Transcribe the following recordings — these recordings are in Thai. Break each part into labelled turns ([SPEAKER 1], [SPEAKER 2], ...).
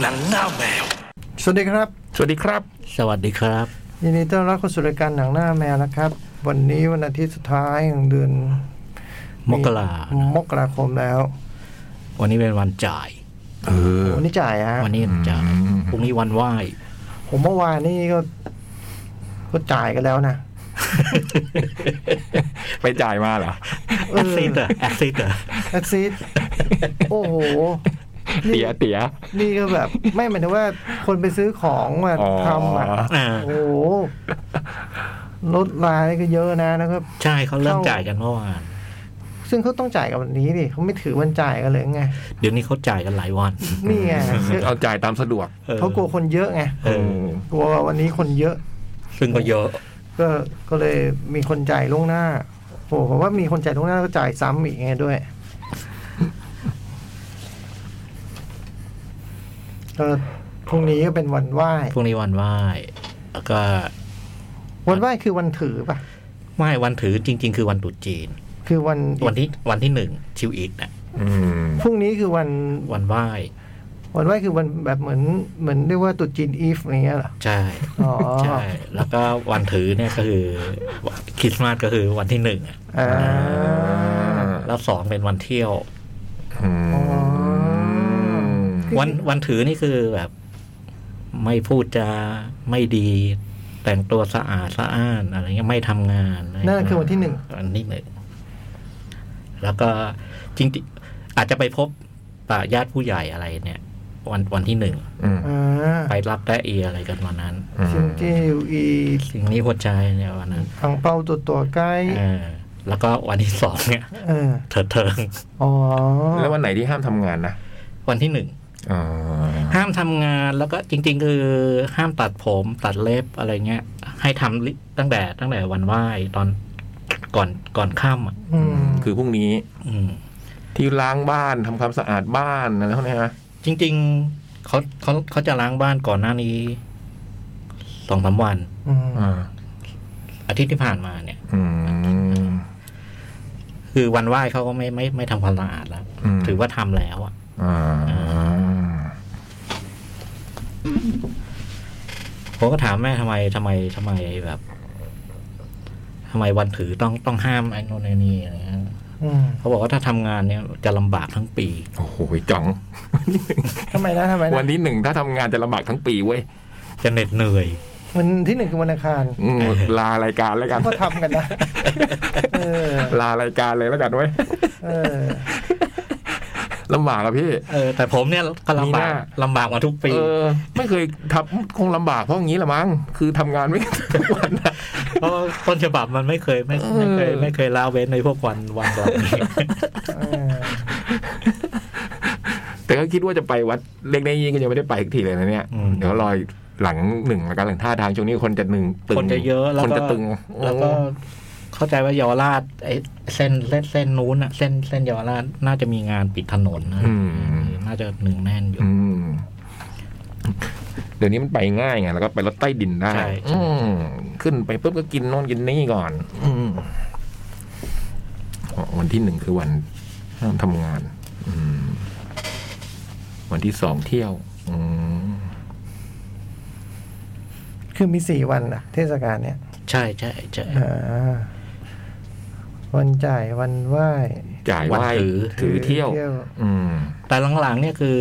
[SPEAKER 1] หนังหน้าแมว
[SPEAKER 2] สวัสดีครับ
[SPEAKER 3] สวัสดีครับ
[SPEAKER 4] สวัสดีครับ
[SPEAKER 2] ยินดีต้อนรับเข้าสู่รายการหนังหน้าแมวนะครับ วันนี้วันอาทิตย์สุดท้ายของเดือน
[SPEAKER 4] มกรา
[SPEAKER 2] มกราคมแล้ว
[SPEAKER 4] วันนี้เป็นวันจ่าย
[SPEAKER 3] เออ
[SPEAKER 2] วันนี้จ่ายฮะ
[SPEAKER 4] วันนี้วันจ่าย
[SPEAKER 3] อืม
[SPEAKER 4] พรุ่งนี้วันไหว้
[SPEAKER 2] ผมเมื่อวานนี่ก็ก็จ่ายกันแล้วนะ
[SPEAKER 3] ไปจ่ายมาเหรอ
[SPEAKER 2] เอ
[SPEAKER 4] แอ
[SPEAKER 2] อ
[SPEAKER 4] คซิสอะแอคซิสอะ
[SPEAKER 2] แอด ซีดโอ้โหนี่
[SPEAKER 3] เตี๋ยเตี๋ย
[SPEAKER 2] นี่ก็แบบ ไม่หมายถึงว่าคนไปซื้อของมา
[SPEAKER 3] อ๋อ
[SPEAKER 2] ทำอ่ะ
[SPEAKER 4] อ่า
[SPEAKER 2] โอ้โหลดรายก็เยอะนะนะครับ
[SPEAKER 4] ใช่เขาเริ่มจ่ายกันเมื่อวาน
[SPEAKER 2] ซึ่งเขาต้องจ่ายกับวันนี้ดิเขาไม่ถือวันจ่ายกันเลยไง
[SPEAKER 4] เดี๋ยวนี้เขาจ่ายกันหลายวัน
[SPEAKER 2] นี่ไง
[SPEAKER 3] เอาจ่ายตามสะดวก
[SPEAKER 4] ออ
[SPEAKER 2] เขากลัวคนเยอะไง
[SPEAKER 4] เออ
[SPEAKER 2] กลัวว่าวันนี้คนเยอะ
[SPEAKER 4] ซึ่งก็เยอะ
[SPEAKER 2] ก็ก็เลยมีคนจ่ายล่วงหน้าโอ้ผมว่ามีคนจ่ายล่วงหน้าก็จ่ายซ้ำอีกไงด้วย ก็พรุ่งนี้ก็เป็นวันไหว้
[SPEAKER 4] พรุ่งนี้วันไหว้ แล้วก็
[SPEAKER 2] วันไหว้คือวันถือป่ะ
[SPEAKER 4] ไหว้วันถือจริง ๆ คือวันตรุษจีน
[SPEAKER 2] คือวัน
[SPEAKER 4] วันที่วันที่หนึ่งชิวอีกนะ
[SPEAKER 3] อืม
[SPEAKER 2] พรุ่งนี้คือวัน
[SPEAKER 4] วันไหว้
[SPEAKER 2] วันไหว้คือวันแบบเหมือนเหมือนเรียกว่าตรุษจีนอีฟอะไรเงี้ยเหรอ
[SPEAKER 4] ใช่
[SPEAKER 2] อ๋อ
[SPEAKER 4] ใช่ แล้วก็วันถือเนี่ยก็คือคริสต์มาสก็คือวันที่หนึ่งอะ
[SPEAKER 2] อ่า
[SPEAKER 4] แล้วสองเป็นวันเที่ยว
[SPEAKER 3] อืม
[SPEAKER 2] อ๋อ
[SPEAKER 4] วันวันถือนี่คือแบบ ไม่พูดจาไม่ดี แต่งตัวสะอาดสะอ้านอะไรเงี้ยไม่ทำงานะไร
[SPEAKER 2] นั่นคือวันที่หนึ่ง
[SPEAKER 4] วันที่หนึ่งแล้วก็จริงๆอาจจะไปพบปะญาติผู้ใหญ่อะไรเนี่ย วันวันที่หนึ่ง
[SPEAKER 3] อืม
[SPEAKER 2] อ่า
[SPEAKER 4] ไปรับแตะเอียอะไรกันวันนั้น
[SPEAKER 3] อื
[SPEAKER 2] ซิง
[SPEAKER 3] ม
[SPEAKER 2] เกิลอี
[SPEAKER 4] สิ่งนี้หัวใจเนี่ยวันนั้น
[SPEAKER 2] อังเปาตัวตัวใกล้
[SPEAKER 4] เออแล้วก็วันที่สองเนี่ย
[SPEAKER 2] เออ
[SPEAKER 4] เถิดเทิง
[SPEAKER 2] อ๋อ
[SPEAKER 3] แล้ววันไหนที่ห้ามทำงานนะ
[SPEAKER 4] วันที่หนึ่ง
[SPEAKER 3] อ๋อ
[SPEAKER 4] ห้ามทำงานแล้วก็จริง ๆ คือห้ามตัดผมตัดเล็บอะไรเงี้ย ให้ทำลิตั้งแต่ตั้งแต่วันไหว้ตอนก่อนก่อนค่ำอ่ะ
[SPEAKER 2] อืม
[SPEAKER 3] คือพรุ่งนี้
[SPEAKER 4] อืม
[SPEAKER 3] ที่ล้างบ้านทำความสะอาดบ้านอะไรพวกเนี้ยนะ
[SPEAKER 4] จริง ๆเขาเขาเขาจะล้างบ้านก่อนหน้านี้สองสามวัน
[SPEAKER 2] ม
[SPEAKER 3] อ่า
[SPEAKER 4] อาทิตย์ที่ผ่านมาเนี่ย
[SPEAKER 3] อืม
[SPEAKER 4] คือวันไหว้เขาก็ไม่ไม่ไม่ทำความสะอาดแล้ว
[SPEAKER 3] อืม
[SPEAKER 4] ถือว่าทำแล้วอ่ะ
[SPEAKER 3] อ่า
[SPEAKER 4] ผมก็ถามแม่ทำไมทำไมทำไมแบบทำไมวันถือต้องต้องห้ามไอ้นนไอ้นี่อะไรเงี้ย
[SPEAKER 2] อืม
[SPEAKER 4] เขาบอกว่าถ้าทำงานเนี่ยจะลำบากทั้งปี
[SPEAKER 3] โอ้โหจ่อง
[SPEAKER 2] ทำไมนะทำไมนะ
[SPEAKER 3] วันที่หนึ่งถ้าทำงานจะลำบากทั้งปีเว้ย
[SPEAKER 4] จะเหน็ดเหนื่อย
[SPEAKER 2] วันที่หนึ่งคือวันอังคาร
[SPEAKER 3] อืมลารายการแล้วกัน
[SPEAKER 2] ก็ทำกัน นะ เออ
[SPEAKER 3] ลารายการเลยแล้วกันเว้ย
[SPEAKER 2] เออ
[SPEAKER 3] ลำบากอะพี่
[SPEAKER 4] เออแต่ผมเนี่ยก็
[SPEAKER 3] มีห
[SPEAKER 4] ลำ
[SPEAKER 3] น้
[SPEAKER 4] บาก
[SPEAKER 3] า
[SPEAKER 4] ลำบากมาทุกปี
[SPEAKER 3] เออไม่เคยทับคงลำบากเพราะอย่างนี้ละมั้งคือทำงานไม่ ทุกวันอะ
[SPEAKER 4] เพราะต้นฉบับมันไม่เคยไม่
[SPEAKER 3] เออ
[SPEAKER 4] ไม่เคยไม่เคยลาเว้นในพวกวันวันแบบนี้
[SPEAKER 2] เออ
[SPEAKER 3] แต่ก็คิดว่าจะไปวัดเล็กในยี่ก็ยังไม่ได้ไปอีกทีเลยนะเนี่ยเดี๋ยวรอยหลังหนึ่งแล้วกันหลังท่าทางช่วงนี้คนจะหนึ่งตึง
[SPEAKER 4] คนจะเยอะแล้ว
[SPEAKER 3] คน
[SPEAKER 4] ก็
[SPEAKER 3] จะตึง
[SPEAKER 4] แล้วก็ เข้าใจว่าเยาวราชไอ้เส้นเส้นเส้นนู้นอะเส้นเส้นเยาวราชน่าจะมีงานปิดถนนนะ
[SPEAKER 3] อืม
[SPEAKER 4] น่าจะหนึ่งแน่นอยู่
[SPEAKER 3] อืมเดี๋ยวนี้มันไปง่ายไงแล้วก็ไปรถใต้ดินได้
[SPEAKER 4] ใช่ใช่
[SPEAKER 3] อืมขึ้นไปปุ๊บก็กินโน่นกินนี่ก่อน อืมอ๋อวันที่หนึ่งคือวันห้ามทำงาน อืม วันที่สองเที่ยว อืม
[SPEAKER 2] คือมีสี่วันอะเทศกาลเนี้ย
[SPEAKER 4] ใช่ใช่ใช่
[SPEAKER 2] อ่าวันจ่ายวันไหว้
[SPEAKER 3] จ่ายไหว้ถือเที่ยว อืม
[SPEAKER 4] แต่หลังๆเนี่ยคือ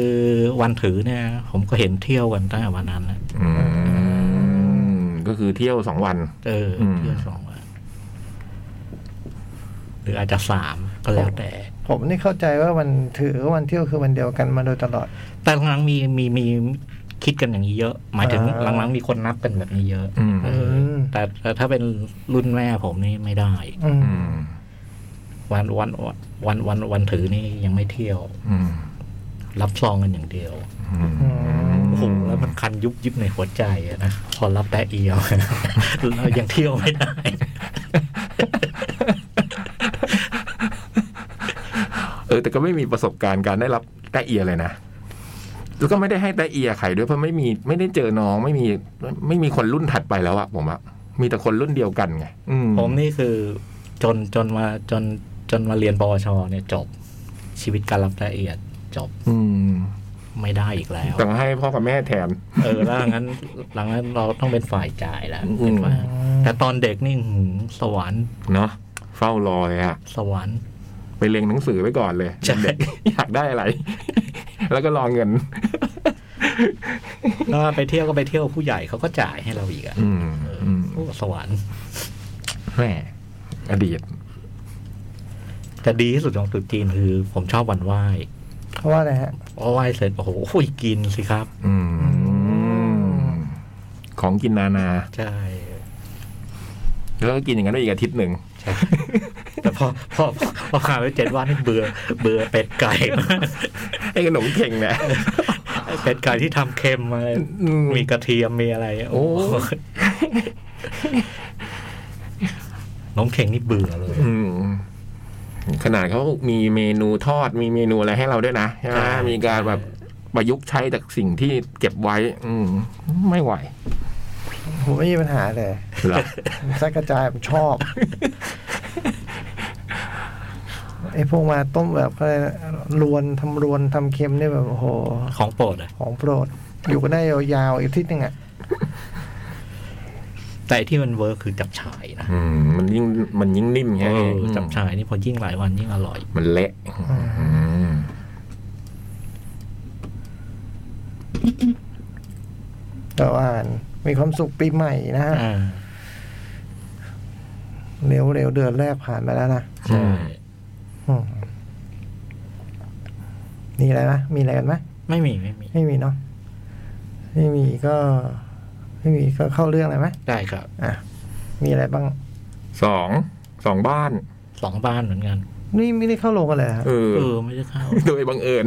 [SPEAKER 4] วันถือเนี่ย ผมก็เห็นเที่ยวกันตั้งแต่วันนั้นนะ
[SPEAKER 3] อืม ก็คือเที่ยวสองวัน
[SPEAKER 4] เอออ
[SPEAKER 3] ม
[SPEAKER 4] เที่ยวสองวันหรืออาจจะสามก็แล้วแต่
[SPEAKER 2] ผมนี่เข้าใจว่าวันถือวันเที่ยวคือวันเดียวกันมาโดยตลอด
[SPEAKER 4] แต่หลังๆมีมีมีคิดกันอย่างนี้เยอะ หมายถึง
[SPEAKER 2] อ่า
[SPEAKER 4] หลังๆมีคนนับกันแบบนี้เยอะ
[SPEAKER 3] อืม
[SPEAKER 4] เออ
[SPEAKER 2] ม
[SPEAKER 4] แต่แต่ถ้าเป็นรุ่นแม่ผมนี่ไม่ได้
[SPEAKER 2] อืม
[SPEAKER 3] อืม
[SPEAKER 4] วันวันวันวันวันถือนี่ยังไม่เที่ยว
[SPEAKER 3] อืม
[SPEAKER 4] รับซองกันอย่างเดียว
[SPEAKER 3] อืม
[SPEAKER 2] อืม
[SPEAKER 4] โอ้โหแล้วมันคันยุบยิบในหัวใจอะนะพอรับแตะเอียว เรายังเที่ยวไม่ได้
[SPEAKER 3] เออ แต่ก็ไม่มีประสบการณ์การได้รับแตะเอียเลยนะ แล้วก็ไม่ได้ให้แตะเอียใครด้วยเพราะไม่มีไม่ได้เจอน้องไม่มี ไม่มีคนรุ่นถัดไปแล้วอะผมอะมีแต่คนรุ่นเดียวกันไงอื
[SPEAKER 4] ผมนี่คือจนจนมาจนจนมาเรียนปวชเนี่ยจบชีวิตการรับแตะเอียดจบ
[SPEAKER 3] อืม
[SPEAKER 4] ไม่ได้อีกแล้ว
[SPEAKER 3] ต้องให้พ่อกับแม่แทน
[SPEAKER 4] เออแล้วงั้นหลังนั้นเราต้องเป็นฝ่ายจ่ายแล้วเป็นว่า
[SPEAKER 2] อืม
[SPEAKER 4] แต่ตอนเด็กนี่หืมสวรรค์
[SPEAKER 3] เนาะเฝ้ารอเลยอะ
[SPEAKER 4] สวรรค์
[SPEAKER 3] ไปเรียงหนังสือไว้ก่อนเลย
[SPEAKER 4] ใช่
[SPEAKER 3] เด็ก อยากได้อะไร แล้วก็รอเงิน
[SPEAKER 4] แล้วไปเที่ยวก็ไปเที่ยวผู้ใหญ่เขาก็จ่ายให้เราอีกอะ
[SPEAKER 3] อืมอืม
[SPEAKER 4] โอ้สวรรค์
[SPEAKER 3] แหมอดีต
[SPEAKER 4] แต่ดีที่สุดของตรุษจีนคือ ผมชอบวันไหว้
[SPEAKER 2] เพราะว่าอะไรฮะ
[SPEAKER 4] พอไหว้เสร็จโอ้โหอุ้ยกินสิครับ
[SPEAKER 3] อืม ของกินนานา
[SPEAKER 4] ใช่
[SPEAKER 3] แล้วก็กินอย่างนั้นได้อีกอาทิตย์หนึ่ง
[SPEAKER 4] ใช่แต่พอ พอพอพอผ่านไปเจ็ดวันนี่เบื่อเบื่อเป็ดไก่ มาก
[SPEAKER 3] ไอ้ขนมเข่งเนี่ย
[SPEAKER 4] เป็ดไก่ที่ทำเค็มอะไร
[SPEAKER 3] อืม
[SPEAKER 4] มีกระเทียมมีอะไร
[SPEAKER 3] โอ้
[SPEAKER 4] โอ้ น้องเข่งนี่เบื่อเลย
[SPEAKER 3] อืม ขนาดเขามีเมนูทอด มีเมนูอะไรให้เราด้วยนะใช่ไหม
[SPEAKER 4] ใช่
[SPEAKER 3] มีการแบบประยุกต์ใช้จากสิ่งที่เก็บไว้ อืม ไม่ไหว
[SPEAKER 2] ผมไม่มีปัญหาเลย
[SPEAKER 3] เหรอ
[SPEAKER 2] ผมแซกกระจายผมชอบไอ้พวกมาต้มแบบอะไรนะรวนทำรวนทำเค็มเนี่ยแบบโอ้โห
[SPEAKER 4] ของโปรดอะ
[SPEAKER 2] ของโปรด อยู่กันได้ยาวๆอีกทิศหนึ่งอ่ะ
[SPEAKER 4] แต่ที่มันเวิร์คคือจับฉายนะ
[SPEAKER 3] อืม มันยิ่งมันยิ่งนิ่ม
[SPEAKER 4] เอ
[SPEAKER 3] ใช่ไหม
[SPEAKER 4] อจับฉายนี่พอยิ่งหลายวันยิ่งอร่อย
[SPEAKER 3] มันเละอืม
[SPEAKER 2] แต่ว่ามีความสุขปีใหม่นะฮะ
[SPEAKER 4] อ่า
[SPEAKER 2] เร็วๆเดือนแรกผ่านไปแล้วนะ
[SPEAKER 4] ใช่
[SPEAKER 2] อืมมีอะไรไหมมีอะไรกันไหม
[SPEAKER 4] ไม่มีไม่มี
[SPEAKER 2] ไม่มีเนาะไม่มีก็ ไม่มีก็เข้าเรื่องเลยไหม
[SPEAKER 4] ได้ครับ
[SPEAKER 2] อ่ะมีอะไรบ้าง
[SPEAKER 3] สอง สองบ้าน
[SPEAKER 4] สองบ้านเหมือนกัน
[SPEAKER 2] นี่ไม่ได้เข้าโรงกันเลยเหรอฮะ
[SPEAKER 3] เออ
[SPEAKER 4] เออ ไม่ได้เข้า
[SPEAKER 3] โดยบังเอิญ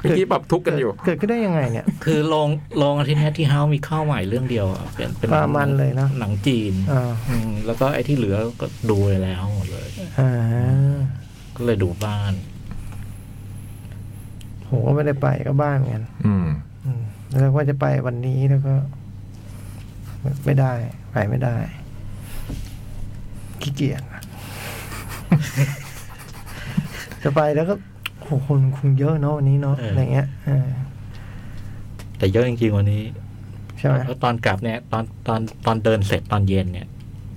[SPEAKER 3] เมื่อกี้ปรับทุกข์กันอยู่
[SPEAKER 2] เกิดขึ้นได้ยังไงเนี่ย
[SPEAKER 4] คือลงลงอาทิตย์เนี้ยที่เฮามีข้าวใหม่เรื่องเดียวอะเป็นเป็น
[SPEAKER 2] ประมาณเลยนะ
[SPEAKER 4] หนังจีน
[SPEAKER 2] อ่า
[SPEAKER 4] อืมแล้วก็ไอ้ที่เหลือก็ดูไปแล้วหมดเลย
[SPEAKER 2] อ่า
[SPEAKER 4] ก็เลยดูบ้าน
[SPEAKER 2] ผมก็ไม่ได้ไปก็บ้านเหมือนกัน
[SPEAKER 3] อืม
[SPEAKER 2] อืมแล้วว่าจะไปวันนี้แล้วก็ ไม่ได้ไปไม่ได้ขี้เกียจ อะจะไปแล้วก็โหคนคงเยอะเนาะวันนี้เนาะ
[SPEAKER 4] เอออ
[SPEAKER 2] อะไรเงี้ยเออ
[SPEAKER 4] แต่เยอะจริงๆวันนี้
[SPEAKER 2] ใช่ไหม
[SPEAKER 4] แล้วตอนกลับเนี่ย ตอนตอนตอนเดินเสร็จตอนเย็นเนี่ย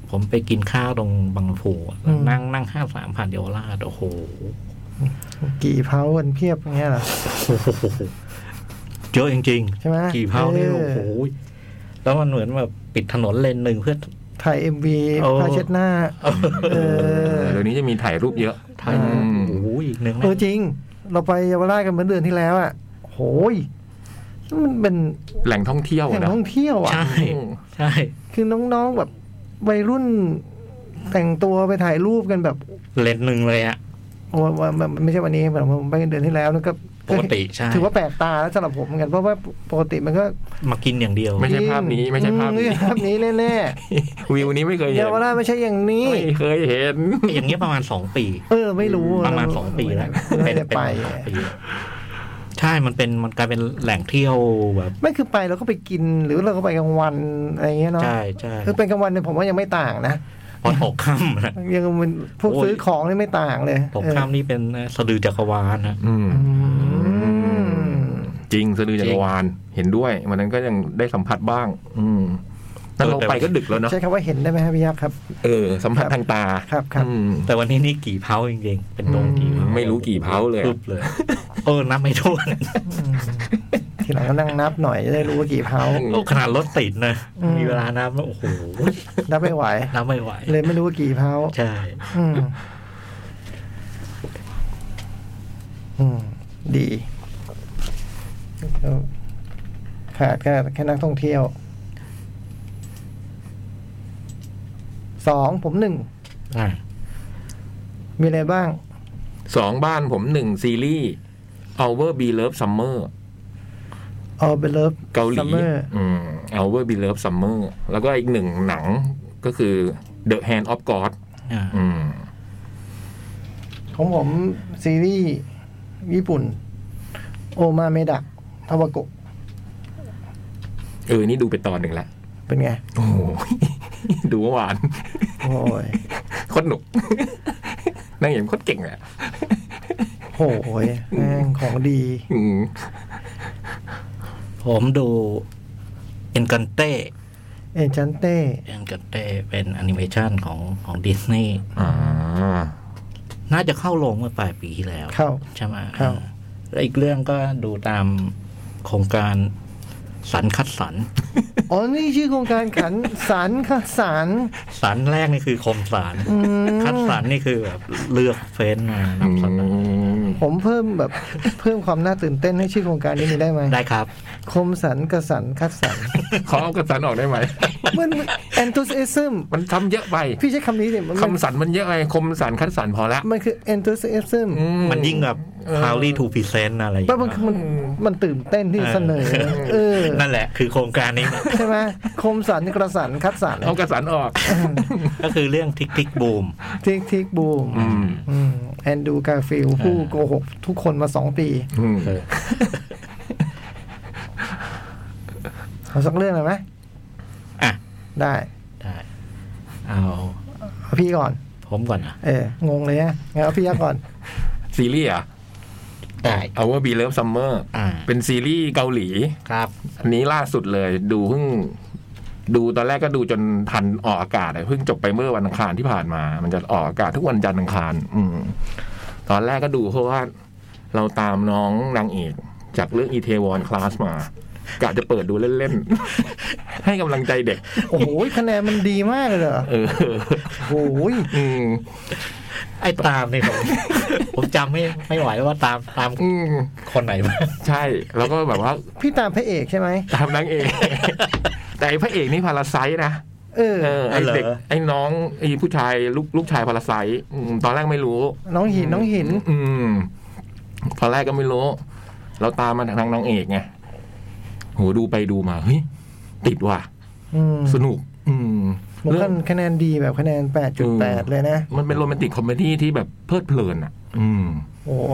[SPEAKER 4] ผมไปกินข้าวตรงบางลำพูอะแล้วนั่งนั่งห้างสามผ่านเยาวราชโอ้โห
[SPEAKER 2] กี่เผากันเพียบอย่างเงี้ยเหรอ
[SPEAKER 4] โอ้โห เยอะจริงๆ
[SPEAKER 2] ใช่ไหม
[SPEAKER 4] กี่เผาเนี่ย
[SPEAKER 2] เออ
[SPEAKER 4] โอ้โหแล้วมันเหมือนแบบปิดถนนเลนหนึ่งเพื่อ
[SPEAKER 2] ถ่ายเอ็มวี
[SPEAKER 4] โอ้
[SPEAKER 2] พาเช็ดหน้า เออ
[SPEAKER 3] เดี๋ยวนี้จะมีถ่ายรูปเยอะ
[SPEAKER 4] ถ่าย
[SPEAKER 2] อืม
[SPEAKER 4] โอ้โหอีกหนึ่ง
[SPEAKER 2] เออจริง เราไปเยาวราชกันเหมือนเดือนที่แล้วอ่ะโหยมันเป็น
[SPEAKER 3] แหล่งท่องเที่ยว
[SPEAKER 2] แหล่ง
[SPEAKER 3] นะ
[SPEAKER 2] ท่องเที่ยวอ่ะ
[SPEAKER 4] ใช่ ใช่
[SPEAKER 2] คือน้องๆแบบวัยรุ่นแต่งตัวไปถ่ายรูปกันแบบ
[SPEAKER 4] เลนหนึ่งเลยอะ
[SPEAKER 2] โอ้ว่าว่าไม่ใช่วันนี้แบบผมไปเดือนที่แล้วแล้วก็
[SPEAKER 4] ปกติใช่
[SPEAKER 2] ถือว่าแปลกตาแล้วสำหรับผมเหมือนกันเพราะว่าปกติมันก็
[SPEAKER 4] มากินอย่างเดียว
[SPEAKER 3] ไม่ใช่ภาพนี้ไม่ใช่ภาพนี้
[SPEAKER 2] อืมภาพนี้แน่
[SPEAKER 3] วิวนี้ไม่เคย
[SPEAKER 2] ๆ
[SPEAKER 3] เห็
[SPEAKER 2] เยาน วราชไม่ใช่อย่างนี้
[SPEAKER 3] ไม่เคยเห็น
[SPEAKER 4] อย่างเงี้ยประมาณสองปี
[SPEAKER 2] เออ ไม่รู้
[SPEAKER 4] ประมาณสองปีแล้ว
[SPEAKER 2] ไม่ได้ไป
[SPEAKER 4] สองปีใช่มันเป็นมันกลายเป็นแหล่งเที่ยวแบบ
[SPEAKER 2] ไม่คือไปเราก็ไปกินหรือเราก็ไปกลางวันอะไรอย่างเงี้ยเนาะ
[SPEAKER 4] ใช่ใช่
[SPEAKER 2] คือเป็นกลางวันเนี่ยผมว่ายังไม่ต่างนะ
[SPEAKER 4] พอตกค่ำนะ
[SPEAKER 2] ยังมันพวกซื้อของนี่ไม่ต่างเลย
[SPEAKER 4] ตกค่ำนี่เป็นสะดือจักรวาลนะ
[SPEAKER 3] อืม
[SPEAKER 2] เอออืม
[SPEAKER 3] จริงสะดือจักรวาลเห็นด้วยวันนั้นก็ยังได้สัมผัสบ้าง อืมนั่นเรา
[SPEAKER 4] เออแต่
[SPEAKER 3] ไปก็ดึกแล้วเนาะ
[SPEAKER 2] ใช้คำว่าเห็นได้ไหมครับพี่ยักษ์ครับ
[SPEAKER 3] เออ สัมผัสทางตา
[SPEAKER 2] ครับครับ
[SPEAKER 3] อืม
[SPEAKER 4] แต่วันนี้นี่กี่เผาจริงๆ เป็นดงกี่เผา
[SPEAKER 3] ไม่รู้กี่เผาเลย
[SPEAKER 4] ปึ๊บเลย เออ นับไม่ถ้วน
[SPEAKER 2] ทีหลังก็นั่งนับหน่อยจะได้รู้ว่ากี่เผา
[SPEAKER 4] โอ้ขนาดรถติดนะ
[SPEAKER 2] อืม
[SPEAKER 4] มีเวลานับแล้วโอ้โห
[SPEAKER 2] นับไม่ไหว
[SPEAKER 4] นับไม่ไหว
[SPEAKER 2] เลยไม่รู้ว่ากี่เผา
[SPEAKER 4] ใช่
[SPEAKER 2] อืมอืม ดีแล้วขาดแค่แค่นักท่องเที่ยว สองผมหนึ่ง
[SPEAKER 4] อ่ะ
[SPEAKER 2] มีอะไรบ้าง
[SPEAKER 3] สองบ้านผมหนึ่งซีรีส์ Our Be Love Summer
[SPEAKER 2] All b e l o v e
[SPEAKER 3] เกาหลี
[SPEAKER 2] Summer
[SPEAKER 3] อืม Our Be Love Summer แล้วก็อีกหนึ่งหนังก็คือ The Hand of God
[SPEAKER 4] อ่ะ
[SPEAKER 3] อืม
[SPEAKER 2] ของผมซีรีส์ญี่ปุ่น โอมาเมดะทาวาโกะ
[SPEAKER 3] เออ นี่ดูไปตอนหนึ่งละ
[SPEAKER 2] เป็นไง
[SPEAKER 3] โอ้โห ดูเมื่อวาน
[SPEAKER 2] โอ้ย
[SPEAKER 3] โคตรหนุก นางเอกโคตรเก่งเลยอะ
[SPEAKER 2] โหยแม่งของดี
[SPEAKER 3] อืม
[SPEAKER 4] ผมดูเอ็นกันเต้
[SPEAKER 2] เอจันเต้
[SPEAKER 4] เอ็นกันเต้เป็นแอนิเมชันของของดิสนีย์
[SPEAKER 3] อ่า
[SPEAKER 4] น่าจะเข้าโรงเมื่อปลายปีที่แล้ว
[SPEAKER 2] เข้า
[SPEAKER 4] ใช่ไหม
[SPEAKER 2] ครับ
[SPEAKER 4] เออแล้วอีกเรื่องก็ดูตามโครงการสรรคัดสรร
[SPEAKER 2] อ๋อนี่ชื่อโครงการขันสารค่ะสาร
[SPEAKER 4] สรรแรกนี่คือคมสาร
[SPEAKER 2] อืม
[SPEAKER 4] คัดสรรนี่คือแบบเลือกเฟ้นมานำเสนอ
[SPEAKER 2] ผมเพิ่มแบบเพิ่มความน่าตื่นเต้นให้ชื่อโครงการนี้ได้ไหม
[SPEAKER 4] ได้ครับ
[SPEAKER 2] คมสันกระสันคัดสัน
[SPEAKER 3] ขอเอากระสันออกได้ไหม
[SPEAKER 2] มันแอนตูสเอซึม
[SPEAKER 3] มันทำเยอะไป
[SPEAKER 2] พี่ใช้คำนี้สิมัน
[SPEAKER 3] คำสันมันเยอะไปคมสันคัดสันพอละ
[SPEAKER 2] มันคือแอนตูสเอซึม
[SPEAKER 3] อื
[SPEAKER 4] มันยิ่งแบบ proudly to present อะไรอย่าง
[SPEAKER 2] ป้ามัน
[SPEAKER 4] เงี้ย
[SPEAKER 2] มันมันตื่นเต้นที่เสนอ เออ
[SPEAKER 4] นั่นแหละ คือโครงการนี้
[SPEAKER 2] ใช่ไหมคมสันกระสันคัดสัน
[SPEAKER 3] เอากระสันออก
[SPEAKER 4] ก็คือเรื่องทิกทิกบูม
[SPEAKER 2] ทิกทิกบูม
[SPEAKER 3] อืม
[SPEAKER 2] แอนดูกาฟิลด์ผู้โกหกทุกคนมาสองปี
[SPEAKER 3] อืม
[SPEAKER 2] เอาสักเรื่องหน่อยไหม
[SPEAKER 4] อ่ะ
[SPEAKER 2] ได้
[SPEAKER 4] ได้ เอา
[SPEAKER 2] เอาพี่ก่อน
[SPEAKER 4] ผมก่อนนะ
[SPEAKER 2] เอองงเลยฮะงั้นเอาพี่ยักษ์ก่อน
[SPEAKER 3] ซีรีส์อ่ะ
[SPEAKER 4] ได้
[SPEAKER 3] Our b e l o v e Summer
[SPEAKER 4] อ่า
[SPEAKER 3] เป็นซีรีส์เกาหลี
[SPEAKER 4] ครับ
[SPEAKER 3] อันนี้ล่าสุดเลย ดูเพิ่ง ดูตอนแรกก็ดูจนทันออกอากาศเลยเพิ่งจบไปเมื่อวันอังคารที่ผ่านมา มันจะออกอากาศทุกวันจันทร์อังคาร อืม ตอนแรกก็ดูเพราะว่า เราตามน้องนางเอกจากเรื่องอีเทวอนคลาสมากะจะเปิดดูเล่นๆ ให้กำลังใจเด็ก
[SPEAKER 2] โอ้โหคะแนนมันดีมากเลยเหรอ
[SPEAKER 3] เออ
[SPEAKER 2] โอ้โห
[SPEAKER 3] อืม
[SPEAKER 4] ไอ้ตามนี่ผม ผมจำไม่ไม่ไหวแล้วว่าตามตาม
[SPEAKER 3] อืม
[SPEAKER 4] คนไหนบ้าง
[SPEAKER 3] ใช่ แล้วก็แบบว่า
[SPEAKER 2] พี่ตามพระเอกใช่ไหม
[SPEAKER 3] ตามนางเอก แต่ไอ้พระเอกนี่พาราไซต์นะ
[SPEAKER 2] เออ
[SPEAKER 3] เออไอ้เด็ก
[SPEAKER 4] เหรอ
[SPEAKER 3] ไอ้น้องไอ้ผู้ชายลูกลูกชายพาราไซต์อืมตอนแรกไม่รู้
[SPEAKER 2] น้องหินน้องหิน
[SPEAKER 3] อืมตอนแรกก็ไม่รู้ เราตามมาทางนางเอกไงโหดูไปดูมาเฮ้ยติดว่ะ
[SPEAKER 2] อืม
[SPEAKER 3] สนุก อืม
[SPEAKER 2] ผม
[SPEAKER 3] เรื่อ
[SPEAKER 2] ว่าง คะแนนดีแบบคะแนน 8.8 เลยนะ
[SPEAKER 3] มันเป็นโรแมนติกคอมเมดี้ที่แบบเพลิดเพลินอ่ะ อืม
[SPEAKER 2] โอ้โห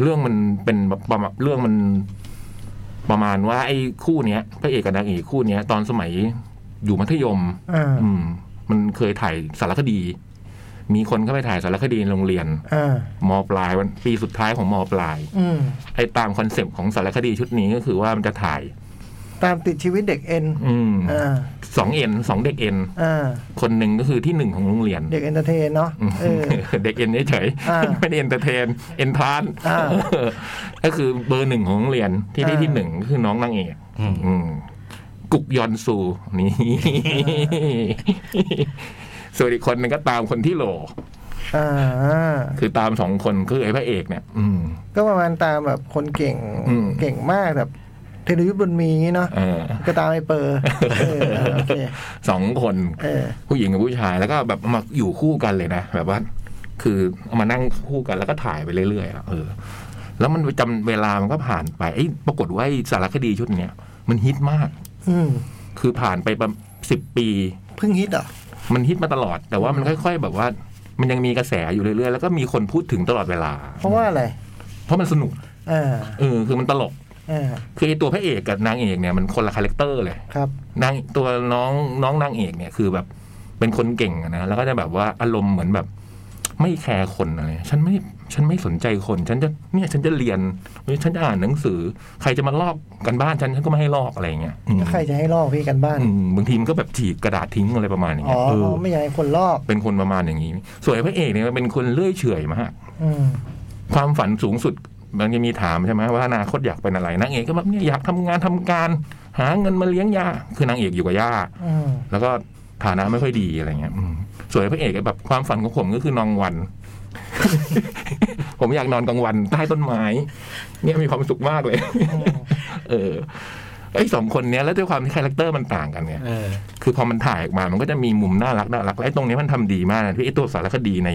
[SPEAKER 3] เรื่องมันเป็นแบบประมาณเรื่องมันประมาณว่าไอ้คู่เนี้ยพระเอกกับนางเอกคู่เนี้ย ตอนสมัยอยู่มัธยม
[SPEAKER 2] อ่า
[SPEAKER 3] อืมมันเคยถ่ายสารคดี มีคนเข้าไปถ่ายสารคดีในโรงเรียน
[SPEAKER 2] อ่าม
[SPEAKER 3] ปลายวันปีสุดท้ายของมปลาย
[SPEAKER 2] อืม
[SPEAKER 3] ไอ้ตามคอนเซปต์ของสารคดีชุดนี้ก็คือว่ามันจะถ่าย
[SPEAKER 2] ตามติดชีวิตเด็กเอ็น
[SPEAKER 3] อืม
[SPEAKER 2] อ่า
[SPEAKER 3] สองเอ็นสองเด็กเอ็น
[SPEAKER 2] อ่า
[SPEAKER 3] คนหนึ่งก็คือที่หนึ่งของโรงเรียน
[SPEAKER 2] เด็กเอนเตอร์เทนเนาะ
[SPEAKER 3] อืม
[SPEAKER 2] เออ
[SPEAKER 3] เด็กเอ็นเฉย
[SPEAKER 2] อ่า
[SPEAKER 3] ๆไม่ได้เอนเตอร์เทนเอนทรานซ์
[SPEAKER 2] อ่า
[SPEAKER 3] เออก็คือเบอร์หนึ่งของโรงเรียนที่ได้
[SPEAKER 2] อ่า
[SPEAKER 3] ที่หนึ่งก็คือน้องนางเอก
[SPEAKER 4] อืม
[SPEAKER 3] อืมกุกยอนซูนี่ ส่วนอีกคนหนึงก็ตามคนที่โหล
[SPEAKER 2] อ่า
[SPEAKER 3] คือตามสองคนคือไอ้พระเอกเนี่ย อืม
[SPEAKER 2] ก็ประมาณตามแบบคนเก่ง
[SPEAKER 3] อืม
[SPEAKER 2] เก่งมากแบบเทเลยุทธ์บนมีอย่างงี้เนาะ
[SPEAKER 3] เออ
[SPEAKER 2] ก็ตามไอเปอร์เออเออโอเค
[SPEAKER 3] สองคน
[SPEAKER 2] เออ
[SPEAKER 3] ผู้หญิงกับผู้ชายแล้วก็แบบมาอยู่คู่กันเลยนะแบบว่า คือเอามานั่งคู่กันแล้วก็ถ่ายไปเรื่อยๆอะเออ แล้วมันจำเวลามันก็ผ่านไปไอ้ยปรากฏว่าไอ้สารคดีชุดเนี้ยมันฮิตมาก
[SPEAKER 2] อืม
[SPEAKER 3] คือผ่านไปประมาณสิบปี
[SPEAKER 2] เพิ่งฮิตเหรอ่ะ
[SPEAKER 3] มันฮิตมาตลอด แต่ว่ามันค่อย ๆ แบบว่า มันยังมีกระแสอยู่เรื่อยๆแล้วก็มีคนพูดถึงตลอดเวลา
[SPEAKER 2] เพราะว่าอะไร
[SPEAKER 3] เพราะมันสนุก
[SPEAKER 2] อ่า
[SPEAKER 3] เออคือมันตลก
[SPEAKER 2] อ่า
[SPEAKER 3] คือไอ้ตัวพระเอกกับนางเอกเนี่ยมันคนละคาแรคเตอร์เลย
[SPEAKER 2] ครับ
[SPEAKER 3] นางตัวน้องน้องนางเอกเนี่ยคือแบบเป็นคนเก่งอะนะแล้วก็จะแบบว่าอารมณ์เหมือนแบบ ไม่แคร์คนอะไรฉันไม่ฉันไม่สนใจคน ฉันจะเนี่ยฉันจะเรียนเฮ้ยฉันจะอ่านหนังสือ ใครจะมาลอกกันบ้านฉันฉันก็ไม่ให้ลอกอะไรอย่างเงี้ยอืม
[SPEAKER 2] แล้วใครจะให้ลอกพี่กันบ้าน
[SPEAKER 3] อืมบางทีมันก็แบบฉีกกระดาษทิ้งอะไรประมาณอย่าง
[SPEAKER 2] อ๋
[SPEAKER 3] เงี้
[SPEAKER 2] อ
[SPEAKER 3] ยเออ
[SPEAKER 2] ไม่อยากให้คนลอก
[SPEAKER 3] เป็นคนประมาณอย่างนี้ ส่วนไอ้พระเอกเนี่ยมันเป็นคนเลื่อยเฉอยมาก
[SPEAKER 2] อืม
[SPEAKER 3] ความฝันสูงสุดมันจะมีถามใช่ไหมว่าอนาคตอยากเป็นอะไรนางเอกก็แบบเนี่ยอยากทำงานทำการ หาเงินมาเลี้ยงยาคือนางเอกอยู่กับย่า
[SPEAKER 2] อืม
[SPEAKER 3] แล้วก็ฐานะไม่ค่อยดีอะไรเงี้ยอืมส่วนพระเอกแบบความฝันของผมก็คือนอนวัน ผมอยากนอนกลางวันใต้ต้นไม้ เนี่ยมีความสุขมากเลย เออ ไอ้สองคนเนี้ยแล้วด้วยความที่คาแรคเตอร์มันต่างกันไง
[SPEAKER 4] เออ
[SPEAKER 3] คือพอมันถ่ายออกมา มันก็จะมีมุมน่ารักน่ารักและไอ้ตรงเนี้ยมันทำดีมากนะที่ไอ้ตัวสารคดีใน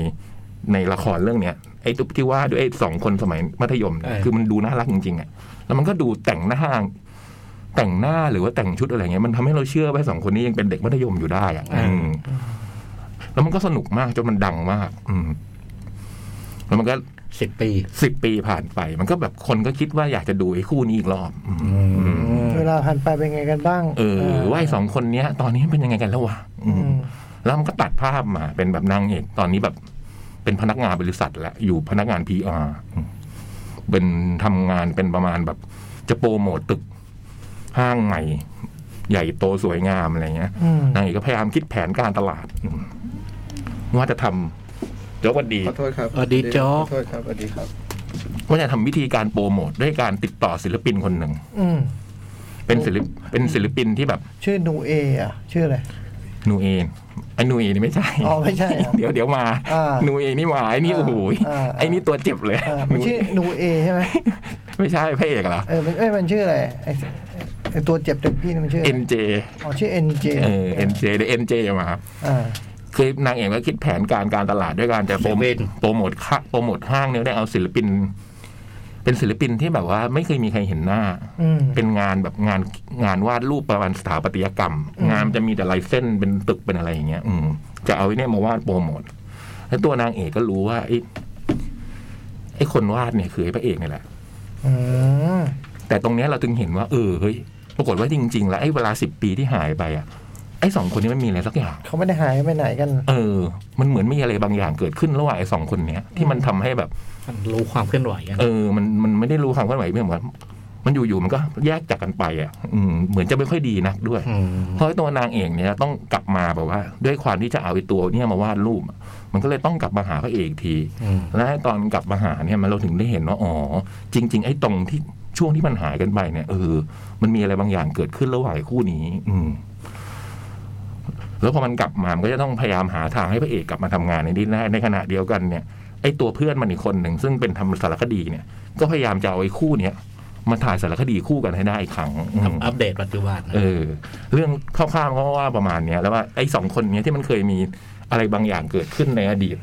[SPEAKER 3] ในละครเรื่องเนี้ยไอ้ตุ๊กที่ว่าด้วยไอ้สองคนสมัยมัธยมเนี่ย
[SPEAKER 4] เออ
[SPEAKER 3] คือมันดูน่ารักจริงๆอ่ะแล้วมันก็ดูแต่งหน้า แต่งหน้าหรือว่าแต่งชุดอะไรเงี้ยมันทำให้เราเชื่อว่าสองคนนี้ยังเป็นเด็กมัธยมอยู่ได้อ่ะอืมแล้วมันก็สนุกมากจนมันดังมาก อืม แล้วมันก็
[SPEAKER 4] สิบปี
[SPEAKER 3] สิบปีผ่านไป มันก็แบบคนก็คิดว่าอยากจะดูไอ้คู่นี้อีกรอบอืม
[SPEAKER 4] อืม
[SPEAKER 2] เวลาผ่านไปเป็นไงกันบ้าง
[SPEAKER 3] เออว่าไอ้สองคนเนี้ย ตอนนี้มันเป็นยังไงกันแล้ววะอืม
[SPEAKER 2] อืม
[SPEAKER 3] แล้วมันก็ตัดภาพมาเป็นแบบนางเอกตอนนี้แบบ เป็นพนักงานบริษัทแล้วอยู่พนักงานพีอาเป็นทำงานเป็นประมาณแบบ จะโปรโมทตึก ห้างใหม่ ใหญ่โตสวยงามอะไรเงี้ย
[SPEAKER 2] อืม
[SPEAKER 3] นางเอกก็พยายามคิดแผนการตลาดอืมว่าจะทำโจ๊กวันดี
[SPEAKER 1] ขอโทษครับ
[SPEAKER 4] สวัสดีโจ๊ก
[SPEAKER 1] ขอโทษครับสวัสดีครับ
[SPEAKER 3] ว่าจะทำวิธีการโปรโมทด้วยการติดต่อศิลปินคนหนึ่ง
[SPEAKER 2] อืม
[SPEAKER 3] เป็นศิลปเป็นศิลปินที่แบบ
[SPEAKER 2] ชื่อนูเออ่ะ ชื่ออะไร
[SPEAKER 3] นูเอนไอ้นูเอนี่ไม่ใช่
[SPEAKER 2] อ๋อไม่ใช่เหรอ
[SPEAKER 3] เดี๋ยวเดี๋ยวมา
[SPEAKER 2] อ่า
[SPEAKER 3] นูเอนี่มาไอ้นี่
[SPEAKER 2] อ่า
[SPEAKER 3] โอ้โห
[SPEAKER 2] อ่า
[SPEAKER 3] ไอ้นี่ตัวเจ็บเลย
[SPEAKER 2] เออมันชื่อนูเอใช่ไหม
[SPEAKER 3] ไม่ใช่พระเอกเหรอ
[SPEAKER 2] เออมันเอ้ยมันชื่ออะไรไอ้ไอ้ตัวเจ็บเต็มพี่นี่มันชื่ออะไร
[SPEAKER 3] เอ็นเจ
[SPEAKER 2] อ๋อชื่อเอ็นเจ
[SPEAKER 3] เออเอ็นเจเดี๋ยวเอ็นเจมาครับ
[SPEAKER 2] อ่า
[SPEAKER 3] คือนางเอกก็คิดแผนการการตลาดด้วยการจะโปรโม
[SPEAKER 4] เซเว่
[SPEAKER 3] ท
[SPEAKER 4] น
[SPEAKER 3] โปรโมทค่าโปรโมทห้างเนี่ยได้เอาศิลปิน เป็นศิลปินที่แบบว่าไม่เคยมีใครเห็นหน้า
[SPEAKER 2] อืม
[SPEAKER 3] เป็นงานแบบงานงานวาดรูปประมาณสถาปัตยกรรม
[SPEAKER 2] อืม
[SPEAKER 3] งานมันจะมีแต่ลายเส้นเป็นตึกเป็นอะไรอย่างเงี้ย อืมจะเอาไอ้เนี่ยมาวาดโปรโมทแล้วตัวนางเอกก็รู้ว่าไอ้ไอ้คนวาดเนี่ยคือไอ้พระเอกนี่แหละ
[SPEAKER 2] อืม
[SPEAKER 3] แต่ตรงเนี้ยเราถึงเห็นว่าเออเฮ้ยปรากฏว่าจริง ๆ แล้วไอ้เวลาสิบปีที่หายไปอ่ะไอ้สองคนนี้มันมีอะไรสักอย่าง
[SPEAKER 2] เขาไม่ได้หายไปไหนกัน
[SPEAKER 3] เออ มันเหมือนมีอะไรบางอย่างเกิดขึ้นระหว่างไอ้สองคนเนี้ยที่มันทำให้แบบ
[SPEAKER 4] มันรู้ความเคลื่อนไหวอะ
[SPEAKER 3] เออ มัน มันไม่ได้รู้ความเคลื่อนไหวเพื่อนว่ามันอยู่ๆ มันก็แยกจากกันไปอ่ะ อืม เหมือนจะไม่ค่อยดีนักด้วย
[SPEAKER 4] ม
[SPEAKER 3] เพราะไอ้ตัวนางเอกเนี่ยต้องกลับมาแบบว่า ด้วยความที่จะเอาไอ้ตัวเนี่ยมาวาดรูปอะมันก็เลยต้องกลับมาหาพระเอกที
[SPEAKER 4] อืม
[SPEAKER 3] และตอนกลับมาหาเนี่ยมันเราถึงได้เห็นว่าอ๋อจริง ๆ ไอ้ตรงที่ช่วงที่มันหายกันไปเนี่ยเออมันมีอะไรบางอย่างเกิดขึ้นระหว่างคู่นี้ อืม แล้วพอมันกลับมามันก็จะต้องพยายามหาทางให้พระเอกกลับมาทำงานในนี้ได้ในขณะเดียวกันเนี่ยไอ้ตัวเพื่อนมันอีกคนหนึ่งซึ่งเป็นทำสารคดีเนี่ย ก็พยายามจะเอาไอ้คู่เนี้ยมาถ่ายสารคดีคู่กันให้ได้อีกครั้งอืม
[SPEAKER 4] อัปเดตปัจจุบันนะ
[SPEAKER 3] เออเรื่องคร่าวๆก็ว่าประมาณเนี้ยแล้วว่าไอ้สองคนเนี้ยที่มันเคยมีอะไรบางอย่างเกิดขึ้นในอดีต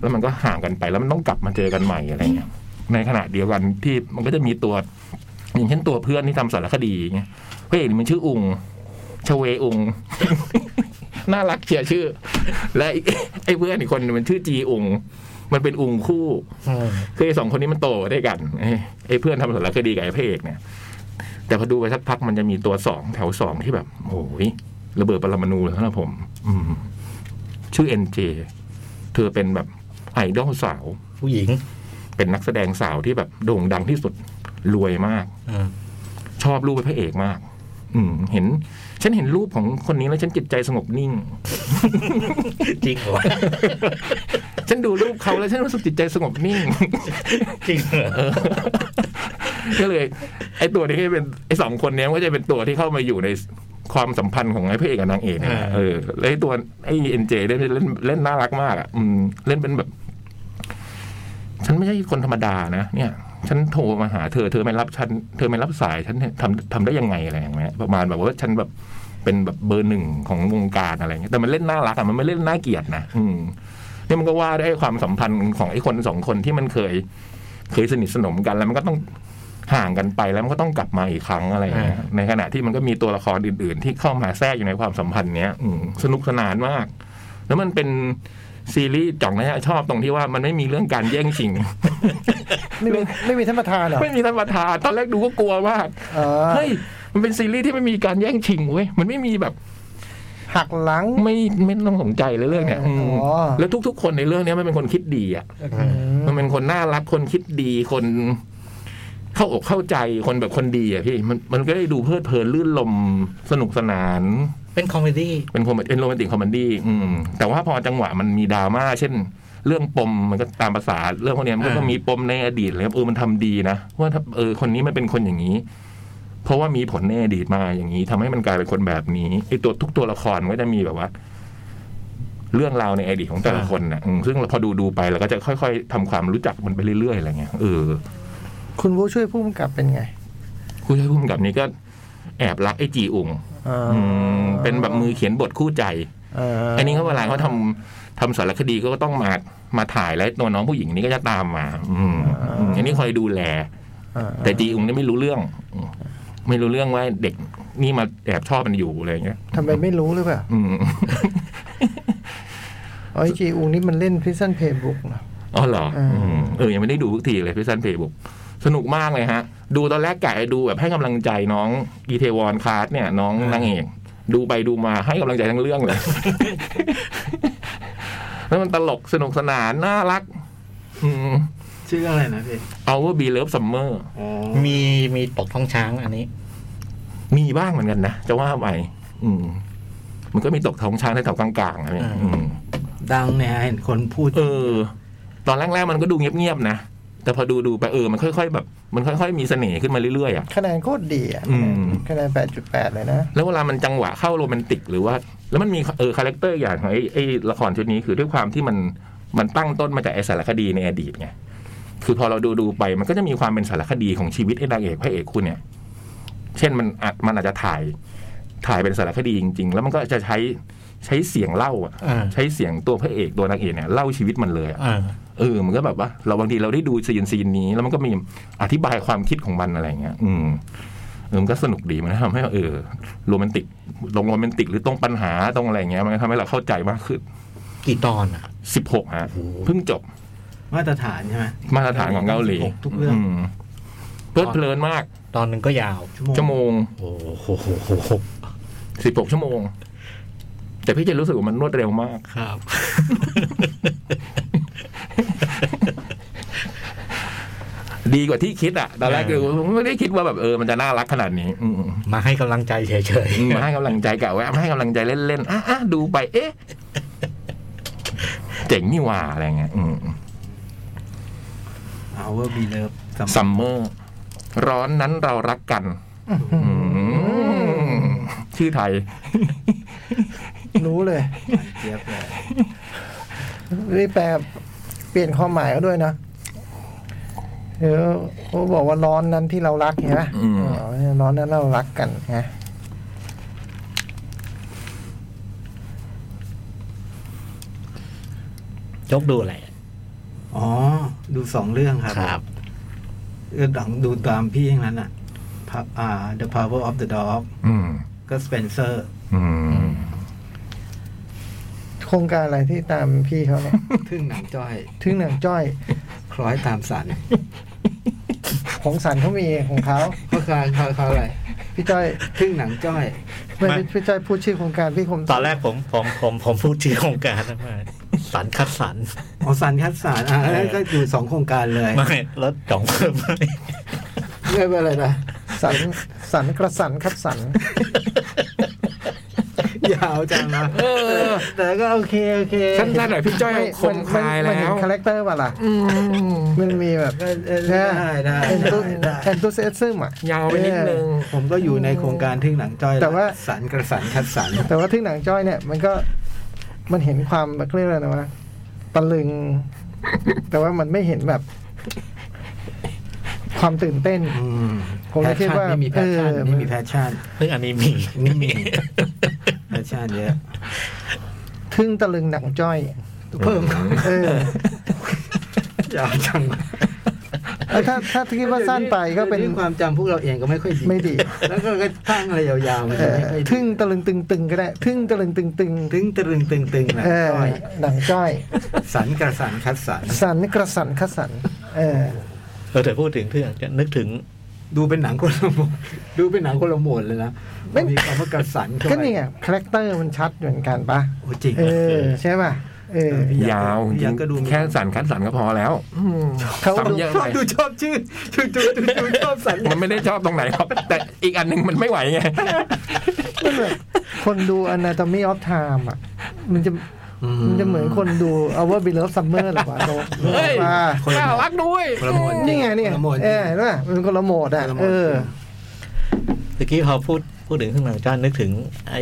[SPEAKER 3] แล้วมันก็ห่างกันไปแล้วมันต้องกลับมาเจอกันใหม่อะไรเงี้ยในขณะเดียวกันที่มันก็จะมีตัว อย่างเช่นตัวเพื่อนที่ทำสารคดีเงี้ยพระเอกนี่มันชื่ออุงชเวอุง น่ารักเชียร์ชื่อ และไอ้ไอ้เพื่อนอีกคนมันชื่อจีอุง มันเป็นอุงคู่
[SPEAKER 4] ม
[SPEAKER 3] คือไอ้สองคนนี้มันโตมาด้วยกันไอ้ไอ้เพื่อนทำสารคดีกับไอ้พระเอกเนี่ย แต่พอดูไปสักพักมันจะมีตัวสองแถวสองที่แบบโอ้ยระเบิดปรมาณูเลยนะผม อืม ชื่อเอ็นเจเธอเป็นแบบไอดอลสาว
[SPEAKER 4] ผู้หญิง
[SPEAKER 3] เป็นนักแสดงสาวที่แบบโด่งดังที่สุดรวยมาก
[SPEAKER 4] อืม
[SPEAKER 3] ชอบรูปไอ้พระเอกมาก อืม เห็น ฉันเห็นรูปของคนนี้แล้วฉันจิตใจสงบนิ่ง
[SPEAKER 4] จริงเหรอ
[SPEAKER 3] ฉันดูรูปเขาแล้วฉันรู้สึกจิตใจสงบนิ่ง
[SPEAKER 4] จริงเหรอ
[SPEAKER 3] ก็เลยไอ้ตัวนี้ก็จะเป็นไอ้สองคนเนี้ยก็จะเป็นตัวที่เข้ามาอยู่ในความสัมพันธ์ของไอ้พระเอกกับนางเอกเนี่ยนะเออแล้วไอ้ตัวไอ้เอ็นเจเล่นเล่นเล่นน่ารักมากอ่ะอืมเล่นเป็นแบบ ฉันไม่ใช่คนธรรมดานะเนี่ย ฉันโทรมาหาเธอเธอไม่รับฉันเธอไม่รับสายฉันเนี่ยทำทำได้ยังไงอะไรอย่างเงี้ยประมาณแบบว่าฉันแบบเป็นแบบเบอร์หนึ่งของวงการอะไรเงี้ยแต่มันเล่นน่ารักอ่ะมันไม่เล่นน่าเกลียดนะอืมเนี่ยมันก็ว่าด้วยไอ้ความสัมพันธ์ของไอ้คนสองคนที่มันเคย เคยสนิทสนมกันแล้วมันก็ต้องห่างกันไปแล้วมันก็ต้องกลับมาอีกครั้งอะไรอย่างเงี้ยในขณะที่มันก็มีตัวละครอื่น ๆ ที่เข้ามาแทรกอยู่ในความสัมพันธ์เนี้ยอืมสนุกสนานมาก แล้วมันเป็นซีรีส์จ่องนะฮะชอบตรงที่ว่ามันไม่มีเรื่องการแย่งชิ ง
[SPEAKER 2] ไม่มีไม่มีท่านประธานเหรอ
[SPEAKER 3] ไม่มีท่านประธานตอนแรกดูก็กลัวมาก
[SPEAKER 2] อ๋อ
[SPEAKER 3] เฮ้ยมันเป็นซีรีส์ที่ไม่มีการแย่งชิงเว้ยมันไม่มีแบบ
[SPEAKER 2] หักหลัง
[SPEAKER 3] ไม่ไม่ต้องสนใจเลยเรื่องเนี้ยอืม
[SPEAKER 2] อ๋อ
[SPEAKER 3] แล้วทุก ๆ คนในเรื่องเนี้ยมันเป็นคนคิดดีอ่ะ
[SPEAKER 2] อืม
[SPEAKER 3] มันเป็นคนน่ารักคนคิดดีคนเข้าอกเข้าใจคนแบบคนดีอะพี่มันมันก็ได้ดูเพลิดเพลินลื่นลมสนุกสนาน
[SPEAKER 4] เป็นคอมเมดี้
[SPEAKER 3] เป็นคอมเมเป็นโรแมนติกคอมเมดี้อืมแต่ว่าพอจังหวะมันมีดราม่าเช่น เรื่องปมมันก็ตามภาษาเรื่องพวกเนี้ยมันก็ต้องมีปมในอดีตเลยครับเออมันทำดีนะว่าถ้าเออคนนี้มันเป็นคนอย่างนี้ เพราะว่ามีผลในอดีตมาอย่างนี้ทำให้มันกลายเป็นคนแบบนี้ไอ้ตัวทุกตัวละครมันก็จะมีแบบว่า เรื่องราวในอดีตของแต่ละคนนะอืมซึ่งเราพอดูดูไปเราก็จะค่อยๆทำความรู้จักมันไปเรื่อยๆอะไรเงี้ยเออ
[SPEAKER 2] คุณวูช่วยผู้กำกับเป็นไง
[SPEAKER 3] ผู้ช่วยผู้กำกับนี้ก็ แอบรักไอ้จีอุง
[SPEAKER 2] อ๋ออ
[SPEAKER 3] อืมเป็นแบบมือเขียนบทคู่ใจ
[SPEAKER 2] า
[SPEAKER 3] อันนี้เขาเวลาเขาทำทำสารคดีเขาก็ต้องมามาถ่ายแล้วตัวน้องผู้หญิงนี่ก็จะตามมา อืมอืมอันนี้คอยดูแล
[SPEAKER 2] อ่า
[SPEAKER 3] แต่จีอุงนี่ไม่รู้เรื่องอืมไม่รู้เรื่องว่าเด็กนี่มาแอบชอบมันอยู่อะไรอย่างเงี้ย
[SPEAKER 2] ทำไมไม่รู้หรือเปล่า
[SPEAKER 3] อืม
[SPEAKER 2] อ๋อไอจีอูนี่มันเล่นพิซซันเพย์บุ๊กนะ
[SPEAKER 3] อ๋อเหรอ
[SPEAKER 2] อืม
[SPEAKER 3] อืมเออยังไม่ได้ดูทุกทีเลยพี่ซันเพย์บุ๊กสนุกมากเลยฮะ ดูตอนแรกไก่ดูแบบให้กำลังใจน้องอีเทวอนคาร์ดเนี่ย น้องนางเอกดูไปดูมาให้กำลังใจทั้งเรื่องเลย แล้วมันตลกสนุกสนานน่ารัก อืม
[SPEAKER 1] ชื่ออะไรนะพี่
[SPEAKER 3] เอาว่าบีเลิฟซัมเมอร์
[SPEAKER 1] อ๋อ
[SPEAKER 4] มีมีตกท้องช้างอันนี้
[SPEAKER 3] มีบ้างเหมือนกันนะจะว่าไปอืม มันก็มีตกท้องช้างในแถวกลางๆอะไรอย่างเงี้ยอืม
[SPEAKER 1] ดังเนี่ยฮะเห็นคนพูด
[SPEAKER 3] เออ ตอนแรกๆมันก็ดูเงียบๆนะ แต่พอดูดูๆไปเออมันค่อยๆแบบ มันค่อยๆมีเสน่ห์ขึ้นมาเรื่อยๆอ่ะ
[SPEAKER 2] คะแนนโคตรดีอ่ะ
[SPEAKER 3] อืม
[SPEAKER 2] คะแนนแปดจุดแปดเลยนะ
[SPEAKER 3] แล้วเวลามันจังหวะเข้าโรแมนติกหรือว่า แล้วมันมีเออคาแรคเตอร์อย่างของไอ้ไอ้ละครชุดนี้คือด้วยความที่มันมันตั้งต้นมาจากไอ้สารคดีในอดีตไงคือพอเราดูดูๆไปมันก็จะมีความเป็นสารคดีของชีวิตไอ้นางเอกพระเอกคู่เนี่ย เช่นมันอาจมันอาจจะถ่ายถ่ายเป็นสารคดีจริง ๆ แล้วมันก็จะใช้ใช้เสียงเล่าอะ
[SPEAKER 4] อ่า
[SPEAKER 3] ใช้เสียงตัวพระเอกตัวนางเอกเนี่ยเล่าชีวิตมันเลยอะ
[SPEAKER 4] อ่า
[SPEAKER 3] เออ มันก็แบบว่า เราบางทีเราได้ดูซีนซีนนี้ แล้วมันก็มีอธิบายความคิดของมันอะไรอย่างเงี้ย อืมเออมันก็สนุกดีมันทำให้เออโรแมนติกตรงโรแมนติกหรือตรงปัญหาตรงอะไรอย่างเงี้ย มันก็ทำให้เราเข้าใจมากขึ้น
[SPEAKER 4] กี่ตอนอ่ะ
[SPEAKER 3] สิบหกฮะเพิ่งจบ
[SPEAKER 1] มาตรฐานใช่ไหม
[SPEAKER 3] มาตรฐานของเกาหลี
[SPEAKER 1] ทุกเรื่อง
[SPEAKER 3] มเพลิดเพลินมาก
[SPEAKER 4] ตอนหนึ่งก็ยาว
[SPEAKER 3] ชั่วโมง
[SPEAKER 4] โอ้โห
[SPEAKER 3] สิบหกชั่วโมง แต่พี่จะรู้สึกว่ามันรวดเร็วมาก
[SPEAKER 4] ครับ
[SPEAKER 3] ดีกว่าที่คิดอะตอนแรกคือผมไม่ได้คิดว่าแบบเออมันจะน่ารักขนาดนี้ อืม
[SPEAKER 4] มาให้กำลังใจเฉย
[SPEAKER 3] อืมมาให้กำลังใจกะแวะมาให้กำลังใจเล่นๆอ่ะอ่ะดูไป เอ๊ะ เจ๋งนี่หว่าอะไรเงี้ย อืม
[SPEAKER 1] Our Beloved สำหรับ
[SPEAKER 3] ซัมเมอร์ ร้อนนั้นเรารักกัน อืมชื่อไทย
[SPEAKER 2] รู้เลย
[SPEAKER 1] เจี๊ยบเลย
[SPEAKER 2] นี่แปลเปลี่ยนความหมายเขาด้วยนะเดี๋ยวเขาบอกว่าร้อนนั้นที่เรารักใช่ไหม
[SPEAKER 3] อืม
[SPEAKER 2] อ๋อร้อนนั้นเรารักกันนะ
[SPEAKER 4] ๆยกดูอะไรอะ
[SPEAKER 1] อ๋อ ดูสองเรื่องครับเออดังดูตามพี่อย่างนั้นอ่ะพะอ่า The Power of the Dog
[SPEAKER 3] อืม
[SPEAKER 1] ก็ Spencer
[SPEAKER 3] อืม
[SPEAKER 2] โครงการอะไรที่ตามพี่เขาเนี่ย
[SPEAKER 1] ทึ่งหนังจ้อย
[SPEAKER 2] ถึงหนังจ้อย
[SPEAKER 1] คล้อยตามสัน
[SPEAKER 2] ของสันเขามีของเขา
[SPEAKER 1] เพราะการเขาเขาอะไร
[SPEAKER 2] พี่จ้อย
[SPEAKER 1] ทึ่งหนังจ้อย
[SPEAKER 2] ไม่พี่จ้อยพูดชื่อโครงการพี่คม
[SPEAKER 4] ตอนแรกผมผมผมผมพูดชื่อโครงการ นะมาสันคัดสัน
[SPEAKER 1] อ๋อสันคัดสันอ่ะแล้วก็อยู่สองโครงการเลย
[SPEAKER 4] ไม่รถจ่องเพิ่มไม่
[SPEAKER 1] เรียกว่าอะไรนะ
[SPEAKER 2] สันสันกระสันคัดสัน
[SPEAKER 1] ยาวจังนะแต่ก็โอเค โอเค
[SPEAKER 3] สั้นๆหน่อยพี่จ้อย
[SPEAKER 2] ไม่
[SPEAKER 3] ค
[SPEAKER 2] มั
[SPEAKER 3] ม
[SPEAKER 2] น
[SPEAKER 3] คลาย
[SPEAKER 2] มัน
[SPEAKER 3] แล้
[SPEAKER 2] เห็น
[SPEAKER 3] ว
[SPEAKER 2] คาแรคเตอร์ป่ะล่ะ
[SPEAKER 3] อืม
[SPEAKER 2] มันมีแบบ
[SPEAKER 1] ก็เออได้ได้
[SPEAKER 2] เอ็น
[SPEAKER 1] ได้
[SPEAKER 2] ตู
[SPEAKER 1] ได้
[SPEAKER 2] เอ็นตูเซซึมอ่ะ
[SPEAKER 3] ยาวไปนิดนึง
[SPEAKER 1] ผมก็อยู่ในโครงการทึ่งหนังจ้อย
[SPEAKER 2] แต่ว่า
[SPEAKER 1] สันกระสันคัดสัน
[SPEAKER 2] แต่ว่าทึ่งหนังจ้อยเนี่ย มันก็มันเห็นความแบบเรียกอะไรนะวะตะลึง แต่ว่ามันไม่เห็นแบบ ความตื่นเต้น
[SPEAKER 1] อืม
[SPEAKER 2] ผมก็คิดว่า
[SPEAKER 1] ไม่มีแพชชั่น
[SPEAKER 2] เออ
[SPEAKER 1] ไม่มีแพชชั่น
[SPEAKER 4] เรื่องอันนี้มี
[SPEAKER 1] นี่มีแพชชั่นเยอะ
[SPEAKER 2] ทึ่งตะลึงหนังจ้อย
[SPEAKER 1] เพิ่ม
[SPEAKER 2] เออ
[SPEAKER 1] ยาวจัง
[SPEAKER 2] แล้วถ้าถ้าคิดว่าสั้นไปก็เป็น
[SPEAKER 1] ดี๋ยวความจำพวกเราเองก็ไม่ค่อยดี
[SPEAKER 2] ไม่ดี
[SPEAKER 1] แล้วก็ตั้งอะไรยาวๆมัน
[SPEAKER 2] เออ
[SPEAKER 1] ไม่ค่อยดี
[SPEAKER 2] ทึ่งตะลึงตึงตึงก็ได้ ทึ่งตะลึงตึงตึง
[SPEAKER 1] ตึงตรึงตึงตึงหนัง
[SPEAKER 2] เออ
[SPEAKER 1] จ้อย
[SPEAKER 2] หนังจ้อย
[SPEAKER 1] สันกระสันคัดสัน
[SPEAKER 2] สันกระสันขสัน เออ
[SPEAKER 4] เออแต่พูดถึงเรื่องจะนึกถึง
[SPEAKER 1] ดูเป็นหนังคนละหมวดดูเป็นหนังคนละหมวดเลยนะ
[SPEAKER 2] ไม่
[SPEAKER 1] มีคำว่ากระสันเข้าไป
[SPEAKER 2] ก็นี่ไงคาแรคเตอร์มันชัดเหมือนกันปะ
[SPEAKER 1] โอ้จริง
[SPEAKER 2] เออ ใช่ป่ะเออ
[SPEAKER 3] ยาวจริ
[SPEAKER 1] พี่ยัง กษ์ก็ดูมี
[SPEAKER 3] แค่สันคัดสันก็พอแล้วอืม
[SPEAKER 2] เขา
[SPEAKER 3] ซ้ำ
[SPEAKER 2] ดู
[SPEAKER 3] เยอะ
[SPEAKER 1] ชอ
[SPEAKER 3] ไป
[SPEAKER 1] บดูชอบชื่อ จูจูจูจูชอบสัน
[SPEAKER 3] มันไม่ได้ชอบตรงไหนหรอกแต่อีกอันหนึงมันไม่ไหวไง
[SPEAKER 2] มันแบบคนดู Anatomy of Time อ่ะ มันจะมันจะเหมือนคนดู Our Beloved Summer หรือวะโต
[SPEAKER 3] เฮ้ย
[SPEAKER 2] ว่า
[SPEAKER 3] น่ารักด้วย
[SPEAKER 1] คนละหมวด
[SPEAKER 2] นี่ไงนี่ไง
[SPEAKER 1] คนละหมวด
[SPEAKER 2] เออเห็นป่ะมันคนละโหมดอ่ะ เออ
[SPEAKER 4] เมื่อกี้พอพูดพูดถึงเครื่องหนังจ้านึกถึงไอ้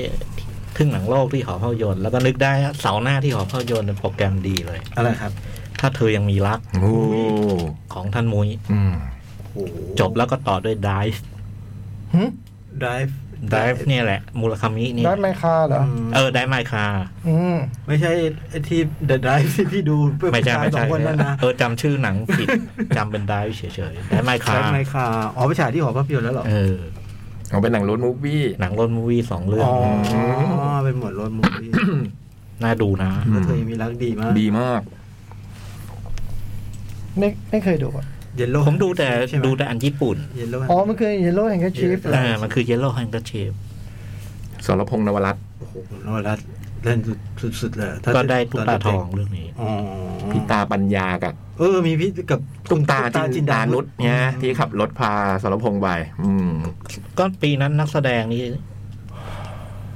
[SPEAKER 4] เครื่องหนังโลกที่หอภาพยนตร์แล้วก็นึกได้เสาร์หน้าที่หอภาพยนตร์เป็นโปรแกรมดีเลย
[SPEAKER 1] อะไรครับ
[SPEAKER 4] ถ้าเธอยังมีรัก
[SPEAKER 3] โอ้
[SPEAKER 4] ของท่านมุ้ย
[SPEAKER 3] อืม
[SPEAKER 4] จบแล้วก็ต่อด้วย Dive
[SPEAKER 1] ไดฟ์
[SPEAKER 4] Dive เนี่ยแหละ มูลคามิเนี่ย
[SPEAKER 2] ได้ไหมคาเหรอ
[SPEAKER 4] เออ Dive My Car
[SPEAKER 2] อืม
[SPEAKER 1] ไม่ใช่ไอ้ที่เดอะไดฟ์ที่พี่ดูเพื่อ
[SPEAKER 4] ไม่ใช่
[SPEAKER 1] ผู้ชาย
[SPEAKER 4] ไม่
[SPEAKER 1] สอ
[SPEAKER 4] ใช่
[SPEAKER 1] งคนแล้วนะ
[SPEAKER 4] เออจำชื่อหนังผิ ด จำเป็น Dive เฉยๆ Dive My
[SPEAKER 1] ใช่
[SPEAKER 4] Car
[SPEAKER 1] ไหมคะอ๋อไปฉายที่หอภาพยนตร์แล้วเหรอ
[SPEAKER 4] เออ
[SPEAKER 3] เอาเป็นหนังรถมูฟวี่
[SPEAKER 4] หนังรถมูวี่สองเรื่อง
[SPEAKER 1] อ๋อเป็นหมวดรวมมูฟี่
[SPEAKER 4] น่าดูนะ
[SPEAKER 3] อืม
[SPEAKER 1] แล้วเธอยังมีรักดีมาก
[SPEAKER 3] ดีมาก
[SPEAKER 2] ไม่ไม่เคยดูอะ
[SPEAKER 1] เยลโล่
[SPEAKER 4] ผมดูแต่
[SPEAKER 1] ใช่ไหม
[SPEAKER 4] ดูแต่อันญี่ปุ่น
[SPEAKER 1] เยลโล่
[SPEAKER 2] อ๋อ มันคือ Yellow and the Chief เหรอ
[SPEAKER 4] อ่ามันคือ Yellow Handkerchief
[SPEAKER 3] สรพงษ์นวรัตน์
[SPEAKER 1] โอ้โหโนรัต เล่นสุดสุดๆเลยถ้า
[SPEAKER 4] ก็ได้ตุ๊กตา
[SPEAKER 1] เน
[SPEAKER 4] ท
[SPEAKER 1] เด็
[SPEAKER 4] องเรื่องนี้
[SPEAKER 1] อ๋อ
[SPEAKER 3] พี่ตาปัญญากับ
[SPEAKER 1] เออ มีพี่กับ
[SPEAKER 3] ตุ๊กตา
[SPEAKER 1] คุณ
[SPEAKER 3] จินดานุษย์เนี่ยที่ขับรถพาสรพงษ์ไปอืม
[SPEAKER 4] ก็ปีนั้นนักแสดงนี่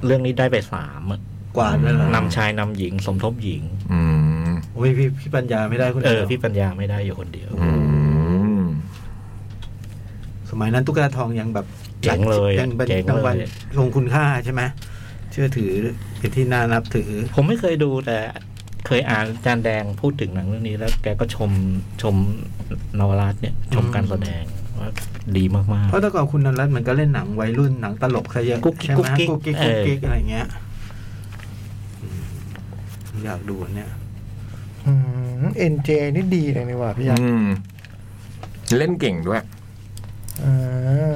[SPEAKER 4] เรื่องนี้ได้ไปสามอะ
[SPEAKER 1] กวาดนั่นแหละ
[SPEAKER 3] อืม
[SPEAKER 4] นำชายนำหญิงสมทบหญิง
[SPEAKER 3] อืม
[SPEAKER 1] โอ้ยพี่พี่ปัญญาไม่ได้คน
[SPEAKER 4] เอ
[SPEAKER 1] ดี
[SPEAKER 4] อ
[SPEAKER 1] ยว
[SPEAKER 4] พี่ปัญญาไม่ได้อยู่คนเดียว
[SPEAKER 3] อืม
[SPEAKER 1] สมัยนั้นตุ๊กตาทองยังแบบ
[SPEAKER 4] เจ๋งเลย
[SPEAKER 1] ยังเป็น
[SPEAKER 4] เจ๋งเลย
[SPEAKER 1] รางวัลลงคุณค่าใช่ไหมเชื่อถือเป็นที่น่านับถือ
[SPEAKER 4] ผมไม่เคยดูแต่เคยอ่านอาจารย์แดงพูดถึงหนังเรื่องนี้แล้วแกก็ชมชมนวรัตน์เนี่ย ชมการแสดงว่าดีมาก
[SPEAKER 1] เพราะแต่ก่อนคุณนนรัตน์มันก็เล่นหนังวัยรุ่นหนังตลกซะเยอะ
[SPEAKER 4] กุ๊กกิ๊ก
[SPEAKER 1] ใช่ไหม
[SPEAKER 4] กุ๊
[SPEAKER 1] กุ๊ก
[SPEAKER 4] กกิ๊
[SPEAKER 1] กิ๊
[SPEAKER 4] ก
[SPEAKER 1] กกุ๊กกิ๊ก
[SPEAKER 4] เอออ
[SPEAKER 1] อะไรเงี้ยอืมอยากดูอันเนี่ย
[SPEAKER 2] เอ็นเจนี่ดีเลยนี่หว่าพี่ยักษ์
[SPEAKER 3] อืมเล่นเก่งด้วย
[SPEAKER 2] อ่า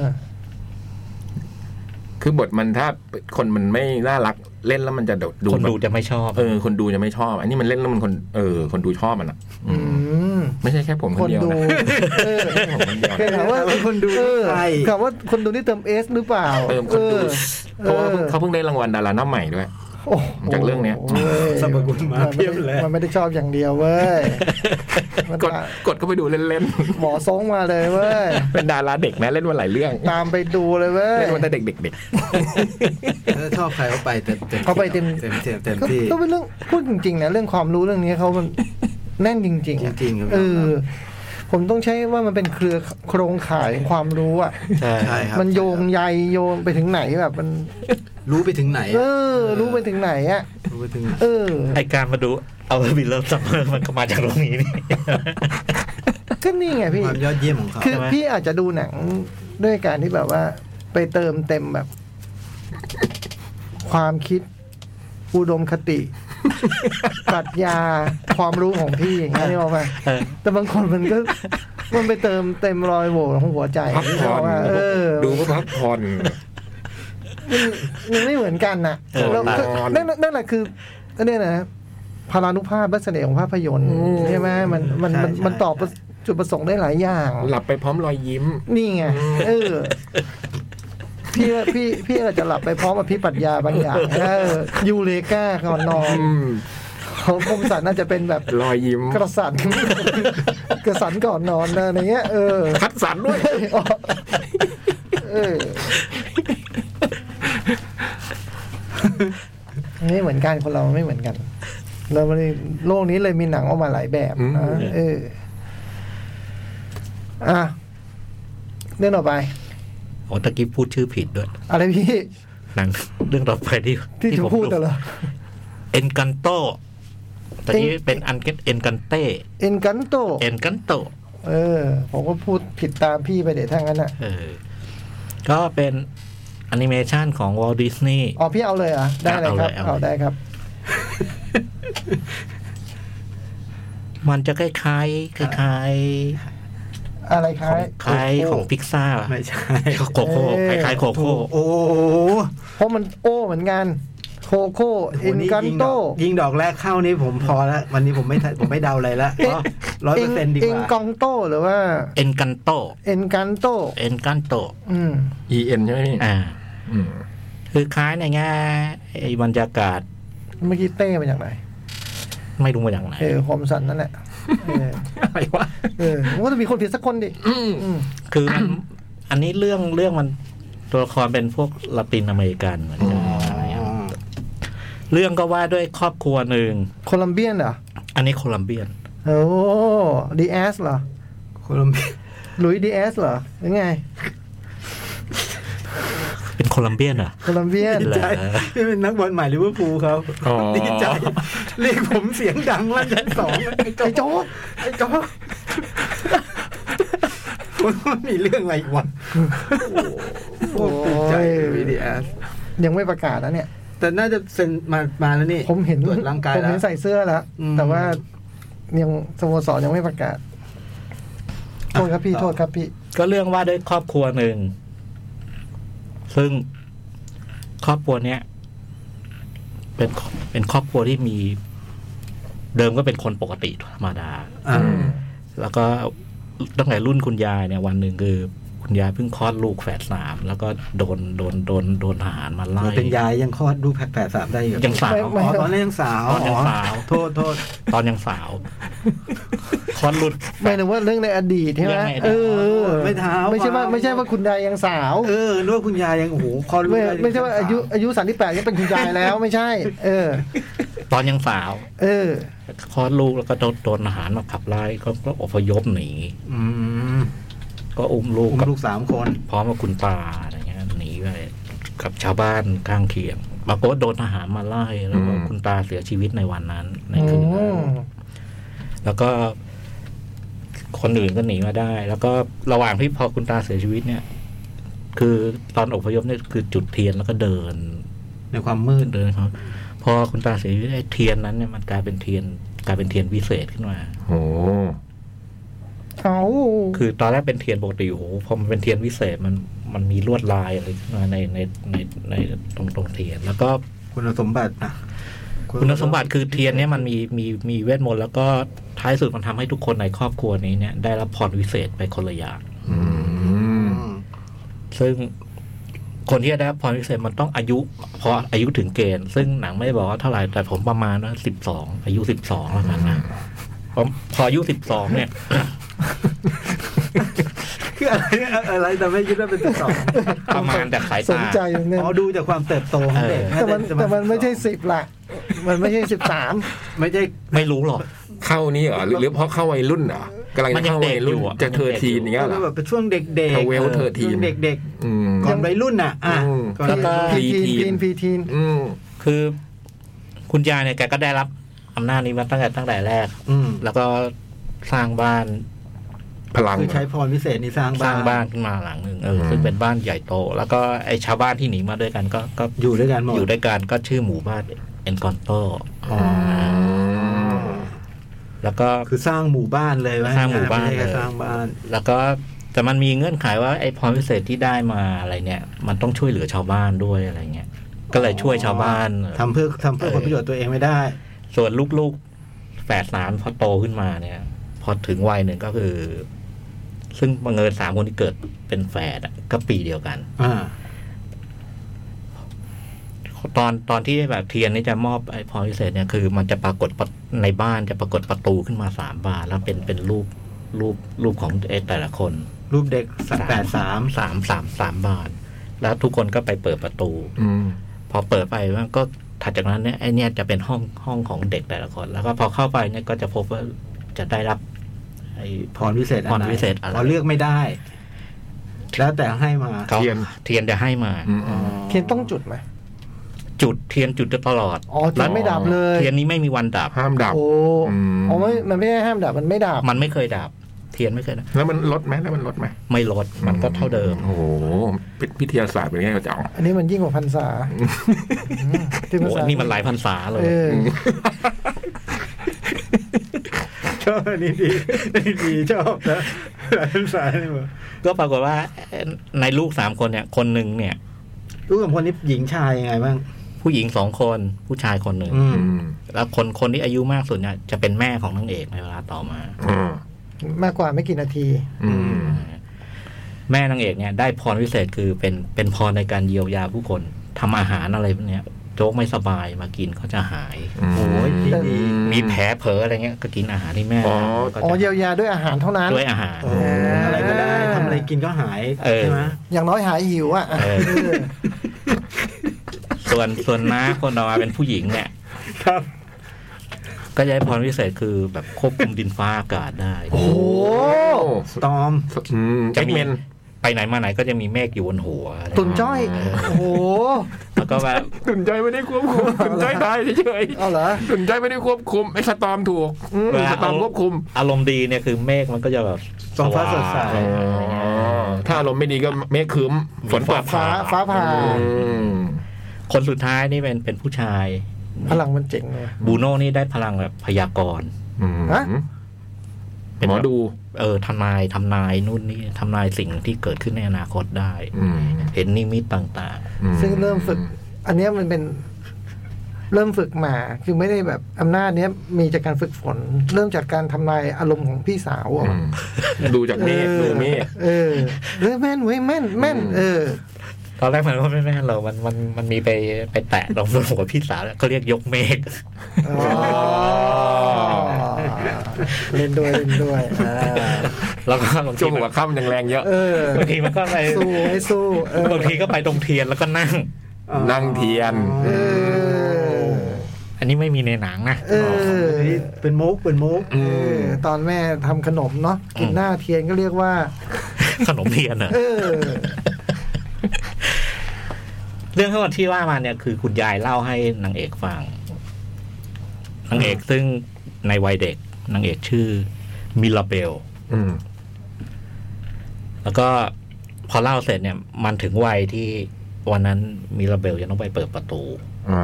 [SPEAKER 3] คือบทมันถ้าคนมันไม่น่ารักเล่นแล้วมันจะดู
[SPEAKER 4] ๆ คน
[SPEAKER 3] แบบ
[SPEAKER 4] ดูจะไม่ชอบ
[SPEAKER 3] เออ คนดูจะไม่ชอบ อันนี้มันเล่นแล้วมันคนเออ คนดูชอบมันอ่ะ อื
[SPEAKER 2] อื
[SPEAKER 3] ม
[SPEAKER 2] ม
[SPEAKER 3] ไม่ใช่แค่ผมค
[SPEAKER 2] คน น
[SPEAKER 3] เดียว
[SPEAKER 2] ดู
[SPEAKER 3] นะ
[SPEAKER 2] เออ
[SPEAKER 3] ผมคนเดียว
[SPEAKER 2] เคยถามว่า
[SPEAKER 1] คนดู
[SPEAKER 2] เออ
[SPEAKER 1] ใช่
[SPEAKER 2] ถามว่าคนดูนี่เติมเอสหรือเปล่า
[SPEAKER 3] เติมคนดู
[SPEAKER 2] ออ
[SPEAKER 3] เพราะว่าเพิ่งเขาเพิ่งได้รางวัลดาราหน้าใหม่ด้วย
[SPEAKER 2] โอ้โห
[SPEAKER 3] จากเรื่องเนี้ย
[SPEAKER 2] ว้
[SPEAKER 1] สรรพคุณมาเพียบเลย
[SPEAKER 2] มันไม่ได้ชอบอย่างเดียวเว้ยมัน
[SPEAKER 3] กดกดเข้าไปดูเล่น
[SPEAKER 2] หมอทรงมาเลยเว้ย
[SPEAKER 3] ๆ เป็นดาราเด็กนะเล่นวันหลายเรื่อง
[SPEAKER 2] ตามไปดูเลยเว้ย
[SPEAKER 3] เล่นวันแต่เด็กๆเด็ก
[SPEAKER 1] เออชอบใครเขาไปเต็มเต็ม
[SPEAKER 2] เขาไปเต็ม
[SPEAKER 1] เต็มเต็มเต็ม
[SPEAKER 2] ก็
[SPEAKER 1] ที่
[SPEAKER 2] ก็เป็นเรื่องพูดจริงๆนะเรื่องความรู้เรื่องนี้เขามัน แน่นจริงๆอะ
[SPEAKER 1] จริงๆครับ
[SPEAKER 2] เออ ผมต้องใช้ว่ามันเป็นเครือโครงข่ายความรู้อ่ะ
[SPEAKER 4] ใช่
[SPEAKER 1] ใช่ครับ
[SPEAKER 2] มันโยงใยโยงไปถึงไหนแบบมัน
[SPEAKER 1] รู้ไปถึงไหน
[SPEAKER 2] เอ
[SPEAKER 1] อะ
[SPEAKER 2] อ รู้ไปถึงไหนอ่ะ
[SPEAKER 1] รู้ไปถึงไหน
[SPEAKER 2] เออ
[SPEAKER 4] ไอการมาดูเอาบิลเลอร์ซัมเมอร์มันก็มาจากเรื่องนี้ นี่
[SPEAKER 2] ก็นี่ไงพี่
[SPEAKER 1] ความยอดเยี่ยมของเขา
[SPEAKER 2] คือ
[SPEAKER 4] ใช่ไหม
[SPEAKER 2] พี่อาจจะดูหนังด้วยการที่แบบว่า ไปเติมเต็มแบบ ความคิด อุดมคติปรัชญาความรู้ของพี่อย่างเงี้ยนี่ออกมา
[SPEAKER 4] เออ
[SPEAKER 2] แต่บางคนมันก็มันไปเติมเต็มรอยโหว่ของหัวใจ
[SPEAKER 3] ๆพัก
[SPEAKER 2] นี่
[SPEAKER 3] ผ่อ
[SPEAKER 2] อนกมาเออ
[SPEAKER 3] ดูก็พักผ่อน
[SPEAKER 2] มันไม่เหมือนกันนะ
[SPEAKER 4] เออ
[SPEAKER 2] แล้วก็
[SPEAKER 3] นอน
[SPEAKER 2] นั่นนั่นแหละคืออันเนี้ยนะพารานุภาพและเสน่ห์ของภาพยนตร์ใช่ไหมมันมันมันมันตอบจุดประสงค์ได้หลายอย่าง
[SPEAKER 3] หลับไปพร้อมรอยยิ้ม
[SPEAKER 2] นี่ไงเออพี่พี่พี่อาจจะหลับไปพร้อมกับพี่ปรัญญาบางอย่างเออยูเลกาก่อนนอน
[SPEAKER 3] อืม
[SPEAKER 2] ของคมสันน่าจะเป็นแบบ
[SPEAKER 3] รอยยิ้ม
[SPEAKER 2] กระสัน กระสันก่อนนอนนะอะไรเงี้ยเออ
[SPEAKER 3] คัดสรรด้วย
[SPEAKER 2] เออไม่เหมือนกันคนเราไม่เหมือนกัน เราไม่ได้โลกนี้เลยมีหนังออกมาหลายแบบนะ
[SPEAKER 3] อืม
[SPEAKER 2] เอออ่ะเรื่องต่อไป
[SPEAKER 4] โอ้ตะกี้พูดชื่อผิดด้วย
[SPEAKER 2] อะไรพี่
[SPEAKER 4] หนังเรื่องต่อไปที่
[SPEAKER 2] ที่จะพูดแต่
[SPEAKER 4] เห
[SPEAKER 2] เหรอ
[SPEAKER 4] เอ็นกันโตตะกี้
[SPEAKER 2] เอ็น
[SPEAKER 4] เป็นอันเกตเอ็นกันเต้
[SPEAKER 2] เอ็นกันโต
[SPEAKER 4] เอ็นกันโต
[SPEAKER 2] เออ ผมก็พูดผิดตามพี่ไปเดี๋ยวถ้างั้นอ่ะ
[SPEAKER 4] เออ ก็เป็นแอนิเมชันของวอลดิสนีย์
[SPEAKER 2] อ๋อ พี่เอาเลยเหรอ่ะ ได้เลยครับ
[SPEAKER 4] เอาเลยเอาเลย
[SPEAKER 2] เอาได้ครับ
[SPEAKER 4] มันจะคล้ายๆคล้าย
[SPEAKER 2] อะไรค
[SPEAKER 4] ๆข
[SPEAKER 2] ล้าย
[SPEAKER 4] องคล้ายของพิกซ่า
[SPEAKER 1] ไม่ใช่
[SPEAKER 4] โคโค่
[SPEAKER 2] เอ
[SPEAKER 4] ค
[SPEAKER 2] อ
[SPEAKER 4] ล้ายๆโค
[SPEAKER 1] โอ้
[SPEAKER 4] โค่
[SPEAKER 1] โอ้โห
[SPEAKER 2] เพราะมันโอ้เหมือนกัน โคโค่เอ็นกัน
[SPEAKER 1] ยิง
[SPEAKER 2] โต
[SPEAKER 1] ดอกยิงดอกแรกเข้านี่ผมพอละวันนี้ผมไม่ทันผมไม่เดาอะไรละร้อยเปอร์เซ็นต์ดีก
[SPEAKER 2] เอ็น
[SPEAKER 1] ว่า
[SPEAKER 2] กองโตหรือว่า
[SPEAKER 4] เอ็นกันโต
[SPEAKER 2] เอ็นกันโต
[SPEAKER 4] เอ็นกันโต
[SPEAKER 2] อืม
[SPEAKER 3] E N ใช่ไหมพี่
[SPEAKER 4] อ่า
[SPEAKER 3] อืม
[SPEAKER 4] คือคล้ายในแง่ไอ้บรรยากาศ
[SPEAKER 2] เมื่อกี้เต้มาจากไหน
[SPEAKER 4] ไม่รู้มาจากไหน
[SPEAKER 2] เออคมสันนั่นแหละ เออ
[SPEAKER 3] อะไรวะ
[SPEAKER 2] เออมันก็จะมีคนผิดสักคนดิ
[SPEAKER 3] อืม
[SPEAKER 2] อืม
[SPEAKER 4] คือมัน อันนี้เรื่องเรื่องมันตัวละครเป็นพวกละตินอเมริกันเหมือนกันอะไรเงี้ยเรื่องก็ว่าด้วยครอบครัวหนึ่ง
[SPEAKER 2] โคลัมเบียนเหรอ
[SPEAKER 4] อันนี้โคลัมเบียน
[SPEAKER 2] โอ้ดีแอสเหรอ
[SPEAKER 1] โคลัมเบีย
[SPEAKER 2] หลุยดีแอสเหรอหรือไง
[SPEAKER 4] เป็นโคลัมเบียนเหรอ
[SPEAKER 2] โคลัมเบียน
[SPEAKER 4] เหรอ
[SPEAKER 1] ใช่นี่เป็นนักบอลใหม่ลิเวอร์พูลเขา
[SPEAKER 3] อ๋อ
[SPEAKER 1] ดีใจ เรียกผมเสียงดังลั่นชั้นสองไอ้
[SPEAKER 2] ไอ้
[SPEAKER 1] โจ๊ก
[SPEAKER 2] โจ๊ก
[SPEAKER 1] ไอ้โจ๊กคุณมันมีเรื่องอะไรอีกวะโอ้โหใจวีดีแอส
[SPEAKER 2] ยังไม่ประกาศนะเนี่ย
[SPEAKER 1] แต่น่าจะเซ็นมามาแล้วนี่
[SPEAKER 2] ผมเห็น
[SPEAKER 1] ตรวจร่างกาย
[SPEAKER 2] ผม
[SPEAKER 1] แล้ว
[SPEAKER 2] เห็นใส่เสื้อแล้ว
[SPEAKER 1] อืม
[SPEAKER 2] แต่ว่ายังสโมสรยังไม่ประกาศ โทษครับพี่โทษครับพี่
[SPEAKER 4] ก็เรื่องว่าด้วยครอบครัวหนึ่ง ซึ่งครอบครัวเนี้ยเป็นครอบเป็นครอบครัวที่มี เดิมก็เป็นคนปกติธรรมดา
[SPEAKER 1] อ่า
[SPEAKER 3] อืม
[SPEAKER 4] แล้วก็ตั้งแต่รุ่นคุณยายเนี่ย วันหนึ่งคือ คุณยายเพิ่งคลอดลูกแฝดสามแล้วก็โดนโดนโดนโดนทหารมาไล่
[SPEAKER 1] เราเป็นยายยังคลอดลูกแผลสามได้อยู่
[SPEAKER 4] ยังสาว
[SPEAKER 1] อ๋อตอนนี้นยังสาว
[SPEAKER 4] ตอนยังสาว
[SPEAKER 1] อ๋อโทษโทษ
[SPEAKER 4] ตอนยังสาว คลอดลูก
[SPEAKER 2] ไม่ถึงว่าเรื่องในอดีตใช่ไหม
[SPEAKER 4] เรื่องในอดีต
[SPEAKER 2] เออ
[SPEAKER 1] ไม่ถาม
[SPEAKER 2] ไม่ใช่ว่าไม่ใช่ว่าคุณยายยังสาว
[SPEAKER 1] เออนึกว่าคุณยายยังโอ้โหคลอดลูก
[SPEAKER 2] ไม่
[SPEAKER 1] ด้
[SPEAKER 2] ไม่ใช่ว่าอายุ
[SPEAKER 1] สม
[SPEAKER 2] อายุสามแปดยังเป็นคุณยาย แล้วไม่ใช่ เออ
[SPEAKER 4] ตอนยังสาว
[SPEAKER 2] เออ
[SPEAKER 4] คลอดลูกแล้วก็โดนโดนทหารมาขับไล่ก็ก็อพยพหนี
[SPEAKER 1] อืม
[SPEAKER 4] ก็อุ้มลูก
[SPEAKER 1] อุ้ม
[SPEAKER 4] กับ
[SPEAKER 1] ลูกสามคน
[SPEAKER 4] พร้อมกับคุณตาอะไรเงี้ยหนีไปกับชาวบ้านข้างเคียงปรากฏว่าโดนทหารมาไล่แล้วก็
[SPEAKER 3] อืม
[SPEAKER 4] คุณตาเสียชีวิตในวันนั้นใน
[SPEAKER 2] อื
[SPEAKER 4] คืนนั้น
[SPEAKER 2] ม
[SPEAKER 4] แล้วก็ คนอื่นก็หนีมาได้ แล้วก็ระหว่างที่พอคุณตาเสียชีวิตเนี่ย คือตอนอพยพเนี่ยคือจุดเทียนแล้วก็เดิน
[SPEAKER 1] ในความมืด
[SPEAKER 4] เดินครับพอคุณตาเสียชีวิตไอ้เทียนนั้นเนี่ยมันกลายเป็นเทียน กลายเป็นเทียนวิเศษขึ้นมา
[SPEAKER 3] โอ้โห
[SPEAKER 2] เอา
[SPEAKER 4] คือตอนแรกเป็นเทียนปกติโอ้โหพอมันเป็นเทียนวิเศษมันมันมีลวดลายอะไรขึ้นมาในในในในตรงตรงเทียน แล้วก็
[SPEAKER 1] คุณสมบัตินะ
[SPEAKER 4] คุณสมบัติคือเทียนเนี้ยมันมีมีมีเวทมนต์แล้วก็ท้ายสุดมันทำให้ทุกคนในครอบครัวนี้เนี่ยได้รับพรวิเศษไปคนละอย่าง
[SPEAKER 3] อืม
[SPEAKER 1] อืม
[SPEAKER 4] ซึ่งคนที่จะได้รับพรวิเศษมันต้องอายุพออายุถึงเกณฑ์ ซึ่งหนังไม่ได้บอกว่าเท่าไหร่แต่ผมประมาณว่าสิบสองอายุสิบสองแล้วกันนะพอพออายุสิบสองเนี่ย
[SPEAKER 1] คืออะไรเนี่ยอะไรแต่ไม่คิดว่าเป็นตัวสอง
[SPEAKER 4] ประมาณแต่สาย
[SPEAKER 2] สน
[SPEAKER 4] ตา
[SPEAKER 2] ใจเนี่ย
[SPEAKER 1] อ๋อดูจากความเติบโตของเด็ก
[SPEAKER 2] แต่มันแต่มันไม่ใช่สิบละมันไม่ใช่สิบ สาม
[SPEAKER 1] ไม่ใช่
[SPEAKER 4] ไม่รู้หรอก
[SPEAKER 3] เข้านี่เหรอหรือหรือเพราะเข้าวัยรุ่นเหรอกำลัง
[SPEAKER 4] มันยัง
[SPEAKER 3] เข้าวัยรุ่น
[SPEAKER 4] เด็กอยู่อะ
[SPEAKER 3] จะเธอทีนอน
[SPEAKER 4] มัยั
[SPEAKER 3] ย่า
[SPEAKER 4] งเด็กอยู่
[SPEAKER 3] งเงี้ยเหร
[SPEAKER 1] ก็
[SPEAKER 3] อ
[SPEAKER 1] แบบเป็นช่วงเด็กๆเด็ก
[SPEAKER 3] Twelve 13
[SPEAKER 1] เด็ก
[SPEAKER 3] อืม
[SPEAKER 1] ๆก่อนวัยรุ่นน่ะ อ่ะ
[SPEAKER 3] อืม
[SPEAKER 1] ก่อนวัยรุ่น
[SPEAKER 2] พี
[SPEAKER 3] Pre-teen
[SPEAKER 2] ทีนพีทีน
[SPEAKER 3] อืม
[SPEAKER 4] คือคุณยายเนี่ยแกก็ได้รับอำนาจนี้มาตั้งแต่ตั้งแต่แรก
[SPEAKER 1] อืม
[SPEAKER 4] แล้วก็สร้างบ้าน
[SPEAKER 3] พลัง
[SPEAKER 1] คือใช้พรวิเศษนี่สร้าง
[SPEAKER 4] ส
[SPEAKER 1] บ้า
[SPEAKER 4] ร้าง
[SPEAKER 1] น
[SPEAKER 4] บ้านขึ้นมาหลังหนึ่งเอออ
[SPEAKER 3] ม
[SPEAKER 4] ซึ่งเป็นบ้านใหญ่โต แล้วก็ไอชาวบ้านที่หนีมาด้วยกันก็ก็
[SPEAKER 1] อยู่ด้วยกันหมด
[SPEAKER 4] อยู่ด้วยกันก็ชื่อหมู่บ้านเอ็นคอนโต
[SPEAKER 1] อ๋ออ
[SPEAKER 4] แล้วก็
[SPEAKER 1] คือสร้างหมู่บ้านเลยว่
[SPEAKER 4] สร้างหมู่บ้าน
[SPEAKER 1] ไม่ใช่
[SPEAKER 4] เล
[SPEAKER 1] แค่
[SPEAKER 4] ย
[SPEAKER 1] สร้างบ้าน
[SPEAKER 4] แล้วก็แต่มันมีเงื่อนไขว่าไอพรพิเศษที่ได้มาอะไรเนี่ย มันต้องช่วยเหลือชาวบ้านด้วยอะไรเงี้ยก็เลยช่วยชาวบ้าน
[SPEAKER 1] ทำเพื่อทำเพื่อ
[SPEAKER 4] เออ
[SPEAKER 1] ผลประโยชน์ตัวเองไม่ได้
[SPEAKER 4] ส่วนลูกๆแฝดสามพอโตขึ้นมาเนี่ย พอถึงวัยหนึ่งก็คือ ซึ่งบังเอิญสามคนที่เกิดเป็นแฝดอะก็ปีเดียวกัน
[SPEAKER 1] อ่า
[SPEAKER 4] ตอนตอนที่แบบเทียนนี่จะมอบไอ้พรพิเศษเนี่ยคือ มันจะปรากฏประในบ้านจะปรากฏประตูขึ้นมาสามบานแล้วเป็นเป็นรูปรูปรูปของไอ้แต่ละคน
[SPEAKER 1] รูปเด็กสักแปดสาม
[SPEAKER 4] สามสามสามบาน แล้วทุกคนก็ไปเปิดประตู
[SPEAKER 3] อืม
[SPEAKER 4] พอเปิดไปมันก็ถัดจากนั้นเนี่ยไอเนี่ยจะเป็นห้องห้องของเด็กแต่ละคน แล้วก็พอเข้าไปเนี่ยก็จะพบว่าจะได้รับ ไอ
[SPEAKER 1] พรวิเศษอันไหน
[SPEAKER 4] พรวิเศษอะไร
[SPEAKER 1] อ๋อเลือกไม่ได้ แล้วแต่ให้มา
[SPEAKER 4] เขา
[SPEAKER 3] เทียน
[SPEAKER 4] เทียนจะให้มา
[SPEAKER 3] อืม
[SPEAKER 1] อ๋อ
[SPEAKER 2] เทียนต้องจุดไหม
[SPEAKER 4] จุดเทียนจุดจะตลอด
[SPEAKER 2] อ๋อจุดไม่ดับเลย
[SPEAKER 4] เทียนนี้ไม่มีวันดับ
[SPEAKER 3] ห้ามดับ
[SPEAKER 2] โอ้
[SPEAKER 3] อืม
[SPEAKER 2] อ๋อไม่มันไม่ได้ห้ามดับมันไม่ดับ
[SPEAKER 4] มันไม่เคยดับ เทียนไม่เคยดับ
[SPEAKER 3] แล้วมันลดไหมแล้วมันลดไหม
[SPEAKER 4] ไม่ลดมันก็เท่าเดิม
[SPEAKER 3] โอ้โหพิทยาศาสตร์เป็นไงวะจ๋อง
[SPEAKER 2] อันนี้มันยิ่งกว่าพรรษาที่พรร
[SPEAKER 4] โอ้
[SPEAKER 2] ษา
[SPEAKER 4] นี่มันหลายพรรษาเลย
[SPEAKER 2] เออ
[SPEAKER 1] ชอบอันนี่ ดีอันนี่ดีชอบนะหลายสายเลยเหรอ
[SPEAKER 4] ก็ปรากฏว่าในลูกสามคนเนี่ย คนหนึ่งเนี่ย
[SPEAKER 1] ลูกสองคนนี้หญิงชายยังไงบ้าง
[SPEAKER 4] ผู้หญิงสองคนผู้ชายคนหนึ่ง
[SPEAKER 1] อืม
[SPEAKER 4] แล้วคนคนที่อายุมากสุดเนี่ยจะเป็นแม่ของนางเอกในเวลาต่อมา
[SPEAKER 3] อืม
[SPEAKER 2] มากกว่าไม่กี่นาที
[SPEAKER 3] อืม
[SPEAKER 4] แม่นางเอกเนี่ยได้พรวิเศษคือเป็นเป็นพรในการเยียวยาผู้คนทำอาหารอะไรพวกเนี้ยโจ๊กไม่สบายมากินก็จะหาย
[SPEAKER 3] ม
[SPEAKER 1] โอ้ยดีดี
[SPEAKER 4] มีแผลเผลออะไรเงี้ยก็กินอาหารที่แม่ทำแล้วก็
[SPEAKER 2] อ๋อ
[SPEAKER 4] จะ
[SPEAKER 2] เยียวยาด้วยอาหารเท่านั้น
[SPEAKER 4] ด้วยอาหาร
[SPEAKER 1] โอ้อะไรก็ได้ทำอะไรกินก็หาย
[SPEAKER 4] เออ
[SPEAKER 1] ใช่ไหม
[SPEAKER 2] อย่างน้อยหายหิวอ่ะ
[SPEAKER 4] เออ
[SPEAKER 2] เออ
[SPEAKER 4] ส่วนส่วนน้าคนต่อมาเป็นผู้หญิงเนี่ย
[SPEAKER 1] ครับ
[SPEAKER 4] ก็จะได้พรวิเศษคือแบบควบคุมดินฟ้าอากาศได้
[SPEAKER 3] โอ้โห
[SPEAKER 1] ตอม
[SPEAKER 3] อืม
[SPEAKER 4] จะ
[SPEAKER 3] เจ็ก
[SPEAKER 4] มี
[SPEAKER 3] เมน
[SPEAKER 4] ไปไหนมาไหนก็จะมีเมฆอยู่บนหัวอะไร
[SPEAKER 2] ตุนจ้อย โอ้โห
[SPEAKER 4] แล้วก็แบบ
[SPEAKER 3] ตุ่นใจไม่ได้ควบ คุมตุ่นใจตายเฉย
[SPEAKER 2] เอาเหรอ
[SPEAKER 3] ๆตุ่นใจไม่ได้ควบคุมไอ้สตอมถูกอืมสตอมควบคุม
[SPEAKER 4] อารมณ์ดีเนี่ยคือเมฆมันก็จะแบบ
[SPEAKER 1] ท้องฟ้าสดใส
[SPEAKER 4] ว่าง
[SPEAKER 3] ถ้าอารมณ์ไม่ดีก็เมฆครึ้มฝนตก
[SPEAKER 2] ฟ้าฟ้าผ่า
[SPEAKER 3] อืม
[SPEAKER 4] คนสุดท้ายนี่เป็นเป็นผู้ชาย
[SPEAKER 2] พลังมันเจ๋งเลย
[SPEAKER 4] บูโน่นี่ได้พลังแบบพยากรณ์
[SPEAKER 3] อืม
[SPEAKER 2] ฮะ
[SPEAKER 4] เป็น
[SPEAKER 3] หม
[SPEAKER 4] แบ
[SPEAKER 3] อบ ดู
[SPEAKER 4] เออทำนายทำนายนู่นนี่ทำนายสิ่งที่เกิดขึ้นในอนาคตได้
[SPEAKER 3] อืม
[SPEAKER 4] เห็นนิมิตต่าง
[SPEAKER 3] อื
[SPEAKER 2] ซึ่งเริ่มฝึก อันเนี้ยมันเป็น เริ่มฝึกมาคือไม่ได้แบบอำนาจเนี้ยมีจากการฝึกฝน เริ่มจากการทำลายอารมณ์ของพี่สาว
[SPEAKER 3] อื
[SPEAKER 2] อ่ะ
[SPEAKER 3] มดูจากเมฆดูเมฆ
[SPEAKER 2] เออเออแม่นเว้ยแม่นแม่น เออ
[SPEAKER 4] ตอนแรกมันก็ไม่แม่นหรอกมันมันมันมีไปไปแตะลงโดนหัวพี่สาวเขาเรียกยกเมฆ
[SPEAKER 2] อ๋อเล่นด้วยเล่นด้วยอ่า
[SPEAKER 4] แล้วก็บาง
[SPEAKER 3] ช่
[SPEAKER 4] ที
[SPEAKER 3] วงหัวค่ำยังแรงเยอะ
[SPEAKER 2] เออ
[SPEAKER 4] บางทีมันก็ไป
[SPEAKER 2] สู้ไอ้สู้เออบ
[SPEAKER 4] างทีก็ไปตรงเทียนแล้วก็นั่ง
[SPEAKER 3] นั่งเทียน
[SPEAKER 2] เออ
[SPEAKER 4] อันนี้ไม่มีในหนังนะ
[SPEAKER 2] เออ
[SPEAKER 1] อันนี้เป็นมุกเป็นมุก
[SPEAKER 2] เออ ตอนแม่ทำขนมเนาะกินหน้าเทียนก็เรียกว่า
[SPEAKER 4] ขนมเทียนเหรอ
[SPEAKER 2] เออ
[SPEAKER 4] เรื่องทั้งหมดที่ว่ามาเนี่ยคือคุณยายเล่าให้นางเอกฟังนางเอกซึ่งในวัยเด็กนางเอกชื่อมิลาเบล
[SPEAKER 3] อืม
[SPEAKER 4] แล้วก็พอเล่าเสร็จเนี่ย มันถึงวัยที่วันนั้นมิลาเบลยังต้องไปเปิดประตู
[SPEAKER 3] อ๋อ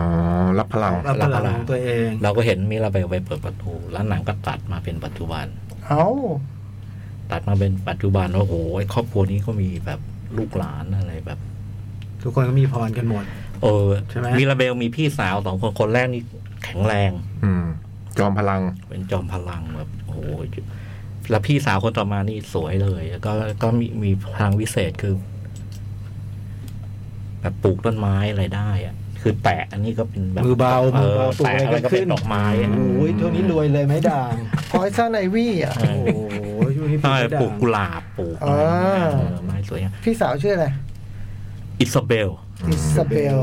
[SPEAKER 3] รับพลัง
[SPEAKER 1] รับพลังของตัวเอง
[SPEAKER 4] เราก็เห็นมิลาเบลไปเปิดประตู แล้วหนังก็ตัดมาเป็นปัจจุบัน
[SPEAKER 2] เอา
[SPEAKER 4] ตัดมาเป็นปัจจุบันว่าโอ้โหไอ้ครอบครัวนี้ก็มีแบบลูกหลานอะไรแบบ
[SPEAKER 1] ทุกคนก็มีพรกันหมด
[SPEAKER 4] เออ
[SPEAKER 1] ใช่ไหม
[SPEAKER 4] มิลาเบลมีพี่สาวสองคนคนแรกนี่แข็งแรง
[SPEAKER 3] อืม จอมพลัง
[SPEAKER 4] เป็นจอมพลังแบบโอ้โหแล้วพี่สาวคนต่อมานี่สวยเลย แล้วก็ก็มีมีพลังวิเศษคือ แบบปลูกต้นไม้อะไรได้อะคือแตะอันนี้ก็เป็นแบบ
[SPEAKER 1] มือเบา
[SPEAKER 4] เอ
[SPEAKER 1] มือเบา
[SPEAKER 4] อ
[SPEAKER 1] ปลูก
[SPEAKER 4] แตะ
[SPEAKER 1] อะ
[SPEAKER 4] อะไร ไร
[SPEAKER 1] ก็
[SPEAKER 4] ก็
[SPEAKER 1] ขึ้
[SPEAKER 4] เป็น นดอกไม้อะ
[SPEAKER 1] โอ้ยช่วงนี้รวยเลยไหมด่าง
[SPEAKER 2] พอยซันไอวี่อ่ะ
[SPEAKER 1] โอ้โหช่วงนี้
[SPEAKER 4] ใช่
[SPEAKER 1] ด่าง
[SPEAKER 4] ปลูกกุหลาบปลูกอะไรอย่างเงี้ย
[SPEAKER 2] อ่า
[SPEAKER 4] เออไม้สวยงาม
[SPEAKER 2] พี่สาวชื่ออะไร
[SPEAKER 4] อิซาเบล
[SPEAKER 2] อิสเบล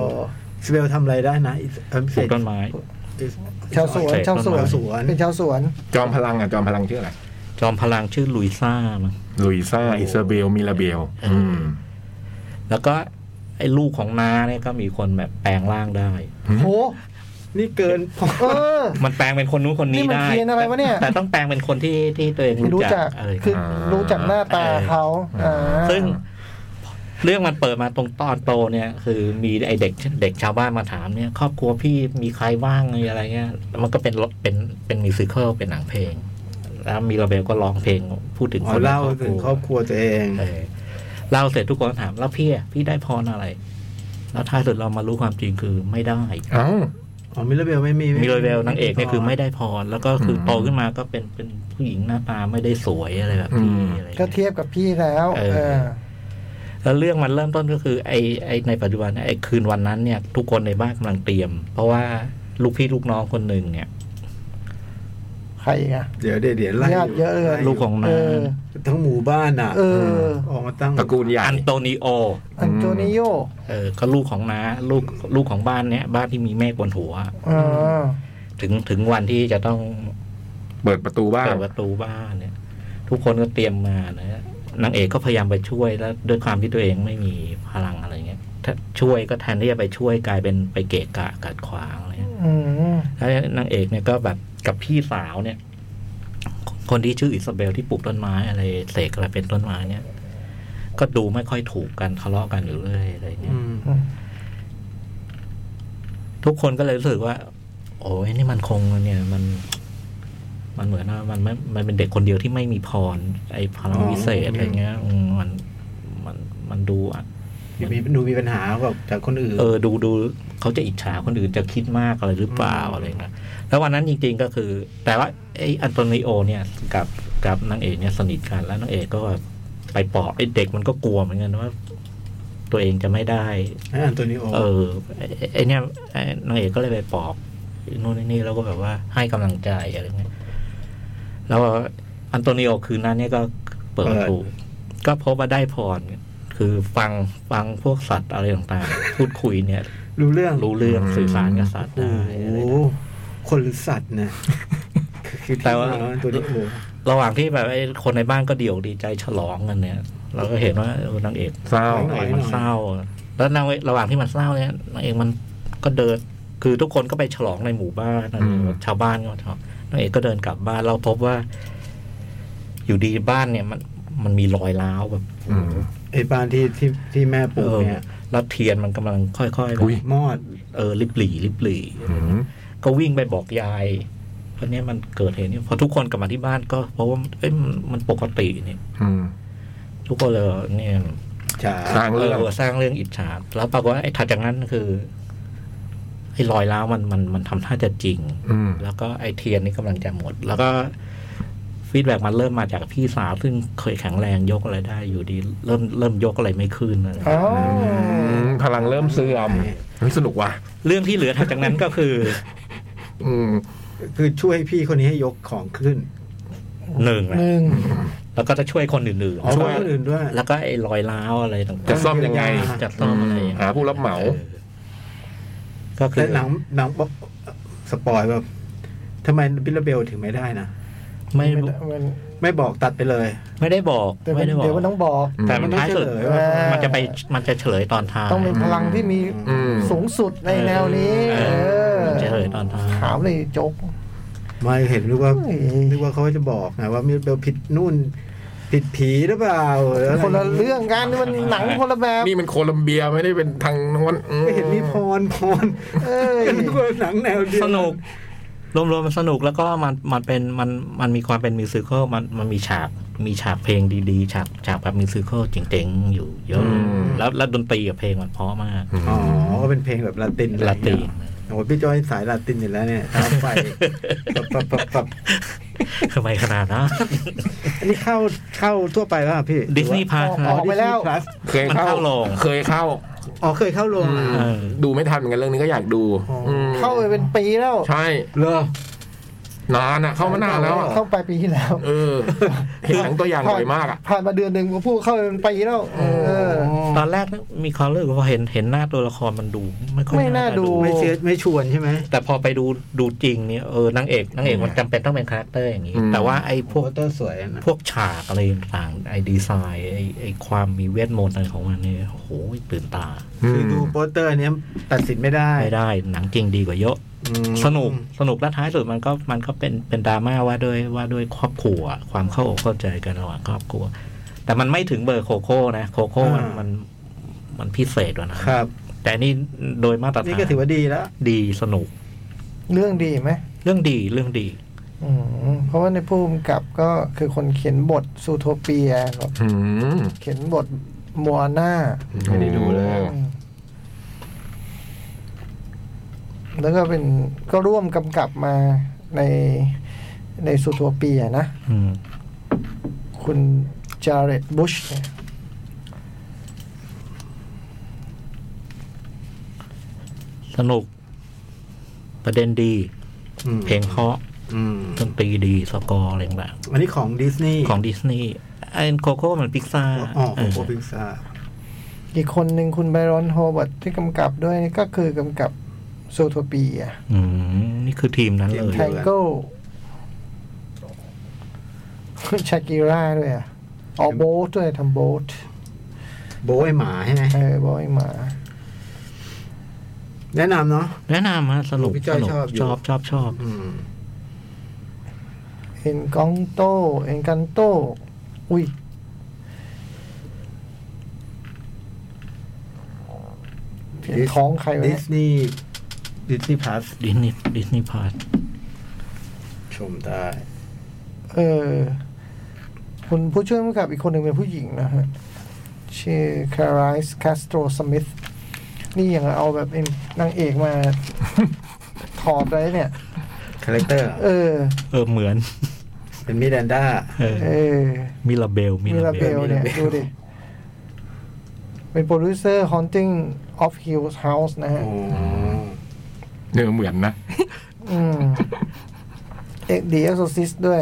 [SPEAKER 1] สเปลทำอะไรได้นะ
[SPEAKER 4] ปลูกต้นไม้
[SPEAKER 2] ชาวสวนชาวสวน
[SPEAKER 4] ชาวสวน
[SPEAKER 2] เป็นชาวสวน
[SPEAKER 3] จอมพลังอ่ะ จอมพลังชื่ออะไร
[SPEAKER 4] จอมพลังชื่อลุยซ่ามั้ง
[SPEAKER 3] ลุยซ่า อิซาเบล มิลาเบล อืม
[SPEAKER 4] แล้วก็ไอ้ลูกของนาเนี่ยก็มีคนแบบแปลงร่างได้
[SPEAKER 2] โห
[SPEAKER 1] นี่เกินพอ
[SPEAKER 2] เออ
[SPEAKER 4] มันแปลงเป็นคนนู้นคนนี้
[SPEAKER 2] นี่มัน
[SPEAKER 4] ได้
[SPEAKER 2] เพี้ยนอะไรวะเนี่ย
[SPEAKER 4] แต่ต้องแปลงเป็นคนที่ที่ตัวเอง
[SPEAKER 2] รู้
[SPEAKER 4] รู้
[SPEAKER 2] จั
[SPEAKER 4] จั
[SPEAKER 2] ก
[SPEAKER 4] กอะไร
[SPEAKER 2] คือรู้จักหน้าตาเขา
[SPEAKER 3] เออ
[SPEAKER 2] อ่า
[SPEAKER 4] ซึ่งเรื่องมันเปิดมาตรงตอนโตเนี่ย คือมีไอเด็กเด็กชาวบ้านมาถามเนี่ย ครอบครัวพี่มีใครบ้างมีอะไรเงี้ยแล้วมันก็เป็นรถเป็นเป็นมิวสิควลเป็นหนังเพลง แล้วมีระเบลก็ร้องเพลงพูดถึง
[SPEAKER 1] อ๋
[SPEAKER 4] ค
[SPEAKER 1] อน
[SPEAKER 4] ใน
[SPEAKER 1] เล่าถึงครอบครัวตัวเอง
[SPEAKER 4] เออเล่าเสร็จทุกคนถามแล้วพี่อะพี่ได้พรอะไร แล้วท้ายสุดเรามารู้ความจริงคือไม่ได้
[SPEAKER 3] เอ้า
[SPEAKER 1] อ๋อมิลเบลไม่มี
[SPEAKER 4] มีรอยแววนางเอกเนี่ยคือไม่ได้พรแล้วก็คือโตขึ้นมาก็เป็นเป็นผู้หญิงหน้าตาไม่ได้สวยอะไรแบบ
[SPEAKER 3] อื
[SPEAKER 4] พี่
[SPEAKER 3] ม
[SPEAKER 4] อะไรงี้
[SPEAKER 2] ก็เทียบกับพี่แล้ว
[SPEAKER 4] เออ
[SPEAKER 2] เออ
[SPEAKER 4] แล้วเรื่องมันเริ่มต้นก็คือไอ้ไอ้ในปัจจุบันเนี่ยไอ้คืนวันนั้นเนี่ย ทุกคนในบ้านกำลังเตรียม เพราะว่าลูกพี่ลูกน้องคนหนึ่งเนี่ย
[SPEAKER 2] ใครอีกอ่ะ
[SPEAKER 1] เดี๋ยวเดี๋ยวเดี๋ยวไล่
[SPEAKER 2] ญาติเยอะเลย
[SPEAKER 1] ไ
[SPEAKER 4] ลูกของ
[SPEAKER 2] เอ
[SPEAKER 4] นา
[SPEAKER 2] อ
[SPEAKER 1] ทั้งหมู่บ้านอ่ะ
[SPEAKER 2] เออ
[SPEAKER 1] ออกมาตั้ง
[SPEAKER 3] ตระกูลใหญ่
[SPEAKER 4] อันโตนิโอ
[SPEAKER 2] อันโตนิโย
[SPEAKER 4] เออก็ลูกของนาลูกลูกของบ้านเนี่ย บ้านที่มีแม่บนหัว
[SPEAKER 2] อ่า
[SPEAKER 4] ถึงถึงวันที่จะต้อง
[SPEAKER 3] เปิดประตูบ้าน
[SPEAKER 4] เปิดประตูบ้านเนี่ย ทุกคนก็เตรียมมานะนางเอกก็พยายามไปช่วยแล้วด้วยความที่ตัวเองไม่มีพลังอะไรเงี้ยถ้าช่วยก็แทนที่จะไปช่วยกลายเป็นไปเกะกะกัดขวางอะไรเงี้ย
[SPEAKER 2] อืม
[SPEAKER 4] แล้วนางเอกเนี่ยก็แบบกับพี่สาวเนี่ย คนที่ชื่ออิซาเบลที่ปลูกต้นไม้อะไรเสกอะไรเป็นต้นไม้เนี่ย ก็ดูไม่ค่อยถูกกันทะเลาะกันอยู่เรื่อยอะไรเงี้ยทุกคนก็เลยรู้สึกว่า โอ้ยนี่มันคงเนี่ย มัน มันเหมือนว่ามันไม่มันเป็นเด็กคนเดียวที่ไม่มีพร ไอ้พลังวิเศษ
[SPEAKER 1] อ๋ออ
[SPEAKER 4] อะไรเงี้ยอืมมันมันมันดูอะ
[SPEAKER 1] อย่ามีดูมีปัญหากับจากคนอื่น
[SPEAKER 4] เออดูดูเขาจะอิจฉาคนอื่นจะคิดมากอะไรหรือเปล่า
[SPEAKER 1] อืม
[SPEAKER 4] อะไรเงี้ยแล้ววันนั้นจริงๆก็คือ แต่ว่าไอ้อันโตนิโอเนี่ยกับกับนางเอกเนี่ยสนิทกันแล้วนางเอกก็แบบไปปอบไอ้เด็กมันก็กลัวเหมือนกันว่า ตัวเองจะไม่ได้
[SPEAKER 1] ให้อันโตนิโอ
[SPEAKER 4] เออไอ้ไอ้เนี่ยไอ้นางเอกก็เลยไปปอบนู่นนี่แล้วก็แบบว่าให้กำลังใจอะไรเงี้ยแล้วอันโตนิโอคืนนั้นเนี่ยก็เปิดประตูก็พบว่าได้พรคือฟังฟังพวกสัตว์อะไรต่างๆ พูดคุยเนี่ย
[SPEAKER 1] รู้เรื่อง
[SPEAKER 4] รู้เรื่อง
[SPEAKER 3] อืม
[SPEAKER 4] สื่อสารกับสัตว์
[SPEAKER 1] โอ้
[SPEAKER 4] ได้อะไร
[SPEAKER 1] โห
[SPEAKER 4] เงี้ย
[SPEAKER 1] คนหรือสัตว์นะคือ
[SPEAKER 4] แต่
[SPEAKER 1] ที่
[SPEAKER 4] ว่า
[SPEAKER 1] มาของอันโตนิโอ
[SPEAKER 4] ระหว่างที่แบบไอ้คนในบ้านก็เดี่ยวดีใจฉลองกันเนี่ย เราก็เห็นว่าเออนางเอก
[SPEAKER 3] เศร้า
[SPEAKER 4] นางเอกมันเศร้า แล้วนางเอกระหว่างที่มันเศร้าเนี่ยนางเอกมันก็เดิน คือทุกคนก็ไปฉลองในหมู่บ้านนะ
[SPEAKER 3] อืม
[SPEAKER 4] ชาวบ้านก็ชอบนางเอกก็เดินกลับบ้านเราพบว่า อยู่ดีบ้านเนี่ยมันมันมีรอยร้าวแบบ
[SPEAKER 3] อืม
[SPEAKER 1] ไอ้บ้านที่ที่ที่แม่ป
[SPEAKER 4] เอ
[SPEAKER 1] ลูก
[SPEAKER 4] อ
[SPEAKER 1] เนี่ย
[SPEAKER 4] แล้วเทียนมันกำลังค่อยๆแบบ
[SPEAKER 3] อุ๊ย
[SPEAKER 1] มอด
[SPEAKER 4] เออริบหรี่ริบหรี่
[SPEAKER 3] อืม
[SPEAKER 4] ก็วิ่งไปบอกยายวันนี้มันเกิดเหตุนี้พอทุกคนกลับมาที่บ้านก็เพราะว่าเอ้ยมันมันปกตินี่
[SPEAKER 3] อืม
[SPEAKER 4] ทุกคนเลยเนี่ย
[SPEAKER 1] จ๋า
[SPEAKER 3] สร้างเรื่อง
[SPEAKER 4] สร้างเรื่องอิจฉาแล้วปรากฏว่าไอ้ถัดจากนั้นคือ ไอ้รอยร้าวมันมันมันทำท่าจะจริง
[SPEAKER 3] อืม
[SPEAKER 4] แล้วก็ไอเทียนนี่กำลังจะหมด แล้วก็ฟีดแบ็มันเริ่มมาจากพี่สาวซึ่งเคยแข็งแรงยกอะไรได้อยู่ดี เริ่มเริ่มยกอะไรไม่ขึ้นอะไร
[SPEAKER 2] อ๋อ
[SPEAKER 3] อืมพลังเริ่มเสื่อมเฮ้ยสนุกว่ะ
[SPEAKER 4] เรื่องที่เหลือถัดจากนั้นก็คือ
[SPEAKER 3] อืม
[SPEAKER 1] คือช่วยพี่คนนี้ให้ยกของขึ้น
[SPEAKER 4] หนึ่งแห
[SPEAKER 2] ห
[SPEAKER 4] ละ
[SPEAKER 2] นึ่ง
[SPEAKER 4] แล้วก็จะช่วยคนอื่น
[SPEAKER 1] อ๋อ
[SPEAKER 4] ๆช่วย
[SPEAKER 1] คนอื่นด้วย
[SPEAKER 4] แล้วก็ไอ้รอยร้าวอะไรต่าง
[SPEAKER 3] จะซ่อมยังไง
[SPEAKER 4] ๆจัดซ่อมอะไร
[SPEAKER 3] หาผู้รับเหมา
[SPEAKER 4] เออก็คื
[SPEAKER 1] แต่
[SPEAKER 4] อ
[SPEAKER 1] หนังหนังบอกสปอยแบบทำไมบิลเบลถึงไม่ได้นะ
[SPEAKER 4] ไม่
[SPEAKER 2] ไม่ได้มัน
[SPEAKER 1] ไม่บอกตัดไปเลย
[SPEAKER 4] ไม่ได้บอก
[SPEAKER 2] เดี๋ยวมัน
[SPEAKER 4] ไม่ได้บอก
[SPEAKER 2] เดี๋ยวมันต้องบอก
[SPEAKER 4] แต่มัน
[SPEAKER 1] มันไม่
[SPEAKER 4] ท้ายสุด
[SPEAKER 1] เฉลย
[SPEAKER 4] มันจะไปมันจะเฉลยตอนท้าย
[SPEAKER 2] ต้องเป็นพลังที่มี
[SPEAKER 3] อืม
[SPEAKER 2] สูงสุดในแนวนี้
[SPEAKER 4] เอ
[SPEAKER 2] เออ
[SPEAKER 4] อมันจะเฉลยตอนท้าย
[SPEAKER 2] ถามเลยโจก
[SPEAKER 1] ไม่เห็นนึกว่า
[SPEAKER 2] เฮ้ย
[SPEAKER 1] นึกว่าเขาจะบอกไงว่าบิลเบลผิดนู่น ผิดผีหรือเปล่าหรืออไร
[SPEAKER 2] คนละเรื่องกันนี่มันหนังคนละแบบ
[SPEAKER 3] นี่มันโคลัมเบียไม่ได้เป็นทางโน้นอืม
[SPEAKER 1] ไม่เห็นมีพรพร
[SPEAKER 2] เอ้ย
[SPEAKER 1] ก็นึกว่าหนังแนวเดียว
[SPEAKER 4] สนุก รวมๆมันสนุกแล้วก็มันมันเป็นมันมันมีความเป็นมิวสิควลมันมันมีฉากมีฉากเพลงดีๆ ฉากฉากแบบมิวสิควลเจ๋งๆ อยู่เยอะ
[SPEAKER 3] อืม
[SPEAKER 4] แล้วแล้วดนตรีกับเพลงมันเพราะมาก
[SPEAKER 1] อ๋อก็เป็นเพลงแบบลาตินอะไร
[SPEAKER 4] ลา
[SPEAKER 1] เงี้ย
[SPEAKER 4] ติน
[SPEAKER 1] โอ้โหพี่จอยสายลาตินอยู่แล้วเนี่ยตามไปปับปับปับ ปับ
[SPEAKER 4] ทำไมขนาดนะ
[SPEAKER 1] อันนี้เข้าเข้าทั่วไปป่ะพี่
[SPEAKER 4] ดิสนีย์พาร์ค
[SPEAKER 2] ออกไปแล้ว
[SPEAKER 3] เคยเข้า
[SPEAKER 4] มันเข้าโรง
[SPEAKER 3] เคยเข้า
[SPEAKER 1] อ๋อเคยเข้าโรง
[SPEAKER 3] อื
[SPEAKER 1] อ่ะ
[SPEAKER 3] มดูไม่ทันเหมือนกันเรื่องนี้ก็อยากดู
[SPEAKER 1] อ๋ออื
[SPEAKER 3] ม
[SPEAKER 2] เข้าไปเป็นปีแล้ว
[SPEAKER 3] ใช่
[SPEAKER 1] เหรอ
[SPEAKER 3] นานอ่ะ เข้ามานานแล้วอะ
[SPEAKER 2] เข้าไปปีที่แล้ว
[SPEAKER 3] เออเห็นหนังตัวอย่างบ่อยมากอ่ะ
[SPEAKER 2] ผ่านมาเดือนหนึ่งกูพูดเข้าไปเป็นปีแล้ว เออ
[SPEAKER 4] ตอนแรกมีความรู้สึกว่าเห็นเห็นหน้าตัวละครมันดู ไม่ค่อย
[SPEAKER 2] ไม่น่าดู
[SPEAKER 1] ไม่เชื่อไม่ชวนใช่ไหม
[SPEAKER 4] แต่พอไปดูดูจริงเนี่ยเออนางเอกนางเอกมันจำเป็นต้องเป็นคาแรคเตอร์อย่างนี้
[SPEAKER 3] อืม
[SPEAKER 4] แต่ว่าไอ้พ
[SPEAKER 1] โป
[SPEAKER 4] วก
[SPEAKER 1] สเตอร์สวยนะ
[SPEAKER 4] พวกฉากอะไรต่างๆไอ้ดีไซน์ไอ้ไอ้ความมีเวทมนต์อะไรของมันเนี่ยโอ้โหตื่นตา
[SPEAKER 1] คือดูโปสเตอร์เนี้ยตัดสินไม่ได้
[SPEAKER 4] ไม่ได้หนังจริงดีกว่าเยอะ
[SPEAKER 1] อืม
[SPEAKER 4] สนุกสนุกและท้ายสุดมันก็มันก็เป็นเป็นดราม่าว่าด้วยว่าด้วยครอบครัว ความเข้าอกเข้าใจกันระหว่างครอบครัว แต่มันไม่ถึงเบอร์โคโค่นะโคโค่มันมันมันพิเศษกว่านะครับ แต่นี่โดยมาตรฐา
[SPEAKER 1] นี่
[SPEAKER 4] น
[SPEAKER 1] ก็ถือว่าดีแล้ว
[SPEAKER 4] ดีสนุก
[SPEAKER 2] เรื่องดีไหม
[SPEAKER 4] เรื่องดีเรื่องดี
[SPEAKER 2] อืมเพราะว่าในภูมิกับก็คือคนเขียนบทซูโทเปียครับ
[SPEAKER 3] อืม
[SPEAKER 2] เขียนบทมัวน่า
[SPEAKER 1] ไม่ได้ดูเลยอะ
[SPEAKER 2] อืมแล้วก็เป็นก็ร่วมกำกับมาในในซูโทเปียนะ
[SPEAKER 4] อืม
[SPEAKER 2] คุณจาเร d บุชเนี่ย
[SPEAKER 4] สนุก ประเด็นดี
[SPEAKER 1] อืม
[SPEAKER 4] เพลงเพราะ
[SPEAKER 1] อืม
[SPEAKER 4] ดนตรีดีสกอร์อะไรต่างๆ
[SPEAKER 1] อันนี้ของดิสนีย์
[SPEAKER 4] ของดิสนีย์ไอ้โคโค่มันพิกซ่า
[SPEAKER 1] อ๋อของโปพิงซา
[SPEAKER 2] อีกคนหนึ่งคุณไบรอนโฮเบิร์ตที่กำกับด้วยนี่ก็คือกำกับซูโทเปีย
[SPEAKER 4] นี่คือทีมนั้นเลย
[SPEAKER 2] แทง เกิลชากิร่าด้วยอ่ะออกโบสด้วยทำโบส
[SPEAKER 1] โบยหมาใช่ไหม
[SPEAKER 2] เออบอยหมา
[SPEAKER 1] แนะนำเนาะ
[SPEAKER 4] แนะนำฮะสนุก
[SPEAKER 1] พี่จ้
[SPEAKER 4] ส
[SPEAKER 1] อย
[SPEAKER 4] นุก
[SPEAKER 1] ชอบอยู่
[SPEAKER 4] ชอบชอบชอบ
[SPEAKER 1] อืม
[SPEAKER 2] เอ็นกองโต เอ็นกันโต อุ้ย ท้องใครวะ
[SPEAKER 1] ดิ
[SPEAKER 2] เนี่ย
[SPEAKER 1] สนีย์ดิสนีย์พลัส
[SPEAKER 4] ดิสนีย์ดิสนีย์พาร์ท
[SPEAKER 1] ชมได้
[SPEAKER 2] เออ คุณผู้ช่วยผู้กำกับอีกคนหนึ่งเป็นผู้หญิงนะฮะ ชื่อคาริสคาสโตรสมิธนี่ยังเอาแบบเป็นนางเอกมา ถอดเลยเนี่ย
[SPEAKER 1] คาแรคเตอร์
[SPEAKER 2] เออ
[SPEAKER 4] เออเหมือน
[SPEAKER 1] เป็นมิแดนด้า
[SPEAKER 4] เออ
[SPEAKER 2] เออ
[SPEAKER 4] มิลาเบลมิ
[SPEAKER 2] มิลา
[SPEAKER 4] ลา
[SPEAKER 2] เบ
[SPEAKER 4] เบ
[SPEAKER 2] ล
[SPEAKER 4] ล
[SPEAKER 2] เนี่ย
[SPEAKER 1] มิลาเบ
[SPEAKER 2] ดู
[SPEAKER 1] ล
[SPEAKER 2] ดิ เป็นโปรดิวเซอร์ Haunting of Hill House นะฮะ
[SPEAKER 1] โอ้
[SPEAKER 3] เนื้อเหมือนนะ
[SPEAKER 2] อืมเอ็กดีเอ็กโซซิสด้วย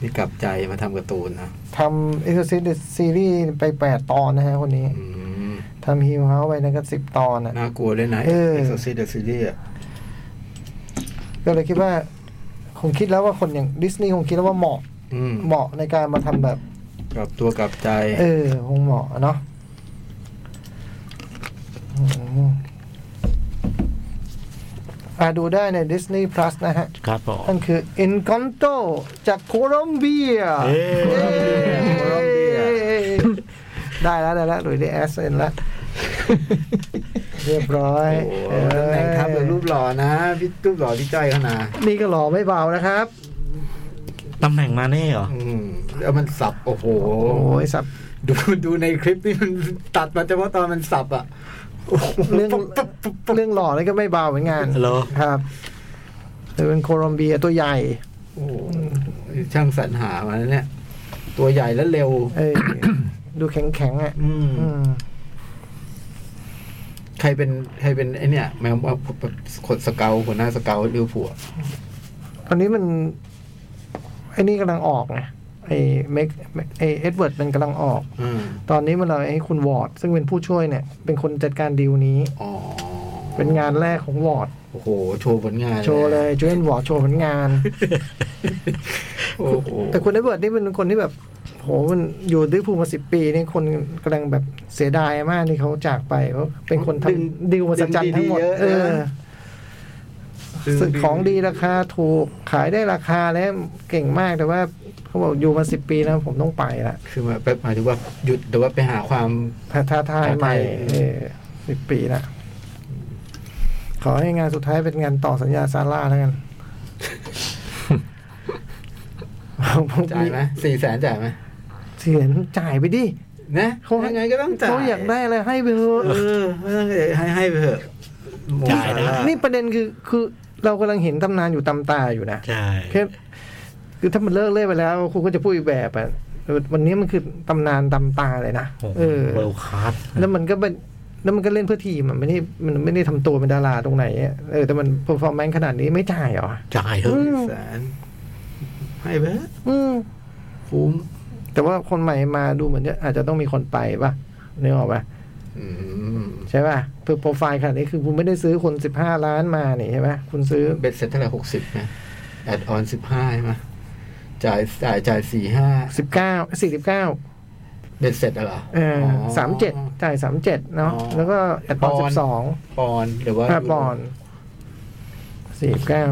[SPEAKER 1] นี่กลับใจมาทำการ์ตูนนะ
[SPEAKER 2] ทำเอ็กโซซิสซีรีส์ไปแปดตอนนะฮะคนนี้
[SPEAKER 1] อืม
[SPEAKER 2] ทำฮิวเฮาไปนะก็สิบตอนอ่ะ
[SPEAKER 1] น่ากลัวด้วยนะ
[SPEAKER 2] เออ
[SPEAKER 1] กซ์โซซีเดอะซีรีส์อะ
[SPEAKER 2] ก็เลยคิดว่า คงคิดแล้วว่าคนอย่างดิสนีย์คงคิดแล้วว่าเหมาะ
[SPEAKER 1] อืม
[SPEAKER 2] เหมาะในการมาทำแบบ
[SPEAKER 1] กลับตัวกลับใจ
[SPEAKER 2] เออ คงเหมาะเนาะอืมอ่าดูได้ใน Disney Plus นะฮะ
[SPEAKER 4] ครับผม
[SPEAKER 2] นั่นคือ Encanto จากโคลอมเบีย
[SPEAKER 4] เอ้ย
[SPEAKER 1] โคลอมเบีย
[SPEAKER 2] ได้แล้วได้แล้วหลุยส์ได้แอสเซน แล้ว เรียบร้อย
[SPEAKER 1] โอ้โหแต่งทัพเลยรูปหล่อนะพี่รูปหล่อพี่จ้อยเขานะ
[SPEAKER 2] นี่ก็หล่อไม่เบานะครับ
[SPEAKER 4] ตำแหน่งมาเน่เหรอ
[SPEAKER 1] อืมแล้วมันสับโอ้โห
[SPEAKER 2] โอ้ยสับ
[SPEAKER 1] ดูดูในคลิปนี่มันตัดมาเฉพาะตอนมันสับอ่ะ
[SPEAKER 2] เรื่องเรื่องหล่อนี่ก็ไม่เบาเหมือน กัน
[SPEAKER 4] เหรอ
[SPEAKER 2] ครับแต่เป็นโคลอมเบียตัวใหญ่
[SPEAKER 1] โอ้โหช่างสรรหามาแล้วเนี่ย ตัวใหญ่และเร็ว
[SPEAKER 2] เออ ดูแข็งแข็งๆอ่ะ
[SPEAKER 1] อืม
[SPEAKER 2] อืม
[SPEAKER 1] ใครเป็นใครเป็นไอเนี่ยแมวว่าขนสเกลหัวหน้าสเกลหรือผัว
[SPEAKER 2] ตอนนี้มัน ไอ้นี่กำลังออกไงไอ้เมกไอ้เอ็ดเวิร์ดมันกำลังออก
[SPEAKER 1] อืม
[SPEAKER 2] ตอนนี้มันเราไอ้คุณวอร์ด ซึ่งเป็นผู้ช่วยเนี่ย เป็นคนจัดการดีลนี้
[SPEAKER 1] อ๋อ
[SPEAKER 2] เป็นงานแรกของวอร์ด
[SPEAKER 1] โอ้โห โชว์ผลงาน
[SPEAKER 2] โชว์เลยจูเอนวอร์ดโชว์ผลงาน
[SPEAKER 1] โอ้โห
[SPEAKER 2] แต่คุณเอ็ดเวิร์ดนี่เป็นคนที่แบบโหมันอยู่ลิเวอร์พูลมาสิบปีนี่คนกำลังแบบเสียดายมากที่เขาจากไปเพราะเป็นคนทำดีลมาสัจจันทั้งหมด เออของดีราคาถูกขายได้ราคาแล้วเก่งมากแต่ว่าเขาบอกอยู่มาสิบปีแล้วผมต้องไปละ
[SPEAKER 1] คือหมายแป๊บหมายถึงว่าหยุดแต่ว่าไปหาความ
[SPEAKER 2] ท้าทายใหม่
[SPEAKER 1] ท้าทาย
[SPEAKER 2] สิบปีละขอให้งานสุดท้ายเป็นงานต่อสัญญาซาร่าแล้วกัน
[SPEAKER 1] จ่ายไหมสี่แสนจ่ายไหม
[SPEAKER 2] เสียงจ่ายไปดิ
[SPEAKER 1] นะ
[SPEAKER 2] เขาให้
[SPEAKER 1] ยังไงก็ต้องจ่าย
[SPEAKER 2] เขาอยากได้อะไรให้ไปเถอะ
[SPEAKER 1] เออไม่ต้องให้ให้ไปเถอะโม
[SPEAKER 4] จ่ายนะ
[SPEAKER 1] ซาร่
[SPEAKER 2] นี่ประเด็นคือคือเรากำลังเห็นตำนานอยู่ตำตาอยู่นะ
[SPEAKER 4] ใช่
[SPEAKER 2] แค่คือถ้ามันเลิกเล่นไปแล้ว คุณก็จะพูดอีกแบบอ่ะแต่วันนี้มันคือตำนานตำตาเลยนะเออ
[SPEAKER 4] เวลคาส
[SPEAKER 2] แล้วมันก็เป็นแล้วมันก็เล่นเพื่อทีมอ่ะไม่ได้มันไม่ได้ทำตัวเป็นดาราตรงไหนอะเออแต่มันเ e อร์ฟอร์แมนขนาดนี้ไม่จ่ายเหรอ
[SPEAKER 4] จ่ายเถอะ
[SPEAKER 2] อืม
[SPEAKER 1] แสนให้ไปเถอะ
[SPEAKER 2] อืม
[SPEAKER 1] คุ้ม
[SPEAKER 2] แต่ว่าคนใหม่มาดูเหมือนจะอาจจะต้องมีคนไปป่ะนึกออกป่ะ
[SPEAKER 1] อืม
[SPEAKER 2] ใช่ป่ะเพื่อโปรไฟล์ขนาดนี้คือคุณไม่ได้ซื้อคนสิบห้าล้านมานี่ใช่ไหมคุณซื้อ
[SPEAKER 1] เบ็ดเสร็จเท่าไหร่หกสิบนะแอดออนสิบห้าใช่ไหมจ่ายจ่ายจ่ายสี่ห้า
[SPEAKER 2] สิบเก้าสี่สิบเก้า
[SPEAKER 1] เบ็ดเสร็จอะเหรอ
[SPEAKER 2] เออ
[SPEAKER 1] อ๋อ
[SPEAKER 2] สามเจ็ดจ่ายสามเจ็ดเนาะ
[SPEAKER 1] อ๋อ
[SPEAKER 2] แล้วก็แอดพอ
[SPEAKER 1] ป
[SPEAKER 2] สิ
[SPEAKER 1] อน
[SPEAKER 2] บ
[SPEAKER 1] ด์
[SPEAKER 2] สอง
[SPEAKER 1] ปอนด์หรือว่า
[SPEAKER 2] ห้าปอนสี่เก้า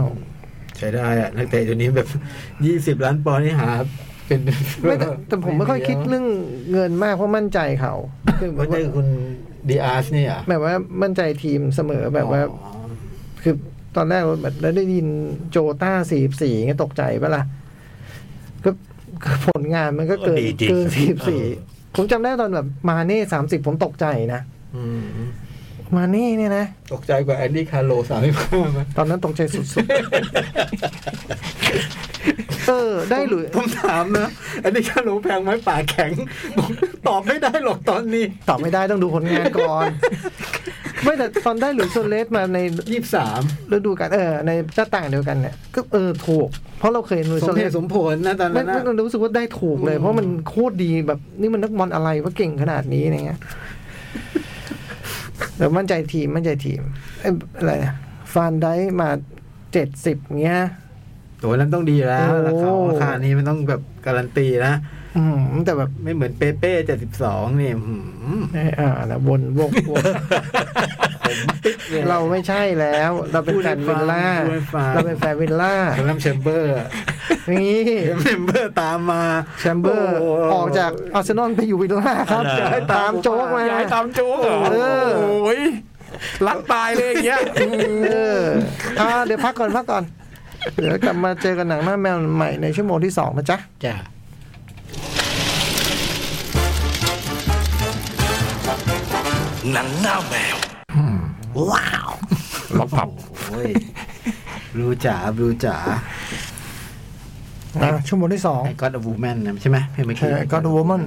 [SPEAKER 1] ใช้ได้อะนักเตะตัวนี้แบบ ยี่สิบ20 ล้านปอนด์นี่หา เป็น
[SPEAKER 2] ไม่แต่แต่ผมไม่ค่อยคิดเรื่องเงินมากเพราะมั่นใจเขาคือแบ
[SPEAKER 1] ว่า
[SPEAKER 2] บ
[SPEAKER 1] ได้
[SPEAKER 2] ว่า
[SPEAKER 1] คุณดีอาร์สเนี่ย
[SPEAKER 2] แบบว่ามั่นใจทีมเสมอแบบว่า
[SPEAKER 1] อ๋อ
[SPEAKER 2] คือตอนแรกเราแบบแล้วได้ยินโจต้าสี่สี่เงี้ยตกใจปะล่ะก็ก็ผลงานมันก็เกิน
[SPEAKER 4] ดีจริง
[SPEAKER 2] เกินสี่สี่
[SPEAKER 4] เออ
[SPEAKER 2] ผมจำได้ตอนแบบมาเน่สามสิบผมตกใจนะ
[SPEAKER 1] อืม
[SPEAKER 2] มาเน่เนี่ยนะ
[SPEAKER 1] ตกใจกว่าแอนดี้คาร์โลสามสิบห้าไหม
[SPEAKER 2] ตอนนั้นตกใจสุดๆ เออ ได้หรือ
[SPEAKER 1] ผมถามนะแอนดี้คาร์โลแพงไหมป่าแข็ง ผมตอบไม่ได้หรอกตอนนี้
[SPEAKER 2] ตอบไม่ได้ต้องดูผลงานก่อน ไม่แต่ตอนได้หรือโซเลสมาใน
[SPEAKER 1] ยี่สิบสาม
[SPEAKER 2] ฤดูกาลเออ ในหน้าต่างเดียวกันเนี่ย ก็เออถูก เพราะเราเคยเห็นหรือ
[SPEAKER 1] ส
[SPEAKER 2] โซ
[SPEAKER 1] ม
[SPEAKER 2] เล
[SPEAKER 1] เห
[SPEAKER 2] ส
[SPEAKER 1] ตุสมผลนะตอน
[SPEAKER 2] มั
[SPEAKER 1] นั้น นนะ
[SPEAKER 2] มันรู้สึกว่าได้ถูกเลย เพราะมันโคตรดีแบบ นี่มันนักบอลอะไรว่าเก่งขนาดนี้อะไร เงี้ยแต่มั่นใจทีมมั่นใจทีมเอ้ยอะไรนะฟานได้มาเจ็ดสิบเงี้ย
[SPEAKER 1] ตัวนั้นต้องดีแล้วราคา
[SPEAKER 2] โอ้
[SPEAKER 1] ราคานี้มันต้องแบบการันตีนะ
[SPEAKER 2] อืมแต่แบบ
[SPEAKER 1] ไม่เหมือนเปเป้เจ็ดสิบสองนี่หืม
[SPEAKER 2] ไม่อ่านนะวนวกวน เราไม่ใช่แล้ว เราเป็นแฟนวิลล่า
[SPEAKER 1] พูดให้ฟัง
[SPEAKER 2] เราเป็นแฟนวิลล่า
[SPEAKER 1] แชมป์แชมเบอร์
[SPEAKER 2] นี่
[SPEAKER 1] แชมเบอร์ตามมา
[SPEAKER 2] แชมเบอร์
[SPEAKER 1] โโห
[SPEAKER 2] ออกจากอาร์เซนอลไปอยู่วิลล่าครับ
[SPEAKER 4] ย้าย
[SPEAKER 2] ตามโจ๊กมา
[SPEAKER 3] ย้ายตามโจ๊กเหรอ
[SPEAKER 2] เออ
[SPEAKER 3] โอ้ยรักตายเลยอย่างเงี้ย
[SPEAKER 2] เอออ่าเดี๋ยวพักก่อนพักก่อน เดี๋ยวกลับมาเจอกันหนังหน้าแมวใหม่ในชั่วโมงที่สองนะจ๊ะ
[SPEAKER 4] จ้า
[SPEAKER 5] หนังหน้าแมว ว้าว
[SPEAKER 3] ล็อกผับ
[SPEAKER 1] โอ้ยบลูจ๋าบลูจ๋า
[SPEAKER 2] อ่าชั่วโมงที่สอง
[SPEAKER 1] ไอ o อ a อวูแมนนะใช่ไหมเพลงเมื่อกี้
[SPEAKER 2] ใช่ I Got a Woman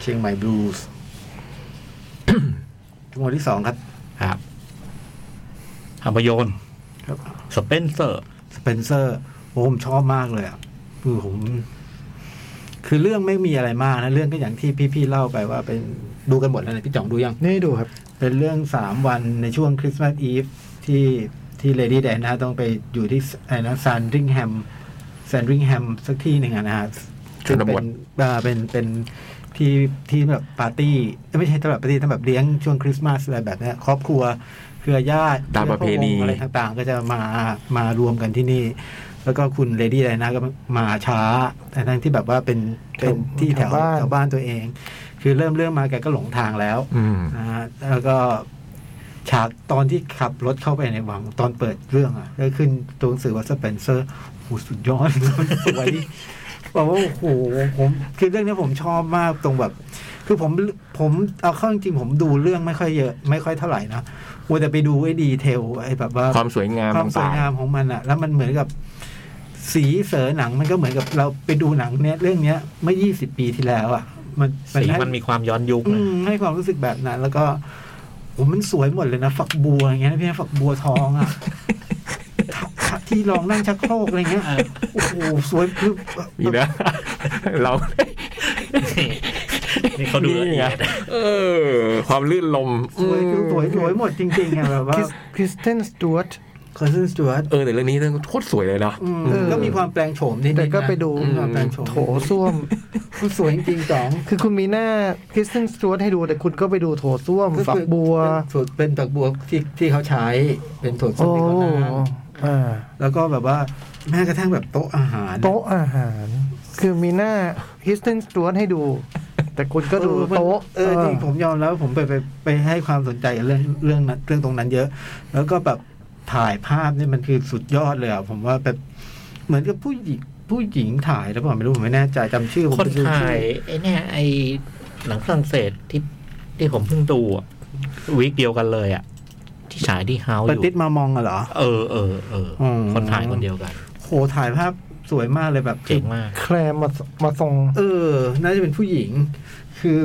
[SPEAKER 1] เชียงใหม่บลู ส์ชั่วโมงที่สองครับ
[SPEAKER 4] ครับภาพยนตร์
[SPEAKER 1] ครับ
[SPEAKER 4] สเปนเซอร์
[SPEAKER 1] สเปนเซอร์โอ้ผมชอบมากเลยอ่ะคือผม คือเรื่องไม่มีอะไรมากนะ เรื่องก็อย่างที่พี่ๆเล่าไปว่าเป็นดูกันหมดแล้วนะพี่จ่องดูยัง
[SPEAKER 2] นี่ดูครับ
[SPEAKER 1] เป็นเรื่องสามวันในช่วงคริสต์มาสอีฟที่ที่เลดี้แดนนะฮะต้องไปอยู่ที่อะไรนะซันริงแฮมซันริงแฮมสักที่หนึ่งอะนะฮะ
[SPEAKER 3] ชนบท
[SPEAKER 1] เป็นอ่าเป็นเป็นที่ที่แบบปาร์ตี้เอ้ยไม่ใช่สำหรับปาร์ตี้สำหรับเลี้ยงช่วงคริสต์มาสอะไรแบบเนี้ยครอบครัว เครือญาติ
[SPEAKER 3] ตามประเพณี
[SPEAKER 1] คอวงศ์อะไรต่างๆ ก็จะมามารวมกันที่นี่ แล้วก็คุณเลดี้ไดนาก็มาช้าแต่ทั้งที่แบบว่าเป็นเป็นที่แถว
[SPEAKER 2] แถวบ้าน
[SPEAKER 1] แถวบ้านตัวเอง คือเริ่มเรื่องมาแกก็หลงทางแล้ว
[SPEAKER 3] อืม
[SPEAKER 1] นะฮะแล้วก็ฉากตอนที่ขับรถเข้าไปในวังตอนเปิดเรื่องอ่ะก็ขึ้นตัวหนังสือว่าสเปนเซอร์โหสุดยอด สวยบอกว่าโอ้โหผมคือเรื่องเนี้ยผมชอบมากตรงแบบ คือผมผมเอาเข้าจริงๆผมดูเรื่องไม่ค่อยเยอะ ไม่ค่อยเท่าไหร่นะวัแต่ไปดูไอ้ดีเทลไอ้แบบว่า
[SPEAKER 3] ความสวยงาม
[SPEAKER 1] ความสวย
[SPEAKER 3] ต่าง
[SPEAKER 1] งามของมันอะแล้วมันเหมือนกับสีเสอหนังมันก็เหมือนกับเราไปดูหนังเนี้ยเรื่องเนี้ยเมื่อ 20 ปีที่แล้วอะมัน
[SPEAKER 4] สี
[SPEAKER 1] ให้
[SPEAKER 4] มันมีความย้อนยุค
[SPEAKER 1] อื
[SPEAKER 4] นะ
[SPEAKER 1] มให้ความรู้สึกแบบนั้น แล้วก็โอ้มันสวยหมดเลยนะฝักบัวอย่างเงี้ยนะพี่นะฝักบัวทอง อะทับทับที่รองนั่งชักโครกอะไรเงี้ย
[SPEAKER 4] เออ
[SPEAKER 1] โอ้โหสวยคือ
[SPEAKER 3] มีนะ เรา
[SPEAKER 4] นี่เขาดูละเอียด
[SPEAKER 3] เออ ความลื่นลม
[SPEAKER 1] สวยคือสวยสวยหมดจริงๆอะแบบว่า
[SPEAKER 2] คริสเตนสตูด
[SPEAKER 1] คอนเซนสตูด
[SPEAKER 3] เออแต่เรื่องนี้เรื่องโคตรสวยเลยเนาะ
[SPEAKER 1] ก็มีความแปลงโฉมนิดๆนะ
[SPEAKER 2] แต่ก็ไปดู
[SPEAKER 1] มีความแปลงโฉม
[SPEAKER 2] โถส้วม
[SPEAKER 1] คือสวยจริงๆสอง
[SPEAKER 2] คือคุณมีหน้าคริสเตนสตูดให้ดูแต่คุณก็ไปดูโถส้วม ฝักบัว
[SPEAKER 1] ก็คือเป็นเป็นฝักบัวที่ที่เขาใช้เป็นถั่วส้
[SPEAKER 2] โอ้
[SPEAKER 1] มที่เขานั่ง
[SPEAKER 2] อ่า
[SPEAKER 1] แล้วก็แบบว่าแม้กระทั่งแบบโต๊ะอาหาร
[SPEAKER 2] โต๊ะอาหาร คือมีหน้าคริสเตนสตูดให้ดู แต่คุณก็ดู
[SPEAKER 1] เออมัน
[SPEAKER 2] โต๊ะ
[SPEAKER 1] เออจริง
[SPEAKER 2] เออ
[SPEAKER 1] ผมยอมแล้วผมไปไปไปให้ความสนใจกับเรื่องเรื่องนั้นเรื่องตรงนั้นเยอะ แล้วก็แบบถ่ายภาพนี่มันคือสุดยอดเลยอ่ะผมว่าแบบเหมือนกับผู้หญิงผู้หญิงถ่ายแล้วผมไม่รู้ผมไม่แน่ใจจำชื่อผม
[SPEAKER 4] คน
[SPEAKER 1] ไม่รู้
[SPEAKER 4] ถ่าย
[SPEAKER 1] ชื่อ
[SPEAKER 4] ไอ้เนี่ยไอ้หนังฝรั่งเศสที่ที่ผมเพิ่งดูอะวีคเดียวกันเลยอ่ะ ที่ฉายที่เฮาส์
[SPEAKER 1] ป
[SPEAKER 4] อยู่
[SPEAKER 1] ฏิษมามองอะเหรอ
[SPEAKER 4] เออเออเอออ
[SPEAKER 1] ม
[SPEAKER 4] คนถ่ายคนเดียวกัน
[SPEAKER 1] โหถ่ายภาพสวยมากเลยแบบ
[SPEAKER 4] เจ๋งมาก
[SPEAKER 2] แคลมมามาส่ง
[SPEAKER 1] เออ น่าจะเป็นผู้หญิง คือ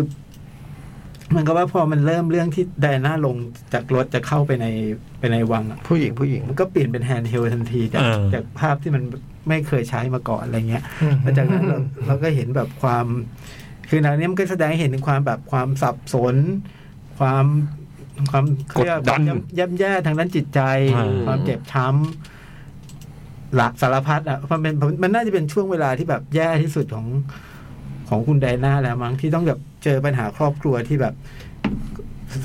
[SPEAKER 1] เหมันก็ว่าพอมันเริ่มเรื่องที่ไดอาน่าลงจากรถจะเข้าไปในไปในวังอะ
[SPEAKER 2] ผู้หญิงผู้หญิง
[SPEAKER 1] มันก็เปลี่ยนเป็นแฮนด์เฮลทันทีจาก
[SPEAKER 4] เออ
[SPEAKER 1] จากภาพที่มันไม่เคยใช้มาก่อนอะไรเงี้ยแล้วจากนั้นเราเราก็เห็นแบบความ คือหนังนี้มันก็แสดงให้เห็นถึงความแบบความสับสน ความความเครีย
[SPEAKER 3] กดดัน
[SPEAKER 1] ความย่ำแย่ทางด้านจิตใจ
[SPEAKER 4] อ่า
[SPEAKER 1] ความเจ็บช้ำหลักสารพัดอ่ะมันเป็นมันน่าจะเป็นช่วงเวลาที่แบบแย่ที่สุดของของคุณไดนาแล้วมั้งที่ต้องแบบเจอปัญหาครอบครัวที่แบบ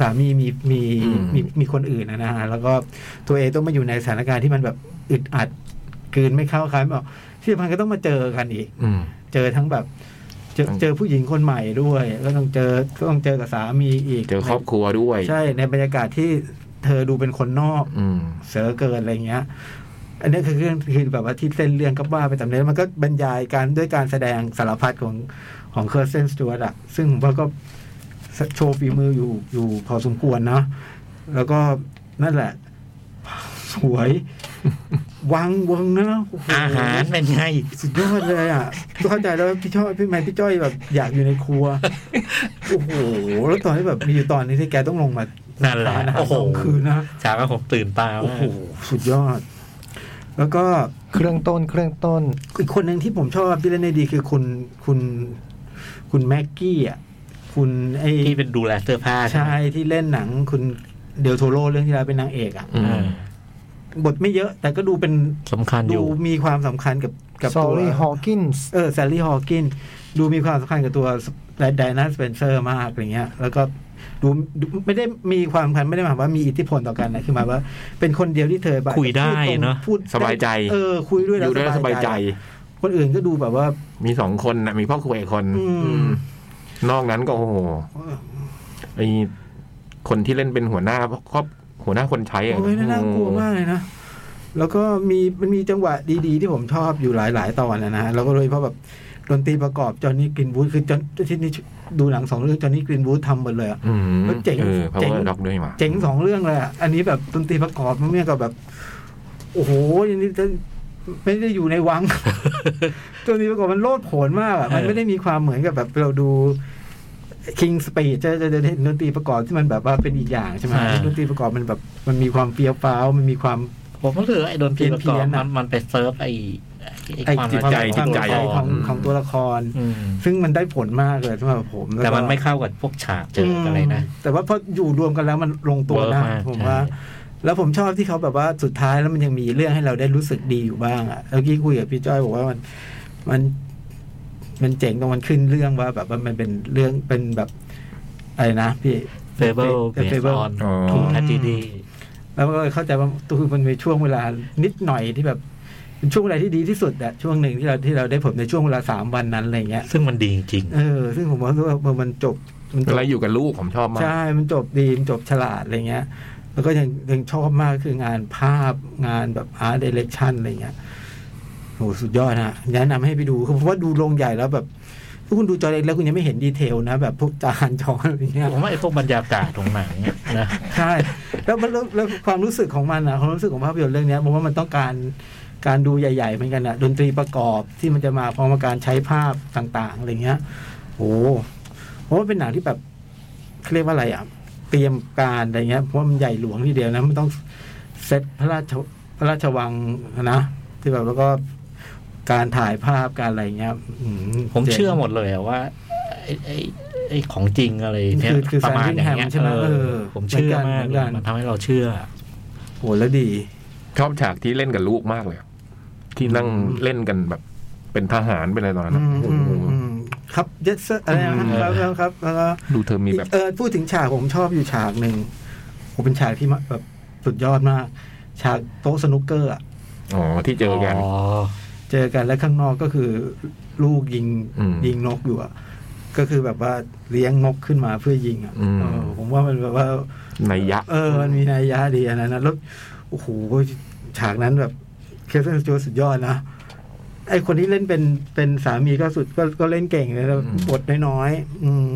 [SPEAKER 1] สามีมีมี
[SPEAKER 3] อืม
[SPEAKER 1] มีมีคนอื่นนะนะฮะแล้วก็ตัวเองต้องมาอยู่ในสถานการณ์ที่มันแบบอึดอัดกลืนไม่เข้าคายไม่ออกที่สำคัญก็ต้องมาเจอกันอีก
[SPEAKER 3] อืม
[SPEAKER 1] เจอทั้งแบบ เจอ
[SPEAKER 3] ทั้ง
[SPEAKER 1] เจอผู้หญิงคนใหม่ด้วยก็ต้องเจอก็ต้องเจอกับสามีอีก
[SPEAKER 3] เจอครอบครัวด้วย
[SPEAKER 1] ใช่ในบรรยากาศที่เธอดูเป็นคนนอก
[SPEAKER 3] อืม
[SPEAKER 1] เสือเกินอะไรเงี้ย อันนี้คือเรื่องคือแบบว่าที่เส้นเรื่องก็ว่าไปตามเนี้อมันก็บรรยายการด้วยการแสดงสารพัดของของเคอร์เซนสตูดอะซึ่งผมว่าก็โชว์ฝีมืออยู่อยู่พอสมควรเนาะแล้วก็นั่นแหละ สวย วังเวงนะโโ
[SPEAKER 4] อาหารเป็นไง
[SPEAKER 1] สุดยอดเลยอ่ะเข้าใจแล้วพี่จ้อยพี่แมนพี่จ้อยแบบอยากอยู่ในครัวโอ้โหแล้วตอนที่แบบมีอยู่ตอนนี้ที่แกต้องลงมา
[SPEAKER 4] นั่นแหละ
[SPEAKER 1] ทาอาาร
[SPEAKER 4] โอ้โห
[SPEAKER 1] สงคืนนะ
[SPEAKER 4] ฉากก็ผมตื่นตามาก
[SPEAKER 1] โอ้โห สุดยอด แล้วก็
[SPEAKER 2] เครื่องต้นเครื่องต้น
[SPEAKER 1] อีกคนหนึ่งที่ผมชอบที่เล่นได้ดีคือคุณคุณ คุณแม็กกี้อ่ะ คุณไอ้
[SPEAKER 4] ที่เป็นดูแลเสื้อผ้าใช่ไห
[SPEAKER 1] ชาม ยที่เล่นหนังคุณเดลโทโรเรื่องที่เราเป็นนางเอกอ่ะ
[SPEAKER 3] อืม
[SPEAKER 1] บทไม่เยอะ แต่ก็ดูเป็น
[SPEAKER 4] สำคัญอ
[SPEAKER 1] ดู
[SPEAKER 4] ยู่
[SPEAKER 1] มีความสำคัญกับกับ
[SPEAKER 2] ซอ
[SPEAKER 1] ตัว
[SPEAKER 2] รี่ฮอ w กินส์
[SPEAKER 1] เออแซลลี่ฮอว์กิน ดูมีความสำคัญกับตัวและไดนาสเปนเซอร์มากอะไรเงี้ย แล้วก็ดูดูไม่ได้มีความสำคัญไม่ได้หมายความว่ามีอิทธิพลต่อกันนะคือหมายว่า เป็นคนเดียวที่เธอแบบ
[SPEAKER 4] คุยได้
[SPEAKER 1] พูตรง
[SPEAKER 4] เนอะ
[SPEAKER 1] พูด
[SPEAKER 3] สบายใจ
[SPEAKER 1] เออ คุยด้วย
[SPEAKER 3] อ
[SPEAKER 1] แล้ว
[SPEAKER 3] ยู่ด้วยแล้วสบายใจ
[SPEAKER 1] คนอื่นก็ดูแบบว่า
[SPEAKER 3] มีสองคนนะมีพ่อครัวอีกคน
[SPEAKER 1] อืม
[SPEAKER 3] อืมนอกนั้นก็โอ้โหไอคนที่เล่นเป็นหัวหน้าครอบหัวหน้าคนใช้อะ
[SPEAKER 1] โอ้ยน่ากลัวมากเลยนะ แล้วก็มีมันมีจังหวะดีๆ ที่ผมชอบอยู่หลายๆ ตอนนะนะฮะแล้วก็โดยเฉพาะแบบดนตรีประกอบจอห์นนี่กรินวูดคือจอห์นที่นี่ดูหนังสองเรื่องจอห์นนี่กรินวูดทำหมดเลยอะ
[SPEAKER 3] อืม
[SPEAKER 1] แล้วเจ๋ง
[SPEAKER 3] เออพาว
[SPEAKER 1] เจ๋
[SPEAKER 3] เวอง ร์ล็อกด้วยมา
[SPEAKER 1] เจ๋งสองเรื่องเลยอ่ะ อันนี้แบบดนตรีประกอบมันเนี่ยกับแบบ โอ้โหอันนี้จะไม่ได้อยู่ในวั ง ดนตรีประกอบมันโลดโผนมากอ่ะ มันไม่ได้มีความเหมือนกับแบบเราดู King Speed จะจะจะเห็นดนตรีประกอบที่มันแบบว่าเป็นอีกอย่างใช่ไหม
[SPEAKER 4] อ่า
[SPEAKER 1] ดนตรีประกอบมันแบบมันมีความเฟี้ยวฟ้าวมันมีความ
[SPEAKER 4] ผมก็คือไอ้ดนตรีประกอ
[SPEAKER 1] เพี้
[SPEAKER 4] บ
[SPEAKER 1] ยนๆ
[SPEAKER 4] มั
[SPEAKER 1] อะ
[SPEAKER 4] นมันไปเซิร์ฟไอ้ไอ้ความ
[SPEAKER 1] จิต
[SPEAKER 4] ละ
[SPEAKER 1] ใจ
[SPEAKER 4] ใจ
[SPEAKER 1] จิ
[SPEAKER 4] จิ
[SPEAKER 1] ต
[SPEAKER 4] ต
[SPEAKER 1] ใจ
[SPEAKER 4] ใจ
[SPEAKER 1] ข
[SPEAKER 4] ข
[SPEAKER 1] อ
[SPEAKER 4] อง ง
[SPEAKER 1] ของตัวละคร
[SPEAKER 4] อืม
[SPEAKER 1] ซึ่งมันได้ผลมากเลยสำหรับผมล้ว
[SPEAKER 4] แต่
[SPEAKER 1] ก็
[SPEAKER 4] มันไม่เข้ากับพวกฉากเจออะไรนะ
[SPEAKER 1] แต่ว่าพออยู่รวมกันแล้วมันลงตัวนะ
[SPEAKER 4] เวิร์กมาก
[SPEAKER 1] ผมว่า
[SPEAKER 4] ใช่
[SPEAKER 1] แล้วผมชอบที่เขาแบบว่าสุดท้ายแล้วมันยังมีเรื่องให้เราได้รู้สึกดีอยู่บ้างอ่ะเมื่อกี้คุยกับพี่จ้อยบอกว่ามันมัน มันเจ๋งตรงมันขึ้นเรื่องว่า แบบว่ามันเป็นเรื่องเป็นแบบอะไรนะพี่
[SPEAKER 4] เฟเบิลเบสออน
[SPEAKER 3] อ๋อ
[SPEAKER 4] ทูทาจีดี
[SPEAKER 1] แล้วก็เลยเข้าใจว่าตัวคือมันมีช่วงเวลานิดหน่อยที่แบบเป็นช่วงเวลาที่ดีที่สุดอะช่วงหนึ่งที่เราที่เราได้ผมในช่วงเวลาสามวันนั้นอะไรเงี้ย
[SPEAKER 4] ซึ่งมันดีจริง
[SPEAKER 1] เออซึ่งผมว่าพอมันจบมันจ
[SPEAKER 3] เว
[SPEAKER 1] บ
[SPEAKER 3] ลาอยู่กับลูกผมชอบมาก
[SPEAKER 1] ใช่ มันจบดี มันจบฉลาดอะไรเงี้ย แล้วก็ยังยังชอบมากคืองานภาพงานแบบอาร์ตเดเรคชั่นอะไรเงี้ยโหสุดยอดนะแนะนำให้ไปดูคือเพราะว่าดูโรงใหญ่แล้วแบบ คุณดูจอเล็กแล้วคุณยังไม่เห็นดีเทลนะ แบบพวกจาน จออะไรเงี้ย
[SPEAKER 4] ผมว่าไอ้พวกบรรยากาศของหนังเนี่ยนะ
[SPEAKER 1] ใช่แล้วมันแล้วแล้วความรู้สึกของมันอะความรู้สึกของภาพยนตร์เรื่องเนี้ยผมว่ามันต้องการการดูใหญ่ ๆ เหมือนกันอะดนตรีประกอบที่มันจะมาพร้อมกับการใช้ภาพต่างๆอะไรเงี้ยโอ้ผมว่าเป็นหนังที่แบบเขาเรียกว่าอะไรอะเตรียมการอะไรเงี้ยเพราะว่ามันใหญ่หลวงทีเดียวนะมันต้องเซตพระราชพระราชวังนะที่แบบแล้วก็การถ่ายภาพการอะไรเงี้ยอื
[SPEAKER 4] ผมเชื่อหมดเลยอะว่าไอ้ไอ้ไอ้ของจริงอะไรเนี่ย
[SPEAKER 1] คือคือ
[SPEAKER 4] ประมาณอย่างเงี้ย
[SPEAKER 1] Sandringham ใช่ไหม
[SPEAKER 4] เออ
[SPEAKER 1] เออ
[SPEAKER 4] ผมเชื่อมาก
[SPEAKER 1] เหมือน
[SPEAKER 4] เล
[SPEAKER 1] กั
[SPEAKER 4] ย
[SPEAKER 1] น
[SPEAKER 4] มันทำให้เราเชื่อ
[SPEAKER 1] โหแล้วดี
[SPEAKER 3] ชอบฉากที่เล่นกับลูกมากเลย ที่นั่งเล่นกันแบบ เป็นทหารเป็นอะไรตอนนั้น
[SPEAKER 1] อื
[SPEAKER 3] อะ
[SPEAKER 1] ม
[SPEAKER 3] โอ้
[SPEAKER 1] อืม
[SPEAKER 3] โห
[SPEAKER 1] อืมครับเยสอะไรนะครับครับครับแล้วก็
[SPEAKER 3] ดูเธอมีแบบ
[SPEAKER 1] เออพูดถึงฉากผมชอบอยู่ฉากหนึ่งผมเป็นฉากที่มาแบบสุดยอดมาก ฉากโต๊ะสนุกเกอร์อะ
[SPEAKER 3] อ๋อ ที่เจอกัน
[SPEAKER 4] อ๋อ
[SPEAKER 1] เจอกันแล้วข้างนอกก็คือลูกยิง
[SPEAKER 3] อืม
[SPEAKER 1] ยิงนกอยู่อะก็คือแบบว่าเลี้ยงนกขึ้นมาเพื่อยิงอะ
[SPEAKER 3] อืม
[SPEAKER 1] เออผมว่ามันแบบว่า
[SPEAKER 3] ในยยะ
[SPEAKER 1] เออ มันมีนัยยะดีอันนั้นนะแล้วโอ้โห ฉากนั้นแบบเคสเซนสจวสุดยอดนะ ไอคนที่เล่นเป็นเป็นสามีก็สุดก็ก็เล่นเก่งเลยนะ
[SPEAKER 3] อืม
[SPEAKER 1] บทน้อยๆอืม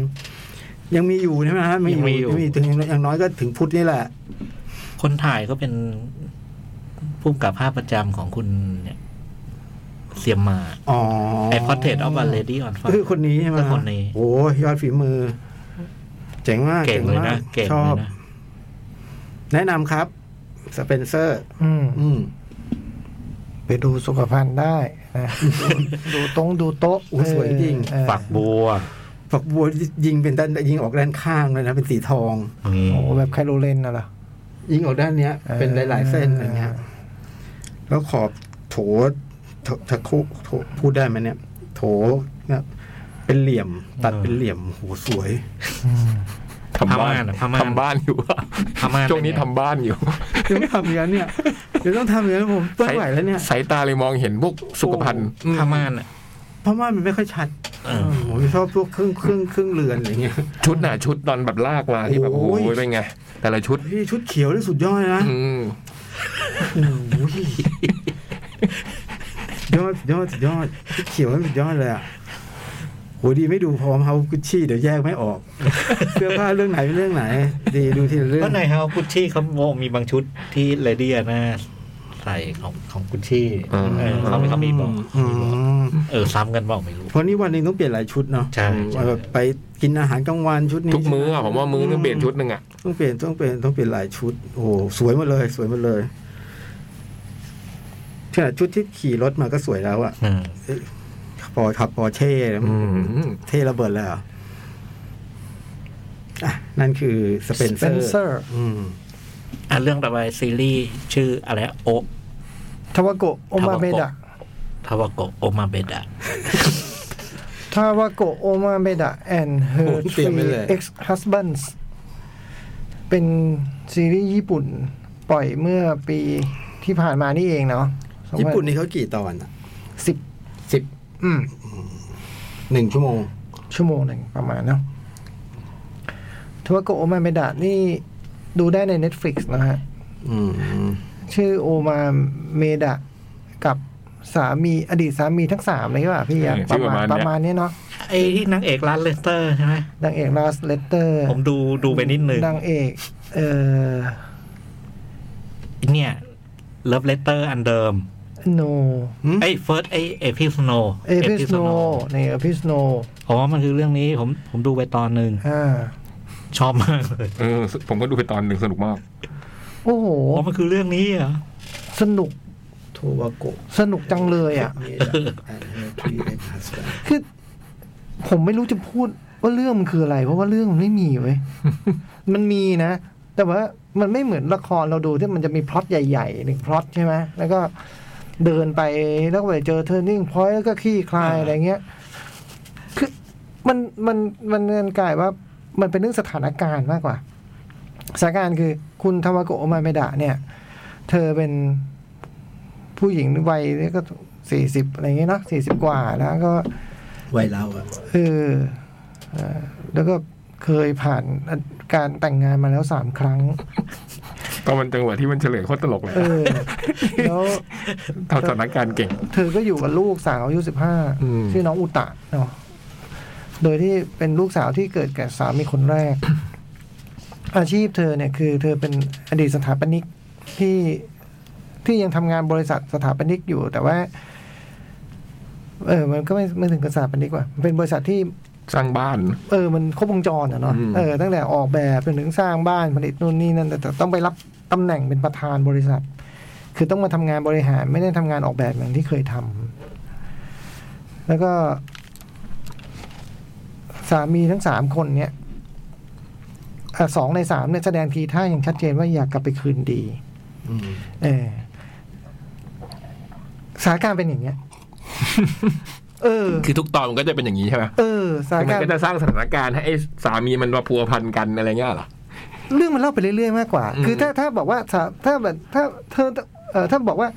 [SPEAKER 1] ยังมีอยู่ใช่ไหมฮะ
[SPEAKER 4] ยังมีอยู่
[SPEAKER 1] งมีถึงอย่างอย่างน้อยก็ถึงพุทธนี่แหละ
[SPEAKER 4] คนถ่ายก็เป็นผู้กำกับภาพประจำของคุณเนี่ยเซียมมา
[SPEAKER 1] อ๋อ
[SPEAKER 4] ไอพอเทสออฟ a เลดี้ออนฟ
[SPEAKER 1] ก็คือคนนี้ใช่ไหม
[SPEAKER 4] ก็คนนี้
[SPEAKER 1] โอ้ยยอดฝีมือ เจ๋งมาก
[SPEAKER 4] เก่งเลย
[SPEAKER 1] มา
[SPEAKER 4] นะ
[SPEAKER 1] ก
[SPEAKER 4] เก่ง
[SPEAKER 1] ช
[SPEAKER 4] เล
[SPEAKER 1] อย บ
[SPEAKER 4] นะ
[SPEAKER 1] แนะนำครับสเปนเซอร์
[SPEAKER 2] อืม
[SPEAKER 1] อืม
[SPEAKER 2] ไปดูสุขภัณฑ์ ได้นะดูตรงดูโต๊ะ
[SPEAKER 1] โอ้สวยจริง
[SPEAKER 2] เออ
[SPEAKER 3] ฝักบัว
[SPEAKER 1] ฝักบัวยิงเป็นด้านยิงออกด้านข้างเลยนะเป็นสีทอง
[SPEAKER 2] โอ้แบบไคโรเลนน่ะเหรอ
[SPEAKER 1] ยิงออกด้านเนี้ย
[SPEAKER 2] เออ
[SPEAKER 1] เป็นหลาย ๆ เส้นอะไรเงี้ยแล้วขอบโถโถตะคุโถพูดได้ไหมเนี่ย โถเนี่ยเป็นเหลี่ยมตัดเป็นเหลี่ยมโหสวย
[SPEAKER 3] ทำบ้าน
[SPEAKER 4] พม่าน
[SPEAKER 3] ทำบ้านอยู่อะ
[SPEAKER 4] พม่าน
[SPEAKER 3] ช่วงนี้
[SPEAKER 4] เป็นไง
[SPEAKER 3] ทำบ้านอยู่
[SPEAKER 1] เดี๋ยวต้องทำอย่างนั้นเนี่ยเดี๋ยวต้องทำอย่างนั้นผมเปิ้ลไหวแล้วเนี่ย
[SPEAKER 3] สายตาเลยมองเห็นพวกสุขภัณฑ์อืม
[SPEAKER 4] ผ้าม่านอะ
[SPEAKER 1] เพราะว่ามันไม่ค่อยชัด
[SPEAKER 4] เออ
[SPEAKER 1] ผมชอบพวกเครื่องเครื่องเครื่องเรือนอะไรเงี้ย
[SPEAKER 3] ชุดน่ะชุดตอนแบบลากมาที่แบบ
[SPEAKER 1] โอ้
[SPEAKER 3] โอ้
[SPEAKER 1] ย
[SPEAKER 3] ยเป็นไง แต่ละชุด
[SPEAKER 1] พี่ชุดเขียวนี่สุดยอดเลยนะ
[SPEAKER 3] อืม
[SPEAKER 1] โอ้ยสุดยอดสุดยอดสุดยอดชุดเขียวนี่สุดยอดเลยอ่ะโหดีไม่ดูพร้อมเฮากุชชี่เดี๋ยวแยกไม่ออกเสื้อผ้าเรื่องไหนเป็นเรื่องไหน ดีดูทีละเรื่
[SPEAKER 4] เพ
[SPEAKER 1] อง
[SPEAKER 4] ราะในเฮากุชชี่เขาบอกมีบางชุดที่เลดี้อาน่าใส่ของของกุชชี่เออเขาไม่เขามีบอก
[SPEAKER 1] อืม
[SPEAKER 4] เออซ้ำกันบอกไม่รู้
[SPEAKER 1] เพราะนี่วันหนึงต้องเปลี่ยนหลายชุดเนาะ
[SPEAKER 4] ใช่ใช่
[SPEAKER 1] แบบไปกินอาหารกลางวันชุดนี้
[SPEAKER 3] ทุกมื้ออะผมว่ามื้อนึงเปลี่ยนชุดหนึ่งอะ
[SPEAKER 1] ต้องเปลี่ยนต้องเปลี่ยนต้องเปลี่ยนหลายชุด โอ้โหสวยหมดเลย สวยหมดเลยขนาดชุดที่ขี่รถมาก็สวยแล้วอะ
[SPEAKER 4] อืม
[SPEAKER 1] พอขับพอเช่นะ
[SPEAKER 3] อืม
[SPEAKER 1] เท่ระเบิดเลยเหรออ่ะนั่นคือสเปนเซอ
[SPEAKER 2] Spencer
[SPEAKER 1] ร์ อืม
[SPEAKER 4] อ่ะเรื่องต่อไปซีรีส์ชื่ออะไรโอ
[SPEAKER 2] ทาวาโกะโอมาเบดะ
[SPEAKER 4] ทาวโกโอมาเบดะ
[SPEAKER 2] ทาวาโกะโอมาเบดะ and
[SPEAKER 1] โอ้
[SPEAKER 2] her
[SPEAKER 1] โห เตรียมไว้
[SPEAKER 2] three
[SPEAKER 1] เลย
[SPEAKER 2] ex husbands เป็นซีรีส์ญี่ปุ่น ปล่อยเมื่อปีที่ผ่านมานี่เองเนาะ
[SPEAKER 1] ญี่ปุ่นนี่เขากี่ตอนอะ
[SPEAKER 2] สิบ
[SPEAKER 1] สิบ
[SPEAKER 2] อืม
[SPEAKER 1] หนึ่งชั่วโมง
[SPEAKER 2] ชั่วโมงหนึ่งประมาณเนาะทวโกโอมาเมดะนี่ดูได้ใน Netflix นะฮะ
[SPEAKER 1] อืม
[SPEAKER 2] ชื่อโอมาเมดะกับสามีอดีตสามีทั้งสามเลยใช่ป่ะพี่ยักษ์
[SPEAKER 3] ชื่อประมาณเนี้ย
[SPEAKER 2] ประมาณเนี้ยเนาะ
[SPEAKER 4] ไอ้ที่นางเอกร้านเลสเตอร์ใช่ไหม
[SPEAKER 2] นางเอกลาสเลตเตอร์
[SPEAKER 4] ผมดูดูไปนิดนึง
[SPEAKER 2] นางเอก เออ
[SPEAKER 4] เนี่ยเลิฟเลตเตอร์อันเดิม
[SPEAKER 2] โน
[SPEAKER 1] อืม
[SPEAKER 4] ไอ้เฟิร์สไอ้เอพิสโน
[SPEAKER 2] เอพิสโนในเอพิสโน
[SPEAKER 4] อ๋อมันคือเรื่องนี้ผมผมดูไปตอนหนึ่ง
[SPEAKER 2] อ่า
[SPEAKER 4] ชอบมากเลย
[SPEAKER 3] เออผมก็ดูไปตอนหนึ่งสนุกมาก
[SPEAKER 2] โอ้โห
[SPEAKER 4] อ๋อมันคือเรื่องนี้เหรอ
[SPEAKER 2] สนุก
[SPEAKER 1] โทวาโกะ
[SPEAKER 2] สนุกจังเลยอ่ะ
[SPEAKER 1] เมดะ and her three ex-husbands
[SPEAKER 2] คือผมไม่รู้จะพูดว่าเรื่องมันคืออะไร เพราะว่าเรื่องมันไม่มีเว้ ย มันมีนะ แต่ว่ามันไม่เหมือนละครเราดูที่มันจะมีพล็อตใหญ่ๆหนึ่งพล็อตใช่ไหมแล้วก็เดินไปแล้วก็ไปเจอเทอร์นิ่งพอยแล้วก็ขี้คลายอะไรเงี้ย คือมันมันมันมันกลายว่า มันเป็นเรื่องสถานการณ์มากกว่า สถานการณ์คือคุณทาวาโกะโอมาเมดะเนี่ย เธอเป็นผู้หญิงวัยเนี่ยก็สี่สิบอะไรเงี้ยเนาะสี่สิบกว่าแล้วก็
[SPEAKER 1] วัยเราอะ
[SPEAKER 2] เออเอ่อแล้วก็เคยผ่านการแต่งงานมาแล้วสามครั้ง
[SPEAKER 3] ตอนมันจังหวะที่มันเฉลยโคตรตลกเลย
[SPEAKER 2] เอ อ แล้ว
[SPEAKER 3] ทำสถานการณ์เก่ง
[SPEAKER 2] เธอก็อยู่กับลูกสาวอายุสิบห้า
[SPEAKER 3] อืม
[SPEAKER 2] ชื่อน้องอุตะเนาะ โดยที่เป็นลูกสาวที่เกิดแก่สามีคนแรก อาชีพเธอเนี่ยคือเธอเป็นอดีตสถาปนิกที่ที่ยังทำงานบริษัทสถาปนิกอยู่ แต่ว่า เออ มันก็ไม่ไม่ถึงกับสถาปนิกว่ะมันเป็นบริษัทที่
[SPEAKER 3] สร้างบ้าน
[SPEAKER 2] เออ มันครบวงจรอ่ะเนาะ
[SPEAKER 3] อืม
[SPEAKER 2] เออ ตั้งแต่ออกแบบจนถึงสร้างบ้านผลิตนู่นนี่นั่น แต่แต่ต้องไปรับตำแหน่งเป็นประธานบริษัท คือต้องมาทำงานบริหารไม่ได้ทำงานออกแบบอย่างที่เคยทำ แล้วก็ สามีทั้งสามคนเนี่ยอ่ะสองในสามเนี่ยแสดงทีท่าอย่างชัดเจนว่าอยากกลับไปคืนดี
[SPEAKER 1] อืม
[SPEAKER 2] เออสถานการณ์เป็นอย่าง เงี้ย เออ
[SPEAKER 3] คือทุกตอนมันก็จะเป็นอย่างนี้ใช่ไหม
[SPEAKER 2] เออสถาน
[SPEAKER 3] คือมันก็
[SPEAKER 2] การณ์
[SPEAKER 3] จะสร้างสถานการณ์ให้ไอ้สามีมันมาพัวพันกันอะไรเงี้ยเหรอ
[SPEAKER 2] เรื่องมันเล่าไปเรื่อยๆมากกว่า
[SPEAKER 3] อืม
[SPEAKER 2] คือถ้าถ้าบอกว่าถ้าถ้าแบบถ้าเธอเอ่อถ้าบอกว่า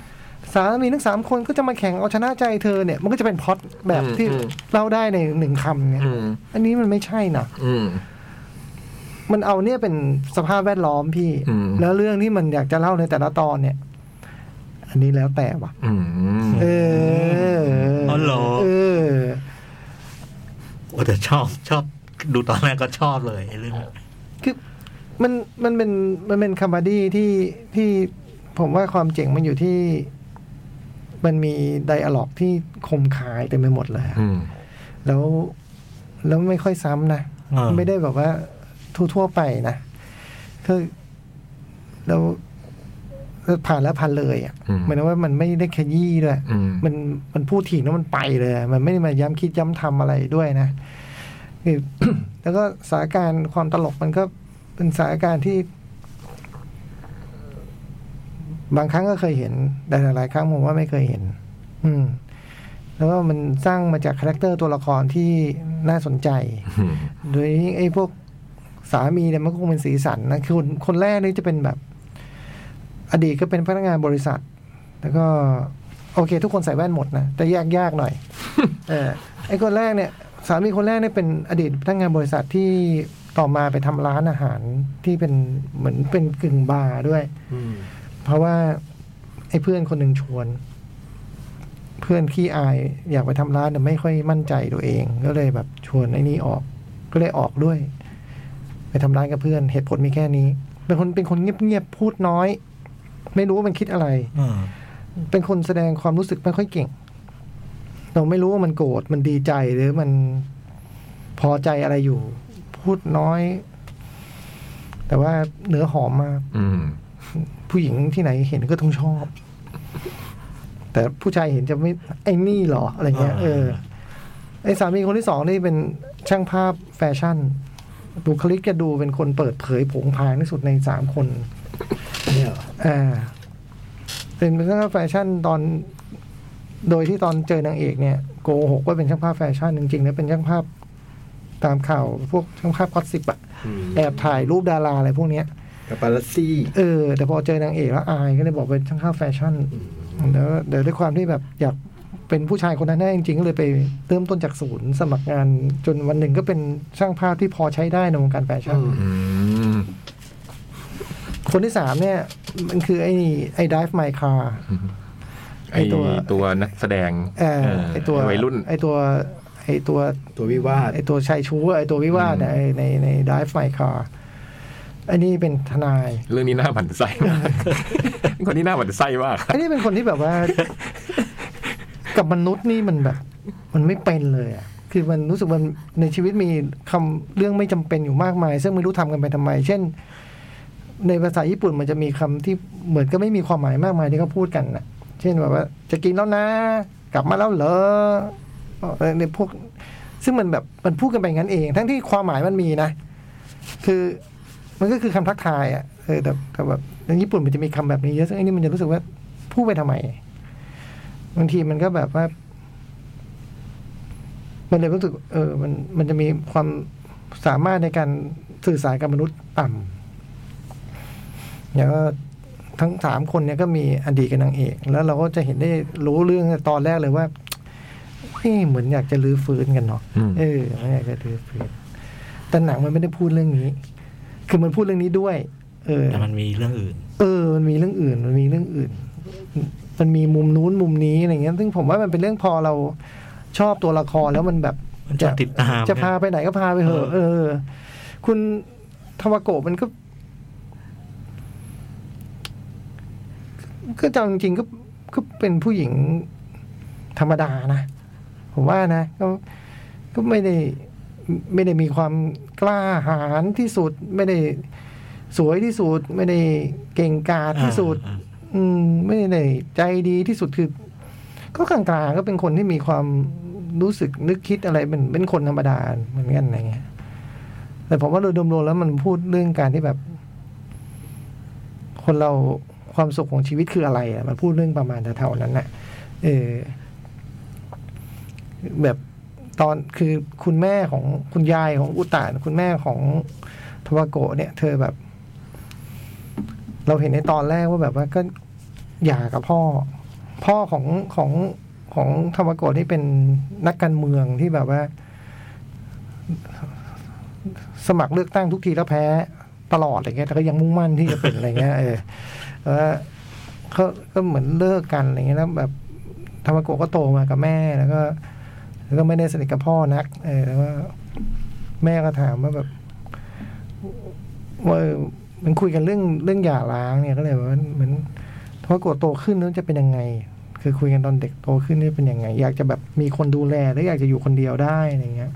[SPEAKER 2] สามีทั้งสามคนก็จะมาแข่งเอาชนะใจเธอเนี่ย มันก็จะเป็นพล็อตแบบที่เล่าได้ในหนึ่งคำเนี่ย
[SPEAKER 3] อืม
[SPEAKER 2] อันนี้มันไม่ใช่นะ
[SPEAKER 3] อืม
[SPEAKER 2] มันเอาเนี่ยเป็นสภาพแวดล้อมพี่
[SPEAKER 3] อืม
[SPEAKER 2] แล้วเรื่องที่มันอยากจะเล่าในแต่ละตอนเนี่ย อันนี้แล้วแต่ว่ะ
[SPEAKER 3] อืม
[SPEAKER 2] เออ
[SPEAKER 4] อ๋อเหรอ
[SPEAKER 2] เออ
[SPEAKER 4] โอ้แต่ชอบชอบดูตอนแรกก็ชอบเลยไอ้เรื่องนั้น
[SPEAKER 2] คือมันมันเป็นมันเป็นคอมเมดี้ที่ที่ผมว่าความเจ๋งมันอยู่ที่ มันมีไดอะล็อกที่คมคายเต็มไปหมดเลยอะ
[SPEAKER 3] อืม
[SPEAKER 2] แล้วแล้วไม่ค่อยซ้ำนะ
[SPEAKER 4] เออ
[SPEAKER 2] ไม่ได้แบบว่าทั่วๆไปนะคือแล้วแล้วผ่านแล้วผ่านเลยอ่ะ
[SPEAKER 3] อืม
[SPEAKER 2] หมายถึงว่ามันไม่ได้ขยี้ด้วย
[SPEAKER 3] อืม
[SPEAKER 2] มันมันพูดถี่แล้วมันไปเลยอะมันไม่ได้มาย้ำคิดย้ำทำอะไรด้วยนะคือ แล้วก็สถานการณ์ความตลกมันก็เป็นสถานการณ์ที่ บางครั้งก็เคยเห็น แต่หลายๆครั้งผมว่าไม่เคยเห็น อืม แล้วก็มันสร้างมาจากคาแรคเตอร์ตัวละครที่น่าสนใจ
[SPEAKER 3] อืม
[SPEAKER 2] โดยไอ้พวกสามีเนี่ยมันก็คงเป็นสีสันนะคือคนคนแรกนี่จะเป็นแบบ อดีตก็เป็นพนักงานบริษัท แล้วก็ โอเค ทุกคนใส่แว่นหมดนะแต่แยกยากหน่อย เออไอ้คนแรกเนี่ย สามีคนแรกเนี่ยเป็นอดีตพนักงานบริษัทที่ต่อมาไปทำร้านอาหารที่เป็นเหมือนเป็นกึ่งบาร์ด้วย
[SPEAKER 1] อืม
[SPEAKER 2] เพราะว่า ไอ้เพื่อนคนหนึ่งชวน เพื่อนขี้อาย อยากไปทำร้านแต่ไม่ค่อยมั่นใจตัวเอง ก็เลยแบบชวนไอ้นี่ออก ก็เลยออกด้วย ไปทำร้านกับเพื่อน เหตุผลมีแค่นี้ เป็นคนเป็นคนเงียบๆพูดน้อย ไม่รู้ว่ามันคิดอะไร
[SPEAKER 4] เออ
[SPEAKER 2] เป็นคนแสดงความรู้สึกไม่ค่อยเก่ง เราไม่รู้ว่ามันโกรธ มันดีใจหรือมันพอใจอะไรอยู่ พูดน้อย แต่ว่าเนื้อหอมมาก
[SPEAKER 3] อืม
[SPEAKER 2] ผู้หญิงที่ไหนเห็นก็ต้องชอบ แต่ผู้ชายเห็นจะไม่ไอ้นี่เหรอ อะไรเงี้ยเออไอสามีคนที่สองนี่เป็นช่างภาพแฟชั่นบุคลิกจะดูเป็นคนเปิดเผยโผงผางที่สุดในสามคน
[SPEAKER 1] เนี่ยเหรอ
[SPEAKER 2] อ่า เป็นช่างภาพแฟชั่นตอน โดยที่ตอนเจอนางเอกเนี่ยโกหกว่าเป็นช่างภาพแฟชั่นจริงๆแล้วเป็นช่างภาพตามข่าว พวกช่างภาพกอสซิบอะ
[SPEAKER 1] ม
[SPEAKER 2] แอบถ่ายรูปดาราอะไรพวกเนี้ย
[SPEAKER 1] กับปาลาซี่
[SPEAKER 2] เออแต่พอเจอนางเอกแล้วอายก็เลยบอกเป็นช่างภาพแฟชั่นแล้วเดี๋ยวด้วยความที่แบบอยากเป็นผู้ชายคนนั้นแน่จริงๆก็เลยไปเริ่มต้นจากศูนย์สมัครงานจนวันหนึ่งก็เป็นช่างภาพที่พอใช้ได้ในวงการแฟชั่น
[SPEAKER 3] อืม
[SPEAKER 2] คนที่สามเนี่ย มันคือไอ้นี่ไอ้ Drive My Car
[SPEAKER 3] ไอ้
[SPEAKER 2] ไอ้ตัว
[SPEAKER 3] ตัวนักแสดง
[SPEAKER 2] เออ
[SPEAKER 3] เ
[SPEAKER 2] ไอ้ตัว
[SPEAKER 3] วัยรุ่น
[SPEAKER 2] ไอ้ตัวไอ้ตัว
[SPEAKER 1] ตัววิวาท
[SPEAKER 2] ไอตัวชายชู้ไอตัววิวาทเนี่ยไอ้ในในไดฟ์ไมคาร์อันนี้เป็นทนาย
[SPEAKER 3] เรื่องนี้น่าหมันไส้มาก คนนี้น่าหมันไส้มาก
[SPEAKER 2] อันนี้เป็นคนที่แบบว่า กับมนุษย์นี่มันแบบ มันไม่เป็นเลยอ่ะ คือมันรู้สึกมันในชีวิตมีคำเรื่องไม่จำเป็นอยู่มากมาย ซึ่งไม่รู้ทำกันไปทำไม เช่น ในภาษาญี่ปุ่นมันจะมีคำที่เหมือนก็ไม่มีความหมายมากมายที่เขาพูดกันนะเช่นแบบว่า จะกินแล้วนะ กลับมาแล้วเหรอเออในพวก ซึ่งมันแบบมันพูดกันไปงั้นเอง ทั้งที่ความหมายมันมีนะ คือมันก็คือคำทักทายอ่ะเออแต่แต่แบบในญี่ปุ่นมันจะมีคำแบบนี้เยอะซึ่งไอ้นี่มันจะรู้สึกว่าพูดไปทำไม บางทีมันก็แบบว่า มันเลยรู้สึก เออ มันมันจะมีความสามารถในการสื่อสารกับมนุษย์ต่ำแล้วก็ทั้งสามคนเนี่ยก็มีอดีตกับนางเอก แล้วเราก็จะเห็นได้รู้เรื่องตอนแรกเลยว่าเอ้เหมือนอยากจะรื้อฟื้นกันเนาะ เออมันอยากจะรื้อฟื้นแต่หนังมันไม่ได้พูดเรื่องนี้ คือมันพูดเรื่องนี้ด้วย เออ
[SPEAKER 4] แต่มันมีเรื่องอื่น
[SPEAKER 2] เออ มันมีเรื่องอื่น มันมีเรื่องอื่น มันมีมุมนู้นมุมนี้อะไรเงี้ย ซึ่งผมว่ามันเป็นเรื่องพอเราชอบตัวละครแล้วมันแบบ
[SPEAKER 4] มันจะติดตาม
[SPEAKER 2] จะพาไปไหนก็พาไปเถอะเออ คุณทาวาโกะมันก็ก็จำจริงๆก็ก็เป็นผู้หญิงธรรมดานะ ผมว่านะ ก็ก็ไม่ได้ ไม่ได้มีความกล้าหาญที่สุด ไม่ได้สวยที่สุด ไม่ได้เก่งกาจที่สุด
[SPEAKER 4] อ่า
[SPEAKER 2] อืมไม่ได้ใจดีที่สุดคือ ก็กลางกลางๆก็เป็นคนที่มีความรู้สึกนึกคิดอะไรเป็นเป็นคนธรรมดาเหมือนกันอะไรเงี้ยแต่ผมว่าโดยรวมๆแล้วมันพูดเรื่องการที่แบบ คนเราความสุขของชีวิตคืออะไรอ่ะมันพูดเรื่องประมาณแถวๆนั้นน่ะ เออ แบบตอนคือคุณแม่ของคุณยายของอุตตานคุณแม่ของทวาโกะเนี่ย เธอแบบ เราเห็นในตอนแรกว่าแบบว่าก็หย่ากับพ่อ พ่อของของของธรรมโกฏนี่เป็นนักการเมืองที่แบบว่า สมัครเลือกตั้งทุกทีแล้วแพ้ตลอดอะไรเงี้ยแต่ก็ยังมุ่งมั่นที่จะเป็นอะไรเงี้ยเออแล้วเขาก็เหมือนเลิกกันอะไรเงี้ยแล้วแบบธรรมโกฏก็โตมากับแม่แล้วก็ แล้วก็ไม่ได้สนิทกับพ่อนัก เออแล้วก็แม่ก็ถามว่าแบบ ว่าเออมันคุยกันเรื่องเรื่องหย่าร้างเนี่ยก็เลยแบบว่าเหมือนถ้าโกรธโตขึ้นแล้วจะเป็นยังไง คือคุยกันตอนเด็กโตขึ้นนี่เป็นยังไง อยากจะแบบมีคนดูแลหรืออยากจะอยู่คนเดียวได้อะไรเงี้ย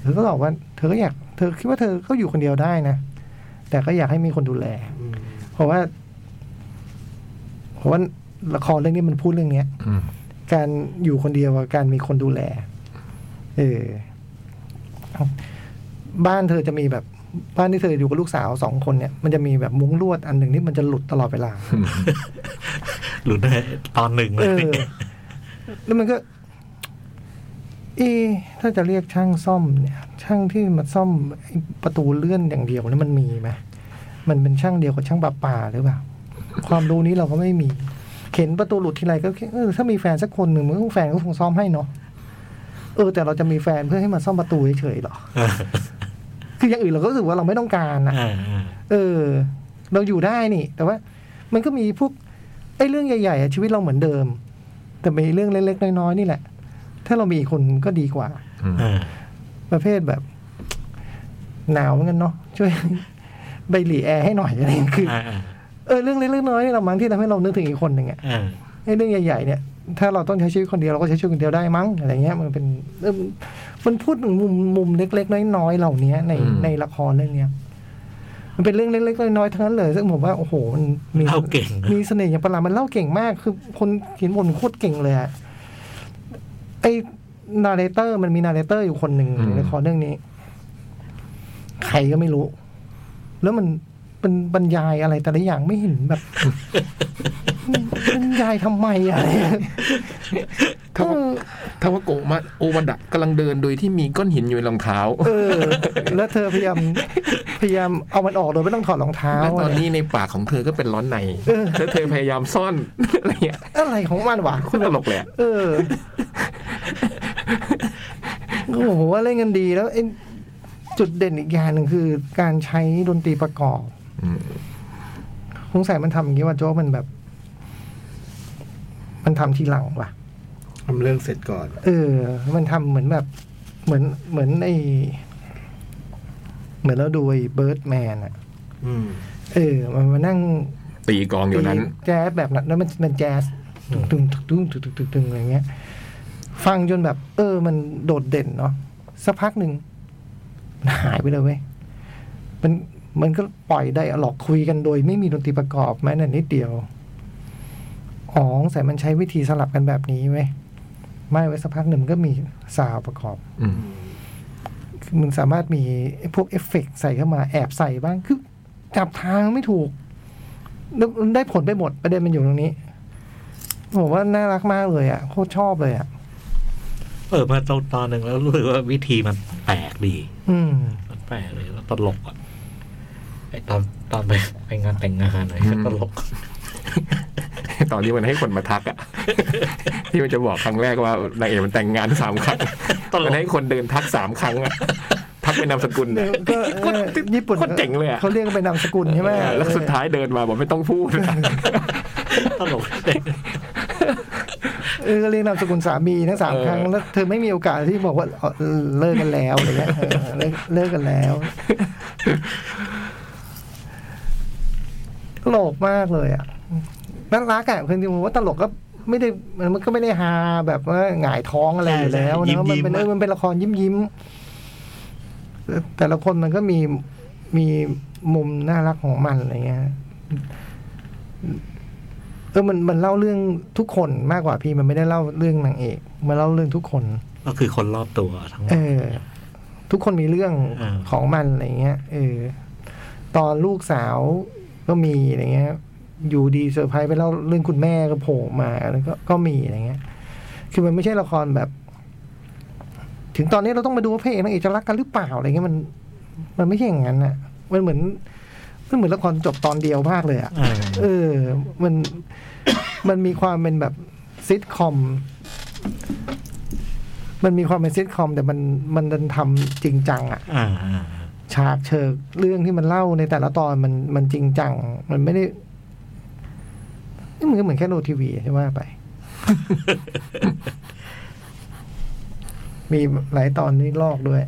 [SPEAKER 2] เธอก็บอกว่าเธอก็อยากเธอคิดว่าเธอก็อยู่คนเดียวได้นะแต่ก็อยากให้มีคนดูแล เพราะว่าเพราะว่าละครเรื่องนี้มันพูดเรื่องเนี้ย
[SPEAKER 3] อืม
[SPEAKER 2] การอยู่คนเดียวกับการมีคนดูแล เออ บ้านเธอจะมีแบบบ้านที่เธออยู่กับลูกสาวสองคนเนี่ย มันจะมีแบบมุ้งลวดอันหนึ่งที่มันจะหลุดตลอดเวลา
[SPEAKER 4] หรือในตอนหนึ่งเล
[SPEAKER 2] เอย อ แล้วมันก็ เอะถ้าจะเรียกช่างซ่อมเนี่ย ช่างที่มาซ่อมไอ้ประตูเลื่อนอย่างเดียวเนี่ยมันมีไหมมันเป็นช่างเดียวกับช่างปลาปลาหรือเปล่า ความรู้นี้เราก็ไม่มี เข็นประตูหลุดทีไรก็คิดเออถ้ามีแฟนสักคนหนึ่งมันก็คงแฟนก็คงซ่อมให้เนาะเออ แต่เราจะมีแฟนเพื่อให้มาซ่อมประตูเฉยๆเหรอ คืออย่างอื่นเราก็รู้สึกว่าเราไม่ต้องการนะ
[SPEAKER 4] อ่าอ่า
[SPEAKER 2] เออ เราอยู่ได้นี่ แต่ว่า มันก็มีพวกไอ้เรื่องใหญ่ๆอะชีวิตเราเหมือนเดิม แต่มีเรื่องเล็กๆน้อยๆนี่แหละ ถ้าเรามีอีกคนก็ดีกว่า
[SPEAKER 3] อืม
[SPEAKER 4] อ่า
[SPEAKER 2] ประเภทแบบ หนาวเหมือนกันเนาะช่วย ใบหลีแอร์ให้หน่อยอะไรอย่างเงี้ยคือ
[SPEAKER 4] อ่าอ่า
[SPEAKER 2] เออเรื่องเล็กๆน้อยๆนี่เรามั้งที่ทำให้เรานึกถึงอีกคนหนึ่งอะ
[SPEAKER 4] อ่า
[SPEAKER 2] ไอ้เรื่องใหญ่ๆเนี่ย ถ้าเราต้องใช้ชีวิตคนเดียวเราก็ใช้ชีวิตคนเดียวได้มั้งอะไรเงี้ย มันเป็นเออมันพูดถึงมุมมุมเล็กๆน้อยๆเหล่านี้ในในละครเรื่องเนี้ย มันเป็นเรื่องเล็กๆน้อยๆทั้งนั้นเลยซึ่งผมว่าโอ้โหมันมี
[SPEAKER 4] เล่าเก่ง
[SPEAKER 2] มีเสน่ห์อย่างประหลาดมันเล่าเก่งมากคือคนเขียนบทโคตรเก่งเลยอะไอ้นาเรเตอร์มันมีนาเรเตอร์อยู่คนหนึ่งในละครเรื่องนี้ ใครก็ไม่รู้ แล้วมันเป็นบรรยายอะไรแต่ละอย่างไม่เห็นแบบ บรรยายทำไมอะไร
[SPEAKER 3] ถ้าว่าถ้าว่าโกะมาโอวาดะกำลังเดินโดยที่มีก้อนหินอยู่ในรองเท้า
[SPEAKER 2] เออ แล้วเธอพยายามพยายามเอามันออกโดยไม่ต้องถอดรองเท้า
[SPEAKER 3] แล้วตอน
[SPEAKER 2] อะไร
[SPEAKER 3] นี้ในปากของเธอก็เป็นร้อนใน
[SPEAKER 2] เออ
[SPEAKER 3] แล้วเธอพยายามซ่อน อะไรเงี้ย
[SPEAKER 2] อะไรของมันวะ
[SPEAKER 3] โคุณตลกแหลยอะ
[SPEAKER 2] เออโอ้โหว่าเล่นกันดีแล้วไอ้จุดเด่นอีกอย่างหนึ่งคือ การใช้ดนตรีประกอบ
[SPEAKER 3] อืม
[SPEAKER 2] คงใส่มันทำอย่างนี้ว่าโจ๊กมันแบบ มันทำทีหลังว่ะ
[SPEAKER 1] ทำเรื่องเสร็จก่อน
[SPEAKER 2] เออ มันทำเหมือนแบบ เหมือนเหมือนไอเหมือนเราดูไอ้เบิร์ดแมนอะ
[SPEAKER 1] อืม
[SPEAKER 2] เออ มันมานั่ง
[SPEAKER 3] ตีกลองอยู่นั้น
[SPEAKER 2] แจ๊สแบบนั้นแล้วมันมันแจ๊สตึงตึงตึงตึงตึงตึงอะไรเงี้ย ฟังจนแบบ เออ มันโดดเด่นเนาะสักพักหนึ่งมันหายไปเลยเว้ยมันมันก็ปล่อยได้หลอกคุยกันโดยไม่มีดนตรีประกอบแม้แต่นิดเดียวอ๋องใส่มันใช้วิธีสลับกันแบบนี้เว้ยไม่ไว้ยสักพักหนึ่งมันก็มีสาวด์ประกอบ
[SPEAKER 3] อืม
[SPEAKER 2] คือมันสามารถมีไอ้พวกเอฟเฟกต์ใส่เข้ามาแอบใส่บ้าง คือจับทางไม่ถูกแล้วมันได้ผลไปหมดประเด็นมันอยู่ตรงนี้ผมว่าน่ารักมากเลยอ่ะ โคตรชอบเลยอ่ะ
[SPEAKER 4] เออมาตอนตอนหนึ่งแล้วรู้สึกว่าวิธีมันแปลกดี
[SPEAKER 2] อืม
[SPEAKER 4] มันแปลกเลยแล้วตลกอ่ะไอตอนตอนไปไปงานแต่งงานอะไรก็ตลก
[SPEAKER 3] ตอนนี้มันให้คนมาทักอะ ที่มันจะบอกครั้งแรกว่านางเอกมันแต่งงานสามครั้ง
[SPEAKER 4] ตลก
[SPEAKER 3] มันให้คนเดินทักสามครั้งอะทักเป็นนามสกุลอะ
[SPEAKER 2] ก็
[SPEAKER 3] โคตร
[SPEAKER 2] ญี่ปุ่น
[SPEAKER 3] โคตรเจ๋งเลยอะ
[SPEAKER 2] เขาเรียกกันเป็นนามสกุลใช่ไหม
[SPEAKER 3] แล้วสุดท้ายเดินมาบอกไม่ต้องพูด
[SPEAKER 4] ตลกเลย
[SPEAKER 2] เอ เออก็เรียกนามสกุลสามีทั้งสามครั้งแล้วเธอไม่มีโอกาสที่บอกว่าเออเลิกกันแล้วอะไรเงี้ยเออเลิกเลิกกัน แล้วตลกมากเลยอ่ะน่ารักอ่ะคือจริงๆผมว่าตลกก็ไม่ได้มันก็ไม่ได้ฮาแบบว่าหงายท้องอะไรอยู่แล้ว
[SPEAKER 6] ใช่
[SPEAKER 2] นะ
[SPEAKER 6] ใช่
[SPEAKER 2] มัน
[SPEAKER 6] ยิ้
[SPEAKER 2] เป็น
[SPEAKER 6] มๆ
[SPEAKER 2] เอ
[SPEAKER 6] อะ
[SPEAKER 2] อมันเป็นละครยิ้มยิ้มๆแต่ละคนมันก็มีมีมุมน่ารักของมันอะไรเงี้ยเออมันมันเล่าเรื่องทุกคนมากกว่าพี่มันไม่ได้เล่าเรื่องนางเอกมันเล่าเรื่องทุกคน
[SPEAKER 4] ก็คือคนรอบตัวทั้งหม
[SPEAKER 2] เอ
[SPEAKER 4] ด
[SPEAKER 2] อ ทุกคนมีเรื่อง
[SPEAKER 4] อ่า
[SPEAKER 2] ของมันอะไรเงี้ยเออ ตอนลูกสาวก็มีอะไรเงี้ย อยู่ดีเซอร์ไพรส์ไปเล่าเรื่องคุณแม่ก็โผล่มาแล้วก็ก็มีอะไรเงี้ย คือมันไม่ใช่ละครแบบ ถึงตอนนี้เราต้องมาดูว่าพระเอกนางเอกจะรักกันหรือเปล่าอะไรเงี้ยมัน มันไม่ใช่อย่างนั้นอ่ะ มันเหมือนมันเหมือนละครจบตอนเดียวภาคเลยอ่ะ
[SPEAKER 4] อ่า
[SPEAKER 2] เออ มัน มันมีความเป็นแบบซิทคอม มันมีความเป็นซิทคอม แต่มันมันดันทำจริงจังอะ
[SPEAKER 4] อ่าอ่า
[SPEAKER 2] ฉากเชิงเรื่องที่มันเล่าในแต่ละตอนมันมันจริงจัง มันไม่ได้นี่มันก็เหมือนแค่โรทีวีใช่ว่าไป มีหลายตอนที่ลอกด้วย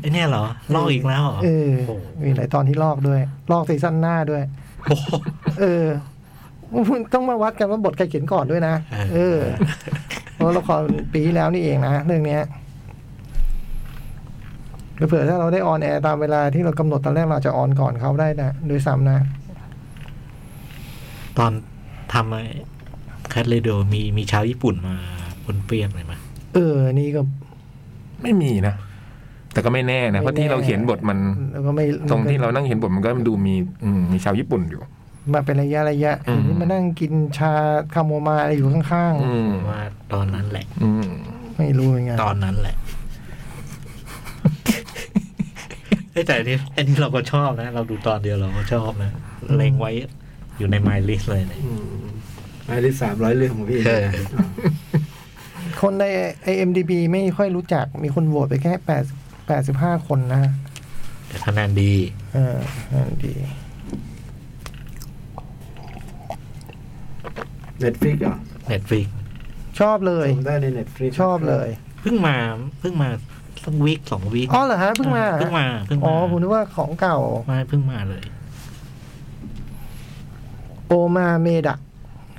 [SPEAKER 4] ไอเนี่ยเหรอลอกอีกแล้วเหรอ
[SPEAKER 2] เออ
[SPEAKER 4] โอ้โห
[SPEAKER 2] มีหลายตอนที่ลอกด้วย ลอกซีซั่นหน้าด้วย
[SPEAKER 4] โอ้โห
[SPEAKER 2] เออมันต้องมาวัดกันว่าบทใครเขียนก่อนด้วยนะ เอ
[SPEAKER 4] เอ
[SPEAKER 2] อ
[SPEAKER 4] อ
[SPEAKER 2] เพราะละครปีที่แล้วนี่เองนะเรื่องเนี้ยเผื่อถ้าเราได้ออนแอร์ตามเวลาที่เรากำหนดตอนแรกเราอาจจะออนก่อนเขาได้นะโดวยซ้ำนะ
[SPEAKER 4] ตอนทำไอ้แคทเรดิโอมีมีชาวญี่ปุ่นมาปนเปี้ยนเลยมั้ย
[SPEAKER 2] เออ นี่ก็
[SPEAKER 3] ไม่มีนะ แต่ก็ไม่แน่นะ เพราะที่เราเขียนบทมัน
[SPEAKER 2] แล้วก็ไม่
[SPEAKER 3] ตรงที่เรานั่งเขียนบทมันก็ดูมีอืมมีชาวญี่ปุ่นอยู่
[SPEAKER 2] มาเป็นระยะระยะ
[SPEAKER 3] อืม
[SPEAKER 2] นี่มานั่งกินชาคาโมไมาอะไรอยู่ข้าง
[SPEAKER 3] อืม
[SPEAKER 4] ว่าตอนนั้นแหละ
[SPEAKER 3] อืม
[SPEAKER 2] ๆ ไม่รู้ยังไง
[SPEAKER 4] ตอนนั้นแหละ เอ้ยแต่อันนี้อันนี้เราก็ชอบนะ เราดูตอนเดียวเราก็ชอบนะ เล็งไว้อยู่ใน My List เลย เนี่ย
[SPEAKER 1] ไอ้ที่สามร้อยเรื่องของพี่
[SPEAKER 4] เออ
[SPEAKER 2] คนใน IMDB ไม่ค่อยรู้จักมีคนโหวตไปแค่แปดแปดสิบห้าคนนะ
[SPEAKER 4] แต่คะแนนดี
[SPEAKER 2] เออนั่นดี
[SPEAKER 1] เน็ตฟลิกเหรอ
[SPEAKER 4] Netflix
[SPEAKER 2] ชอบเลย
[SPEAKER 1] ชมได้ในเน็ตฟลิก
[SPEAKER 2] ชอบเลย
[SPEAKER 4] เพิ่งมาเพิ่งมาสักวีคสองวีค
[SPEAKER 2] อ๋อเหรอฮะเพิ่งมา
[SPEAKER 4] เพิ่งมาเพิ่งมา
[SPEAKER 2] อ๋อผมนึกว่าของเก่า
[SPEAKER 4] ไม่เพิ่งมาเลย
[SPEAKER 2] โอมาเมดะ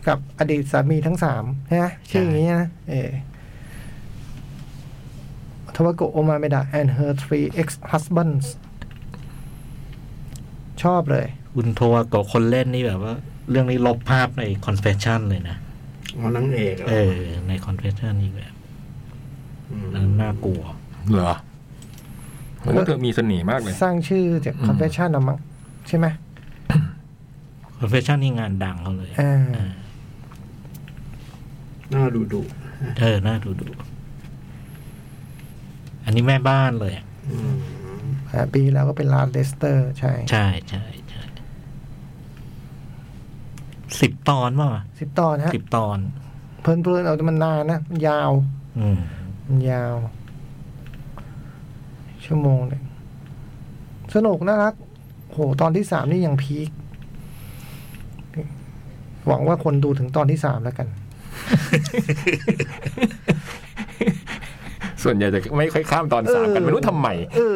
[SPEAKER 2] กับอดีตสามีทั้งสามใช่ไหมชื่ออย่างนี้นะเออทวากโอมาเมดะ and her three ex husbands ชอบเลย
[SPEAKER 4] คุณโทวากับคนเล่นนี่แบบว่า เรื่องนี้ลบภาพใน Confession เลยนะ
[SPEAKER 1] อ๋อนางเอกเหรอ
[SPEAKER 4] เออ ใน Confession อีกแบบ
[SPEAKER 1] ม
[SPEAKER 4] นั้นน่ากลัว
[SPEAKER 3] เหรอเหมือนว่าเธอมีเสน่ห์มากเลย
[SPEAKER 2] สร้างชื่อจาก confession นะมั้งใช่ไหม
[SPEAKER 4] Confession นี่งานดังเขาเลย
[SPEAKER 2] อ่า
[SPEAKER 4] อ่า
[SPEAKER 1] น่าดูดู
[SPEAKER 4] เออน่าดูดู อันนี้แม่บ้านเลยอะ
[SPEAKER 1] อืม
[SPEAKER 2] อ่าปีแล้วก็เป็นลาเลสเตอร์ ใช่
[SPEAKER 4] ใช่ใช่ใช่สิบตอนป่ะวะ
[SPEAKER 2] สิบตอนฮะ
[SPEAKER 4] สิบตอน
[SPEAKER 2] เพลินเพลินๆเอาแต่มันนานนะมันยาว
[SPEAKER 4] อืม
[SPEAKER 2] มันยาว ชั่วโมงหนึ่งสนุกน่ารัก โห ตอนที่สามนี่ยังพีคหวังว่าคนดูถึงตอนที่สามแล้วกัน
[SPEAKER 3] ส่วนใหญ่จะไม่ค่อยข้ามตอนสามกันไม่รู้ทำไม
[SPEAKER 2] เออ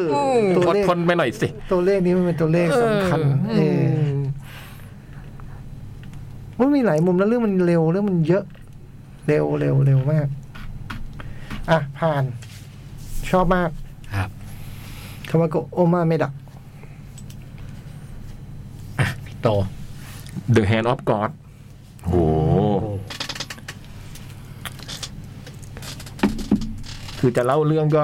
[SPEAKER 2] ตัว
[SPEAKER 3] อด
[SPEAKER 2] เลข
[SPEAKER 3] ทนไปหน่อยสิ
[SPEAKER 2] ตัวเลขนี้มันเป็นตัวเลขสำคัญเออมันมีหลายมุมแล้วเรื่องมันเร็วเรื่องมันเยอะ เร็วเร็วเร็วมาก อ่ะ ผ่าน ชอบมาก
[SPEAKER 4] ครับ
[SPEAKER 2] คำว่าโอมาเมดะ
[SPEAKER 4] อ่ะพี่โต
[SPEAKER 3] The Hand of God โห คือจะเล่าเรื่องก็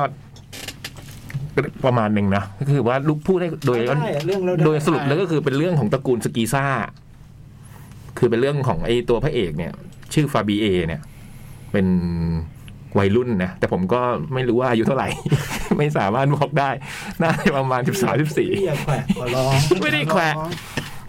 [SPEAKER 3] ประมาณหนึ่งนะ ก็คือว่าลูกพูดได้โดย
[SPEAKER 1] ได้อะเรื่องเราไ
[SPEAKER 3] โดยสรุปแล้วก็คือเป็นเรื่องของตระกูลสกีซ่า คือเป็นเรื่องของไอ้ตัวพระเอกเนี่ย ชื่อฟาบีเอเนี่ย เป็นวัยรุ่นนะ แต่ผมก็ไม่รู้ว่าอายุเท่าไห ร่ ไม่สามารถบอกได้ น่าจะประมาณสิบสามสิบสี่
[SPEAKER 1] พี่อย่าแขวะขอร้อง
[SPEAKER 3] ไม่ได้แขวะ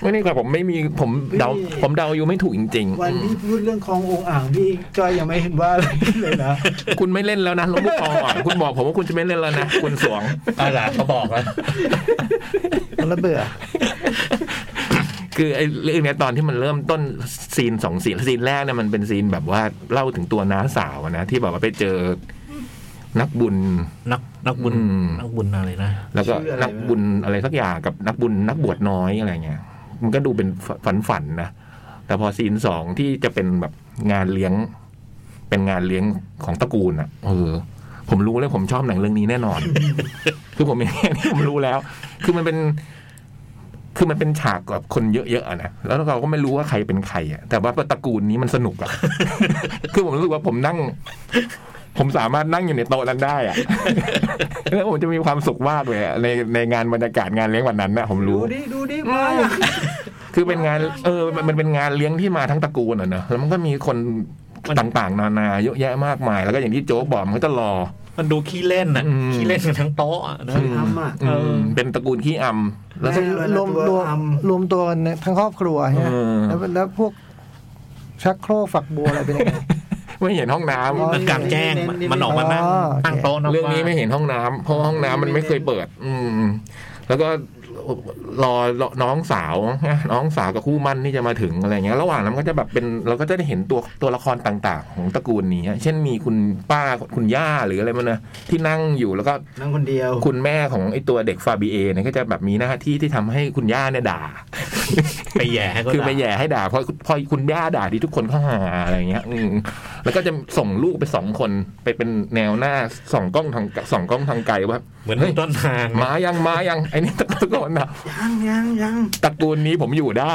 [SPEAKER 3] ไม่นี่ครับผมไม่มีผมเดาผมเดาอายู่ไม่ถูกจริง
[SPEAKER 1] วันที่พูดเรื่องคลององอ่างพี่จอยยังไม่เห็นว่าอะไรเลยนะ
[SPEAKER 3] ๆ คุณไม่เล่นแล้วนะลงลูกคอก่อนคุณบอกผมว่าคุณจะไม่เล่นแล้วนะ คุณสวง
[SPEAKER 4] ตาหลาเขาบอกแล้ว
[SPEAKER 2] แล้วเบื่อ
[SPEAKER 3] คือไอ้เรื่องเนี้ยตอนที่มันเริ่มต้นซีนสองซีนซีนแรกเนี่ยมันเป็นซีนแบบว่าเล่าถึงตัวน้าสาวอะนะที่แบบว่าไปเจอนักบุญ
[SPEAKER 4] นักนักบุญ
[SPEAKER 3] อืม
[SPEAKER 4] นักบุญอะไรนะ
[SPEAKER 3] แล้วก็
[SPEAKER 1] ชื่ออะไร
[SPEAKER 3] นักบุญอะไรสักอย่างกับนักบุญนักบวชน้อยอะไรเงี้ย มันก็ดูเป็นฝันฝันๆนะ แต่พอซีนสองที่จะเป็นแบบงานเลี้ยง เป็นงานเลี้ยงของตระกูลอ่ะเออ ผมรู้เลยผมชอบหนังเรื่องนี้แน่นอน คือผมเอง ผมรู้แล้ว คือมันเป็น คือมันเป็นฉากกับคนเยอะๆอะนะแล้วเราก็ไม่รู้ว่าใครเป็นใครอะแต่ว่าตระกูลนี้มันสนุกอะ คือผมรู้สึกว่าผมนั่ง ผมสามารถนั่งอยู่ในโต๊ะนั้นได้อะ แล้วผมจะมีความสุขมากเลยอะในในงานบรรยากาศงานเลี้ยงวันนั้นนะผม
[SPEAKER 1] ดู
[SPEAKER 3] รู้
[SPEAKER 1] ดิดูดิมาอะ
[SPEAKER 3] คือเป็นงานเออมันมันเป็นงานเลี้ยงที่มาทั้งตระกูลอ่ะเนอะแล้วมันก็มีคน
[SPEAKER 4] มัน
[SPEAKER 3] ต่างๆ นานาเยอะแยะมากมาย แล้วก็อย่างที่โจ๊กบอกมันก็จะรอ
[SPEAKER 4] มันดูขี้เล่นน่ะ
[SPEAKER 3] อืม
[SPEAKER 4] ขี้เล่นกันทั้งโต๊ะอะนะ
[SPEAKER 1] ขี้อำอะ
[SPEAKER 3] อื
[SPEAKER 4] เออ
[SPEAKER 3] มเป็นตระกูลขี้อำ
[SPEAKER 1] แม่
[SPEAKER 2] รวมร
[SPEAKER 1] ตัว ว
[SPEAKER 2] ม
[SPEAKER 1] อ
[SPEAKER 2] รวมตัวกันเนี่ยทั้งครอบครัวใช่ไหม
[SPEAKER 3] เออ
[SPEAKER 2] แล้วแล้วพวกชักโครกฝักบัวอะไรเป็นยังไง
[SPEAKER 3] ไม่เห็นห้องน้ำ
[SPEAKER 2] อ๋อ
[SPEAKER 4] มันกลางแจ้งมันมันออกมานั่ง
[SPEAKER 2] อ๋อโอเค
[SPEAKER 4] ตั้งโต๊ะะ
[SPEAKER 3] เรื่องนี้ไม่เห็นห้องน้ำเพราะห้องน้ำมันไม่เคยเปิด อืม แล้วก็รอรอน้องสาวนะน้องสาวกับคู่มั่นที่จะมาถึงอะไรเงี้ยระหว่างนั้นมันก็จะแบบเป็นเราก็จะได้เห็นตัวตัวละครต่าง ๆ ของตระกูลนี้เช่นมีคุณป้าคุณย่าหรืออะไรมันนะที่นั่งอยู่แล้วก็
[SPEAKER 1] ำนั่งคนเดียว
[SPEAKER 3] คุณแม่ของไอตัวเด็กฟาบีเอเนี่ยก็จะแบบมีหน้าที่ที่ทำให้คุณย่าเนี่ยด่า
[SPEAKER 4] ไปแหย่ให้ก็
[SPEAKER 3] คือไป
[SPEAKER 4] ด่า
[SPEAKER 3] แย่ให้ด่าเพราะพอคุณย่าด่าที่ทุกคนเข้าหาอะไรเงี้ยอืมแล้วก็จะส่งลูกไปสองคนไปเป็นแนวหน้าส่องกล้องทางส่องกล้องทางไกลว่า
[SPEAKER 4] เหมือน
[SPEAKER 3] เฮ้ย
[SPEAKER 4] ต้นทาง
[SPEAKER 3] มายังมายังไอ้นี่ตะโกนนะ
[SPEAKER 1] ยังยังยัง
[SPEAKER 3] ตระกูลนี้ผมอยู่ได้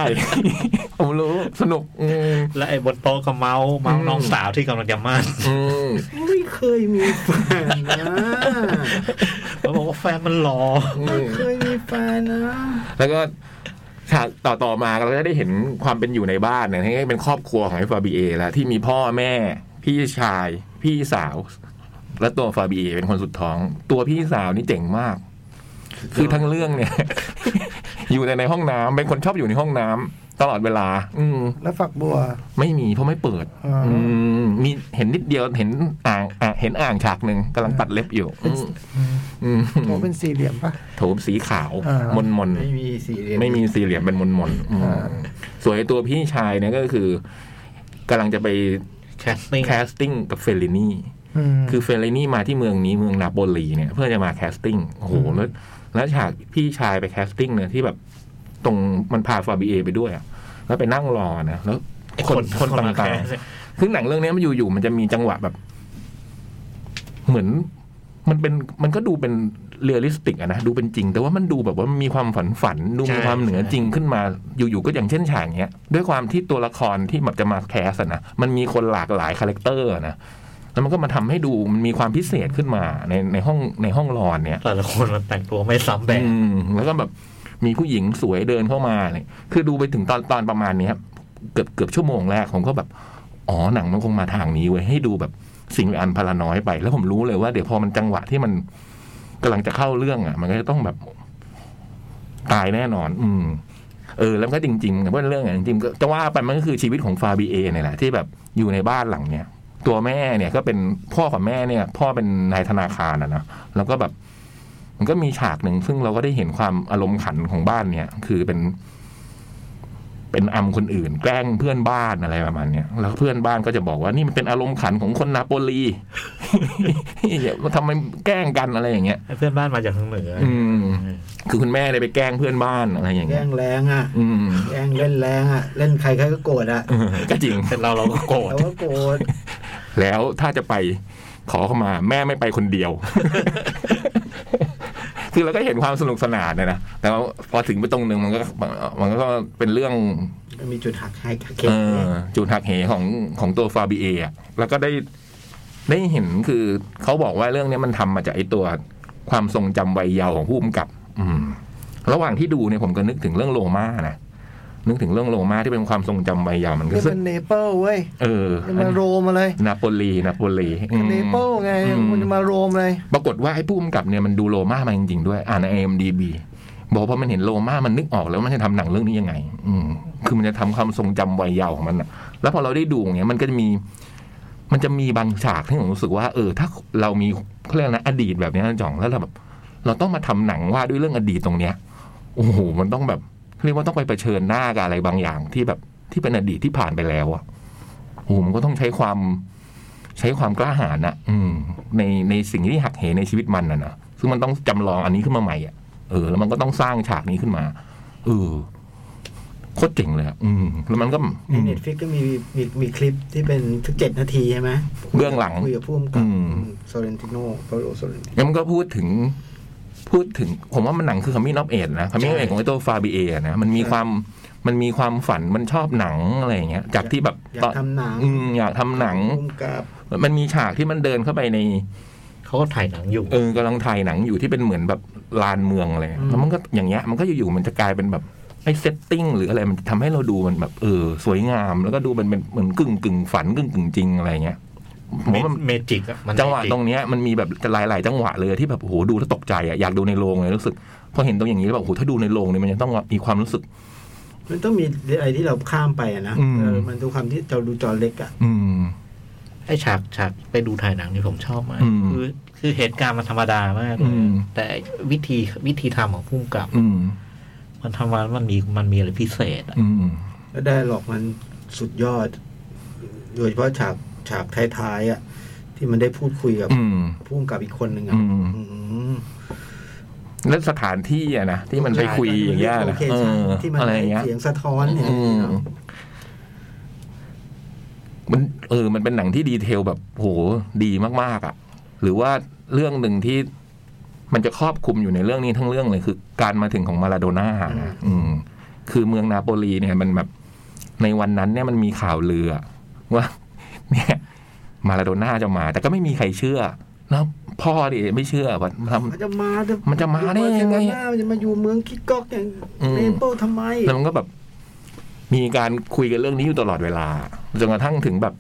[SPEAKER 3] ผมรู้สนุกอืม
[SPEAKER 4] และไอ้บนโต๊ะก็เมาส์เมาส์
[SPEAKER 3] อืม
[SPEAKER 4] น้องสาวที่กำลังจะมั่น
[SPEAKER 3] อืม
[SPEAKER 1] ไม่เคยมีแฟนนะ
[SPEAKER 4] แล้วบอกว่าแฟนมันหล่อ
[SPEAKER 3] อื
[SPEAKER 1] ไม่
[SPEAKER 3] ม
[SPEAKER 1] เคยมีแฟนนะ
[SPEAKER 3] แล้วก็ฉากต่อต่อมาเราจะได้เห็นความเป็นอยู่ในบ้านเนี่ยให้เป็นครอบครัวของไอ้ฟาบีเอแล้วที่มีพ่อแม่ พี่ชาย พี่สาว และตัวฟาบีเอเป็นคนสุดท้อง ตัวพี่สาวนี่เจ๋งมาก คือทั้งเรื่องเนี่ย อยู่แต่ในห้องน้ำเป็นคนชอบอยู่ในห้องน้ำตลอดเวลา อืม
[SPEAKER 2] แล้วฝักบัว
[SPEAKER 3] ไม่มีเพราะไม่เปิด
[SPEAKER 2] อ๋ออื
[SPEAKER 3] อืมมีเห็นนิดเดียวเห็นอ่างอ่างเห็นอ่างฉากหนึ่งกำลังตัดเล็บอยู่อืมอืม
[SPEAKER 2] โตเป็นสี่เหลี่ยมปะ
[SPEAKER 3] โถมสีขาว
[SPEAKER 2] อ่า
[SPEAKER 3] มนมนๆ
[SPEAKER 1] ไม่มีสี่เหลี่ยม
[SPEAKER 3] ไม่มีสี่เหลี่ยมเป็นมนมนๆอืม
[SPEAKER 2] อ่า
[SPEAKER 3] ส่วนไอ้ตัวพี่ชายเนี่ยก็คือกำลังจะไป
[SPEAKER 4] แคสติ้ง
[SPEAKER 3] แคสติ้งกับเฟลลินี่
[SPEAKER 2] อืม
[SPEAKER 3] คือเฟลลินี่มาที่เมืองนี้เมืองนาโปลีเนี่ยเพื่อจะมาแคสติ้ง โอ้โหแล้วแล้วฉากพี่ชายไปแคสติ้งเนี่ยที่แบบตรงมันพาฟาบีเอไปด้วยอะแล้วไปนั่งรอนะแล้วคนคนต่างๆ คือหนังเรื่องนี้มันอยู่ๆมันจะมีจังหวะแบบ เหมือน มันเป็นมันก็ดูเป็นเรียลลิสติกอะนะดูเป็นจริง แต่ว่ามันดูแบบว่ามันมีความฝันฝันๆดูมีความเหนือจริงขึ้นมา อยู่ๆก็อย่างเช่นฉากเนี้ย ด้วยความที่ตัวละครที่มันจะมาแคสอะนะมันมีคนหลากหลายคาแรคเตอร์อะนะแล้วมันก็มาทำให้ดูมันมีความพิเศษขึ้นมาในในห้องในห้องรอนเนี่ย
[SPEAKER 4] แต่ละคนมันแต่งตัวไม่ซ้ำแบบ
[SPEAKER 3] อืมแล้วก็แบบมีผู้หญิงสวยเดินเข้ามาเนี่ยคือดูไปถึงตอนตอนประมาณนี้ครับเกือบเกือบชั่วโมงแรกผมก็แบบ อ๋อหนังมันคงมาทางนี้เว้ยให้ดูแบบสิ่งอันพลาน้อยไป แล้วผมรู้เลยว่าเดี๋ยวพอมันจังหวะที่มันกำลังจะเข้าเรื่องอ่ะ มันก็จะต้องแบบ ตายแน่นอน อืม เออ แล้วมันก็จริงๆเพราะเรื่องอ่ะจริงๆก็จะว่าไปมันก็คือชีวิตของฟาบีเอเนี่ยแหละที่แบบอยู่ในบ้านหลังเนี้ยตัวแม่เนี่ยก็เป็นพ่อกับแม่เนี่ย พ่อเป็นนายธนาคารนะนะแล้วก็แบบ มันก็มีฉากหนึ่งซึ่งเราก็ได้เห็นความอารมณ์ขันของบ้านเนี่ย คือเป็น เป็นอำคนอื่น แกล้งเพื่อนบ้านอะไรประมาณเนี้ยแล้วเพื่อนบ้านก็จะบอกว่านี่มันเป็นอารมณ์ขันของคนนาโปลี อย่ามาทำไมแกล้งกันอะไรอย่างเงี้ย
[SPEAKER 4] ให้เพื่อนบ้านมาจากทางเหนืออ
[SPEAKER 3] อืม คือคุณแม่ได้ไปแกล้งเพื่อนบ้านอะไรอย่าง
[SPEAKER 1] แก
[SPEAKER 3] เงี้ย
[SPEAKER 1] ล้งแรงอ่ะ
[SPEAKER 3] อืม
[SPEAKER 1] แกล้งเล่นแรงอ่ะเล่นใครใครก็โกรธอ่ะ
[SPEAKER 3] เออก็จริง
[SPEAKER 4] แต่เราเราก็โกรธ
[SPEAKER 1] เราก็โกรธ
[SPEAKER 3] แล้วถ้าจะไปขอเข้ามา แม่ไม่ไปคนเดียว คือเราก็เห็นความสนุกสนานเนี่ยนะแต่ว่าพอถึงไปตรงหนึ่งมันก็มันก็เป็นเรื่อง
[SPEAKER 1] มีจุดหักให้หักเข็
[SPEAKER 3] เอ
[SPEAKER 1] ม
[SPEAKER 3] อจุดหักเหของของตัวฟาบีเอะแล้วก็ได้ได้เห็นคือเขาบอกว่าเรื่องเนี้ยมันทำมาจากไอ้ตัวความทรงจำวัยเยาว์ของผู้กำกับ อืม ระหว่างที่ดูเนี่ยผมก็นึกถึงเรื่องโลมานะนึกถึงเรื่องโลมาที่เป็นความทรงจำวัยเยาว์มันก็
[SPEAKER 2] นี่
[SPEAKER 3] ซึ่
[SPEAKER 2] มั
[SPEAKER 3] ง
[SPEAKER 2] นเนเปิลเว้ย
[SPEAKER 3] เออ
[SPEAKER 2] นี่มันโรมอะไร
[SPEAKER 3] นาโปลีนาโปลีอืม
[SPEAKER 2] เนเปิลไง
[SPEAKER 3] อืม
[SPEAKER 2] มันจะมาโรมเลย
[SPEAKER 3] ปรากฏว่าไอ้ผู้กำกับเนี่ยมันดูโลมามาจริงๆด้วย อ่านใน IMDB บอกพอมันเห็นโลมามันนึกออกแล้วมันจะทำหนังเรื่องนี้ยังไง อืม คือมันจะทำความทรงจำวัยเยาว์ของมันอะแล้วพอเราได้ดูอย่างเงี้ยมันก็จะมี มันจะมีบางฉากที่ผมรู้สึกว่า เออ ถ้าเรามีเขาเรียกอะไรนะอดีตแบบเนี้ยนะจ่องแล้วเราแบบ เราต้องมาทำหนังว่าด้วยเรื่องอดีตตรงเนี้ย โอ้โห มันต้องแบบ เรียกว่าต้องไปเผชิญหน้ากับอะไรบางอย่างที่แบบที่เป็นอดีตที่ผ่านไปแล้วอะโอ้โหมันก็ต้องใช้ความ ใช้ความกล้าหาญอะอืม ในในสิ่งที่หักเหในชีวิตมันน่ะนะซึ่งมันต้องจำลองอันนี้ขึ้นมาใหม่อะเออ แล้วมันก็ต้องสร้างฉากนี้ขึ้นมาเออโคตรเจ๋งเลยอะอืม แล้วมันก็
[SPEAKER 1] ในเน็ตฟิกก็มีมีมีคลิปที่เป็นทุกเจ็ดนาทีใช่ไหม
[SPEAKER 3] เบื้องหลัง
[SPEAKER 1] คุยกับผู้กำกับ
[SPEAKER 3] อืม
[SPEAKER 1] โซเรนติโนเปาโลโซเรนติโน
[SPEAKER 3] แล้วมันก็พูดถึง พูดถึง ผมว่ามันหนังคือคามินออฟเอ็ดนะคามินออฟเอ็ดของไอตัวฟาบีเอะนะมันมี
[SPEAKER 1] ใช่
[SPEAKER 3] ความมันมีความฝันมันชอบหนังอะไรอย่างเงี้ย จากที่แบบ
[SPEAKER 1] อยากทำหนัง
[SPEAKER 3] อืมอยากทำหนัง
[SPEAKER 1] ผู้กำกับ
[SPEAKER 3] มันมีฉากที่มันเดินเข้าไปใน
[SPEAKER 4] เขาก็ถ่ายหนังอยู่
[SPEAKER 3] เออกำลังถ่ายหนังอยู่ที่เป็นเหมือนแบบลานเมืองอะไร
[SPEAKER 1] อืม
[SPEAKER 3] แล้วมันก็อย่างเงี้ยมันก็อยู่ๆมันจะกลายเป็นแบบไอ้เซตติ้งหรืออะไรมันทำให้เราดูมันแบบเออสวยงาม แล้วก็ดูมันเป็นเหมือนกึ่งกึ่งๆฝันกึ่งกึ่งๆจริงอะไรเงี้ยผมว่ามัน
[SPEAKER 4] เมจิกอะมัน
[SPEAKER 3] จังหวะ
[SPEAKER 4] เมจิก
[SPEAKER 3] ตรงเนี้ยมันมีแบบหลาย ๆ จังหวะเลยที่แบบโอ้โหดูแล้วตกใจอ่ะอยากดูในโรงเลยรู้สึกพอเห็นตรงอย่างนี้แล้วแบบโอ้โหถ้าดูในโรงเนี่ยมันจะต้องมีความรู้สึก
[SPEAKER 1] มันต้องมีอะไรที่เราข้ามไปอะนะ
[SPEAKER 3] อืม
[SPEAKER 1] เออมันดูความที่เราดูจอเล็กอะ
[SPEAKER 3] อืม
[SPEAKER 4] ไอฉากฉากไปดูถ่ายหนังนี่ผมชอบมาก
[SPEAKER 3] อืม
[SPEAKER 4] คือคือเหตุการณ์มันธรรมดามากเล
[SPEAKER 3] อื
[SPEAKER 4] ย
[SPEAKER 3] ม
[SPEAKER 4] แต่วิธีวิธีทำของผู้กำกับ
[SPEAKER 3] อืม
[SPEAKER 4] มันทำมามันมีมันมีอะไรพิเศษอะ
[SPEAKER 3] อืม
[SPEAKER 1] แล้วได้หลอกมันสุดยอด โดยเฉพาะฉากฉากท้ายๆอ่ะ ที่มันได้พูดคุยกับ
[SPEAKER 3] อืม
[SPEAKER 1] ผู้กำกับอีกคนหนึ่งอ่ะ
[SPEAKER 3] อืม
[SPEAKER 1] อืม
[SPEAKER 3] แล้วสถานที่อ่ะนะที่มันไปคุยอย่างเงี้ย
[SPEAKER 1] โล
[SPEAKER 3] นะ
[SPEAKER 1] เค
[SPEAKER 3] เอ
[SPEAKER 1] ชั่น
[SPEAKER 3] อ
[SPEAKER 1] ที่มัน
[SPEAKER 3] อะไรอ
[SPEAKER 1] ให้
[SPEAKER 3] ย่างเงี้ย
[SPEAKER 1] เสียงสะท้อนเนี่ย
[SPEAKER 3] อืม
[SPEAKER 1] เนอะ
[SPEAKER 3] มันเออ มันเป็นหนังที่ดีเทลแบบโหดีมากๆอ่ะ หรือว่าเรื่องหนึ่งที่มันจะครอบคลุมอยู่ในเรื่องนี้ทั้งเรื่องเลยคือ การมาถึงของมาราโดน่านะอืม คือเมืองนาโปลีเนี่ย มันแบบในวันนั้นเนี่ยมันมีข่าวเรืออะว่า เนี่ยมาราโดน่าจะมา แต่ก็ไม่มีใครเชื่อนะพ่อดิไม่เชื่อว่าทำ
[SPEAKER 1] มันจะมา
[SPEAKER 3] มั
[SPEAKER 1] มัน
[SPEAKER 3] จะมาได้ยังไงอะ
[SPEAKER 1] มันจะมาอยู่เมืองคิกก๊อกอย่าง
[SPEAKER 3] อืม
[SPEAKER 1] เนโปลทำไม
[SPEAKER 3] แล้วมันก็แบบมีการคุยกันเรื่องนี้อยู่ตลอดเวลาจนกระทั่งถึงแบบ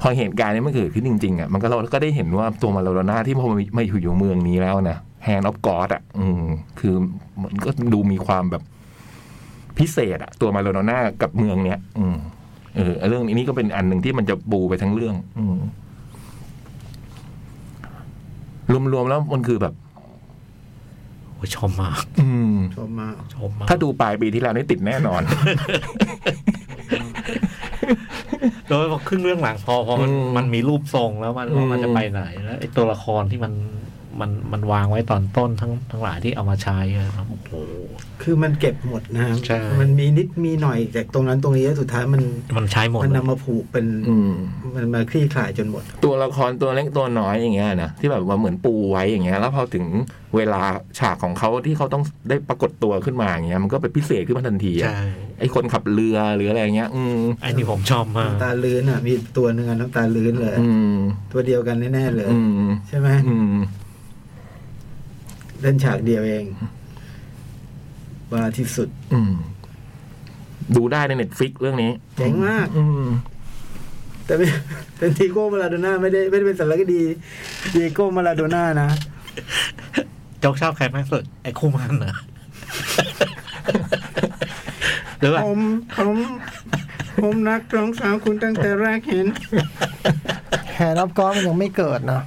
[SPEAKER 3] พอเหตุการณ์นี้มันเกิดขึ้นจริงๆอ่ะมันก็เราก็ได้เห็นว่าตัวมาราโดน่าที่พอมาอยู่อยู่เมืองนี้แล้วนะแฮนด์ออฟกอดอ่ะ อืม คือมันก็ดูมีความแบบพิเศษอ่ะ ตัวมาราโดน่ากับเมืองเนี้ย อืมเออเรื่องนี้ก็เป็นอันหนึ่งที่มันจะปูไปทั้งเรื่อง อืมรวมๆแล้วมันคือแบบ
[SPEAKER 4] โอ้ยชอบมาก
[SPEAKER 3] อืม
[SPEAKER 1] ชอบมาก
[SPEAKER 4] ชอบมาก
[SPEAKER 3] ถ้าดูปลายปีที่แล้วนี่ติดแน่นอน
[SPEAKER 4] โดยเฉพาะครึ่งเรื่องหลังพอพอมัน
[SPEAKER 3] อืม
[SPEAKER 4] มันมีรูปทรงแล้วมัน
[SPEAKER 3] อืม
[SPEAKER 4] ว่ามันจะไปไหนแล้วไอตัวละครที่มันมันมันวางไว้ตอนต้นทั้งทั้งหลายที่เอามาใช้อะครับโอ้โห
[SPEAKER 1] คือมันเก็บหมดนะ
[SPEAKER 4] ใช่
[SPEAKER 1] มันมีนิดมีหน่อยจากตรงนั้นตรงนี้แล้วสุดท้ายมัน
[SPEAKER 4] มันใช้หมด
[SPEAKER 1] มัน
[SPEAKER 4] เลย
[SPEAKER 1] นำมาผูกเป็น
[SPEAKER 3] อืม
[SPEAKER 1] มันมาคลี่คลายจนหมด
[SPEAKER 3] ตัวละครตัวเล็กตัวน้อยอย่างเงี้ยนะที่แบบว่าเหมือนปูไว้อย่างเงี้ย แล้วพอถึงเวลาฉากของเขาที่เขาต้องได้ปรากฏตัวขึ้นมาอย่างเงี้ยมันก็เป็นพิเศษขึ้นมาทันทีอะ
[SPEAKER 4] ใช่
[SPEAKER 3] ไอคนขับเรือหรืออะไรเงี้ย อืม
[SPEAKER 4] ไอ้นี่ผมชอบมาก
[SPEAKER 1] น้ำตาลื้นอ่ะ มีตัวหนึ่งอะน้ำตาลื้นเลย
[SPEAKER 3] อืม
[SPEAKER 1] ตัวเดียวกันแน่ๆเลย
[SPEAKER 3] อืม
[SPEAKER 1] ใช่ไหม
[SPEAKER 3] อืม
[SPEAKER 1] เล่นฉากเดียวเองว่าที่สุด
[SPEAKER 3] อืมดูได้ในเน็ตฟิกเรื่องนี้
[SPEAKER 1] เจ๋งมาก
[SPEAKER 3] อืม
[SPEAKER 1] แต่ไม่ เป็น ทีโก้มาลาโดน่าไม่ได้ไม่ได้เป็นสารคดีทีโก้มาลาโดน่านะ
[SPEAKER 4] โจ๊กชอบใครมากสุดไอ้คู่มันเหรอ หรือว่า
[SPEAKER 1] ผมผมผมนักร้องสาวคุณตั้งแต่แรกเห็น
[SPEAKER 2] แฮร์รับก้อนมันยังไม่เกิดนะ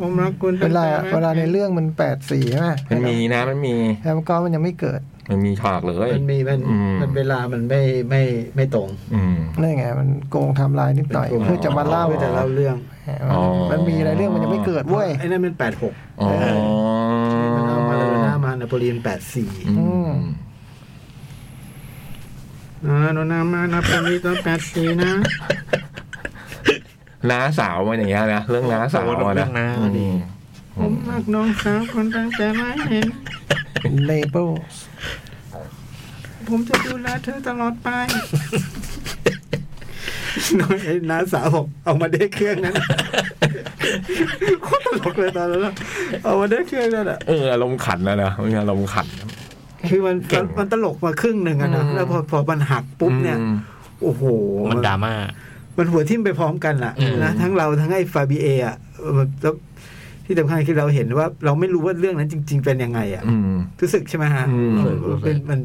[SPEAKER 1] ผมรักคุณ
[SPEAKER 2] เว
[SPEAKER 1] ตั้ง
[SPEAKER 2] ลา
[SPEAKER 1] แต่แรกห็
[SPEAKER 2] เวลาในเรื่องมันแปดสี่ใช่ไหม
[SPEAKER 3] มันมีนะมันมี
[SPEAKER 2] แฮร์รับก้อนมันยังไม่เกิด
[SPEAKER 3] มันมีฉากเลย
[SPEAKER 1] มันมีมัน
[SPEAKER 3] อืม
[SPEAKER 1] มันเวลามันไม่ไม่ไม่ตรง
[SPEAKER 3] อืม
[SPEAKER 2] นั่นไงมันโกงไทำลายนิดหน่อย เพื่อจะมาเล่า
[SPEAKER 1] เพื่อจะเล่าเรื่อง
[SPEAKER 3] อ๋อ
[SPEAKER 2] มันมีอะไรเรื่องมันยังไม่เกิดเว้ย
[SPEAKER 1] ไอ้นั่นเป็นแปดหก
[SPEAKER 3] อ๋อ
[SPEAKER 1] มันเอามาลาโดน่ามานาโปลีนแปดสี่
[SPEAKER 3] อืม
[SPEAKER 1] นะโนนามานะปามิตแปดสีนะ
[SPEAKER 3] น้าสาวมันอย่างเงี้ยนะเรื่องน้าสาวอะนะอืม
[SPEAKER 1] ผมรักน้องสาวคนตั้งแต่ไรเห็น
[SPEAKER 2] เลเบล
[SPEAKER 1] ผมจะดูแลเธอตลอดไปน้อยไอ้น้าสาวผมเอามาได้เครื่องนั้นโคตรตลกเลยตอนนั้นอะเอามาได้เครื่องนั่นอะ
[SPEAKER 3] เอออารมณ์ขันแล้วนะมันมีอารมณ์ขัน
[SPEAKER 1] คือมัน
[SPEAKER 3] เก่ง
[SPEAKER 1] มันตลกมาครึ่งหนึ่งอะนะแล้วพอพอมันหักปุ๊บเนี่ย
[SPEAKER 3] อืม
[SPEAKER 1] โอ้โห
[SPEAKER 4] มันดราม่า
[SPEAKER 1] มันหัวทิ่มไปพร้อมกันล่ะ
[SPEAKER 4] อืม
[SPEAKER 1] นะทั้งเราทั้งไอ้ฟาบีเออะเออแล้วที่สำคัญคือเราเห็นว่า เราไม่รู้ว่าเรื่องนั้นจริง ๆ เป็นยังไงอะ
[SPEAKER 3] อืม
[SPEAKER 1] รู้สึกใช่ไหมฮะ
[SPEAKER 3] อืม
[SPEAKER 1] เออเป็นมัน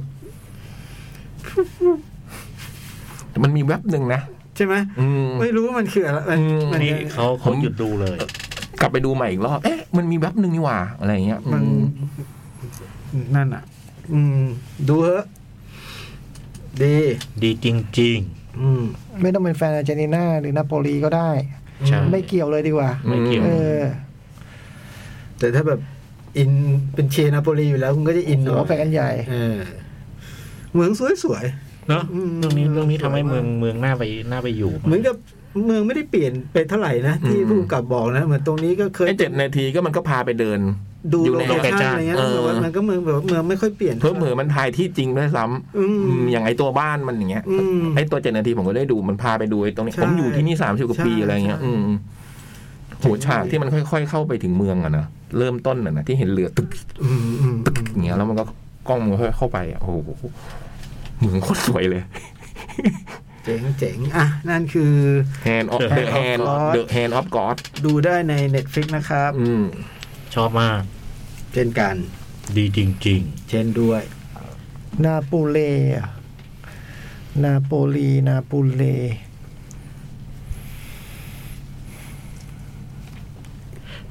[SPEAKER 3] มันมีแว็บหนึ่งนะ
[SPEAKER 1] ใช่ไหม
[SPEAKER 3] อืม
[SPEAKER 1] ไม่รู้ว่ามันคืออะไรมัน
[SPEAKER 3] อืม
[SPEAKER 1] มัน
[SPEAKER 4] นี่
[SPEAKER 1] ยังไง
[SPEAKER 4] เขาเขาหยุดดูเลย
[SPEAKER 3] กลับไปดูใหม่อีกรอบ เอ๊ะ มันมีแว็บหนึ่งนี่หว่า อะไรอย่างเงี้ย
[SPEAKER 1] มัน
[SPEAKER 3] อืม
[SPEAKER 1] นั่นอ่ะ อืม ดูเถอะ ดี
[SPEAKER 4] ดีจริง
[SPEAKER 1] อืม
[SPEAKER 2] ไม่ต้องเป็นแฟนอาร์เจนตินาหรือนาโปลีก็ได้
[SPEAKER 4] ใช่
[SPEAKER 1] อืม
[SPEAKER 2] ไม่เกี่ยวเลยดีกว่า
[SPEAKER 4] ไม่เกี่ยว
[SPEAKER 2] เออ
[SPEAKER 1] แต่ถ้าแบบอินเป็นเชียร์นาโปลีอยู่แล้วคุณก็จะอินหน่อ
[SPEAKER 2] หัวย ไปกันใหญ่
[SPEAKER 1] เออเมืองสวย
[SPEAKER 4] ๆเนอะ
[SPEAKER 1] อืม
[SPEAKER 4] เรื่องนี้เรื่องนี้ทำให้เมืองเมืองหน้าไปหน้าไปอยู่
[SPEAKER 1] ๆเหมือนกับเมืองไม่ได้เปลี่ยนไปเท่าไหร่นะที่ผู้กำกับบอกนะเหมือนตรงนี้ก็เคย
[SPEAKER 3] ไอ้เจ็ดนาทีก็มันก็พาไปเดิน
[SPEAKER 1] ดู
[SPEAKER 3] อยู่
[SPEAKER 1] โล
[SPEAKER 3] ใน
[SPEAKER 1] เคชั่นอะไรเงี้ย
[SPEAKER 3] เออ
[SPEAKER 1] แต่ว่ามันก็เมืองแบบว่าเมืองไม่ค่อยเปลี่ยน
[SPEAKER 3] เพิ่มเผื่อมันถ่ายที่จริงด้วยซ้ำ
[SPEAKER 1] อืม
[SPEAKER 3] อืมอย่างไอ้ตัวบ้านมันอย่างเงี้ย
[SPEAKER 1] อืม
[SPEAKER 3] ไอ้ตัวเจ็ดนาทีผมก็ได้ดูมันพาไปดูไอ้ตรงนี้
[SPEAKER 1] ใช่
[SPEAKER 3] ผมอยู่ที่นี่สามสิบกว่าปี
[SPEAKER 1] ใช่
[SPEAKER 3] อะไรเงี้ย
[SPEAKER 1] ใช่
[SPEAKER 3] อืมโหฉากที่มันค่อย ๆ เข้าไปถึงเมืองอะนะเริ่มต้นอะนะที่เห็นเรือตึก
[SPEAKER 1] อืมอืมอืม
[SPEAKER 3] อย่างเงี้ยแล้วมันก็กล้องมันค่อยๆเข้าไปอะโอ้โหเมืองโคตรสวยเลย
[SPEAKER 1] เจ๋งเจ๋งอ่ะ นั่นคือ
[SPEAKER 3] Hand of the Hand
[SPEAKER 2] God
[SPEAKER 3] the Hand of God
[SPEAKER 1] ดูได้ใน Netflix นะครับ
[SPEAKER 3] อืม
[SPEAKER 4] ชอบมาก
[SPEAKER 1] เช่นกัน
[SPEAKER 4] ดีจริง
[SPEAKER 1] เช่นด้วย
[SPEAKER 2] นาโปูเลอะนาโปลีนาโปูเล
[SPEAKER 4] ๆ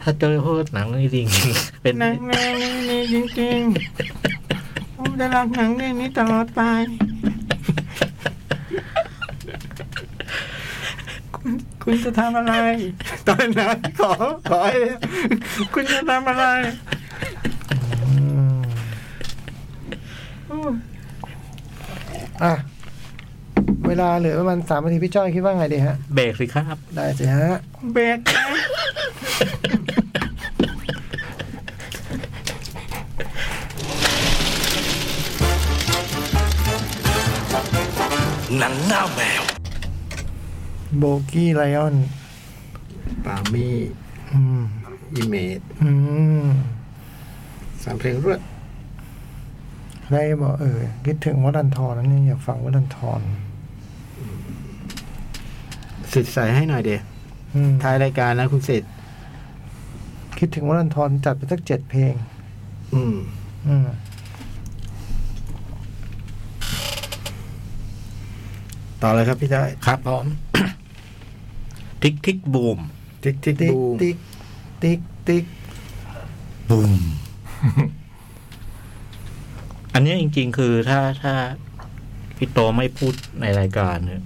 [SPEAKER 4] ถ้าเจอพวกหนังนี่จริงๆเป็น
[SPEAKER 1] หนังเรื่องนี้จริงๆผมจะรักหนังเรื่องนี้ตลอดไป คุณคุณจะทำอะไร ตอนนั้นขอขอให้คุณจะทำอะไร
[SPEAKER 2] อ่ะ เวลาเหลือประมาณสามนาทีพี่จ้อยคิดว่าไงดีฮะ
[SPEAKER 4] เบรกสิครับ
[SPEAKER 2] ได้สิฮะ
[SPEAKER 1] เบรก
[SPEAKER 5] หนังหน้าแมว
[SPEAKER 2] โบกี้ไลออน
[SPEAKER 1] ปามี่
[SPEAKER 2] อืม
[SPEAKER 1] อีเมด
[SPEAKER 2] อืม
[SPEAKER 1] สามเพลงรวด
[SPEAKER 2] ได้บอกเออ คิดถึงวัดดันทรนั้นเนี่ยอยากฟังวัดดันทร
[SPEAKER 1] สิทธิ์ใส่ให้หน่อยเดีย
[SPEAKER 2] อืม
[SPEAKER 1] ท้ายรายการนะคุณสิทธิ์
[SPEAKER 2] คิดถึงวัดดันทรจัดไปสักเจ็ดเพลง
[SPEAKER 1] อืม
[SPEAKER 2] อืม
[SPEAKER 1] ต่อเลยครับพี่จ้อย
[SPEAKER 4] ครับพร้อ ม ทิกทิกบูม
[SPEAKER 1] ติ๊กติ๊ก
[SPEAKER 2] ติ๊ก
[SPEAKER 1] บูม
[SPEAKER 2] ติ๊กติ๊กติ๊ก
[SPEAKER 4] บูม อันเนี้ยจริง ๆ คือถ้าถ้าพี่โตไม่พูดในรายการเนี่ย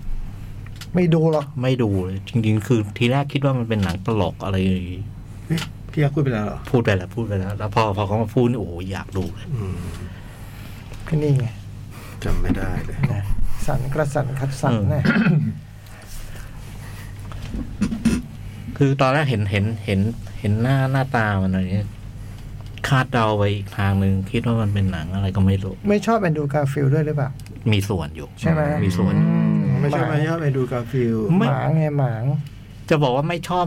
[SPEAKER 2] ไม่ดูหรอก
[SPEAKER 4] ไม่ดูเลยจริง ๆ คือทีแรกคิดว่ามันเป็นหนังตลกอะไร
[SPEAKER 1] พี่ยักษ์พูดไปแล้วเหรอ
[SPEAKER 4] พูดไปแล้วพูดไปแล้ว แล้วพอพอเขามาพูดนี่โอ้โหอยากดูเลย
[SPEAKER 1] อืม
[SPEAKER 2] ก็นี่ไง
[SPEAKER 1] จำไม่ได้เลย
[SPEAKER 2] นะสันกระสันคัดสันนะ
[SPEAKER 4] คือตอนแรกเห็นเห็นเห็นเห็นหน้าหน้าตามันอะไรเงี้ยคาดเดาไปอีกทางหนึ่งคิดว่ามันเป็นหนังอะไรก็ไม่รู้
[SPEAKER 2] ไม่ชอบแอนดรูการ์ฟิลด์ด้วยหรือเปล่า
[SPEAKER 4] มีส่วนอยู่
[SPEAKER 2] ใช่ไหม
[SPEAKER 4] มีส่วน
[SPEAKER 1] ไม่ใช่
[SPEAKER 2] หมา
[SPEAKER 1] ไม่ชอบไปดูการ์ฟิลด์
[SPEAKER 2] ห
[SPEAKER 4] ไม่
[SPEAKER 2] มางไงหมาง
[SPEAKER 4] จะบอกว่าไม่ชอบ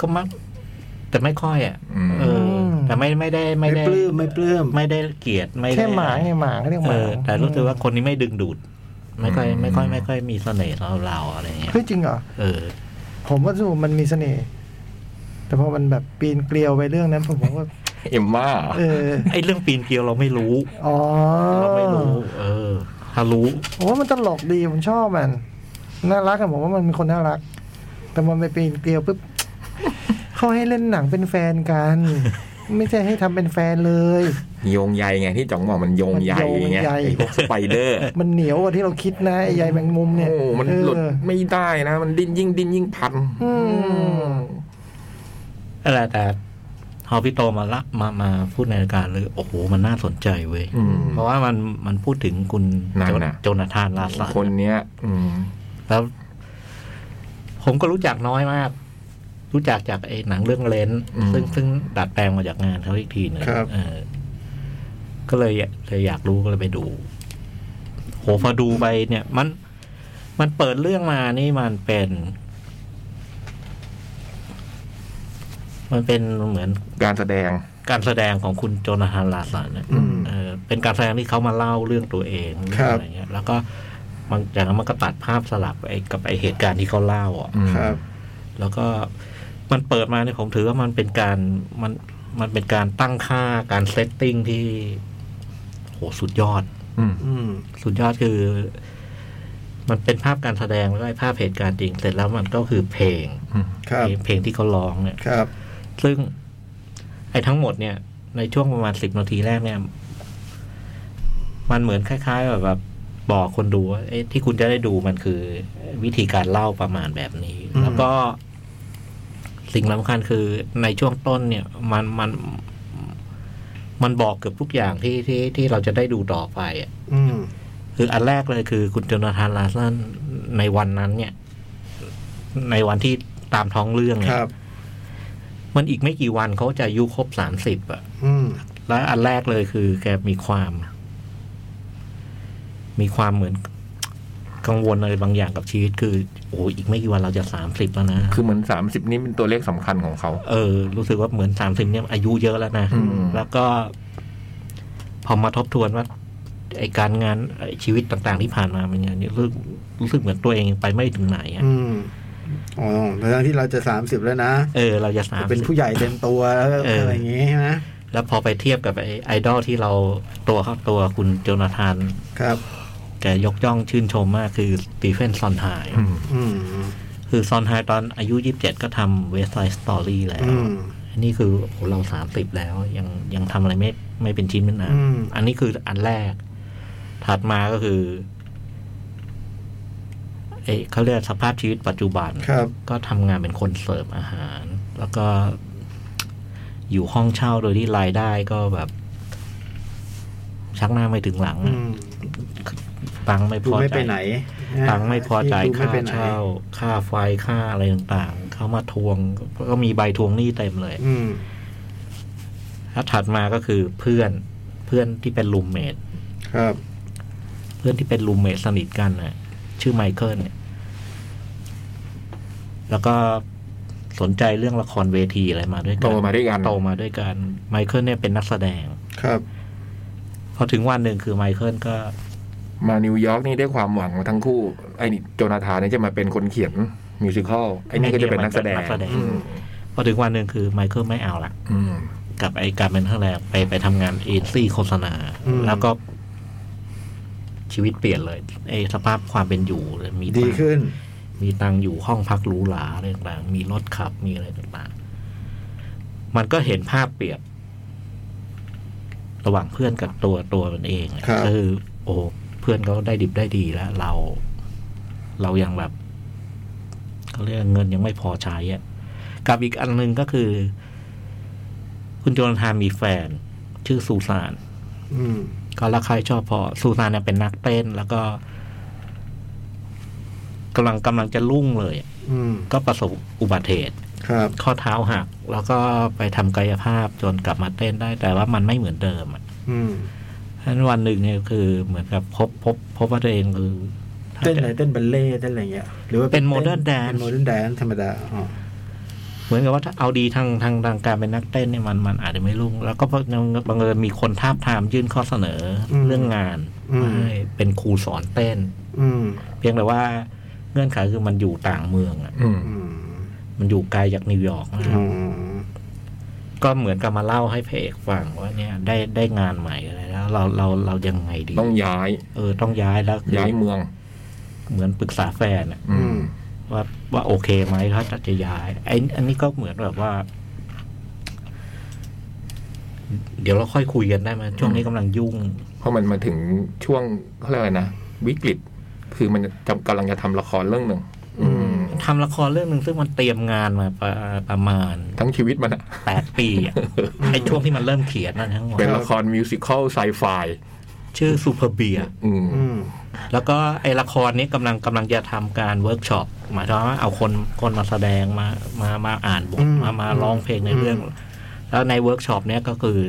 [SPEAKER 4] ก็มักแต่ไม่ค่อยอ่ะ
[SPEAKER 3] อืม
[SPEAKER 4] เออ
[SPEAKER 2] ม
[SPEAKER 4] แต่ไม่ไม่ได้
[SPEAKER 1] ไม่
[SPEAKER 4] ไม่ได้
[SPEAKER 1] ปลื้มไม่ปลื้ม
[SPEAKER 4] ไม่ได้เกลียดไม่ได้
[SPEAKER 2] แค่หมางไงหมางเขาเรียกห
[SPEAKER 4] เอ
[SPEAKER 2] มาง
[SPEAKER 4] อแต่รู้สึกว่าคนนี้ไม่ดึงดูด ไม่ค่อยไม่ค่อยไม่ค่อยมีเสน่ห์เราเราอะไรเงี้ย
[SPEAKER 2] เฮ้ยจริงเหรอ
[SPEAKER 4] เออ
[SPEAKER 2] ผมว่าสูมันมีเสน่ห์แต่พอมันแบบปีนเกลียวไปเรื่องนั้น ผมผมว่า
[SPEAKER 3] เอ็มม่า
[SPEAKER 2] เออ
[SPEAKER 4] ไอ้เรื่องปีนเกลียวเราไม่รู้
[SPEAKER 2] อ๋อ
[SPEAKER 4] เราไม่รู้ เออ ถ้ารู้
[SPEAKER 2] ผมว่ามันตลกดีผมชอบมันน่ารักอะผมว่ามันเป็นคนน่ารัก แต่มันไปปีนเกลียวปุ๊บเขาให้เล่นหนังเป็นแฟนกัน ไม่ใช่ให้ทำเป็นแฟนเลย
[SPEAKER 3] โยงใยไงที่จ๋องบอกมันโยงใย
[SPEAKER 2] มันโยง
[SPEAKER 3] ไง
[SPEAKER 2] ใย
[SPEAKER 3] ไอ้พวกสไปเดอร์
[SPEAKER 2] มันเหนียวกว่าที่เราคิดนะไอ้ใยแมงมุมเนี่ย
[SPEAKER 3] โอ้มันหลุด
[SPEAKER 2] เออ
[SPEAKER 3] ไม่ได้นะ มันดิ้นยิ่งดิ้นยิ่งพัน
[SPEAKER 2] อืม
[SPEAKER 4] อะไรแต่พอพี่โตมาละมามาพูดในรายการเลย โอ้โห มันน่าสนใจเว้ย
[SPEAKER 3] อืม
[SPEAKER 4] เพราะว่ามันมันพูดถึงคุณ
[SPEAKER 3] นั่น
[SPEAKER 4] โจ
[SPEAKER 3] น่ะ
[SPEAKER 4] โจนาธานลาสัน
[SPEAKER 3] คนเนี้ย อืม
[SPEAKER 4] แล้ว ผมก็รู้จักน้อยมาก รู้จักจากไอ้หนังเรื่องเลนส์
[SPEAKER 3] อืม
[SPEAKER 4] ซึ่งซึ่งดัดแปลงมาจากงานเขาอีกทีหนึ่ง
[SPEAKER 1] ครับ
[SPEAKER 4] เออ ก็เลยเลยอยากรู้ก็เลยไปดู โหพอดูไปเนี่ย มัน มันเปิดเรื่องมานี่มันเป็น มันเป็นเหมือน
[SPEAKER 3] การแสดง
[SPEAKER 4] การแสดงของคุณโจนาธานลาสันเนี่ย
[SPEAKER 1] อืม
[SPEAKER 4] เออเป็นการแสดงที่เขามาเล่าเรื่องตัวเอง
[SPEAKER 1] ครับ
[SPEAKER 4] อะไรเงี้ย แล้วก็บางจากนั้นมันก็ตัดภาพสลับไอ้กับไอ้เหตุการณ์ที่เขาเล่าอ่ะ
[SPEAKER 3] อืม
[SPEAKER 1] ครับ
[SPEAKER 4] แล้วก็มันเปิดมาเนี่ยผมถือว่ามันเป็นการมันมันเป็นการตั้งค่าการเซตติ้งที่โหสุดยอด
[SPEAKER 3] อืม
[SPEAKER 1] อืม
[SPEAKER 4] สุดยอดคือ มันเป็นภาพการแสดงแล้วก็ภาพเหตุการณ์จริง เสร็จแล้วมันก็คือเพลง
[SPEAKER 3] อืม
[SPEAKER 1] ครับ
[SPEAKER 4] เพลงเพลงที่เขาร้องเนี่ย
[SPEAKER 1] ครับ
[SPEAKER 4] ซึ่ง ไอ้ทั้งหมดเนี่ย ในช่วงประมาณสิบนาทีแรกเนี่ย มันเหมือนคล้าย ๆ แบบแบบ บอกคนดูว่าเอ๊ะที่คุณจะได้ดูมันคือวิธีการเล่าประมาณแบบนี้
[SPEAKER 1] อืม
[SPEAKER 4] แล้วก็ สิ่งสำคัญคือในช่วงต้นเนี่ย มันมันมันบอกเกือบทุกอย่างที่ที่ที่เราจะได้ดูต่อไปอะ
[SPEAKER 1] อืม
[SPEAKER 4] คืออันแรกเลยคือคุณโจนาธานลาสันในวันนั้นเนี่ย ในวันที่ตามท้องเรื่อง
[SPEAKER 1] ค
[SPEAKER 4] เนี่ย
[SPEAKER 1] รับ
[SPEAKER 4] มันอีกไม่กี่วันเขาจะอายุครบสามสิบอะ
[SPEAKER 1] อืม
[SPEAKER 4] และอันแรกเลยคือ แกมีความ มีความเหมือน กังวลอะไรบางอย่างกับชีวิต คือ โอ้อีกไม่กี่วันเราจะสามสิบแล้วนะ
[SPEAKER 3] คือเหมือนสามสิบนี้เป็นตัวเลขสำคัญของเขา
[SPEAKER 4] เออ รู้สึกว่าเหมือนสามสิบเนี่ยอายุเยอะแล้วนะ
[SPEAKER 3] อืม
[SPEAKER 4] แล้วก็ พอมาทบทวนว่า ไอการงานไอ้ชีวิตต่าง ๆ ที่ผ่านมามันยังรู้สึกรู้สึกเหมือนตัวเองยังไปไม่ถึงไหนอะ
[SPEAKER 1] อืมอ๋อแล้วทั้งที่เราจะสามสิบแล้วนะ
[SPEAKER 4] เออเราจะสาม
[SPEAKER 1] เป็นผู้ใหญ่เต็มตัวแล้วอะไรอย่างงี้ใช่ไหม
[SPEAKER 4] แล้วพอไปเทียบกับไอ้ไอดอลที่เราตัวเข้าตัวคุณโจนาธาน
[SPEAKER 1] ครับ
[SPEAKER 4] แกยกย่องชื่นชมมากคือสตีเฟนซอนไฮ
[SPEAKER 3] อืม
[SPEAKER 1] อืม
[SPEAKER 4] คือซอนไฮตอนอายุ 27 ก็ทำเวสไซ d ์สตอรี่แล้ว
[SPEAKER 1] อืม
[SPEAKER 4] อันนี้คือโอ้โหเรา 30 แล้วยังยังทำอะไรไม่ไม่เป็นชิ้นเป็นอัน
[SPEAKER 1] อืม
[SPEAKER 4] อันนี้คืออันแรก ถัดมาก็คือเอ้เขาเรียกสภาพชีวิตปัจจุบัน
[SPEAKER 1] ครับ
[SPEAKER 4] ก็ทำงานเป็นคนเสิร์ฟอาหาร แล้วก็อยู่ห้องเช่าโดยที่รายได้ก็แบบ ชักหน้าไม่ถึงหลัง
[SPEAKER 1] อื
[SPEAKER 4] อะ
[SPEAKER 1] ม
[SPEAKER 4] ตังค์ไม่พ
[SPEAKER 1] ดู
[SPEAKER 4] อ
[SPEAKER 1] ไม่
[SPEAKER 4] ใจ
[SPEAKER 1] ไปไหน
[SPEAKER 4] ตังค์ไม่พอใจ
[SPEAKER 1] ดูไม่
[SPEAKER 4] ค่า
[SPEAKER 1] ไปไหน
[SPEAKER 4] เช่า ค่าไฟค่าอะไรต่างๆ เข้ามาทวง ก็มีใบทวงหนี้เต็มเลย
[SPEAKER 1] อืม
[SPEAKER 4] แล้วถัดมาก็คือเพื่อนเพื่อนที่เป็นรูมเมท
[SPEAKER 1] ครับ
[SPEAKER 4] เพื่อนที่เป็นรูมเมทสนิทกันน่ะ ชื่อไมเคิลเนี่ย แล้วก็สนใจเรื่องละครเวทีอะไรมาด้วยกัน
[SPEAKER 3] โตมาด้วยกัน
[SPEAKER 4] โตมาด้วยกันไมเคิลเนี่ยเป็นนักแสดง
[SPEAKER 1] ครับ
[SPEAKER 4] พอถึงวันหนึ่งคือไมเคิลก็
[SPEAKER 3] มานิวยอร์กนี่ได้ความหวังมาทั้งคู่ ไอ้นี่โจนาธานเนี่ยจะมาเป็นคนเขียนมิวสิควลไอ้นี่ก็จะเป็นนักแสดง
[SPEAKER 4] นักแสดง
[SPEAKER 3] อืม
[SPEAKER 4] พอถึงวันหนึ่งคือไมเคิลไม่เอาละ
[SPEAKER 3] อืม
[SPEAKER 4] กับไอการเป็นนักแสดงไปไปทำงานเอเจนซี่โฆษณา
[SPEAKER 1] อืม
[SPEAKER 4] แล้วก็ ชีวิตเปลี่ยนเลยไอสภาพความเป็นอยู่เลยมี
[SPEAKER 1] ดี
[SPEAKER 4] ตังค์
[SPEAKER 1] ขึ้น
[SPEAKER 4] มีตังค์อยู่ห้องพักหรูหราอะไรต่างๆมีรถขับมีอะไรต่างๆ มันก็เห็นภาพเปรียบ ระหว่างเพื่อนกับตัวตัวมันเองอะ
[SPEAKER 1] ครับ
[SPEAKER 4] คือโอ้เพื่อนเขาได้ดิบได้ดีแล้ว เรา เรายังแบบเขาเรียกเงินยังไม่พอใช้อะกับอีกอันหนึงก็คือ คุณโจนทานมีแฟน ชื่อซูซาน
[SPEAKER 1] อืม
[SPEAKER 4] ก็รักใครชอบพอซูซานเนี่ยเป็นนักเต้น แล้วก็กำลังกำลังจะรุ่งเลยอะ
[SPEAKER 1] อืม
[SPEAKER 4] ก็ประสบอุบัติเหตุ
[SPEAKER 1] ครับ
[SPEAKER 4] ข้อเท้าหัก แล้วก็ไปทำกายภาพจนกลับมาเต้นได้ แต่ว่ามันไม่เหมือนเดิมอะ
[SPEAKER 1] อืม
[SPEAKER 4] ฉะนั้นวันหนึ่งเนี่ยคือเหมือนกับพบพบพบว่าตัวเองคือถ้า
[SPEAKER 1] เต้น
[SPEAKER 4] จะ
[SPEAKER 1] อะไรเต้นบัลเล่ต์เต้นอะไรเงี้ย หรือว่า
[SPEAKER 4] เป็น modern dance
[SPEAKER 1] เป็นโมเดิร์นแดนธรรมดาอ๋อ
[SPEAKER 4] เหมือนกับว่าถ้าเอาดีทางทางทางการเป็นนักเต้นเนี่ยมันมันอาจจะไม่รุ่ง แล้วก็บังเอิญมีคนท้าบทามยื่นข้อเสนอเรื่องงานมาให้เป็นครูสอนเต้น
[SPEAKER 1] อืม
[SPEAKER 4] เพียงแต่ว่าเงื่อนไขคือมันอยู่ต่างเมืองอะ
[SPEAKER 3] อืม
[SPEAKER 1] อืม
[SPEAKER 4] มันอยู่ไกลจากนิวยอร์กมาก
[SPEAKER 1] อ๋อ
[SPEAKER 4] ก็เหมือนกับมาเล่าให้พระเอกฟังว่าเนี่ยได้ได้งานใหม่อะไรแล้ว เราเราเรายังไงดี
[SPEAKER 3] ต้องย้าย
[SPEAKER 4] เออต้องย้ายแล้วคือ
[SPEAKER 3] ย้ายเมือง
[SPEAKER 4] เหมือนปรึกษาแฟนอะ
[SPEAKER 3] อืม
[SPEAKER 4] ว่าว่าโอเคไหมถ้าจะจะย้ายไอ้อันนี้ก็เหมือนแบบว่า เดี๋ยวเราค่อยคุยกันได้ไหมช่วงนี้กำลังยุ่ง
[SPEAKER 3] เพราะมันมาถึงช่วงเขาเรียกอะไรนะวิกฤต คือมันจะกำลังจะทำละครเรื่องหนึ่งอืม
[SPEAKER 4] ทำละครเรื่องหนึ่งซึ่งมันเตรียมงานมาประประมาณ
[SPEAKER 3] ทั้งชีวิตมันอะ
[SPEAKER 4] แปดปี อะไอ้ช่วงที่มันเริ่มเขียนนั่นทั้งหมด
[SPEAKER 3] เป็นละครมิวสิควลไซไฟ
[SPEAKER 4] ชื่อซูเปอร์เบีย
[SPEAKER 3] อืม
[SPEAKER 1] อืม
[SPEAKER 4] แล้วก็ไอ้ละครนี้กำลังกำลังจะทำการเวิร์กช็อปหมายถึงว่าเอาคนคนมาแสดงมามามาอ่านบท
[SPEAKER 1] อืม
[SPEAKER 4] มามาร้องเพลงในเรื่อง
[SPEAKER 1] อืม
[SPEAKER 4] แล้วในเวิร์กช็อปเนี้ยก็คือ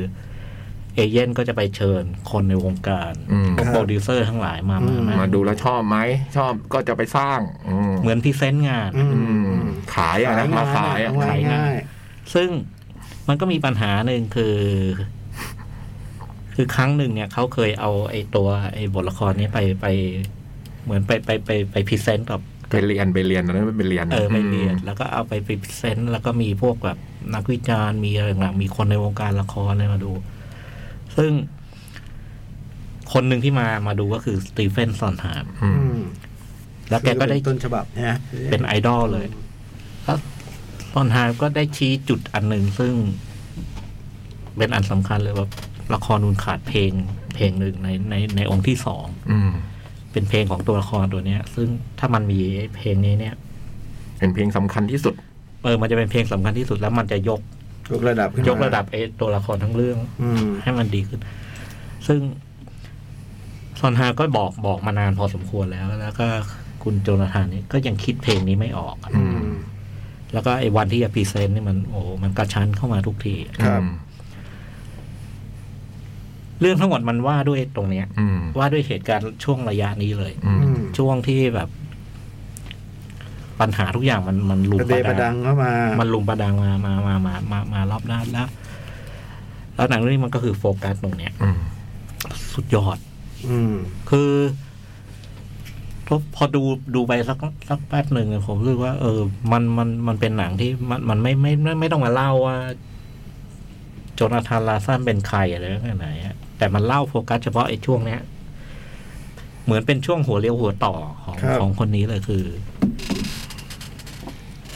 [SPEAKER 4] เอเย่นก็จะไปเชิญคนในวงการ
[SPEAKER 3] อืม
[SPEAKER 4] พวกโปรดิวเซอร์ทั้งหลายมามามา
[SPEAKER 3] มาดูแล้วชอบไหม ชอบก็จะไปสร้าง อืม
[SPEAKER 4] เหมือนพรี่เซนต์งาน
[SPEAKER 1] อืม
[SPEAKER 3] อืม ขายอะนะมาขายอะ
[SPEAKER 1] ขายง่าย
[SPEAKER 4] ซึ่งมันก็มีปัญหาหนึ่งคือ คือครั้งหนึ่งเนี่ยเขาเคยเอาไอ้ตัว ไอ้บทละครนี้ไปไป เหมือนไปไปไปไปพรีเซนต์กับ
[SPEAKER 3] ไปเรียนไปเรียนตอนนั้นไปเรียน
[SPEAKER 4] เออไปเรียนแล้วก็เอาไปไปพรีเซนต์แล้วก็มีพวกแบบนักวิจารณ์มีอะไรต่างๆมีคนในวงการละครอะไรมาดู ซึ่ง คนหนึ่งที่มามาดูก็คือสตีเฟนซอนฮาม
[SPEAKER 3] อื
[SPEAKER 1] อื
[SPEAKER 3] ม
[SPEAKER 1] ม
[SPEAKER 4] แล้วแกก็ได้
[SPEAKER 1] เป็นต้นฉบับนะ
[SPEAKER 4] เป็นไอดอลเลย แล้วซอนฮามก็ได้ชี้จุดอันหนึ่งซึ่ง เป็นอันสำคัญเลยว่าละครนุนขาดเพลงเพลงหนึ่งในในในองค์ที่สอง
[SPEAKER 3] อืม
[SPEAKER 4] เป็นเพลงของตัวละครตัวเนี้ย ซึ่งถ้ามันมีเพลงนี้เนี่ย
[SPEAKER 3] เป็นเพลงสำคัญที่สุด
[SPEAKER 4] เออมันจะเป็นเพลงสำคัญที่สุดแล้วมันจะยก
[SPEAKER 1] ยกระดับขึ้นมาย
[SPEAKER 4] กระดับไอ้ตัวละครทั้งเรื่อง
[SPEAKER 1] อืม
[SPEAKER 4] ให้มันดีขึ้น ซึ่งซอนฮาก็บอกบอกมานานพอสมควรแล้ว แล้วก็คุณโจนาธานนี่ก็ยังคิดเพลงนี้ไม่ออก
[SPEAKER 3] อืม
[SPEAKER 4] แล้วก็ไอ้วันที่จะพรีเซนต์นี่มันโอ้โหมันกระชั้นเข้ามาทุกที
[SPEAKER 1] ครับ
[SPEAKER 4] เรื่องทั้งหมดมันว่าด้วยตรงเนี้ย
[SPEAKER 3] อืม
[SPEAKER 4] ว่าด้วยเหตุการณ์ช่วงระยะนี้เลย
[SPEAKER 3] อืม
[SPEAKER 1] อืม
[SPEAKER 4] ช่วงที่แบบ ปัญหาทุกอย่างมันมันลุม
[SPEAKER 1] ประเดประดังเข้ามา
[SPEAKER 4] มันลุมประดังมามามามามามารอบด้านแล้ว แล้วหนังเรื่องนี้มันก็คือโฟกัสตรงเนี้ย
[SPEAKER 3] อืม
[SPEAKER 4] สุดยอด
[SPEAKER 1] อืม
[SPEAKER 4] คือพอพอดูดูไปสักสักแป๊บหนึ่งเนี่ยผมรู้สึกว่า เออ มันมันมันเป็นหนังที่มันมันไม่ไม่ไม่ไม่ต้องมาเล่าว่าโจนาธานลาซันเป็นใครอะไรแบบไหนอะแต่มันเล่าโฟกัสเฉพาะไอ้ช่วงเนี้ย เหมือนเป็นช่วงหัวเลี้ยวหัวต่อของ
[SPEAKER 1] ครับ
[SPEAKER 4] ของคนนี้เลยคือ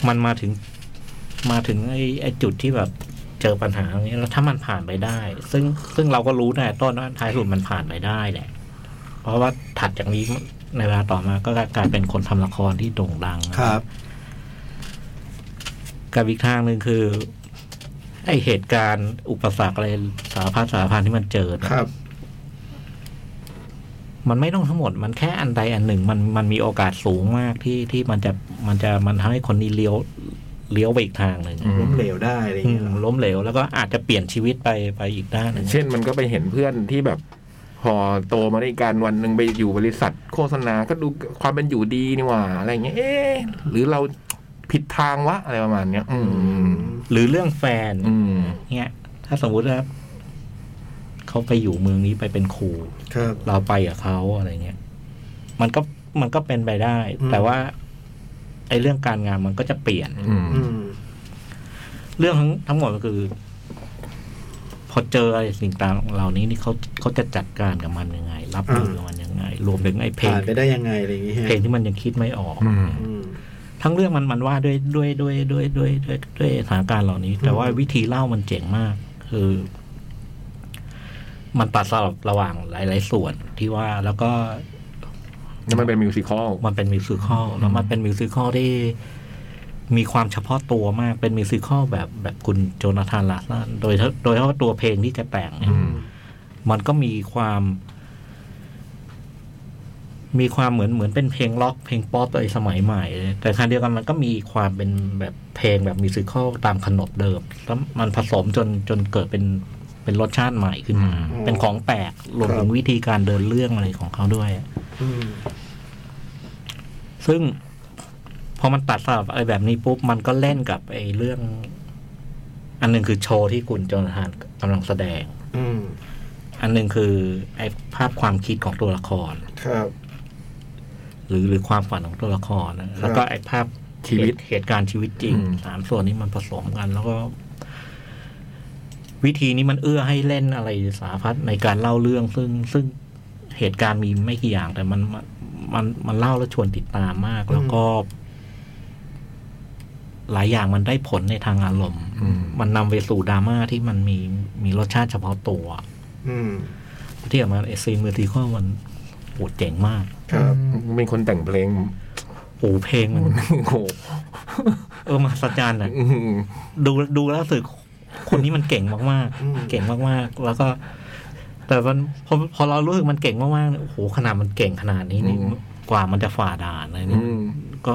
[SPEAKER 4] มันมาถึงมาถึงไอ้ไอ้จุดที่แบบเจอปัญหาตรงนี้แล้วถ้ามันผ่านไปได้ ซึ่งซึ่งเราก็รู้ในะต้นว่าท้ายสุดมันผ่านไปได้แหละ เพราะว่าถัดจากนี้ในเวลาต่อมาก็กลายเป็นคนทำละครที่โด่งดังนะครับ กับอีกทางหนึ่งคือ ไอเหตุการณ์อุปสรรคอะไรสารพัดสารพันที่มันเจอเนี่ย
[SPEAKER 1] ครับ
[SPEAKER 4] มันไม่ต้องทั้งหมด มันแค่อันใดอันหนึ่ง มันมันมีโอกาสสูงมากที่ที่มันจะมันจะมันทำให้คนนี้เลี้ยวเลี้ยวไปอีกทางหนึ่ง
[SPEAKER 1] ล้มเหลวได้อะไรอย่างเงี้ยเหรอ
[SPEAKER 4] ล้มเหลวแล้วก็อาจจะเปลี่ยนชีวิตไปไปอีกด้านหนึ่ง
[SPEAKER 3] เช่นมันก็ไปเห็นเพื่อนที่แบบ พอโตมาด้วยกันวันหนึ่งไปอยู่บริษัท โฆษณาก็ดูความเป็นอยู่ดีนี่หว่า อะไรอย่างเงี้ยเอ๊ะหรือเราผิดทางวะอะไรประมาณเนี้ย อืม
[SPEAKER 4] หรือเรื่องแฟน
[SPEAKER 3] อืม
[SPEAKER 4] เนี่ย ถ้าสมมุติว่าเขาไปอยู่เมืองนี้ไปเป็นครู
[SPEAKER 1] ครับ
[SPEAKER 4] เราไปกับเขาอะไรเงี้ย มันก็มันก็เป็นไปได้
[SPEAKER 1] อืม
[SPEAKER 4] แต่ว่าไอ้เรื่องการงานมันก็จะเปลี่ยน
[SPEAKER 3] อืม
[SPEAKER 1] อืม
[SPEAKER 4] เรื่องทั้งทั้งหมดก็คือ พอเจออะไรสิ่งต่างเหล่านี้นี่เขาเขาจะจัดการกับมันยังไง รับมือกับมันยังไง รวมถึงไอ้เพลง
[SPEAKER 1] ผ่านไปได้ยังไงอะไรอย่างเงี้ย
[SPEAKER 4] เพลงที่มันยังคิดไม่ออก
[SPEAKER 3] อืม
[SPEAKER 1] อืม
[SPEAKER 4] ทั้งเรื่องมันมันว่าด้วยด้วยด้วยด้วยด้วยด้วยด้วยสถานการณ์เหล่านี้ แต่ว่า
[SPEAKER 1] อืม
[SPEAKER 4] วิธีเล่ามันเจ๋งมาก คือ มันตัดสลับระหว่างหลาย ๆ ส่วนที่ว่าแล้วก็
[SPEAKER 3] แล้วมันเป็นมิวสิควล
[SPEAKER 4] มันเป็นมิวสิควลแล้วมันเป็นมิวสิควลที่มีความเฉพาะตัวมาก เป็นมิวสิควลแบบแบบคุณโจนาธานลาซันโดยเฉโดยเฉพาะตัวเพลงที่จะแต่งเนี่ย
[SPEAKER 3] อืม
[SPEAKER 4] มันก็มีความ มีความเหมือนเหมือนเป็นเพลงล็อกเพลงป๊อปไอสมัยใหม่เลยแต่ขณะเดียวกันมันก็มีความเป็นแบบเพลงแบบมิวสิควลตามขนบเดิมแล้วมันผสมจนจนเกิดเป็นเป็นรสชาติใหม่ขึ้นมา
[SPEAKER 1] อืม
[SPEAKER 4] เป็นของแปลกรวม
[SPEAKER 1] ครับ
[SPEAKER 4] ถึงวิธีการเดินเรื่องอะไรของเขาด้วย
[SPEAKER 1] อืม
[SPEAKER 4] ซึ่งพอมันตัดสลับอะไรแบบนี้ปุ๊บ มันก็เล่นกับไอ้เรื่อง อันหนึ่งคือโชว์ที่คุณโจนาธานกำลังแสดง
[SPEAKER 1] อืม
[SPEAKER 4] อันหนึ่งคือไอ้ภาพความคิดของตัวละคร
[SPEAKER 1] ครับ
[SPEAKER 4] หรือหรือความฝันของตัวละครนะแล้วก็ไอ้ภาพ
[SPEAKER 3] ชีวิต
[SPEAKER 4] เหตุเหตุการณ์ชีวิตจริง
[SPEAKER 3] อืม
[SPEAKER 4] สามส่วนนี้มันผสมกัน แล้วก็ วิธีนี้มันเอื้อให้เล่นอะไรสารพัดในการเล่าเรื่อง ซึ่งซึ่งเหตุการณ์มีไม่กี่อย่าง แต่มันมันมันมันเล่าแล้วชวนติดตามมาก แล้วก็ หลายอย่างมันได้ผลในทางอารมณ์
[SPEAKER 3] อืม
[SPEAKER 4] มันนำไปสู่ดราม่าที่มันมีมีรสชาติเฉพาะตัว
[SPEAKER 1] อืม
[SPEAKER 4] ที่ออกมาไอซีนมือทีข้อมันโหเจ๋งมาก
[SPEAKER 1] ครับ
[SPEAKER 3] เป็นคนแต่งเพลง
[SPEAKER 4] โอ้เพลงมัน
[SPEAKER 3] โอ้โห
[SPEAKER 4] เออมหัศจรรย์นะ
[SPEAKER 3] อืม
[SPEAKER 4] ดูดูแล้วรู้สึกคนนี้มันเก่งมาก
[SPEAKER 1] อืม
[SPEAKER 4] ๆ เก่งมากๆ แล้วก็ แต่มันพอพอเรารู้สึกมันเก่งมากๆเนี่ยโอ้โหขนาดมันเก่งขนาดนี้นี่กว่ามันจะฝ่าด่านอะไร
[SPEAKER 3] อื
[SPEAKER 4] นี่
[SPEAKER 3] ม
[SPEAKER 4] ก็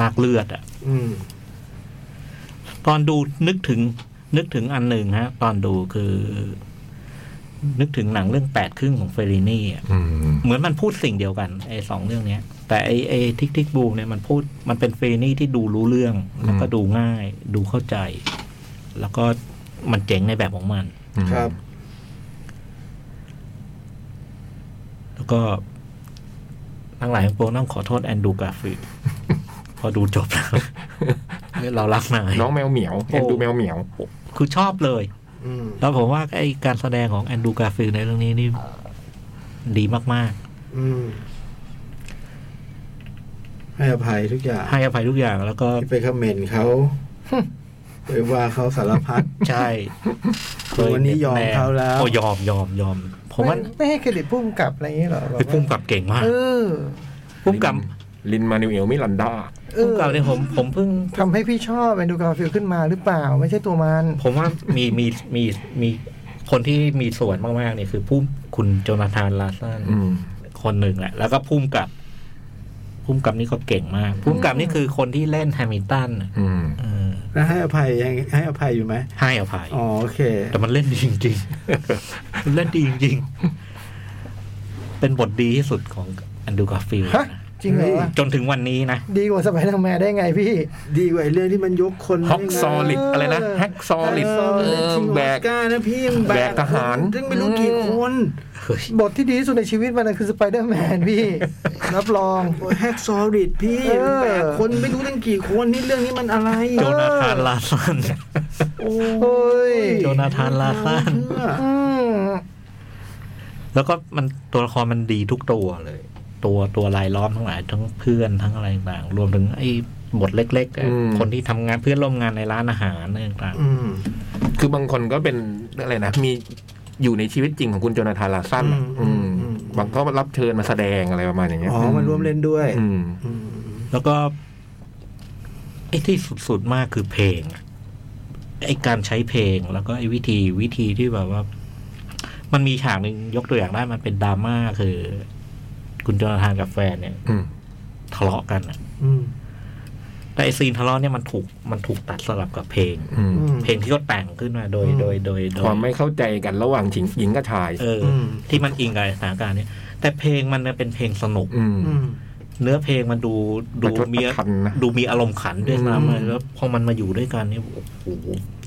[SPEAKER 4] ลากเลือดอ่ะ
[SPEAKER 1] อืม
[SPEAKER 4] ตอนดูนึกถึง นึกถึงอันหนึ่งฮะ ตอนดูคือ นึกถึงหนังเรื่องแปดครึ่งของเฟรลินี่อะ
[SPEAKER 3] อืม
[SPEAKER 4] เหมือนมันพูดสิ่งเดียวกันไอ้สองเรื่องเนี้ย แต่ไอ้ไอ้ทิกทิกบูมเนี่ยมันพูดมันเป็นเฟรนี่ที่ดูรู้เรื่อง แล้วก็
[SPEAKER 3] อืม
[SPEAKER 4] ดูง่าย ดูเข้าใจ แล้วก็มันเจ๋งในแบบของมัน
[SPEAKER 1] ครับ
[SPEAKER 4] แล้วก็ทั้งหลายทั้งปวงต้องขอโทษแอนดูกาฟิลด์พอดูจบแล้ว เรารักนาย
[SPEAKER 3] น้องแมวเหมียว
[SPEAKER 4] โอ้
[SPEAKER 3] เอ็นดูแมวเหมียว
[SPEAKER 4] คือชอบเลย
[SPEAKER 1] อืม
[SPEAKER 4] แล้วผมว่าไอ้การแสดงของแอนดูกาฟิลด์ในเรื่องนี้นี่ดีมาก
[SPEAKER 1] อืม ให้อภัยทุกอย่าง
[SPEAKER 4] ๆ ให้อภัยทุกอย่างแล้วก็
[SPEAKER 1] ที่ไปคอมเมนต์เขา ไปว่าเขาสารพัด
[SPEAKER 4] ใช่
[SPEAKER 1] วันนี้ยอมเขาแล้ว
[SPEAKER 4] โอ้ยอมยอมยอมผมว่า
[SPEAKER 2] ไม่ไม่ให้เครดิตพุ่มกับอะไรอย่างเงี้ยหรอแบบ
[SPEAKER 4] ไอ้
[SPEAKER 2] ว่า
[SPEAKER 4] พุ่มกับเก่งมาก
[SPEAKER 2] เออ
[SPEAKER 4] พุ่มกับ
[SPEAKER 3] ลินมานิวเอลมิลันดา
[SPEAKER 2] เอ
[SPEAKER 4] พุ่ม
[SPEAKER 2] อ
[SPEAKER 4] กับเนี่ยผมผมเพิ่ง
[SPEAKER 2] ทำให้พี่ชอบแอนดูการ์ฟิลด์ขึ้นมาหรือเปล่า ไม่ใช่ตัวมัน
[SPEAKER 4] ผมว่ามีมีมีมีคนที่มีส่วนมากๆเนี่ยคือผู้คุณโจนาธานลาซัน
[SPEAKER 3] อืม
[SPEAKER 4] คนหนึ่งแหละ แล้วก็พุ่มกับพุ่มกับนี่ก็เก่งมากพุ่มกับนี่คือคนที่เล่นแฮมิลตันน่ะ
[SPEAKER 3] อืม
[SPEAKER 4] เออ
[SPEAKER 1] แล้วให้อภัยยังให้อภัยอยู่ไหม
[SPEAKER 4] ให้อภัย
[SPEAKER 1] อ๋อโอเค
[SPEAKER 4] แต่มันเล่นดีจริงๆ มันเล่นดีจริงๆ เป็นบทดีที่สุดของอันดูกาฟิลด์
[SPEAKER 2] ฮะ
[SPEAKER 4] นะ
[SPEAKER 2] จริงเหรอวะ
[SPEAKER 4] จนถึงวันนี้นะ
[SPEAKER 2] ดีกว่าสไปเดอร์แมนได้ไงพี่
[SPEAKER 1] ดีกว่าไอ้เรื่องที่มันยกคน
[SPEAKER 3] ฮอกซอลิดอะไรนะแฮกซอลิด
[SPEAKER 1] เออ
[SPEAKER 3] เออ
[SPEAKER 1] แบ
[SPEAKER 3] แบ
[SPEAKER 1] ก
[SPEAKER 3] ก
[SPEAKER 1] กานะพี่ยังแบ
[SPEAKER 3] แบ
[SPEAKER 1] ก
[SPEAKER 3] กทหาร
[SPEAKER 1] ซึ่งไม่รู้กี่คน
[SPEAKER 4] เฮ้ย
[SPEAKER 2] บทที่ดีที่สุดในชีวิตมันนะคือสไปเดอร์แมนพี่ รับรอง
[SPEAKER 1] แฮกซอลิดพี่
[SPEAKER 2] เออ
[SPEAKER 1] แบกคนไม่รู้ตั้งกี่คนนี่เรื่องนี้มันอะไร
[SPEAKER 4] โจนาธานลาซัน
[SPEAKER 1] โอ้
[SPEAKER 2] โอ้ย
[SPEAKER 4] โจนาธานลาซัน
[SPEAKER 1] เชื่อ
[SPEAKER 2] อืม
[SPEAKER 4] แล้วก็มันตัวละครมันดีทุกตัวเลย ตัวตัวรายล้อมทั้งหลายทั้งเพื่อนทั้งอะไรต่างรวมถึงไอ้บทเล็กๆอะ
[SPEAKER 3] อืม
[SPEAKER 4] คนที่ทำงานเพื่อนร่วมงานในร้านอาหารอะไรต่าง
[SPEAKER 1] อืม
[SPEAKER 3] คือบางคนก็เป็นอะไรนะ มีอยู่ในชีวิตจริงของคุณโจนาธานลาซันน่ะอืมบางก็รับเชิญมาแสดงอะไรประมาณอย่างเงี้ย
[SPEAKER 1] อ๋อมันร่วมเล่นด้วย
[SPEAKER 3] อืม
[SPEAKER 1] อืม
[SPEAKER 4] ๆแล้วก็ไอ้ที่สุดๆมากคือเพลงอะไอ้การใช้เพลงแล้วก็ไอ้วิธีวิธีที่แบบว่า มันมีฉากหนึ่งยกตัวอย่างได้มันเป็นดราม่าคือ คุณโจนาธานกับแฟนเนี่ย
[SPEAKER 3] อืม
[SPEAKER 4] ทะเลาะกันอะ
[SPEAKER 1] อืม
[SPEAKER 4] แต่ไอ้ซีนทะเลาะเนี่ยมันถูกมันถูกตัดสลับกับเพลง
[SPEAKER 3] อืม
[SPEAKER 1] อืม
[SPEAKER 4] เพลงที่เขาแต่งขึ้นมาโดย
[SPEAKER 1] อืม
[SPEAKER 4] โดยโดยโดย
[SPEAKER 3] ความไม่เข้าใจกันระหว่างหญิงหญิงกับชาย
[SPEAKER 4] เอออ
[SPEAKER 1] ม
[SPEAKER 4] ที่มันอิงกับสถานการณ์เนี่ยแต่เพลงมันเป็นเพลงสนุก
[SPEAKER 3] อืม
[SPEAKER 1] อืม
[SPEAKER 4] เนื้อเพลงมันดูดู
[SPEAKER 3] ประชด
[SPEAKER 4] มี
[SPEAKER 3] ประชันนะ
[SPEAKER 4] ดูมีอารมณ์ขันด้วย
[SPEAKER 1] อืม
[SPEAKER 4] ซ้ำเลยแล้วพอมันมาอยู่ด้วยกันเนี่ยโอ้โห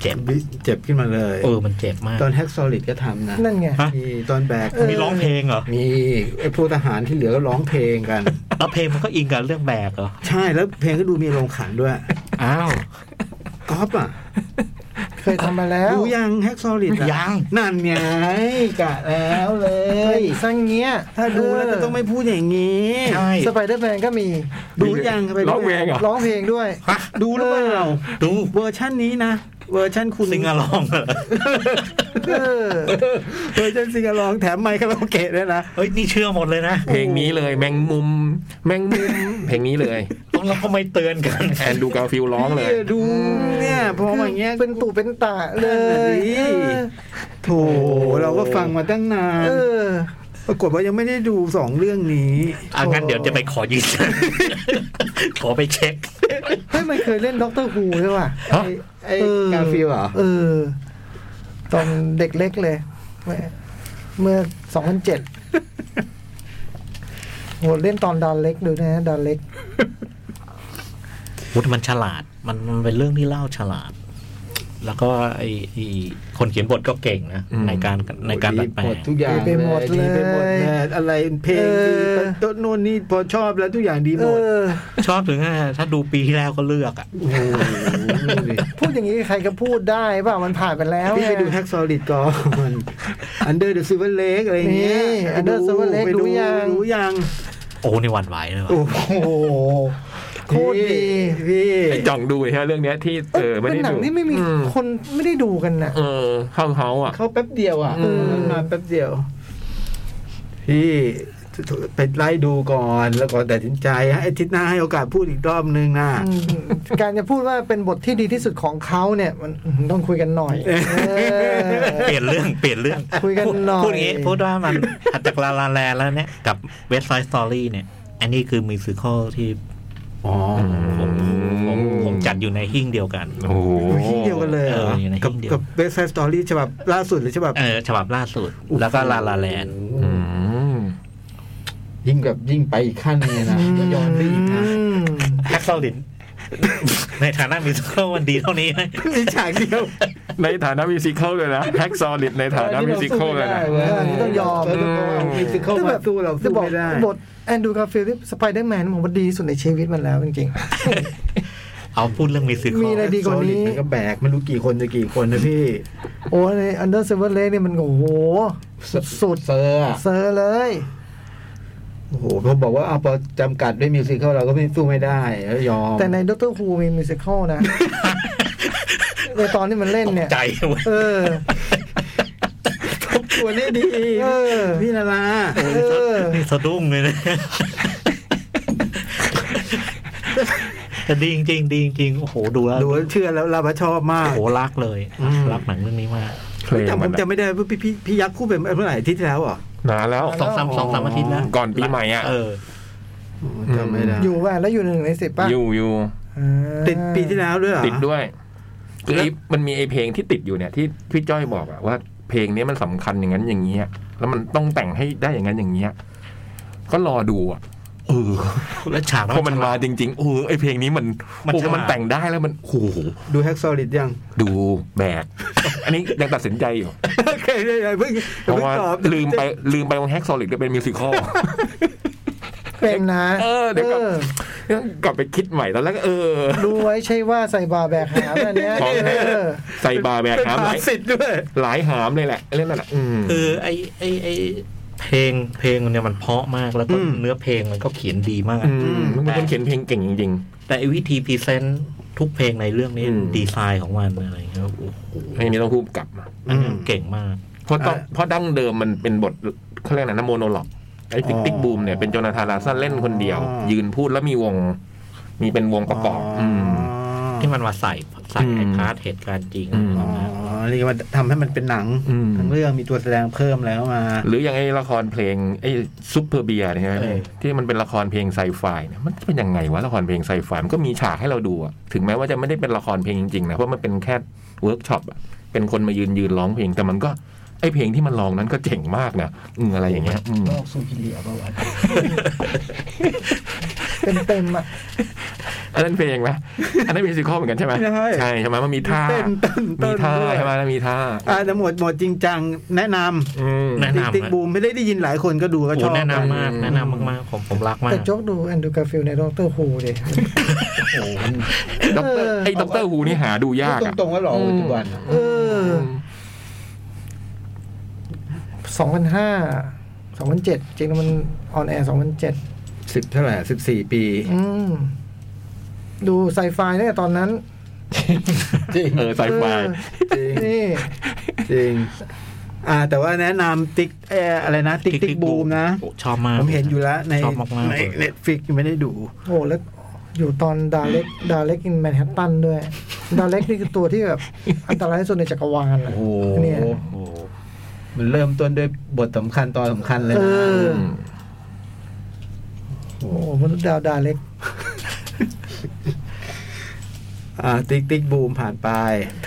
[SPEAKER 4] เจ็บ
[SPEAKER 1] เจ็บขึ้นมาเลย
[SPEAKER 4] เออมันเจ็บมาก
[SPEAKER 1] ตอนแฮกซอลิดก็ทำนะ
[SPEAKER 2] นั่นไง
[SPEAKER 4] ฮะ
[SPEAKER 1] มีตอนแบก
[SPEAKER 2] เออ
[SPEAKER 4] มีร้องเพลงเหรอ
[SPEAKER 1] มีไอ้พวกทหารที่เหลือก็ร้องเพลงกัน
[SPEAKER 4] แล้วเพลงมันก็อิงกับเรื่องแบกเหรอ
[SPEAKER 1] ใช่แล้วเพลงก็ดูมีลงขันด้วย
[SPEAKER 4] อ้าว
[SPEAKER 1] ก๊อฟอ่ะ
[SPEAKER 2] เคยทำมาแล้ว
[SPEAKER 1] ดูยังแฮกซอลิด
[SPEAKER 4] ยัง
[SPEAKER 1] นั่นไงกะแล้วเล
[SPEAKER 2] เฮ้
[SPEAKER 1] ย
[SPEAKER 2] ยสั่งเงี้ย
[SPEAKER 1] ถ้าดูแล้วจะต้องไม่พูดอย่างนี้
[SPEAKER 4] ใช่
[SPEAKER 2] สไปเดอร์แมนก็มี
[SPEAKER 1] ดูยังไป
[SPEAKER 3] ร้องเพลงเหรอ
[SPEAKER 2] ร้องเพลงด้วย
[SPEAKER 1] ดูหรือเปล่า
[SPEAKER 4] ดู
[SPEAKER 1] เวอร์ชั่นนี้นะเวอร์ชั่นคุณ
[SPEAKER 4] ซิงอะลองเหรอ
[SPEAKER 2] เออ
[SPEAKER 1] เวอร์ชันซิงอะลองแถมไมค์คาราโอเกะด้วยนะ
[SPEAKER 4] เฮ้ยนี่เชื่อหมดเลยนะ
[SPEAKER 3] เพลงนี้เลย แมงมุม แมงมุม เพลงนี้เลย
[SPEAKER 4] เราก็ไม่เตือนกัน
[SPEAKER 3] แอนดูกาฟิลร้องเลย
[SPEAKER 1] พี่ดูเนี่ยพอมาอย่างเงี้ย
[SPEAKER 2] เป็นตู่เป็นตาเลย เออ
[SPEAKER 1] โถเราก็ฟังมาตั้งนาน
[SPEAKER 2] เออ
[SPEAKER 1] ปรากฏว่ายังไม่ได้ดูสองเรื่องนี้
[SPEAKER 4] อ่ะงั้นเดี๋ยวจะไปขอยืนยัน ขอไปเช็ค
[SPEAKER 2] เฮ้ย มันเคยเล่นด็อกเตอร์ฮูใช่ป่ะ
[SPEAKER 1] ไอ้ไอ้
[SPEAKER 2] เออ
[SPEAKER 1] กาฟิลเหรอ
[SPEAKER 2] เออ ตอนเด็กเล็กเลย เมื่อเมื่อสองพันเจ็ดโหเล่นตอนดอนเล็กดูนะดอนเล็ก
[SPEAKER 4] มุดมันฉลาด มันมันเป็นเรื่องที่เล่าฉลาด แล้วก็ไอไอ้คนเขียนบทก็เก่งนะ
[SPEAKER 3] อืม
[SPEAKER 4] ในการในการดัดแปล
[SPEAKER 1] หม
[SPEAKER 4] ง
[SPEAKER 1] ดทุกอย่าง
[SPEAKER 2] ดีไปหมดเลย
[SPEAKER 1] ดีไปหมดเลยอะไรเพลง
[SPEAKER 2] เอ
[SPEAKER 1] ดี
[SPEAKER 2] อ
[SPEAKER 1] โต้นนู่นนี่พอชอบแล้วทุกอย่างดีห
[SPEAKER 2] เอ
[SPEAKER 1] มด
[SPEAKER 2] อ
[SPEAKER 4] ชอบถึงขนาดถ้าดูปีที่แล้วก็เลือกอ่ะ
[SPEAKER 1] โอ้โหดิ
[SPEAKER 2] พูดอย่างนี้ใครก็พูดได้ป่ะ มันผ่านไปแล้ว
[SPEAKER 1] พี่
[SPEAKER 2] ไง
[SPEAKER 1] ไปดูแฮกซอลิดก่อนอันเดอร์เดอะซิเวอร์เลกอะไรอย่างเงี้ย
[SPEAKER 2] นี่ Under the Silver Lake
[SPEAKER 1] ไป
[SPEAKER 2] รู้ยัง
[SPEAKER 1] รู้ยัง
[SPEAKER 4] โอ้ในหวันไหวเลยว่ะ
[SPEAKER 1] โอ้โห
[SPEAKER 2] โคตรดี
[SPEAKER 1] พี่
[SPEAKER 3] ไอ้จ่องดูใช่ไหมเรื่องเนี้ยที่เออไม่
[SPEAKER 2] เป็น
[SPEAKER 3] ได้
[SPEAKER 2] หนั
[SPEAKER 3] ดู
[SPEAKER 2] งที่ไม่มี
[SPEAKER 3] อื
[SPEAKER 2] คนไม่ได้ดูกันน่ะ
[SPEAKER 3] เออเข้าเฮาอ่ะ
[SPEAKER 1] เข้าแป๊บเดียวอ่ะ
[SPEAKER 2] อืม
[SPEAKER 1] มันมาแป๊บเดียว พี่ไปไล่ดูก่อนแล้วก่อนตัดสินใจฮะอาทิตย์หน้าให้โอกาสพูดอีกรอบนึงนะ
[SPEAKER 2] อืมการจะพูดว่าเป็นบทที่ดีที่สุดของเขาเนี่ย มันต้องคุยกันหน่อยเออ
[SPEAKER 4] เปลี่ยนเรื่องเปลี่ยนเรื่อง
[SPEAKER 2] คุยกัน
[SPEAKER 4] พูด
[SPEAKER 2] หน่อย
[SPEAKER 4] พูดอย่างงี้พูดว่ามันถัดจากลาลาแลนแล้วเนี่ย กับเว็บไซต์สตอรี่เนี่ย อันนี้คือมิวสิคอลที่
[SPEAKER 1] อ๋อ
[SPEAKER 4] ผมผม
[SPEAKER 3] อืม
[SPEAKER 4] ผมจัดอยู่ในหิ้งเดียวกัน
[SPEAKER 3] โอ้โห
[SPEAKER 1] อยู่ที่เดียวกันเลยเหรอ
[SPEAKER 4] เอออยู่ในที่
[SPEAKER 1] กับ
[SPEAKER 4] เดียว
[SPEAKER 1] กับเว็บไซต์สตอรี่ฉบับล่าสุดหรือฉบับ
[SPEAKER 4] เออฉบับล่าสุด แล้วก็ลาลาแลน
[SPEAKER 3] อืม
[SPEAKER 1] ยิ่งแบบยิ่งไปอีกขั้นเลยนะย้อนไปอีกนะ
[SPEAKER 2] อืม
[SPEAKER 4] แฮกเซาลิน ในฐานะมิวสิคอลมันดีเท่านี้ไหม
[SPEAKER 1] มีฉากเดียว
[SPEAKER 3] ในฐานะมิวสิคลเลยนะแฮกซอลิดในฐานะมิวสิคลเลยนะ
[SPEAKER 1] เราต้องเอามิวสิคลมาสู้เราสู้
[SPEAKER 2] จะบอก
[SPEAKER 1] ไม่ได้
[SPEAKER 2] บทแอนดูกาฟิลด์สไปเดอร์แมนผมว่าดีที่สุดในชีวิตมันแล้วจริง
[SPEAKER 4] เอาพูดเรื่องมิวสิคอล
[SPEAKER 2] มีอะไร ดีกว่านี้
[SPEAKER 1] Solid มันก็แบกไม่รู้กี่คนจะกี่คนนะพี่
[SPEAKER 2] ๆ โอ้ในอันเดอร์เซเวอร์เลนี่มันโอ้โห สุด
[SPEAKER 1] เซอร์อะ
[SPEAKER 2] ๆเซอร์เลย
[SPEAKER 1] โอ้โหเขาบอกว่าเอาพอจำกัดด้วยมิวสิคลเราก็ไม่สู้ไม่ได้แล้วยอม
[SPEAKER 2] แต่ในด็อกเตอร์ฮูมีมิวสิคลนะ ในตอนที่มันเล่น
[SPEAKER 4] ตก
[SPEAKER 2] เนี่ย
[SPEAKER 4] ใจเว้ย
[SPEAKER 2] เออ
[SPEAKER 1] ทบทวนได้ดี
[SPEAKER 2] เออ
[SPEAKER 1] พี่นารา
[SPEAKER 2] เออ
[SPEAKER 4] นี่สะดุ้งเลยนะแต่ดีจริงๆดีจริงๆโอ้โหดูแล้ว
[SPEAKER 1] ดูแล้วเชื่อแล้วเราชอบมา
[SPEAKER 4] โอ้
[SPEAKER 1] ก
[SPEAKER 4] โหรักเลย
[SPEAKER 1] อืม
[SPEAKER 4] รักหนังเรื่องนี้มาก
[SPEAKER 3] เพลง
[SPEAKER 1] จำผ
[SPEAKER 3] มัน
[SPEAKER 1] มจำ
[SPEAKER 3] อะ
[SPEAKER 1] ไม่ได้ว่าพี่พี่พี่ยักษ์คู่เป็นเมื่อไหร่อาที่ที่แล้วเหรอ่ะ
[SPEAKER 3] นานแล้ว
[SPEAKER 4] สองสามสองสามอาทิตย์แล้ว
[SPEAKER 3] ก่อนปีใหม่อ่ะ
[SPEAKER 4] เออ
[SPEAKER 1] จำไม่ได้
[SPEAKER 2] อยู่ว่าแล้วอยู่หนึ่งในสิบป่ะ
[SPEAKER 3] อยู่อยู่
[SPEAKER 2] อ่า
[SPEAKER 1] ติดปีที่แล้วด้วยเหรอ
[SPEAKER 3] ติดด้วยคือ
[SPEAKER 1] แล้ว
[SPEAKER 3] ไอ้มันมีไอ้เพลงที่ติดอยู่เนี่ยที่พี่จ้อยบอกอะว่าเพลงนี้มันสำคัญอย่างนั้นอย่างนี้อะแล้วมันต้องแต่งให้ได้อย่างนั้นอย่างนี้อะก็รอดูอะเออ
[SPEAKER 4] แล้วฉาก
[SPEAKER 3] พอมัน
[SPEAKER 4] ฉลา
[SPEAKER 3] มา
[SPEAKER 4] ด
[SPEAKER 3] จริงๆโอ้ไอ้เพลงนี้มัน
[SPEAKER 4] มัน
[SPEAKER 3] โอ้
[SPEAKER 4] ฉลาด
[SPEAKER 3] มันแต่งได้แล้วมันโอ้โห
[SPEAKER 1] ดูแฮกซอริดยัง
[SPEAKER 3] ดูแบก อันนี้ยังตัดสินใจอยู่
[SPEAKER 1] เคยได้ยังเพิ่ง
[SPEAKER 3] เพราะว่า
[SPEAKER 1] พิ่งตอบ
[SPEAKER 3] ลืมไปลืมไปว่าแฮกซอลิดก็เป็นมิวสิคอ ล
[SPEAKER 2] เป็นนะ
[SPEAKER 3] เออเดี๋ยวก่อน
[SPEAKER 2] ออก
[SPEAKER 3] ลับไปคิดใหม่ตอนแรกก็เออ
[SPEAKER 2] ดูไว้ใช่ว่าใส่บาแบกหามอันเนี้ย
[SPEAKER 3] ของแท้
[SPEAKER 2] เออ
[SPEAKER 3] ใส่บาร์แบก
[SPEAKER 1] เป็น
[SPEAKER 3] หามห
[SPEAKER 1] ภา
[SPEAKER 3] ลาย
[SPEAKER 1] สิทธิ์ด้วย
[SPEAKER 3] หลายหามเลยแหละเล่นนั่นแหละอืม
[SPEAKER 4] คือไอ้ไอ้ไอ้เพลงเพลงเนี่ยมันเพราะมากแล้วก็
[SPEAKER 1] อืม
[SPEAKER 4] เนื้อเพลงมันก็เขียนดีมาก
[SPEAKER 3] อืม
[SPEAKER 1] ม
[SPEAKER 3] มึงเป็นคนเขียนเพลงเก่งจริง
[SPEAKER 4] แต่ไอ้วิธีพรีเซนต์ทุกเพลงในเรื่องนี้
[SPEAKER 3] อืม
[SPEAKER 4] ดีไซน์ของมันอะไรเงี้ยโอ้โห
[SPEAKER 3] ๆเพลงนี้ต้องพูดกลับมา
[SPEAKER 4] อันนี้เก่งมาก
[SPEAKER 3] เพราะต้อง
[SPEAKER 1] อ่า
[SPEAKER 3] เพราะดั้งเดิมมันเป็นบทเขาเรียกอะไรนะโมโนล็อกไอ้ติ๊กติ๊กบูมเนี่ยเป็นโจนาธานลาสันเล่นคนเดียว
[SPEAKER 1] อ๋อ
[SPEAKER 3] ยืนพูดแล้วมีวง มีเป็นวงประกอบ อืม
[SPEAKER 4] ที่มันมาใส่ใส่ไอ้
[SPEAKER 3] อืม
[SPEAKER 4] พาร์ทเหตุการณ์จริง
[SPEAKER 3] อืม
[SPEAKER 1] อ๋อนี่มันทำให้มันเป็นหนัง
[SPEAKER 3] อืม
[SPEAKER 1] ทั้งเรื่องมีตัวแสดงเพิ่มแล้วมา
[SPEAKER 3] หรืออย่างไอ้ละครเพลงไอ้ซุปเปอร์เบียร์เนี่ยใช่ไหม
[SPEAKER 1] เออ
[SPEAKER 3] ที่มันเป็นละครเพลงไซไฟเนี่ยมันเป็นยังไงวะละครเพลงไซไฟมันก็มีฉากให้เราดูอะถึงแม้ว่าจะไม่ได้เป็นละครเพลงจริงๆนะเพราะมันเป็นแค่เวิร์กช็อปอะเป็นคนมายืนยืนร้องเพลงแต่มันก็ไอ้เพลงที่มันร้องนั้นก็เจ๋งมากนะอืมอะไรอย่างเงี้ยอืม
[SPEAKER 6] นอกซูพิเลียป่าวะ
[SPEAKER 2] เต็มเต็มๆอ่ะ
[SPEAKER 3] อันนั้นเพลงไหมอันนั้นมิวสิคอลเหมือนกันใช่ไหม
[SPEAKER 1] ใช่
[SPEAKER 3] ใช่ใช่ไหมมันมีท่า
[SPEAKER 1] เต้นเต้นเต้
[SPEAKER 3] มี
[SPEAKER 1] น
[SPEAKER 3] ท่า
[SPEAKER 1] ด้วย
[SPEAKER 3] ใช่ไหมมีท่า
[SPEAKER 1] อ่าแต่หมวดหมวดจริงจังแนะน
[SPEAKER 3] อืม
[SPEAKER 4] แนะ
[SPEAKER 1] ำติ๊ก
[SPEAKER 4] นำ
[SPEAKER 1] ติ๊ก
[SPEAKER 4] นะ
[SPEAKER 1] บูมไม่ได้ได้ยินหลายคนก็ดูก็
[SPEAKER 4] โอ้
[SPEAKER 1] ช
[SPEAKER 4] โห
[SPEAKER 1] อบ
[SPEAKER 4] แนะนำมาก
[SPEAKER 3] อืม
[SPEAKER 4] แนะนำมากๆผมผมรักมา
[SPEAKER 2] แต่
[SPEAKER 4] ก
[SPEAKER 2] โจ๊กดูแอนดูการ์ฟิลด์ในด็อกเตอร์ฮูเดย
[SPEAKER 6] โอ้โห
[SPEAKER 3] ด็อกเตอร์ไอ้ด็อกเตอร์ฮูนี่หาดูยาก
[SPEAKER 6] พูด
[SPEAKER 3] อะ
[SPEAKER 6] ตรงๆก็หล่อปัจจุบันอะ
[SPEAKER 2] เออสองพันห้าสองพันเจ็ดจริงๆแล้วมันออนแอร์สองพันเจ็ด
[SPEAKER 1] สิบเท่าไหร่สิบสี่ปี
[SPEAKER 2] อืม ดูไซไฟเนี่ยตอนนั้น
[SPEAKER 6] จริง
[SPEAKER 3] เออไซไฟ
[SPEAKER 1] จริง
[SPEAKER 2] นี่
[SPEAKER 1] จริง อ่า แต่ว่าแนะนำติ๊กเอออะไรนะ ติ๊กติ๊กบูมนะ
[SPEAKER 4] โอ้ชอบมาก
[SPEAKER 1] ผมเห็นอยู่แล้วใน
[SPEAKER 4] ชอบมากมาก
[SPEAKER 1] ในเน็ตฟิกไม่ได้ดู
[SPEAKER 2] โอ้โหแล้วอยู่ตอนดาเล็กดาเล็กอินแมนฮัตตันด้วย ดาเล็กนี่คือตัวที่แบบ อันตรายที่สุดในจักรวาลอะ
[SPEAKER 1] โอ้โห
[SPEAKER 2] เนี่ย
[SPEAKER 4] โอ้โห
[SPEAKER 6] มันเริ่มต้นด้วยบทสำคัญตอนสำคัญเลยน
[SPEAKER 2] เอ
[SPEAKER 6] ะ
[SPEAKER 2] อ โอ้โหมนุษย์ดาวดาเล็ก
[SPEAKER 1] อ่า ติ๊กติ๊กบูมผ่านไป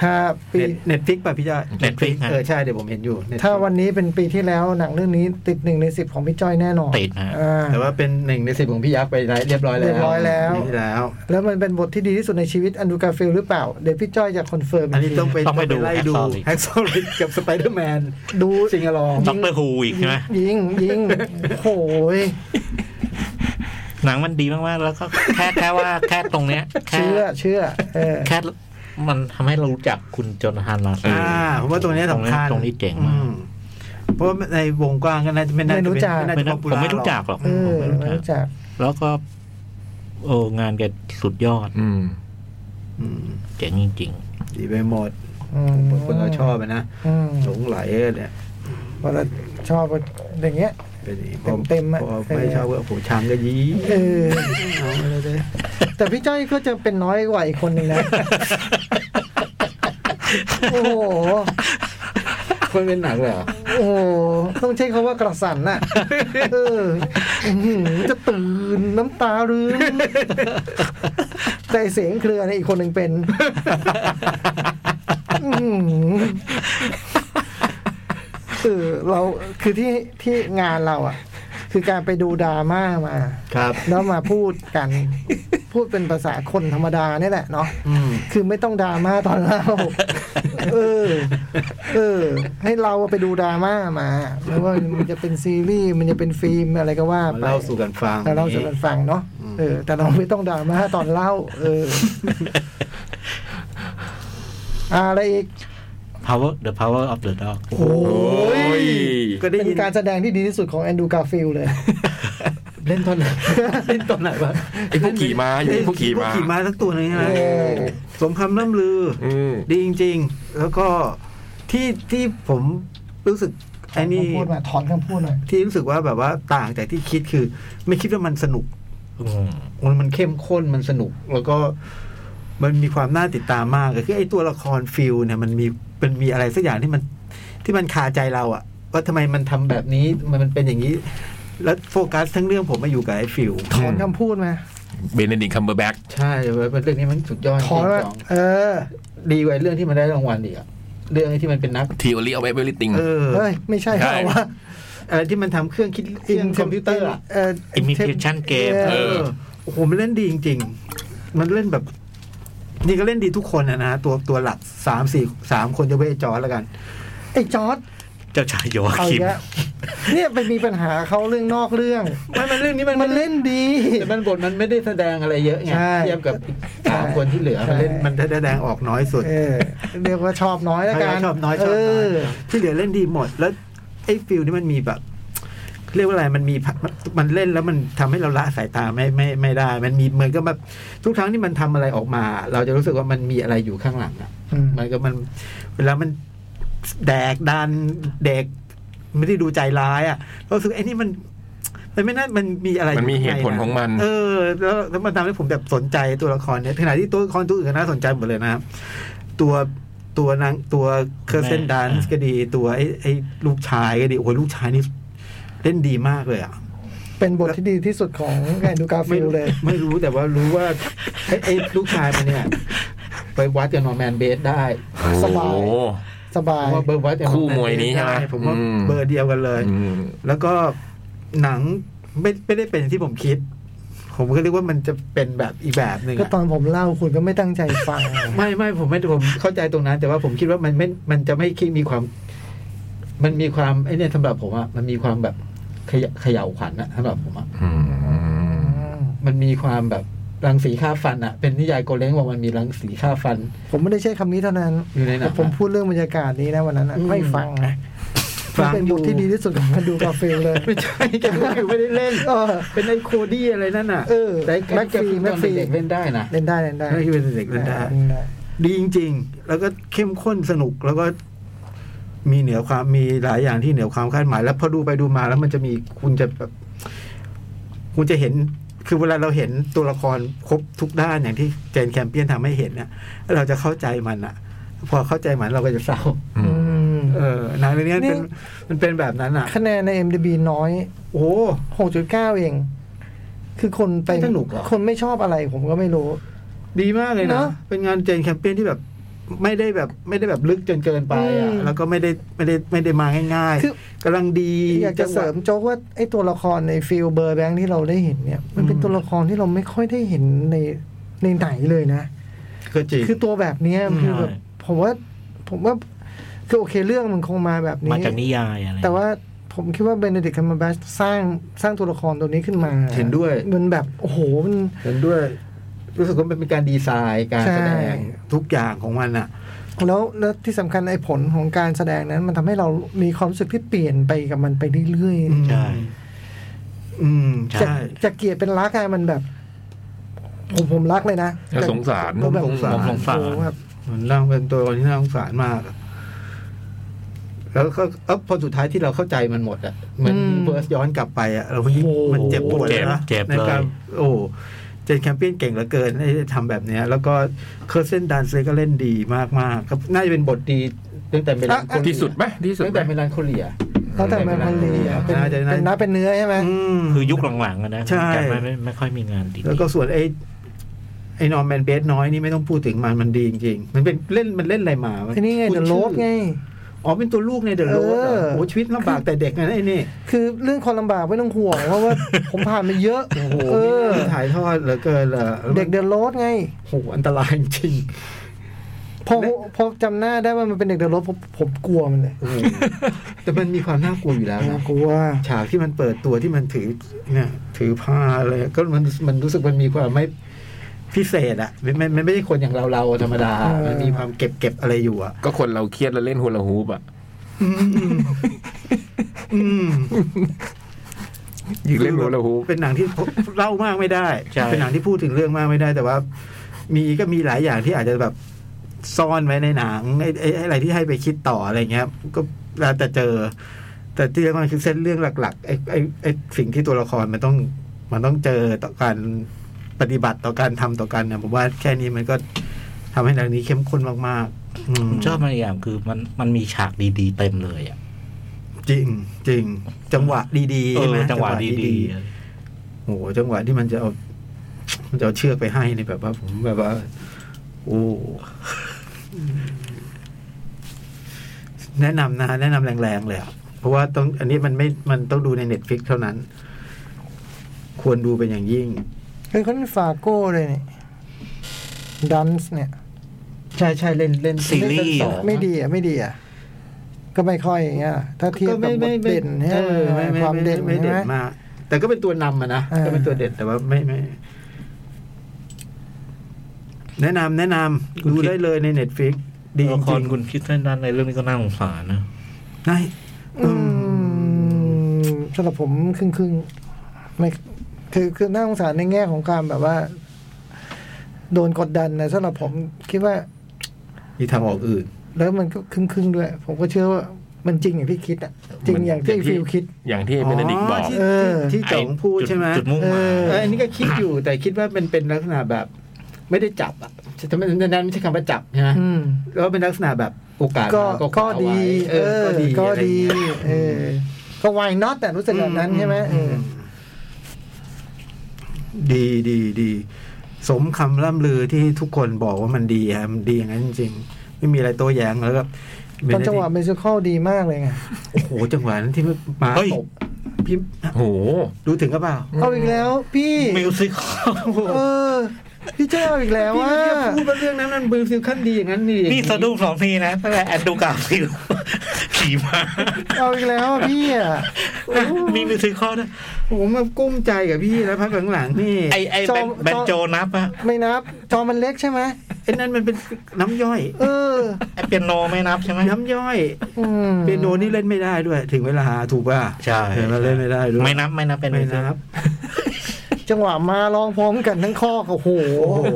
[SPEAKER 2] ถ้าปี
[SPEAKER 1] เน็ตฟิกป่ะพี่จ้า
[SPEAKER 4] เน็ตฟลิก
[SPEAKER 1] เออ ใช่ เดี๋ยวผมเห็นอยู่ Netflix
[SPEAKER 2] ถ้าวันนี้เป็นปีที่แล้วหนังเรื่องนี้ติดหนึ่งในสิบของพี่จ้อยแน่นอน
[SPEAKER 4] ติดนะ
[SPEAKER 2] อ่า
[SPEAKER 1] แต่ว่าเป็นหนึ่งในสิบของพี่ยักษ์ไปเรียบร้อยแล้ว
[SPEAKER 2] เรียบร้อยแล้ว
[SPEAKER 1] ปีที่แล้ว
[SPEAKER 2] แล้วมันเป็นบทที่ดีที่สุดในชีวิตอันดูการ์ฟิลด์หรือเปล่า เดี๋ยวพี่จ้อยจะคอนเฟิร์ม
[SPEAKER 1] อันนี้
[SPEAKER 2] กที
[SPEAKER 1] ต้องไป
[SPEAKER 4] ต้องไปดู
[SPEAKER 1] ไล่ดูแฮกซอริดกับสไปเดอร์แมน
[SPEAKER 2] ดู
[SPEAKER 1] สิงห์ลอง
[SPEAKER 4] ด็อกเตอร์ฮูอีกใช่ไหม
[SPEAKER 2] ยิงยิงโอ้ย
[SPEAKER 4] หนังมันดีมากๆแล้วก็ แค่แค่ว่าแค่ตรงเนี้ยแค่
[SPEAKER 2] เชื่อเชื่อเออ
[SPEAKER 4] แค่มันทำให้เรารู้จักคุณโจนาธานลาเซ
[SPEAKER 1] อ่าผมว่าตรงนี้สำคัญ
[SPEAKER 4] ตรงนี้เจ๋งมาก
[SPEAKER 1] อืเพราะว่าในวงกว้างก็น่าจะไม่น่าจะเป็นน่า
[SPEAKER 4] ไม่
[SPEAKER 1] จะ
[SPEAKER 4] นะ
[SPEAKER 1] popular
[SPEAKER 4] ผมไม่รู้จักหรอก
[SPEAKER 2] เอ
[SPEAKER 4] ผ
[SPEAKER 2] อ
[SPEAKER 4] มไม่รู้
[SPEAKER 2] ไม่
[SPEAKER 4] จัก
[SPEAKER 2] รู้จัก
[SPEAKER 4] แล้วก็ โอ้งานแกสุดยอด
[SPEAKER 3] อืม
[SPEAKER 1] อืม
[SPEAKER 4] เจ๋งจริง
[SPEAKER 1] ดีไปหมด
[SPEAKER 2] อืม
[SPEAKER 1] คนเราชอบอะนะ
[SPEAKER 2] อืม
[SPEAKER 1] หลงไหลเนี่ย
[SPEAKER 2] เวลาชอบอย่างเงี้ย
[SPEAKER 1] เป็นอย่างนี้
[SPEAKER 2] เต็มเต็มอะ
[SPEAKER 1] พอไม่ชอบก็ผูช้ำก็ยี้
[SPEAKER 2] เออ
[SPEAKER 1] เอาอะไรเลย
[SPEAKER 2] แต่พี่จ้อยก็จะเป็นน้อยกว่าอีกคนหนึ่งนะ โอ้โห
[SPEAKER 1] คนเป็นหนักเหรอ
[SPEAKER 2] โอ้โห ต้องใช้คาว่ากระสันน่ะ เอออื้อหือจะตื่นน้ำตารื้นแต่เสียงเครือเนี่ยอีกคนหนึ่งเป็นอื้อหือคือเราคือที่ที่งานเราอ่ะ คือการไปดูดราม่ามา
[SPEAKER 1] ครับ
[SPEAKER 2] แล้วมาพูดกัน พูดเป็นภาษาคนธรรมดาเนี่ยแหละเนาะ
[SPEAKER 1] อืม
[SPEAKER 2] คือไม่ต้องดราม่าตอนเล่า เออ เออ ให้เราไปดูดราม่ามาไม่ว่ามันจะเป็นซีรีส์ มันจะเป็นฟิล์มอะไรก็ว่า
[SPEAKER 1] มา
[SPEAKER 2] ไป
[SPEAKER 1] เล่าสู่กันฟัง
[SPEAKER 2] แต่เราจะเป็นฟังเนาะ เออ แต่เราไม่ต้องดราม่าตอนเล่า เอ อ อะไรอีก
[SPEAKER 4] ๆ power the power of the dog
[SPEAKER 2] โอ้
[SPEAKER 3] โอ้ย
[SPEAKER 1] ก็ได้
[SPEAKER 2] เป็น
[SPEAKER 1] ยิน
[SPEAKER 2] การแสดงที่ดีที่สุดของแอนดรูการ์ฟิลด์เลย
[SPEAKER 1] เล่นตอนไหน เล่นตอนไหนวะ
[SPEAKER 3] ไอ้พวกขี่ม้าอยู่ไอ้พวกขี่ม้า
[SPEAKER 1] พวกขี่ม้าทั้งตัวเลยใช่ไหม
[SPEAKER 2] เออ
[SPEAKER 1] สมคำล่ำลือ
[SPEAKER 3] อืม
[SPEAKER 1] ดีจริง ๆ แล้วก็ที่ที่ผมรู้สึกไอ้นี่
[SPEAKER 2] คำพูดมาถอนคำพูดหน่อย
[SPEAKER 1] ที่รู้สึกว่าแบบว่าต่างจากที่คิดคือ ไม่คิดว่ามันสนุก
[SPEAKER 4] อืม
[SPEAKER 1] มันมันเข้มข้นมันสนุก แล้วก็มันมีความน่าติดตามมากเลยคือไอ้ตัวละครฟิลเนี่ยมันมีมันมีอะไรสักอย่างที่มันที่มันคาใจเราอะว่าทำไมมันทำแบบนี้มันมันเป็นอย่างนี้ แล้วโฟกัสทั้งเรื่องผมมาอยู่กับไอ้ฟิล
[SPEAKER 2] ถอนคำพูดมา
[SPEAKER 3] เบนเดนิกคัมเบอร์แบ็ก
[SPEAKER 6] ใช่เว้ยเป็นเรื่องนี้มันสุดยอด
[SPEAKER 2] ถอน
[SPEAKER 6] จริ
[SPEAKER 2] มาง เออ
[SPEAKER 6] ๆดีกว่าเรื่องที่มันได้รางวัลอีกอะเรื่องที่มันเป็นนัก
[SPEAKER 3] ทีโอรีเอาไว้เบลิติง
[SPEAKER 1] เออ
[SPEAKER 2] เฮ้ย ไม่ใช่
[SPEAKER 3] ใช่
[SPEAKER 2] เอาว่า
[SPEAKER 1] อะไรที่มันทำเครื่องคิดเครื่องคอมพิวเตอร์อะ
[SPEAKER 2] เออ
[SPEAKER 4] อิมิเทชันเกม
[SPEAKER 2] เออ
[SPEAKER 1] เออโอ้โหมันเล่นดีจริง ๆ มันเล่นแบบ นี่ก็เล่นดีทุกคนนะนะตัวตัวหลักสามสี่สามคนจะเว้นไอ้จอร์จแล้วกัน
[SPEAKER 2] ไอ้จอร์ด
[SPEAKER 4] เจ้าชายโยอา
[SPEAKER 2] เอา
[SPEAKER 4] คิ
[SPEAKER 2] อี
[SPEAKER 4] ม
[SPEAKER 2] กแล้วเนี่ยไปมีปัญหาเขาเรื่องนอกเรื่อง
[SPEAKER 6] ไม่มันเรื่องนี้มัน
[SPEAKER 2] มันเล่นดี
[SPEAKER 6] แต่มันบทมันไม่ได้แสดงอะไรเยอะไง
[SPEAKER 2] ใช่
[SPEAKER 6] เทียบกับอีกสามคนที่เหลือ
[SPEAKER 2] ใช่
[SPEAKER 1] มันเล่นมันได้แดงออกน้อยสุด
[SPEAKER 2] เออเรียกว่าชอบน้อยแล้วกัน
[SPEAKER 1] ชอบน้อยช
[SPEAKER 2] เอ
[SPEAKER 1] อบน้อย
[SPEAKER 2] อ
[SPEAKER 1] ที่เหลือเล่นดีหมด แล้วไอ้ฟิลนี่มันมีแบบ เรียกว่าอะไรมันมีมันมันเล่นแล้วมันทำให้เราละสายตาไม่ไม่ไม่ได้ มันมีเหมือนกับแบบทุกครั้งที่มันทำอะไรออกมา เราจะรู้สึกว่ามันมีอะไรอยู่ข้างหลังอะ มันก็มันเวลามันแดกดันเด็กไม่ได้ดูใจร้ายอ่ะเรารู้สึกไอ้นี่มัน มันไม่น่ามันมีอะไร
[SPEAKER 3] มันมีเหตุผลของมัน
[SPEAKER 1] เออ แล้วแล้วมันทำให้ผมแบบสนใจตัวละครเนี่ยขณะที่ตัวละครตัวอื่นก็น่าสนใจหมดเลยนะครับ ตัวตัวนางตัวเคอร์เซน
[SPEAKER 4] แม่
[SPEAKER 1] ดันส์ก็ดี ตัวไอ้ไอ้ลูกชายก็ดีโอ้โหลูกชายนี่เล่นดีมากเลยอ่ะ
[SPEAKER 2] เป็นบทที่ดีที่สุดของแอนดูการ์ฟิลด์เลย
[SPEAKER 1] ไม่รู้แต่ว่ารู้ว่าไอ้ไอ้ลูกชายมันเนี่ย
[SPEAKER 6] ไปวัดกับนอร์แมนเบสได้
[SPEAKER 2] สบาย
[SPEAKER 3] โอ้โห
[SPEAKER 2] ส
[SPEAKER 6] เพ
[SPEAKER 2] บาย
[SPEAKER 6] ราะว่าเบอร์วัดกับ
[SPEAKER 3] คู่
[SPEAKER 6] Norman
[SPEAKER 3] มวยนี้ใช่ไหม
[SPEAKER 1] ผมว่า
[SPEAKER 3] อืม
[SPEAKER 1] เบอร์เดียวกันเลย
[SPEAKER 3] อืม
[SPEAKER 1] แล้วก็หนังไม่ไม่ได้เป็นที่ผมคิด ผมก็เรียกว่ามันจะเป็นแบบอีกแบบหนึ่ง
[SPEAKER 2] ก็
[SPEAKER 1] อะ
[SPEAKER 2] ตอนผมเล่าคุณก็ไม่ตั้งใจฟัง
[SPEAKER 1] ไม่ไม่ผมไม่ผมเข้าใจตรงนั้น แต่ว่าผมคิดว่ามันไม่มันจะไม่คิดมีความ มันมีความไอ้เนี่ยสำหรับผมอะมันมีความแบบเขยเขย่าขวัญอะสำหรับผมอะ
[SPEAKER 3] อืม
[SPEAKER 1] มันมีความแบบรังสีฆ่าฟันอะเป็นนิยายโกเล้งว่ามันมีรังสีฆ่าฟัน
[SPEAKER 2] ผมไม่ได้ใช้คำนี้เท่านั้น
[SPEAKER 1] อยู่ในหนัง
[SPEAKER 2] แต่ผมพูดเรื่องบรรยากาศนี้นะวันนั้นน่ะ
[SPEAKER 1] อืม
[SPEAKER 2] ไม่ฟังนะมันเป็นบทที่ดีที่สุดของแอนดูการ์ฟิลด์เลย
[SPEAKER 1] ไม่ใช่แกพูดอยู่ไม่ได้เล่น
[SPEAKER 2] เออ
[SPEAKER 1] เป็นไอ้โคดี้อะไรนั่นอ่ะ
[SPEAKER 2] เออ
[SPEAKER 1] แต่ไอ้
[SPEAKER 2] แม็
[SPEAKER 1] แม็
[SPEAKER 2] กฟ
[SPEAKER 1] ก
[SPEAKER 2] รี
[SPEAKER 1] ฟี
[SPEAKER 2] แม็
[SPEAKER 1] แม็
[SPEAKER 2] ก
[SPEAKER 1] ก
[SPEAKER 2] ฟรี
[SPEAKER 1] ฟีเด็กเล่นได้นะ
[SPEAKER 2] เล่นได้เล่นได้
[SPEAKER 1] แม็กฟีเป็นเด็กเล่นได้
[SPEAKER 2] เล่นได้
[SPEAKER 1] ดีจริง ๆ แล้วก็เข้มข้นสนุกแล้วก็มีเหนือความมีหลายอย่างที่เหนือความคาดหมาย แล้วพอดูไปดูมาแล้วมันจะมีคุณจะแบบคุณจะเห็น คือเวลาเราเห็นตัวละครครบทุกด้านอย่างที่เจนแคมเปี้ยนทำให้เห็นเนี่ยเราจะเข้าใจมันอ่ะ พอเข้าใจมันเราก็จะเศร้า
[SPEAKER 3] อืม
[SPEAKER 1] เออหนังเรื่องนี้มันเป็น
[SPEAKER 2] นี่
[SPEAKER 1] มันเป็นแบบนั้นอ่ะ
[SPEAKER 2] คะแนนใน MDB น้อย
[SPEAKER 1] โอ้
[SPEAKER 2] 6.9 เอง คือคนไป
[SPEAKER 1] ไม่สนุกเหรอ
[SPEAKER 2] คนไม่ชอบอะไรผมก็ไม่รู้
[SPEAKER 1] ดีมากเลย
[SPEAKER 2] เน
[SPEAKER 1] นะ
[SPEAKER 2] อะ
[SPEAKER 1] เป็นงานเจนแคมเปญที่แบบ ไม่ได้แบบไม่ได้แบบลึกจนเกินไปอ่ะ
[SPEAKER 2] อืม
[SPEAKER 1] แล้วก็ไม่ได้ไม่ได้ไม่ได้มาง่าย
[SPEAKER 2] คือ
[SPEAKER 1] ๆกำลังดี
[SPEAKER 2] อยากจะเสริมโจ๊กว่าไอ้ตัวละครในฟิลเบอร์แบงค์ที่เราได้เห็นเนี่ย มันเป็นตัวละครที่เราไม่ค่อยได้เห็นในในไหนเลยนะ
[SPEAKER 1] ก็จริง
[SPEAKER 2] คือตัวแบบเนี้ย
[SPEAKER 1] อืม
[SPEAKER 2] คือแบบผมว่าผมว่าคือโอเคเรื่องมันคงมาแบบนี้
[SPEAKER 4] มาจากนิยายอะไร
[SPEAKER 2] แต่ว่าผมคิดว่าเบนเด c กคัมเบอร์แบชสร้างสร้างตัวละครตัวนี้ขึ้นมา
[SPEAKER 1] เห็นด้วย
[SPEAKER 2] มันแบบโอ้โหมัน
[SPEAKER 1] เห็นด้วย รู้สึกว่ามันเป็นการดีไซน์การแสด
[SPEAKER 2] ใช่
[SPEAKER 1] งทุกอย่างของมันอ่ะ
[SPEAKER 2] แล้วแล้วที่สำคัญไอ้ผลของการแสดงนั้น มันทำให้เรามีความรู้สึกที่เปลี่ยนไปกับมันไปเรื่อย
[SPEAKER 1] อืม
[SPEAKER 4] ใช่
[SPEAKER 1] อืม
[SPEAKER 2] ๆ
[SPEAKER 4] ใช่
[SPEAKER 2] จาก
[SPEAKER 1] ใช่
[SPEAKER 2] จากเกลียดเป็นรักอะมันแบบ ผมผมรักเลยนะ
[SPEAKER 3] น่าสงสาร
[SPEAKER 2] ผมแบบ
[SPEAKER 1] สงสาร
[SPEAKER 4] ผมสงสาร
[SPEAKER 2] โอ้โหแบบ
[SPEAKER 1] มันร่างเป็นตัวคนที่น่าสงสารมาก แล้วก็เอ้าพอสุดท้ายที่เราเข้าใจมันหมดอ่ะเหมันรีเวิร์สย้อนกลับไปอ่ะเรายิ่งมันเจ็บปวดเลยนะ
[SPEAKER 4] เจ็บเจ็บ
[SPEAKER 1] ในการ
[SPEAKER 4] เลย
[SPEAKER 1] โอ้เจนแคมเปี้ยนเก่งเหลือเกินไอ้ทำแบบเนี้ย แล้วก็เคอร์เซนดันเซก็เล่นดีมากๆครับน่าจะเป็นบทดีตั้งแต่เมลันโคเลีย
[SPEAKER 3] ที่สุดไหมที่สุด
[SPEAKER 6] ตั้ง
[SPEAKER 3] ไหม
[SPEAKER 6] แต่เมลันโคเลีย
[SPEAKER 2] ตั้งแต่แมนพันลีอะเป็น
[SPEAKER 1] น่าจะ
[SPEAKER 2] เป็นน้า
[SPEAKER 1] น่า
[SPEAKER 2] เป็นเนื้อใช่ไหม
[SPEAKER 1] อืม
[SPEAKER 4] คือยุคหลังๆอะนะ
[SPEAKER 1] ใช่
[SPEAKER 4] แต่ไม่ไม่ไม่ค่อยมีงานดี
[SPEAKER 1] แล้วก็ส่วนไอ้ไอ้นอร์แมนเบสน้อยนี่ไม่ต้องพูดถึงมันมันดีจริงๆ มันเป็นเล่นมันเล่นอะไรมามั
[SPEAKER 2] ไอ้นี่ไง
[SPEAKER 1] พู
[SPEAKER 2] เด
[SPEAKER 1] ชื่
[SPEAKER 2] อะโรดไง
[SPEAKER 1] อ๋อเป็นตัวลูกในเดอะโรด
[SPEAKER 2] เออ
[SPEAKER 1] โอ้ชีวิตลำบากแต่เด็กนะไอ้นี่
[SPEAKER 2] คือเรื่องความลำบากไม่ต้องห่วงเพราะว่า ผมผ่านมาเยอะ
[SPEAKER 1] โอ้โห
[SPEAKER 2] เออ
[SPEAKER 1] มีถ่ายทอดเหลือเกินเหรอ
[SPEAKER 2] เด็กเดอะโรดไง
[SPEAKER 1] โอ้โหอันตรายจริง
[SPEAKER 2] พอพอจำหน้าได้ว่ามันเป็นเด็กเดอะโรดผมผมกลัวมันเลย
[SPEAKER 1] โอ้โหแต่มันมีความน่ากลัวอยู่แล้วนะ
[SPEAKER 2] กลัว
[SPEAKER 1] ฉากที่มันเปิดตัวที่มันถือเนี่ยถือผ้าอะไรก็มันมันรู้สึกมันมีความไม่พิเศษอะมันมันไม่ใช่คนอย่างเราเราๆธรรมดา
[SPEAKER 2] เออ
[SPEAKER 1] มันมีความเก็บเก็บอะไรอยู่อะ
[SPEAKER 3] ก็คนเราเครียดแล้วเล่นฮูลาฮูปอ่ะ
[SPEAKER 1] อืมอืมอืม
[SPEAKER 3] ยิงเล่นฮูลาฮูป
[SPEAKER 1] เป็นหนังที่เล่ามากไม่ได้
[SPEAKER 4] ใช่
[SPEAKER 1] เป็นหนังที่พูดถึงเรื่องมากไม่ได้ แต่ว่า มีก็มีหลายอย่างที่อาจจะแบบซ่อนไว้ในหนังไอ้ไอ้ไอ้อะไรที่ให้ไปคิดต่ออะไรเงี้ย ก็แล้วแต่เจอ แต่ที่มันคือเส้นเรื่องหลัก ๆ ไอ้ไอ้ไอ้สิ่งที่ตัวละครมันต้อง มันต้องเจอต่อการปฏิบัติต่อการทำต่อกันเนี่ยผมว่าแค่นี้มันก็ทำให้หนังนี้เข้มข้นมากๆอืม
[SPEAKER 4] ผมชอบมันอย่างคือมันมันมีฉากดีๆเต็มเลยอ่ะ
[SPEAKER 1] จริงจริง จังหวะดีๆ
[SPEAKER 4] เอ
[SPEAKER 1] ใช่ไหม
[SPEAKER 4] อจังหวะดี
[SPEAKER 1] ๆโอ้โหจังหวะที่มันจะเอามันจะเอาเชือกไปให้นี่แบบว่า ผมแบบว่า โอ้แนะนำนะฮะแนะนำแรงๆเลยอะเพราะว่าต้อง อันนี้มันไม่มันต้องดูในเน็ตฟิกเท่านั้น ควรดูเป็นอย่างยิ่ง
[SPEAKER 2] เฮ้ยเขาเล่นฟาโก้เลยนี่ดันส์เนี่ย
[SPEAKER 6] ใช่ใช่เล่นเล่น
[SPEAKER 4] ๆซีรีส์
[SPEAKER 6] เล่น
[SPEAKER 4] อะ
[SPEAKER 6] เรื่องสอง
[SPEAKER 2] ไม่ดีอ่ะ ไม่ดีอ่ะ ก็ไม่ค่อยอย่างเงี้ยถ้าเทียบกับบทเด่นเนี่ย
[SPEAKER 1] ออไม่ไม่
[SPEAKER 2] ความเด่น
[SPEAKER 1] ไม่
[SPEAKER 2] ใช่
[SPEAKER 1] เด่น
[SPEAKER 2] ไหม
[SPEAKER 1] มาก แต่ก็เป็นตัวนำอะนะ
[SPEAKER 2] เออ
[SPEAKER 1] ก็เป็นตัวเด่นแต่ว่าไม่ไม่ แนะนำแนะนำ
[SPEAKER 4] คุณ
[SPEAKER 1] ดู
[SPEAKER 4] คิด
[SPEAKER 1] ได้เลยในเน็ตฟิกดี
[SPEAKER 4] ดี
[SPEAKER 1] จ
[SPEAKER 4] ละค
[SPEAKER 1] ริ
[SPEAKER 4] รง คุณคิดท่านนั้นในเรื่องนี้ก็น่าสงสารนะ
[SPEAKER 1] ๆได้
[SPEAKER 2] อืมสำหรับผมครึ่งครึ่งๆไม่คือคือน่าสงสารในแง่ของการแบบว่า โดนกดดันนะสำหรับผมคิดว่า
[SPEAKER 1] มีทางออกอื่น
[SPEAKER 2] แล้วมันก็ครึ่งครึ่งๆด้วย ผมก็เชื่อว่ามันจริงอย่างที่คิดอ่ะ จริงอย่างที่ฟิลคิด
[SPEAKER 3] อย่างที่เบนเดดิกต์บอก
[SPEAKER 1] ที่
[SPEAKER 2] เออ
[SPEAKER 1] ที่ที่จ๋องพูดใช่ไหม
[SPEAKER 4] จุดมุ่งหมาย
[SPEAKER 1] เอออันนี้ก็คิดอยู่ แต่คิดว่าเป็นเป็นลักษณะแบบ ไม่ได้จับอ่ะแต่ไม่นั้นไม่ใช่คำว่าจับใช่ไหม
[SPEAKER 2] อืม
[SPEAKER 1] แล้วเป็นลักษณะแบบโอกาส
[SPEAKER 2] ก็
[SPEAKER 1] มา
[SPEAKER 2] ก็
[SPEAKER 1] คว้าไว้
[SPEAKER 2] ดี เออ ก็
[SPEAKER 1] อะไร
[SPEAKER 2] ดี
[SPEAKER 1] อย่างเงี้ย
[SPEAKER 2] เออก็ why not แต่รู้สึกแบบนั้นใช่ไหมเออ
[SPEAKER 1] ดีดีดี สมคำล่ำลือที่ทุกคนบอกว่ามันดีฮะมันดีอย่างนั้นจริงๆ ไม่มีอะไรโต้แย้งแล้วก็
[SPEAKER 2] ตอนจังหวะเมจิคอลดีมากเลยไง
[SPEAKER 1] โอ้โห จังหวะนั้นที่มา
[SPEAKER 4] เฮ้ย
[SPEAKER 1] ตบพี่
[SPEAKER 3] โห
[SPEAKER 1] รู้ถึงก็เปล่า
[SPEAKER 2] เอาอีกแล้วพี่
[SPEAKER 4] มิวสิคอล
[SPEAKER 2] เออ พี่เจ้าเอาอีกแล้ว
[SPEAKER 1] พี่
[SPEAKER 2] ว่า
[SPEAKER 1] เนี่ยพูดว่าเรื่องนั้นมันบริฟิลขั้นดีอย่างนั้นนี่
[SPEAKER 4] พี่สะดุ้งสองทีนะตั้งแต่แอนดูกาฟิลขี่มา
[SPEAKER 2] เอาอีกแล้วอะพี่อ่ะ
[SPEAKER 4] มีมิวสิคอลด้วย
[SPEAKER 1] ผมมากุ้มใจกับพี่แล้วพักหลังๆนี่
[SPEAKER 4] ไอไอแบ
[SPEAKER 2] จ
[SPEAKER 4] น
[SPEAKER 2] อม
[SPEAKER 4] แบนโจนับอะ
[SPEAKER 2] ไม่นับ จอมันเล็กใช่ไหม
[SPEAKER 1] ไอ้นั่นมันเป็นน้ำย่อย
[SPEAKER 2] เออ
[SPEAKER 4] ไอเปียโนไม่นับใช่ไหม
[SPEAKER 1] น้ำย่อย
[SPEAKER 2] อืม
[SPEAKER 1] เปียโนนี่เล่นไม่ได้ด้วย ถึงเวลาถูกป่ะ
[SPEAKER 4] ใช่
[SPEAKER 1] เห็นไหมเล่นไม่ได้ด้วย
[SPEAKER 4] ไม่นับไม่นับเป็น
[SPEAKER 1] ไม่
[SPEAKER 4] มิวสิค
[SPEAKER 1] นั
[SPEAKER 4] อบ ล
[SPEAKER 2] จังหวะมาร้องพร้อมกันทั้งข้อโอ้โห
[SPEAKER 1] โอ้โ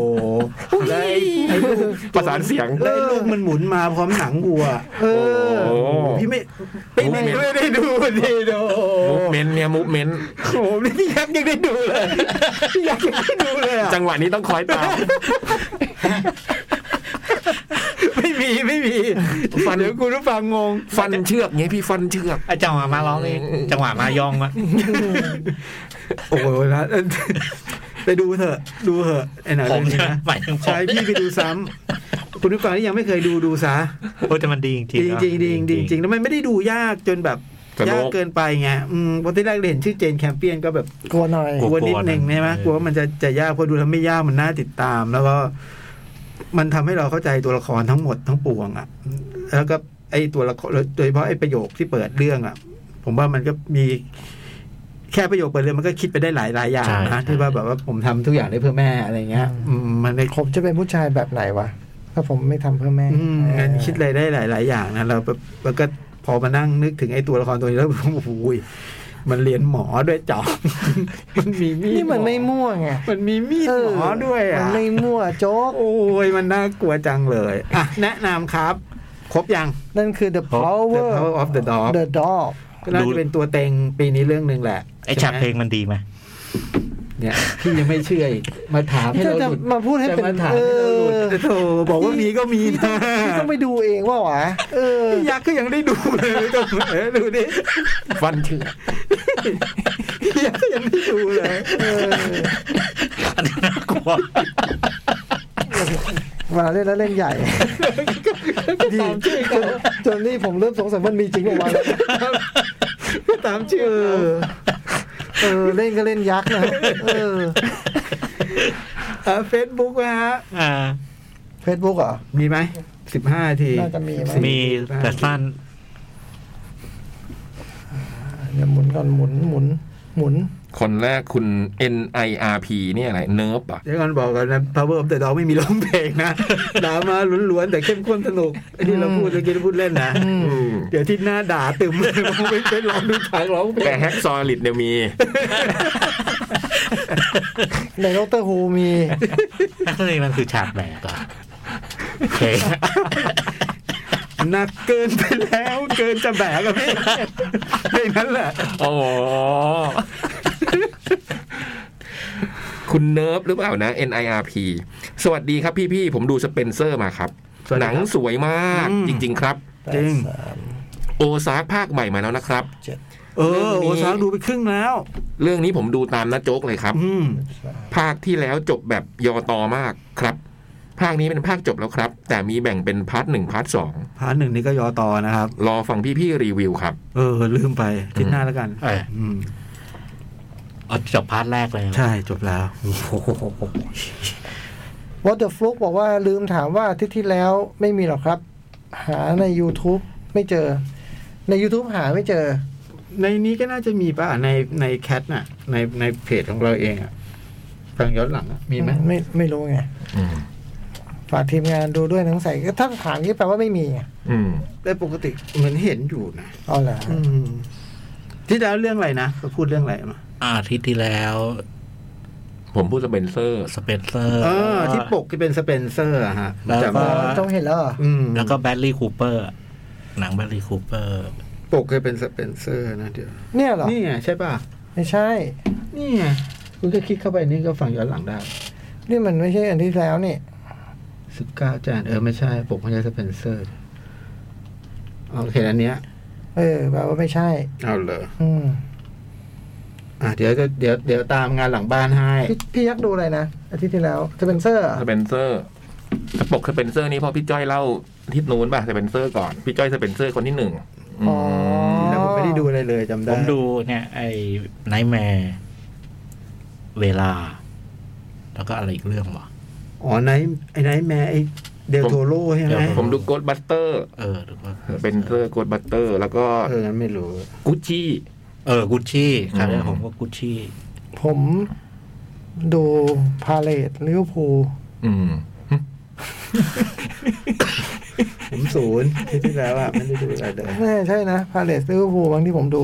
[SPEAKER 1] หได้ไอ้ลูก
[SPEAKER 3] ประสานเสียง
[SPEAKER 1] ได้ลูกมันหมุนมาพร้อมหนังวัว
[SPEAKER 2] เออ
[SPEAKER 3] โอ้
[SPEAKER 1] พี่ไม่ไม่ได้
[SPEAKER 3] โอ้
[SPEAKER 1] ไม่ได้ดูดิโด
[SPEAKER 3] มูฟเมนต์เนี่ยมูฟเมนต์
[SPEAKER 1] โอ้โหพี่ยักษ์ยังได้ดูเลยพี่ยักษ์ยังได้ดูเลยอ่ะ
[SPEAKER 3] จังหวะนี้ต้องคอยตาม
[SPEAKER 1] ไม่มีไม่มี
[SPEAKER 3] ฟัน
[SPEAKER 1] เดี๋ยวคุณผู้ฟังงง
[SPEAKER 3] ฟันเชือกไงพี่ฟันเชือก
[SPEAKER 4] ไอจังหวะมาร้องนี่จังหวะมายองอะ
[SPEAKER 1] โอ้โหนะ ไปดูเถอะดูเถอะไอ้หนัง
[SPEAKER 4] ผม
[SPEAKER 1] เรื่องนี้
[SPEAKER 4] ใช่ไหม
[SPEAKER 1] นะ
[SPEAKER 4] หมายถึงผม
[SPEAKER 1] ใช่พี่ไปดูซ้ำคุณผู้ฟังที่ยังไม่เคยดูดูซะ
[SPEAKER 4] โอ้แต่มันดีจริง
[SPEAKER 1] จริง
[SPEAKER 4] ๆ
[SPEAKER 1] จริงจริงจริงจริงแล้วมันไม่ได้ดูยากจนแบบ
[SPEAKER 3] สนุก
[SPEAKER 1] ยากเกินไปไงอืมวันที่แรกเห็นชื่อเจนแคมเปียนก็แบบ
[SPEAKER 2] กลัวหน่อย
[SPEAKER 1] กลัวนิดนึงใช่ไหมกลัวว่ามันจะจะยากเพอดูแล้วไม่ยากมันน่าติดตาม แล้วก็มันทำให้เราเข้าใจตัวละครทั้งหมดทั้งปวงอ่ะแล้วก็ไอ้ตัวละครโดยเฉพาะไอ้ประโยคที่เปิดเรื่องอ่ะ ผมว่ามันก็มี แค่ประโยคเปิดเรื่องมันก็คิดไปได้หลายหลายอย่างนะที่ว่าแบบว่าผมทำทุกอย่างได้เพื่อแม่อะไรเงี้ย อืมมันไม่
[SPEAKER 2] ผมจะเป็นผู้ชายแบบไหนวะ ถ้าผมไม่ทำเพื่อแม่
[SPEAKER 1] อืมงานคิดอะไรได้หลาย ๆ อย่างนะเราแบบแล้วก็พอมานั่งนึกถึงไอ้ตัวละครตัวนี้แล้ว โอ้โหยมันเรียนหมอด้วย จอม มันมีมีด
[SPEAKER 2] นี่มันไม่
[SPEAKER 1] หอ
[SPEAKER 2] มั่วไง
[SPEAKER 1] มันมีมีด
[SPEAKER 2] เห
[SPEAKER 1] มอด้วยอ่ะ
[SPEAKER 2] มันไม่มั่วโจ๊ก
[SPEAKER 1] โอ้ยมันน่ากลัวจังเลยอ่ะแนะนำครับ ครบยัง
[SPEAKER 2] นั่นคือ the
[SPEAKER 1] The
[SPEAKER 2] power
[SPEAKER 1] Power of the Dog
[SPEAKER 2] the dog
[SPEAKER 1] ก็น่าจะเป็นตัวเต็งปีนี้เรื่องหนึ่งแหละ
[SPEAKER 4] ไอฉากเพลงมันดีไหม
[SPEAKER 1] เนี่ยพี่ยังไม่เชื่ออีกมาถามให้
[SPEAKER 2] ที่
[SPEAKER 1] เรา
[SPEAKER 2] จะ
[SPEAKER 1] หลุด
[SPEAKER 2] มาพูดให้
[SPEAKER 1] จะ
[SPEAKER 2] เป็น
[SPEAKER 1] มาถาม
[SPEAKER 2] เอ
[SPEAKER 1] ให้เราหลุด
[SPEAKER 2] อ
[SPEAKER 1] โธ่ บอกว่ามีก็มีนะ
[SPEAKER 2] ที่ต้องไปดูเองว่าวะเออ
[SPEAKER 1] พี่ยักษ์ก็ยังได้ดูเลยก็เออดูดิ
[SPEAKER 3] ฟันเชือก
[SPEAKER 1] ยังไม่ดูเลย
[SPEAKER 2] เออ
[SPEAKER 4] อันนี้น่ากลัว
[SPEAKER 2] เวลาเล่นแล้วเล่นใหญ่
[SPEAKER 1] ตามชื่อเขา
[SPEAKER 2] จนนี่ผมเริ่มสงสัยมันมีจริงหรือเปล่า
[SPEAKER 1] ตามชื่อ
[SPEAKER 2] เออ เล่นก็เล่นยักษ์นะเออ
[SPEAKER 1] เฟซบุ๊กนะฮะ
[SPEAKER 4] อ่า
[SPEAKER 2] เฟซบุ๊กเหรอ
[SPEAKER 1] มีไหมสิบห้าที
[SPEAKER 2] น่าจะมีมั้ย
[SPEAKER 1] สี่
[SPEAKER 4] มี
[SPEAKER 1] ห้า
[SPEAKER 4] แต่สั้น
[SPEAKER 2] เดี๋ยวหมุนก่อนหมุนหมุนหมุน
[SPEAKER 3] คนแรกคุณ NIRP เนี่ยอะไร เนิร์ฟอ่ะ
[SPEAKER 1] เดี๋ยวก่อนบอกก่อนนะ Power of the Dog ไม่มีร้องเพลง นะด่ามาล้วนๆ แต่เข้มข้นสนุกไอ้นี่เราพูดเมื่อกี้เราพูดเล่นนะ เดี๋ยวที่หน้าด่า ตึมเลยไม่เป็นร้องดูฉากร้องเพล
[SPEAKER 3] แต่
[SPEAKER 1] ง
[SPEAKER 3] แฮกซอลิดเนี่ยมี
[SPEAKER 2] ในดรฮูมี
[SPEAKER 4] นั่นเองมันคือฉากแบกอะโอเค
[SPEAKER 1] หนักเกินไปแล้วเกินจะแบกอะพี่ เพลงนั้นแหละ
[SPEAKER 3] อ๋อ คุณเนิร์ฟหรือเปล่านะ NIRP สวัสดีครับพี่ๆผมดูสเปนเซอร์มาครับ
[SPEAKER 1] สวัสดีครับ
[SPEAKER 3] หนังสวยมาก
[SPEAKER 1] อืม
[SPEAKER 3] จริง ๆ ครับ
[SPEAKER 1] จริง
[SPEAKER 2] แปดสาม
[SPEAKER 3] โอซาร์คภาคใหม่มาแล้วนะครับ
[SPEAKER 1] เออ
[SPEAKER 3] เรื่อง
[SPEAKER 1] โอ
[SPEAKER 3] นี้
[SPEAKER 1] ซาร์ดูไปครึ่งแล้ว
[SPEAKER 3] เรื่องนี้ผมดูตามนะโจ๊กเลยครับ
[SPEAKER 1] อืม
[SPEAKER 2] สาม
[SPEAKER 3] ภาคที่แล้วจบแบบยอตอมากครับ ภาคนี้เป็นภาคจบแล้วครับ แต่มีแบ่งเป็นพาร์ทหนึ่งพาร์ทสอง
[SPEAKER 1] พาร์ทหนึ่งนี่ก็ยอต่อนะครับ
[SPEAKER 3] รอฟังพี่ๆรีวิวครับ
[SPEAKER 1] เออ ลืมไปคิดหน้าแล้วกัน
[SPEAKER 4] เออ
[SPEAKER 1] ม
[SPEAKER 4] เอาจบพาร์ทแรกเลยนะ
[SPEAKER 1] ใช่จบ แล้ว
[SPEAKER 4] โอ้โห
[SPEAKER 2] วอเตอร์ฟลุกบอกว่าลืมถามว่าอาที่ที่แล้วไม่มีหรอกครับ หาใน YouTube ไม่เจอ ใน YouTube หาไม่เจอ
[SPEAKER 1] ในนี้ก็น่าจะมีป่ะในในแคทน่ะ ในในเพจของเราเองอะฟังย้อนหลังอะมีไหม
[SPEAKER 2] ไม่ไม่รู้ไง
[SPEAKER 3] อืม
[SPEAKER 2] ฝากทีมงานดูด้วยหนังใส่ก็ถ้าถามนี้แปลว่าไม่มีไง
[SPEAKER 3] อืม
[SPEAKER 1] แต่ปกติเหมือนเห็นอยู่นะ
[SPEAKER 2] เอาเหรอ
[SPEAKER 1] อืม ที่แล้วเรื่องอะไรนะเขาพูดเรื่องอะไรมา
[SPEAKER 4] อาทิตย์ที่แล้ว
[SPEAKER 3] ผมพูดสเปนเซอร์
[SPEAKER 4] สเปนเซอร์
[SPEAKER 1] เออ ที่ปกที่เป็นสเปนเซอร์อะฮะ
[SPEAKER 4] แล้ว
[SPEAKER 1] จำ
[SPEAKER 4] ก็
[SPEAKER 1] ได้
[SPEAKER 2] ต้องเห็นแล้วเหรอ
[SPEAKER 1] อืม
[SPEAKER 4] แล้วก็แบดลี่คูเปอร์ หนังแบดลี่คูเปอร์
[SPEAKER 1] ปกเคยเป็นสเปนเซอร์นะเดี๋ยว
[SPEAKER 2] เนี่ยเหรอ
[SPEAKER 1] นี่ไงใช่ป่ะ
[SPEAKER 2] ไม่ใช่
[SPEAKER 1] นี่ไงคุณก็คลิกเข้าไปนี่ก็ฟังย้อนหลังได้
[SPEAKER 2] นี่มันไม่ใช่อันที่แล้วนี่
[SPEAKER 1] สิบเก้าจานเออไม่ใช่ปกไม่ใช่สเปนเซอร์โอเคอันเนี้ย
[SPEAKER 2] เออแปลว่าไม่ใช่
[SPEAKER 1] เอาเลย
[SPEAKER 2] อืม
[SPEAKER 1] อ่ะเดี๋ยวจะเดี๋ยวเดี๋ยวตามงานหลังบ้านให้
[SPEAKER 2] พี่พี่ยักษ์ดูอะไรนะอาทิตย์ที่แล้วจะเป็นเซอร์เหรอ
[SPEAKER 3] สเปนเซอร์แต่ปกสเปนเซอร์นี่เพอพี่จ้อยเล่าทิศนู้นป่ะสเปนเซอร์ก่อน พี่จ้อยสเปนเซอร์คนที่หนึ่ง
[SPEAKER 2] อ๋อ
[SPEAKER 1] แล้วผมไม่ได้ดูอะไรเลย
[SPEAKER 4] ผ
[SPEAKER 1] จำได้
[SPEAKER 4] มดูเนี่ย ไอ้ไนแมร์เวลา แล้วก็อะไรอีกเรื่องวะ
[SPEAKER 1] อ๋อไนท์ไอ้ไนท์แมร์ไอ้เดลโทโร่ใช่ไหม
[SPEAKER 4] เดล
[SPEAKER 3] ผ
[SPEAKER 4] โทโร่
[SPEAKER 3] มดูโกดบัสเตอร์
[SPEAKER 4] เออหรือว่า
[SPEAKER 3] สเปนเซอร์โกดบัสเตอร์ แล้วก็
[SPEAKER 1] เอองั้นไม่รู้
[SPEAKER 3] กุชชี่
[SPEAKER 4] เออกุชชี่ครั
[SPEAKER 3] อื
[SPEAKER 4] บ
[SPEAKER 3] ม
[SPEAKER 4] ผมก็กุชชี่
[SPEAKER 2] ผมดูพาเลตลิเวอร์พูล
[SPEAKER 3] อืม
[SPEAKER 1] ผมศูนย์ที่ที่แล้วอ่ะไม่ได้ดูอะไรเลย
[SPEAKER 2] ไม่ใช่นะพาเลตลิเวอร์พูลบางที่ผมดู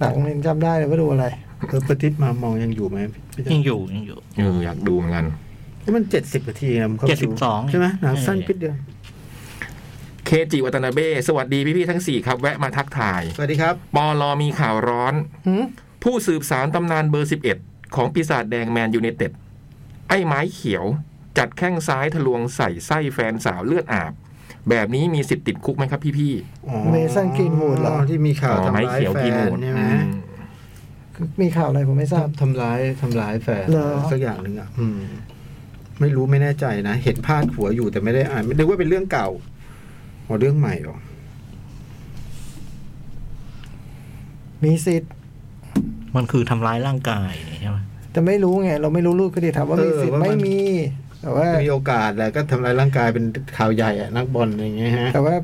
[SPEAKER 2] หนังมันจำได้เลยว่าดูอะไร
[SPEAKER 1] เออปฏิทิมามองยังอยู่ไหมพี่
[SPEAKER 4] ยั
[SPEAKER 1] จ๊ะ
[SPEAKER 4] งอยู่ยังอยู่
[SPEAKER 3] เอออยากดูเหมือนกัน
[SPEAKER 1] นี่มันเจ็ดสิบนาทีนะมันเข้า
[SPEAKER 4] 72
[SPEAKER 1] ใช่ไหมหนังสั้น
[SPEAKER 4] เออ
[SPEAKER 1] พิดเดียว
[SPEAKER 3] เคจิวัตนาเบ้สวัสดีพี่ๆทั้งสี่ครับแวะมาทักทาย
[SPEAKER 1] สวัสดีครับ
[SPEAKER 3] ปอลอมีข่าวร้อน
[SPEAKER 2] หืม
[SPEAKER 3] ผู้สืบสารตำนานเบอร์ 11 ของปีศาจแดงแมนยู i นเต็ด ไอ้ไม้เขียว จัดแข้งซ้ายทะลวงใส่ไส้แฟนสาวเลือดอาบ แบบนี้มีสิทธิ์ติดคุกไหมครับพี่
[SPEAKER 1] อ๋อ
[SPEAKER 2] Mason Greenwood เหรอ
[SPEAKER 1] ที่มี
[SPEAKER 3] ๆ
[SPEAKER 1] ข่าว
[SPEAKER 3] อ๋อ
[SPEAKER 1] ทำ
[SPEAKER 3] ไม้
[SPEAKER 1] ร้าย
[SPEAKER 3] เขียว
[SPEAKER 1] แฟ
[SPEAKER 3] กินห
[SPEAKER 1] น
[SPEAKER 3] มด
[SPEAKER 1] ใช่ไหม
[SPEAKER 3] อืม
[SPEAKER 2] มีข่าวอะไรผมไม่ทราบ
[SPEAKER 1] ทำทำร้ายทำร้ายแฟน
[SPEAKER 2] เหรอ
[SPEAKER 1] สักอย่างหนึ่งอ่ะอืม ไม่รู้ไม่แน่ใจนะ เห็นพาดหัวอยู่แต่ไม่ได้อ่านไม่นึกว่าเป็นเรื่องเก่าอ๋อเรื่องใหม่เหรอ
[SPEAKER 2] มีสิทธิ์
[SPEAKER 4] มันคือทำร้ายร่างกายใช่ไหม
[SPEAKER 2] แต่ไม่รู้ไง เราไม่รู้ลูกคดีถามว่า
[SPEAKER 1] เออ
[SPEAKER 2] มีสิทธิ์
[SPEAKER 1] ว่ามัน
[SPEAKER 2] ไม่มี แต่ว่า
[SPEAKER 1] มีโอกาสแหละก็ทำร้ายร่างกายเป็นข่าวใหญ่อะนักบอลอะไรอย่างเงี้ยฮะ
[SPEAKER 2] แต่ว่า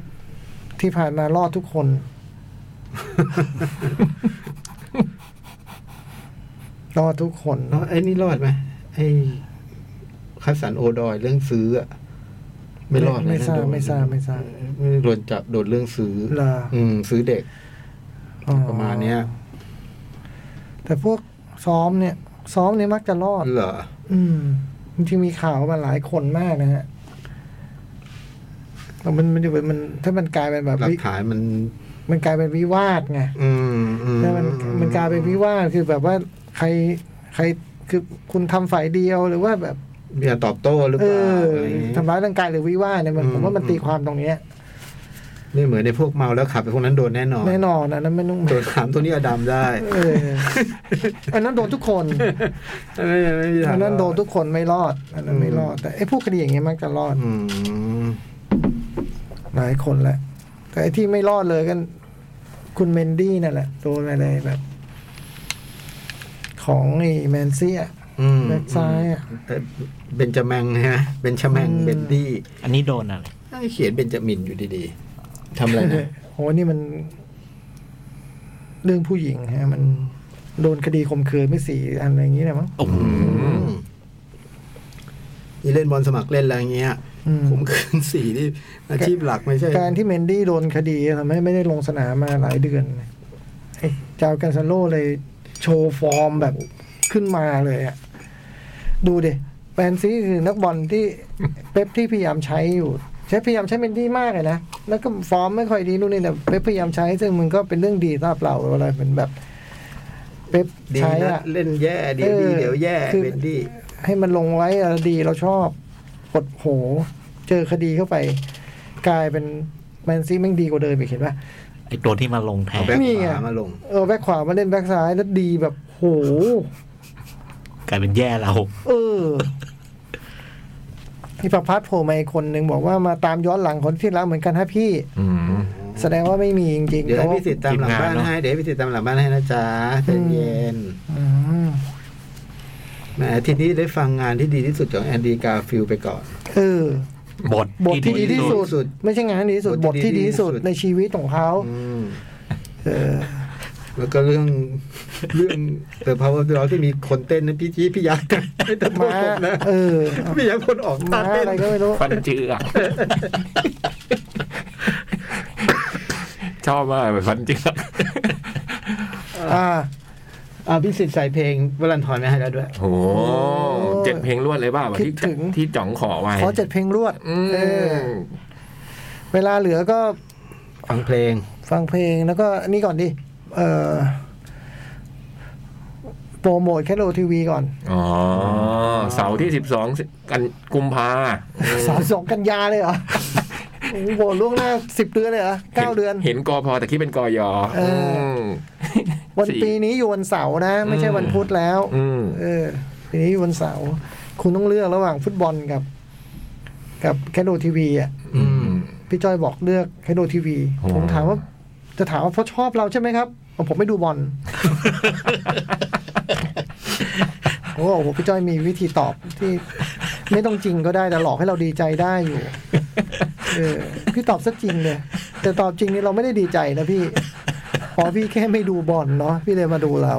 [SPEAKER 2] ที่ผ่านมารอดทุกคน รอดทุกคน
[SPEAKER 1] แล้วไอ้นี่รอดไหมไอ้คัสสันโอดอยเรื่องซื้ออะไม่รอดนะ
[SPEAKER 2] ไม่ทราบ
[SPEAKER 1] โดน
[SPEAKER 2] ไม่ทราบไม่ทราบ
[SPEAKER 1] ไม่โดนจับโดนเรื่องซื้อ
[SPEAKER 2] เหรอ
[SPEAKER 1] อืม ซื้อเด็ก
[SPEAKER 2] อ๋อ
[SPEAKER 1] ประมาณเนี้ย
[SPEAKER 2] แต่พวกซ้อมเนี่ย ซ้อมเนี่ยมักจะรอด
[SPEAKER 1] เหรอ
[SPEAKER 2] อืมจริงๆมีข่าวมาหลายคนมากนะฮะแต่มันมันอยู่มัน ถ้ามันกลายเป็นแบบ
[SPEAKER 1] หลั
[SPEAKER 2] วิ
[SPEAKER 1] กฐานมัน
[SPEAKER 2] มันกลายเป็นวิวาทไง
[SPEAKER 1] อืมอืม
[SPEAKER 2] แล้วมันมันกลายเป็นวิวาทคือแบบว่าใครใครคือคุณทำฝ่ายเดียวหรือว่าแบบ
[SPEAKER 1] มีการตอบโต้หรือ
[SPEAKER 2] เอ
[SPEAKER 1] เปล่า
[SPEAKER 2] อ
[SPEAKER 1] อะไรอย่างเงี้ย
[SPEAKER 2] ทำร้ายร่างกายหรือวิวาทเนี่ยมัน
[SPEAKER 1] อืม
[SPEAKER 2] ผมว่ามันตีความตรงเนี้ย
[SPEAKER 1] ไม่เหมือนในพวกเมาแล้วขับไปพวกนั้นโดนแน่นอน
[SPEAKER 2] แน่นอนอันนั้นไม่ต้อง
[SPEAKER 1] โดนถามตัวนี้อดัมได้
[SPEAKER 2] เอ ออันนั้นโดนทุกคน
[SPEAKER 1] ไม่ไม่มีทาง
[SPEAKER 2] อันนั้นโดน
[SPEAKER 1] รอ
[SPEAKER 2] ทุกคนไม่รอดอันนั้นไม่รอด
[SPEAKER 1] อืม
[SPEAKER 2] แต่ไอ้พวกคดีอย่างเงี้ยมักจะรอด
[SPEAKER 1] อืม
[SPEAKER 2] หลายคนแหละ แต่ไอ้ที่ไม่รอดเลยกัน คุณเมนดี้นั่นแหละโดนไปเลยแบบ ของไอ้แมนซี่อะ
[SPEAKER 1] อืม
[SPEAKER 2] เว็บซ้ายอะ
[SPEAKER 1] เอ่อเบนจาแมงฮะเบนจาแมงเบนดี้
[SPEAKER 4] อันนี้โดนอะไร
[SPEAKER 1] ให้เขียนเบนจามินอยู่ดีๆ ทำอะไรนะ
[SPEAKER 2] โอ้นี่มัน เรื่องผู้หญิงฮะ มันโดนคดีข่มขืนไม่สี่อันอะไรอย่างงี้เลยมั้ง
[SPEAKER 4] โอ้โห
[SPEAKER 1] อืมนี่เล่นบอลสมัครเล่นอะไรอย่างเงี้ย
[SPEAKER 2] อืม
[SPEAKER 1] ผมขึ้นสี่นี่อาชีพหลักไม่ใช่
[SPEAKER 2] การที่เมนดี้โดนคดีทำให้ไม่ได้ลงสนามมาหลายเดือนไอ้เจ้ากันซาโลเลยโชว์ฟอร์มแบบ ขึ้นมาเลยอะดูเดแมนซีคือนักบอลที่ เป๊ปที่พยายามใช้อยู่ ใช้พยายามใช้เป็นที่มากเลยนะ แล้วก็ฟอร์มไม่ค่อยดีนู่นนี่แต่เป๊ปพยายามใช้ซึ่งมันก็เป็นเรื่องดีสำหรับเราอะไรเป็นแบบ เป๊ป
[SPEAKER 1] ดี
[SPEAKER 2] ใช้
[SPEAKER 1] นะ
[SPEAKER 2] อะ
[SPEAKER 1] เล่นแย่เดี๋ยวดี
[SPEAKER 2] เออ
[SPEAKER 1] เดี๋ยวแย่
[SPEAKER 2] คือ
[SPEAKER 1] เป็นดี
[SPEAKER 2] ให้มันลงไว้อะไรดีเราชอบกดโห เจอคดีเข้าไป กลายเป็นแมนซีแม่งดีกว่าเดิมอีกเห็นปะ
[SPEAKER 4] ไอตัวที่มาลงแท
[SPEAKER 1] เอา
[SPEAKER 4] น
[SPEAKER 1] แบ็ค
[SPEAKER 2] นี่
[SPEAKER 1] ข
[SPEAKER 2] ไง
[SPEAKER 1] วามาลง
[SPEAKER 2] เออแบ็คขวามาเล่นแบ็คซ้ายแล้วดีแบบโห
[SPEAKER 4] กลายเป็นแย่เรา
[SPEAKER 2] เออพี่ประพัฒน์โผล่มาอีกคนหนึ่งบอกว่ามาตามย้อนหลังคนที่รักเหมือนกันฮะพี่
[SPEAKER 3] อืม
[SPEAKER 2] แสดงว่าไม่มีจริงๆ
[SPEAKER 1] เดี๋ยว
[SPEAKER 2] แต่ว่า
[SPEAKER 1] ให้พี่สิทธิ์ตามหลังบ้าน
[SPEAKER 4] ทีมงานเนอะ
[SPEAKER 1] ให้เดี๋ยวให้พี่สิทธิ์ตามหลังบ้านให้นะจ๊ะใจเย็น
[SPEAKER 2] อืม
[SPEAKER 1] แหมทีนี้ได้ฟังงานที่ดีที่สุดของแอนดี้กาฟิลไปก่อน
[SPEAKER 2] เออ
[SPEAKER 4] บท
[SPEAKER 2] บทที่ดีที่สุ
[SPEAKER 1] สุ
[SPEAKER 2] ด
[SPEAKER 1] ด
[SPEAKER 2] ไม่ใช่งานที่ดีที่สุด
[SPEAKER 1] บบ ท
[SPEAKER 2] ท
[SPEAKER 1] ที่
[SPEAKER 2] ที่
[SPEAKER 1] ดี
[SPEAKER 2] ดี
[SPEAKER 1] ที่
[SPEAKER 2] ที่
[SPEAKER 1] สุ
[SPEAKER 2] สุ
[SPEAKER 1] ด
[SPEAKER 2] ดในชีวิตของเขา
[SPEAKER 1] อืม
[SPEAKER 2] เออ
[SPEAKER 1] แล้วก็เรื่อง เรื่องเดอะพาวเวอร์ดอที่มีคนเต้นนะพี่จี้พี่ยักษ์ไม่ต้องพูด
[SPEAKER 2] ม้า
[SPEAKER 1] ผมนะ
[SPEAKER 2] เออ
[SPEAKER 1] พี่ยักษ์คนออกตา
[SPEAKER 2] มา
[SPEAKER 1] เต้น
[SPEAKER 2] อะไรก็ไม่รู้
[SPEAKER 3] ฟันเจือกชอบมากเลยฟันเจือก
[SPEAKER 2] อ่า
[SPEAKER 1] อ่าพี่สิทธิ์ใส่เพลงวลันทรไม่ให้แล้วด้วย
[SPEAKER 3] โอ้โหเจ็ดเพลงรวดเลยป่ะ
[SPEAKER 2] คิ
[SPEAKER 3] ที่
[SPEAKER 2] ดถึง
[SPEAKER 3] ที่จ่องขอไว้
[SPEAKER 2] ขอเจ็ดเพลงรวด
[SPEAKER 3] อื
[SPEAKER 2] เออ
[SPEAKER 3] ม
[SPEAKER 2] เวลาเหลือก็
[SPEAKER 1] ฟังเพลง
[SPEAKER 2] ฟังเพลงแล้วก็นี่ก่อนดิเออโปรโมทแคโรทีวีก่อน
[SPEAKER 3] อ๋อเสาร์ที่สิบสองกันกุมภา
[SPEAKER 2] สามสองกันยาเลยเหรอ โอ้โหล่วงหน้าสิบเดือนเลยเหรอเก้าเดือน
[SPEAKER 3] เห็นกอพอแต่คิดเป็นกอยอ
[SPEAKER 2] เอออื
[SPEAKER 3] ม
[SPEAKER 2] วัน
[SPEAKER 3] สี่
[SPEAKER 2] ปีนี้อยู่วันเสาร์นะ ไม่ใช่
[SPEAKER 3] อืม
[SPEAKER 2] วันพุธแล้ว
[SPEAKER 3] อืม
[SPEAKER 2] เออ ปีนี้อยู่วันเสาร์คุณต้องเลือกระหว่างฟุตบอลกับ กับแคโดทีวีอ่ะ
[SPEAKER 3] อืม
[SPEAKER 2] พี่จ้อยบอกเลือกแคโดทีวี
[SPEAKER 3] โอ้
[SPEAKER 2] ผมถามว่า จะถามว่าเพราะชอบเราใช่ไหมครับบอกผมไม่ดูบ อล โอ้โหพี่จ้อยมีวิธีตอบที่ไม่ต้องจริงก็ได้แต่หลอกให้เราดีใจได้อยู่ เออพี่ตอบซะจริงเลยแต่ตอบจริงนี่เราไม่ได้ดีใจนะพี่พอพี่แค่ไม่ดูบอลเนาะพี่เลยมาดู เรา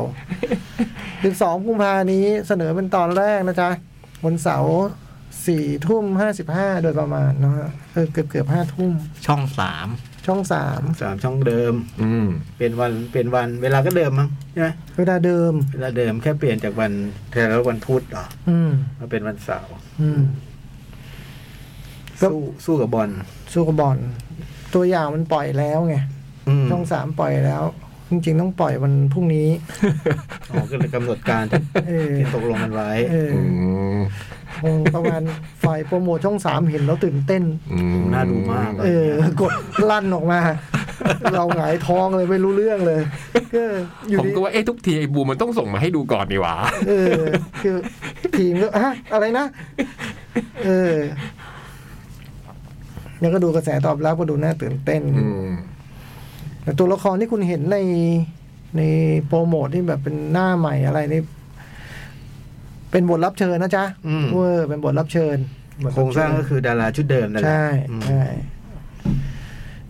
[SPEAKER 2] สิบสองกุมภานี้เสนอเป็นตอนแรกนะจ๊ะวันเสาร์สี่ทุ่มห้าสิบห้าโดยประมาณเนาะเออเกือบเกือบห้าทุ่ม
[SPEAKER 4] ช่องสาม
[SPEAKER 2] ช่องสาม
[SPEAKER 1] สามช่องเดิม
[SPEAKER 3] อืม
[SPEAKER 1] เป็นวันเป็นวัน เวลาก็เดิมมั้งใช่ไหม
[SPEAKER 2] เวลาเดิม
[SPEAKER 1] เวลาเดิมแค่เปลี่ยนจากวันแต่ละวันพุธเหรอ
[SPEAKER 2] อืม
[SPEAKER 1] มาเป็นวันเสาร์
[SPEAKER 2] อืม ก็
[SPEAKER 1] สู้สู้กับบอล
[SPEAKER 2] ซูกบบอลตัวอย่างมันปล่อยแล้วไง
[SPEAKER 1] อืม
[SPEAKER 2] ช่องสามปล่อยแล้ว จริงๆต้องปล่อยวันพรุ่งนี้
[SPEAKER 1] อ๋อก็เลยกำหนด การที่
[SPEAKER 2] เออ
[SPEAKER 1] ที่ตกลงกันไว้
[SPEAKER 2] เออ
[SPEAKER 3] อืม
[SPEAKER 2] คงประมาณฝ่ายโปรโมทช่องสามเห็นแล้วตื่นเต้น
[SPEAKER 3] อืม
[SPEAKER 1] น่าดูมาก
[SPEAKER 2] เออ กดลั่นออกมา เราหงายท้องเลยไม่รู้เรื่องเลยก็อยู่
[SPEAKER 3] ผม
[SPEAKER 2] ดี
[SPEAKER 3] ก็ว่าเอ๊ะทุกทีไอ้บูมมันต้องส่งมาให้ดูก่อนนี่หว่า
[SPEAKER 2] เออ คือทีมก็ฮะอะไรนะ เออ แล้วก็ดูกระแสตอบรับก็ดูน่าตื่นเต้น
[SPEAKER 3] อืม
[SPEAKER 2] แต่ตัวละครที่คุณเห็นในในโปรโมทที่แบบเป็นหน้าใหม่อะไรนี่เป็นบทรับเชิญนะจ๊ะ
[SPEAKER 1] อืม
[SPEAKER 2] เวอร์เป็นบทรับเชิญบทบ
[SPEAKER 1] โครงสร้างก็คือดาราชุดเดิมนั่นแหละ
[SPEAKER 2] ใช่
[SPEAKER 1] อืม
[SPEAKER 2] ใช่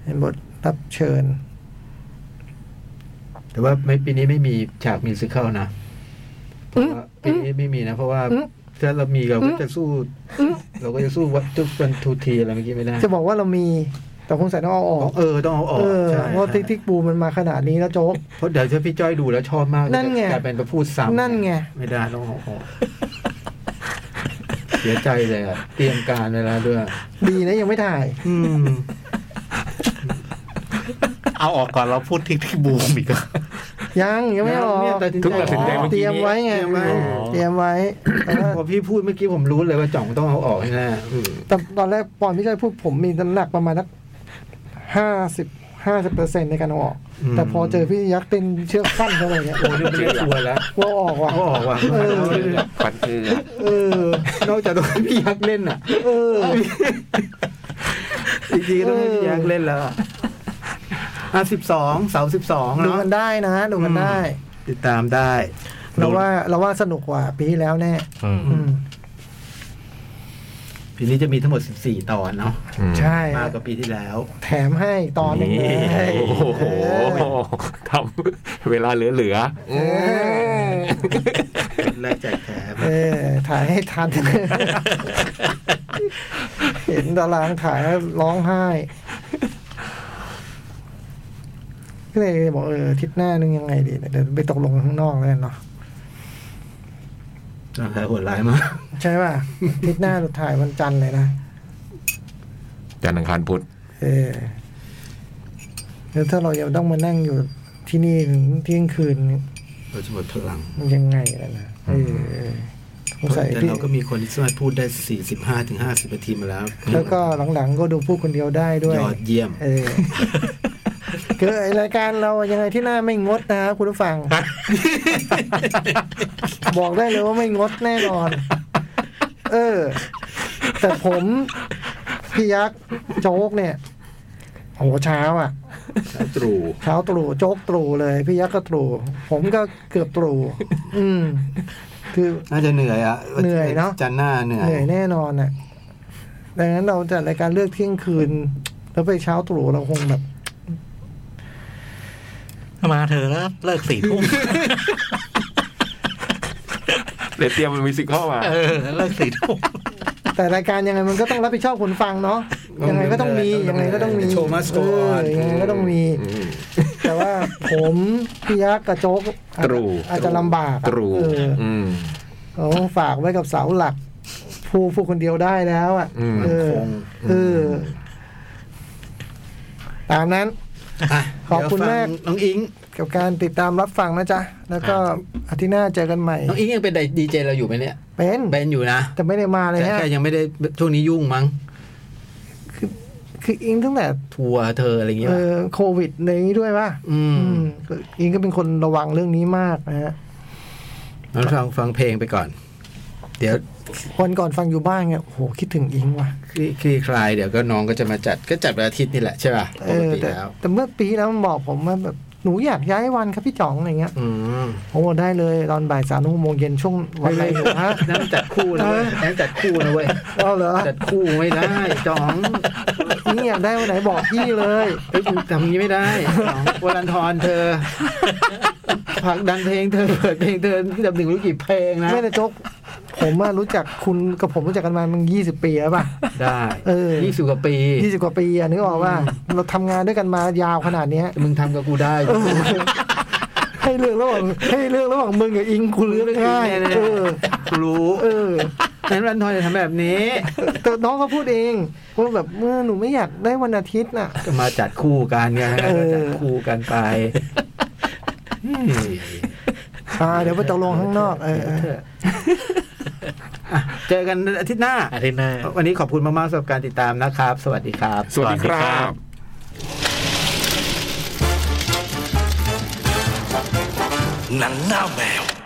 [SPEAKER 2] เป็นบทรับเชิญ
[SPEAKER 1] แต่ว่าไม่ปีนี้ไม่มีฉากมิวสิคัลนะเพราะว่าปีนี้ไม่มีนะ เพราะว่าถ้าเรามีเราก็จะสู้ เราก็จะสู้วัดจุดเป็นทูทีอะไรเมื่อกี้ไม่ได้
[SPEAKER 2] จะบอกว่าเรามีแต่คงใส่ต้องเอาออก
[SPEAKER 1] เออต้องเอาออก
[SPEAKER 2] เออ
[SPEAKER 1] ใช่
[SPEAKER 2] เพราะทิกทิกบูมันมาขนาดนี้แล้วโจ๊ก
[SPEAKER 1] เพราะเดี๋ยวถ้าพี่จ้อยดูแล้วชอบมาก
[SPEAKER 2] นั่นไง
[SPEAKER 1] จะกลายเป็นไปพูดซ้ำ
[SPEAKER 2] นั่นไง
[SPEAKER 1] ไม่ได้ต้องเอาออกเสียใจเลยอะเตรียมการเวแลาด้วย
[SPEAKER 2] ดีนะยังไม่ถ่าย
[SPEAKER 1] อืม
[SPEAKER 4] เอาออกก่อนเราพูดที่ที่บูมอีก อะ
[SPEAKER 2] ยังยังไม่ออก
[SPEAKER 1] เนี่ยตัดสิน
[SPEAKER 3] ทุกตัดสินใจ
[SPEAKER 1] อ
[SPEAKER 3] เมื่
[SPEAKER 1] อ
[SPEAKER 3] อ
[SPEAKER 1] ก
[SPEAKER 2] เต
[SPEAKER 3] กี้
[SPEAKER 2] รียมไว้ไง
[SPEAKER 1] เตรียมไว้
[SPEAKER 2] เตรียมไว้แต่ว่า
[SPEAKER 1] พอพี่พูดเมื่อกี้ผมรู้เลยว่าจ่องต้องเอาออกแน่ๆอืม
[SPEAKER 2] ตอนตอนแรกปอนพี่ชายพูดผมมีน้ำหนักประมาณนักห้าสิบห้าสิบเปอร์เซ็นในการเอาออก
[SPEAKER 1] อืม
[SPEAKER 2] แต่พอเจอพี่ยักษ์เต้นเชือกสั้นเข้าไปเนี่ย
[SPEAKER 1] โอ้นี่ไม่ได้ชัวร์แล้ว
[SPEAKER 2] ว่าออกว่ะ
[SPEAKER 1] เอาออกว่ะ
[SPEAKER 2] เออ
[SPEAKER 3] ฟันเจือก
[SPEAKER 1] เออนอกจากตรงที่พี่ยักษ์เล่นอ่ะ
[SPEAKER 2] เออ
[SPEAKER 1] จริงๆต้องให้พี่ยักษ์เล่นแล้วอะอ่ะสิบสองเสาสิบสอง
[SPEAKER 2] ดู
[SPEAKER 1] เนาะ
[SPEAKER 2] กันได้นะดูกันได้
[SPEAKER 1] ติดตามได้
[SPEAKER 2] เราว่าเราว่าสนุกกว่าปีที่แล้วแน่
[SPEAKER 4] อืม
[SPEAKER 2] อืม
[SPEAKER 1] ปีนี้จะมีทั้งหมด 14 ตอนเนาะ
[SPEAKER 3] อืม
[SPEAKER 2] ใช่
[SPEAKER 1] มากกว่าปีที่แล้ว
[SPEAKER 2] แถมให้อีกตอนหนึงเล
[SPEAKER 3] นี่
[SPEAKER 2] ย
[SPEAKER 3] โอ้โหทำ เวลาเหลือๆอืม
[SPEAKER 1] แรกแจกแถม
[SPEAKER 2] เออถ่ายให้ทัน เห็นตารางถ่ายแล้วร้องไห้ก็เลยบอกเอออาทิศหน้านึงยังไงดีเนี่ยเดี๋ยวไปตกลงกันข้างนอกแล้วกันเนาะ
[SPEAKER 1] ร่างกายโหดร้ายมาก
[SPEAKER 2] ใช่ป่ะอาทิศหน้าเราถ่ายวันจันทร์เลยนะ
[SPEAKER 3] จันทร์อังคารพุธ
[SPEAKER 2] เออแล้วถ้าเรายังต้องมานั่งอยู่ที่นี่ถึงเที่ยงคืน
[SPEAKER 1] เราจะหมดพลัง
[SPEAKER 2] มันยังไงล่ะนะเออสงสัย
[SPEAKER 1] แต่
[SPEAKER 2] พี่
[SPEAKER 1] เราก็มีคนที่สามารถพูดได้สี่สิบห้าถึงห้าสิบนาทีมาแล้ว
[SPEAKER 2] แล้วก็หลังๆก็ดูพูดคนเดียวได้ด้วย
[SPEAKER 1] ยอดเยี่ยม
[SPEAKER 2] เออคือไอ้รายการเรายังไงที่หน้าไม่งดนะครับคุณผู้ฟัง บอกได้เลยว่าไม่งดแน่นอน เออ แต่ผมพี่ยักษ์โจ๊กเนี่ยโอ้โหเช้าอ่ะ
[SPEAKER 1] ตรู
[SPEAKER 2] เช้าตรู่โจ๊กตรู่เลยพี่ยักษ์ก็ตรู่ผมก็เกือบตรู่อืม คือ
[SPEAKER 1] น่าจะเหนื่อยอ่ะ
[SPEAKER 2] เหนื่อยเนอะ
[SPEAKER 1] จันหน้าเหนื่อย
[SPEAKER 2] เหนื่อยแน่นอนอ่ะ ดังนั้นเราจัดรายการเลือกเที่ยงคืน แล้วไปเช้าตรู่เราคงแบบ
[SPEAKER 4] มาเธอะแล้วเลิกสี่ทุ่ม
[SPEAKER 3] เดี๋ยวเตรียมมันมีสิกข้อมา
[SPEAKER 4] เออเลิกสี่ทุ่ม
[SPEAKER 2] แต่รายการยังไงมันก็ต้องรับผิดชอบคนฟังเนาะยังไงก็ต้องมียังไงก็ต้องมี
[SPEAKER 1] โชว์มาสโก
[SPEAKER 2] เอ
[SPEAKER 1] อ
[SPEAKER 2] อน ยังไงก็ต้องมี
[SPEAKER 3] ม
[SPEAKER 2] แต่ว่าผมพี่ยักษ์กับโจ๊กอาจ
[SPEAKER 3] ตรู่
[SPEAKER 2] อาจจะลำบากอะ
[SPEAKER 3] ตรู
[SPEAKER 2] เออ
[SPEAKER 3] อืม
[SPEAKER 2] เราต้องฝากไว้กับเสาหลัก ผู้ผู้คนเดียวได้แล้วอ่ะ
[SPEAKER 3] อืม
[SPEAKER 2] เออ
[SPEAKER 1] คง
[SPEAKER 2] เออตามนั้น
[SPEAKER 1] อ่ะ
[SPEAKER 2] ขอบคุณ
[SPEAKER 1] เดี๋ยวฟัง
[SPEAKER 2] มาก
[SPEAKER 1] น้องอิง
[SPEAKER 2] กับการติดตามรับฟังนะจ๊ะ แล้วก็อาทิตย์หน้าเจอกันใหม่
[SPEAKER 1] น้องอิงยังเป็นดีเจเราอยู่ไหมเนี่ย
[SPEAKER 2] เป็น
[SPEAKER 1] เป็นอยู่นะ
[SPEAKER 2] แต่ไม่ได้มาเลย
[SPEAKER 1] แต่
[SPEAKER 2] ฮะ
[SPEAKER 1] แค่ยังไม่ได้ช่วงนี้ยุ่งมั้ง
[SPEAKER 2] คืออิงตั้งแต่
[SPEAKER 1] ทัวร์เธออะไรอย่างเงี้ย
[SPEAKER 2] เออโควิดในนี้ด้วยป่ะ
[SPEAKER 1] อืม
[SPEAKER 2] อืมก็อิงก็เป็นคนระวังเรื่องนี้มากนะฮะ
[SPEAKER 1] งั้นฟังฟังเพลงไปก่อน เดี๋ยว
[SPEAKER 2] วันก่อนฟังอยู่บ้านเนี่ยโอ้โห คิดถึงอิงว่ะ
[SPEAKER 1] คลี่คลี่คลายเดี๋ยวก็น้องก็จะมาจัดก็จัดวันอาทิตย์นี่แหละใช่ป่ะ
[SPEAKER 2] เอ
[SPEAKER 1] ป
[SPEAKER 2] ก อ
[SPEAKER 1] ติ
[SPEAKER 2] แต่
[SPEAKER 1] แล้ว
[SPEAKER 2] แต่เมื่อปีแล้วมันบอกผมว่าแบบหนูอยากย้ายวันครับพี่จ๋องอะไรเงี้ย
[SPEAKER 1] อืม
[SPEAKER 2] ผมบอกได้เลยตอนบ่ายสามถึงหกโมงเย็นช่วงวันไหนหนูฮะ
[SPEAKER 1] นั่งจัดคู่นะเว้ยนั่งจัดคู่นะเว้ย
[SPEAKER 2] เอาเหรอ
[SPEAKER 1] จัดคู่ไม่ได้จอง
[SPEAKER 2] อิงอยากได้วันไหนบอกพี่เลย
[SPEAKER 1] เฮ้ยคุณทำอย่างนี้ไม่ได้จองวรันทรเธอผลักดันเพลงเธอเปิดเพลงเธอที่ดับหนึ่งรู้กี่เพลงนะ
[SPEAKER 2] ไม่ได้จก ผมอะรู้จักคุณกับผมรู้จักกันมามันยี่สิบปีแล้วป่ะ
[SPEAKER 1] ได้
[SPEAKER 2] เออ
[SPEAKER 1] ยี่สิบกว่าปี
[SPEAKER 2] ยี่สิบกว่าปีอะนึกออกว่าเราทำงานด้วยกันมายาวขนาดเนี้ย
[SPEAKER 1] มึงทำกับกูได้อยู่
[SPEAKER 2] ให้เลือกระหว่างให้เลือกระหว่างมึงกับอิงคุณเลือกง่าย
[SPEAKER 1] แน่ๆ
[SPEAKER 2] เออ
[SPEAKER 1] กูรู้
[SPEAKER 2] เออ
[SPEAKER 1] นั้นวรันทรจะทำแบบนี้
[SPEAKER 2] แต่น้องเขาพูดเองว่าแบบเมื่อหนูไม่อยากได้วันอาทิตย์น่ะ
[SPEAKER 1] ก็มาจัดคู่กันไง
[SPEAKER 2] เออ
[SPEAKER 1] จัดคู่กันไปอืม
[SPEAKER 2] อ่าเดี๋ยวไปตกลงข้างนอกเออเออ
[SPEAKER 1] อ่ะเจอกันอาทิตย์หน้า
[SPEAKER 4] อาทิตย์หน้า
[SPEAKER 1] วันนี้ขอบคุณมากๆสำหรับการติดตามนะครับ สวัสดีครับ
[SPEAKER 3] สวัสดีครับ
[SPEAKER 7] nắng ngao mèo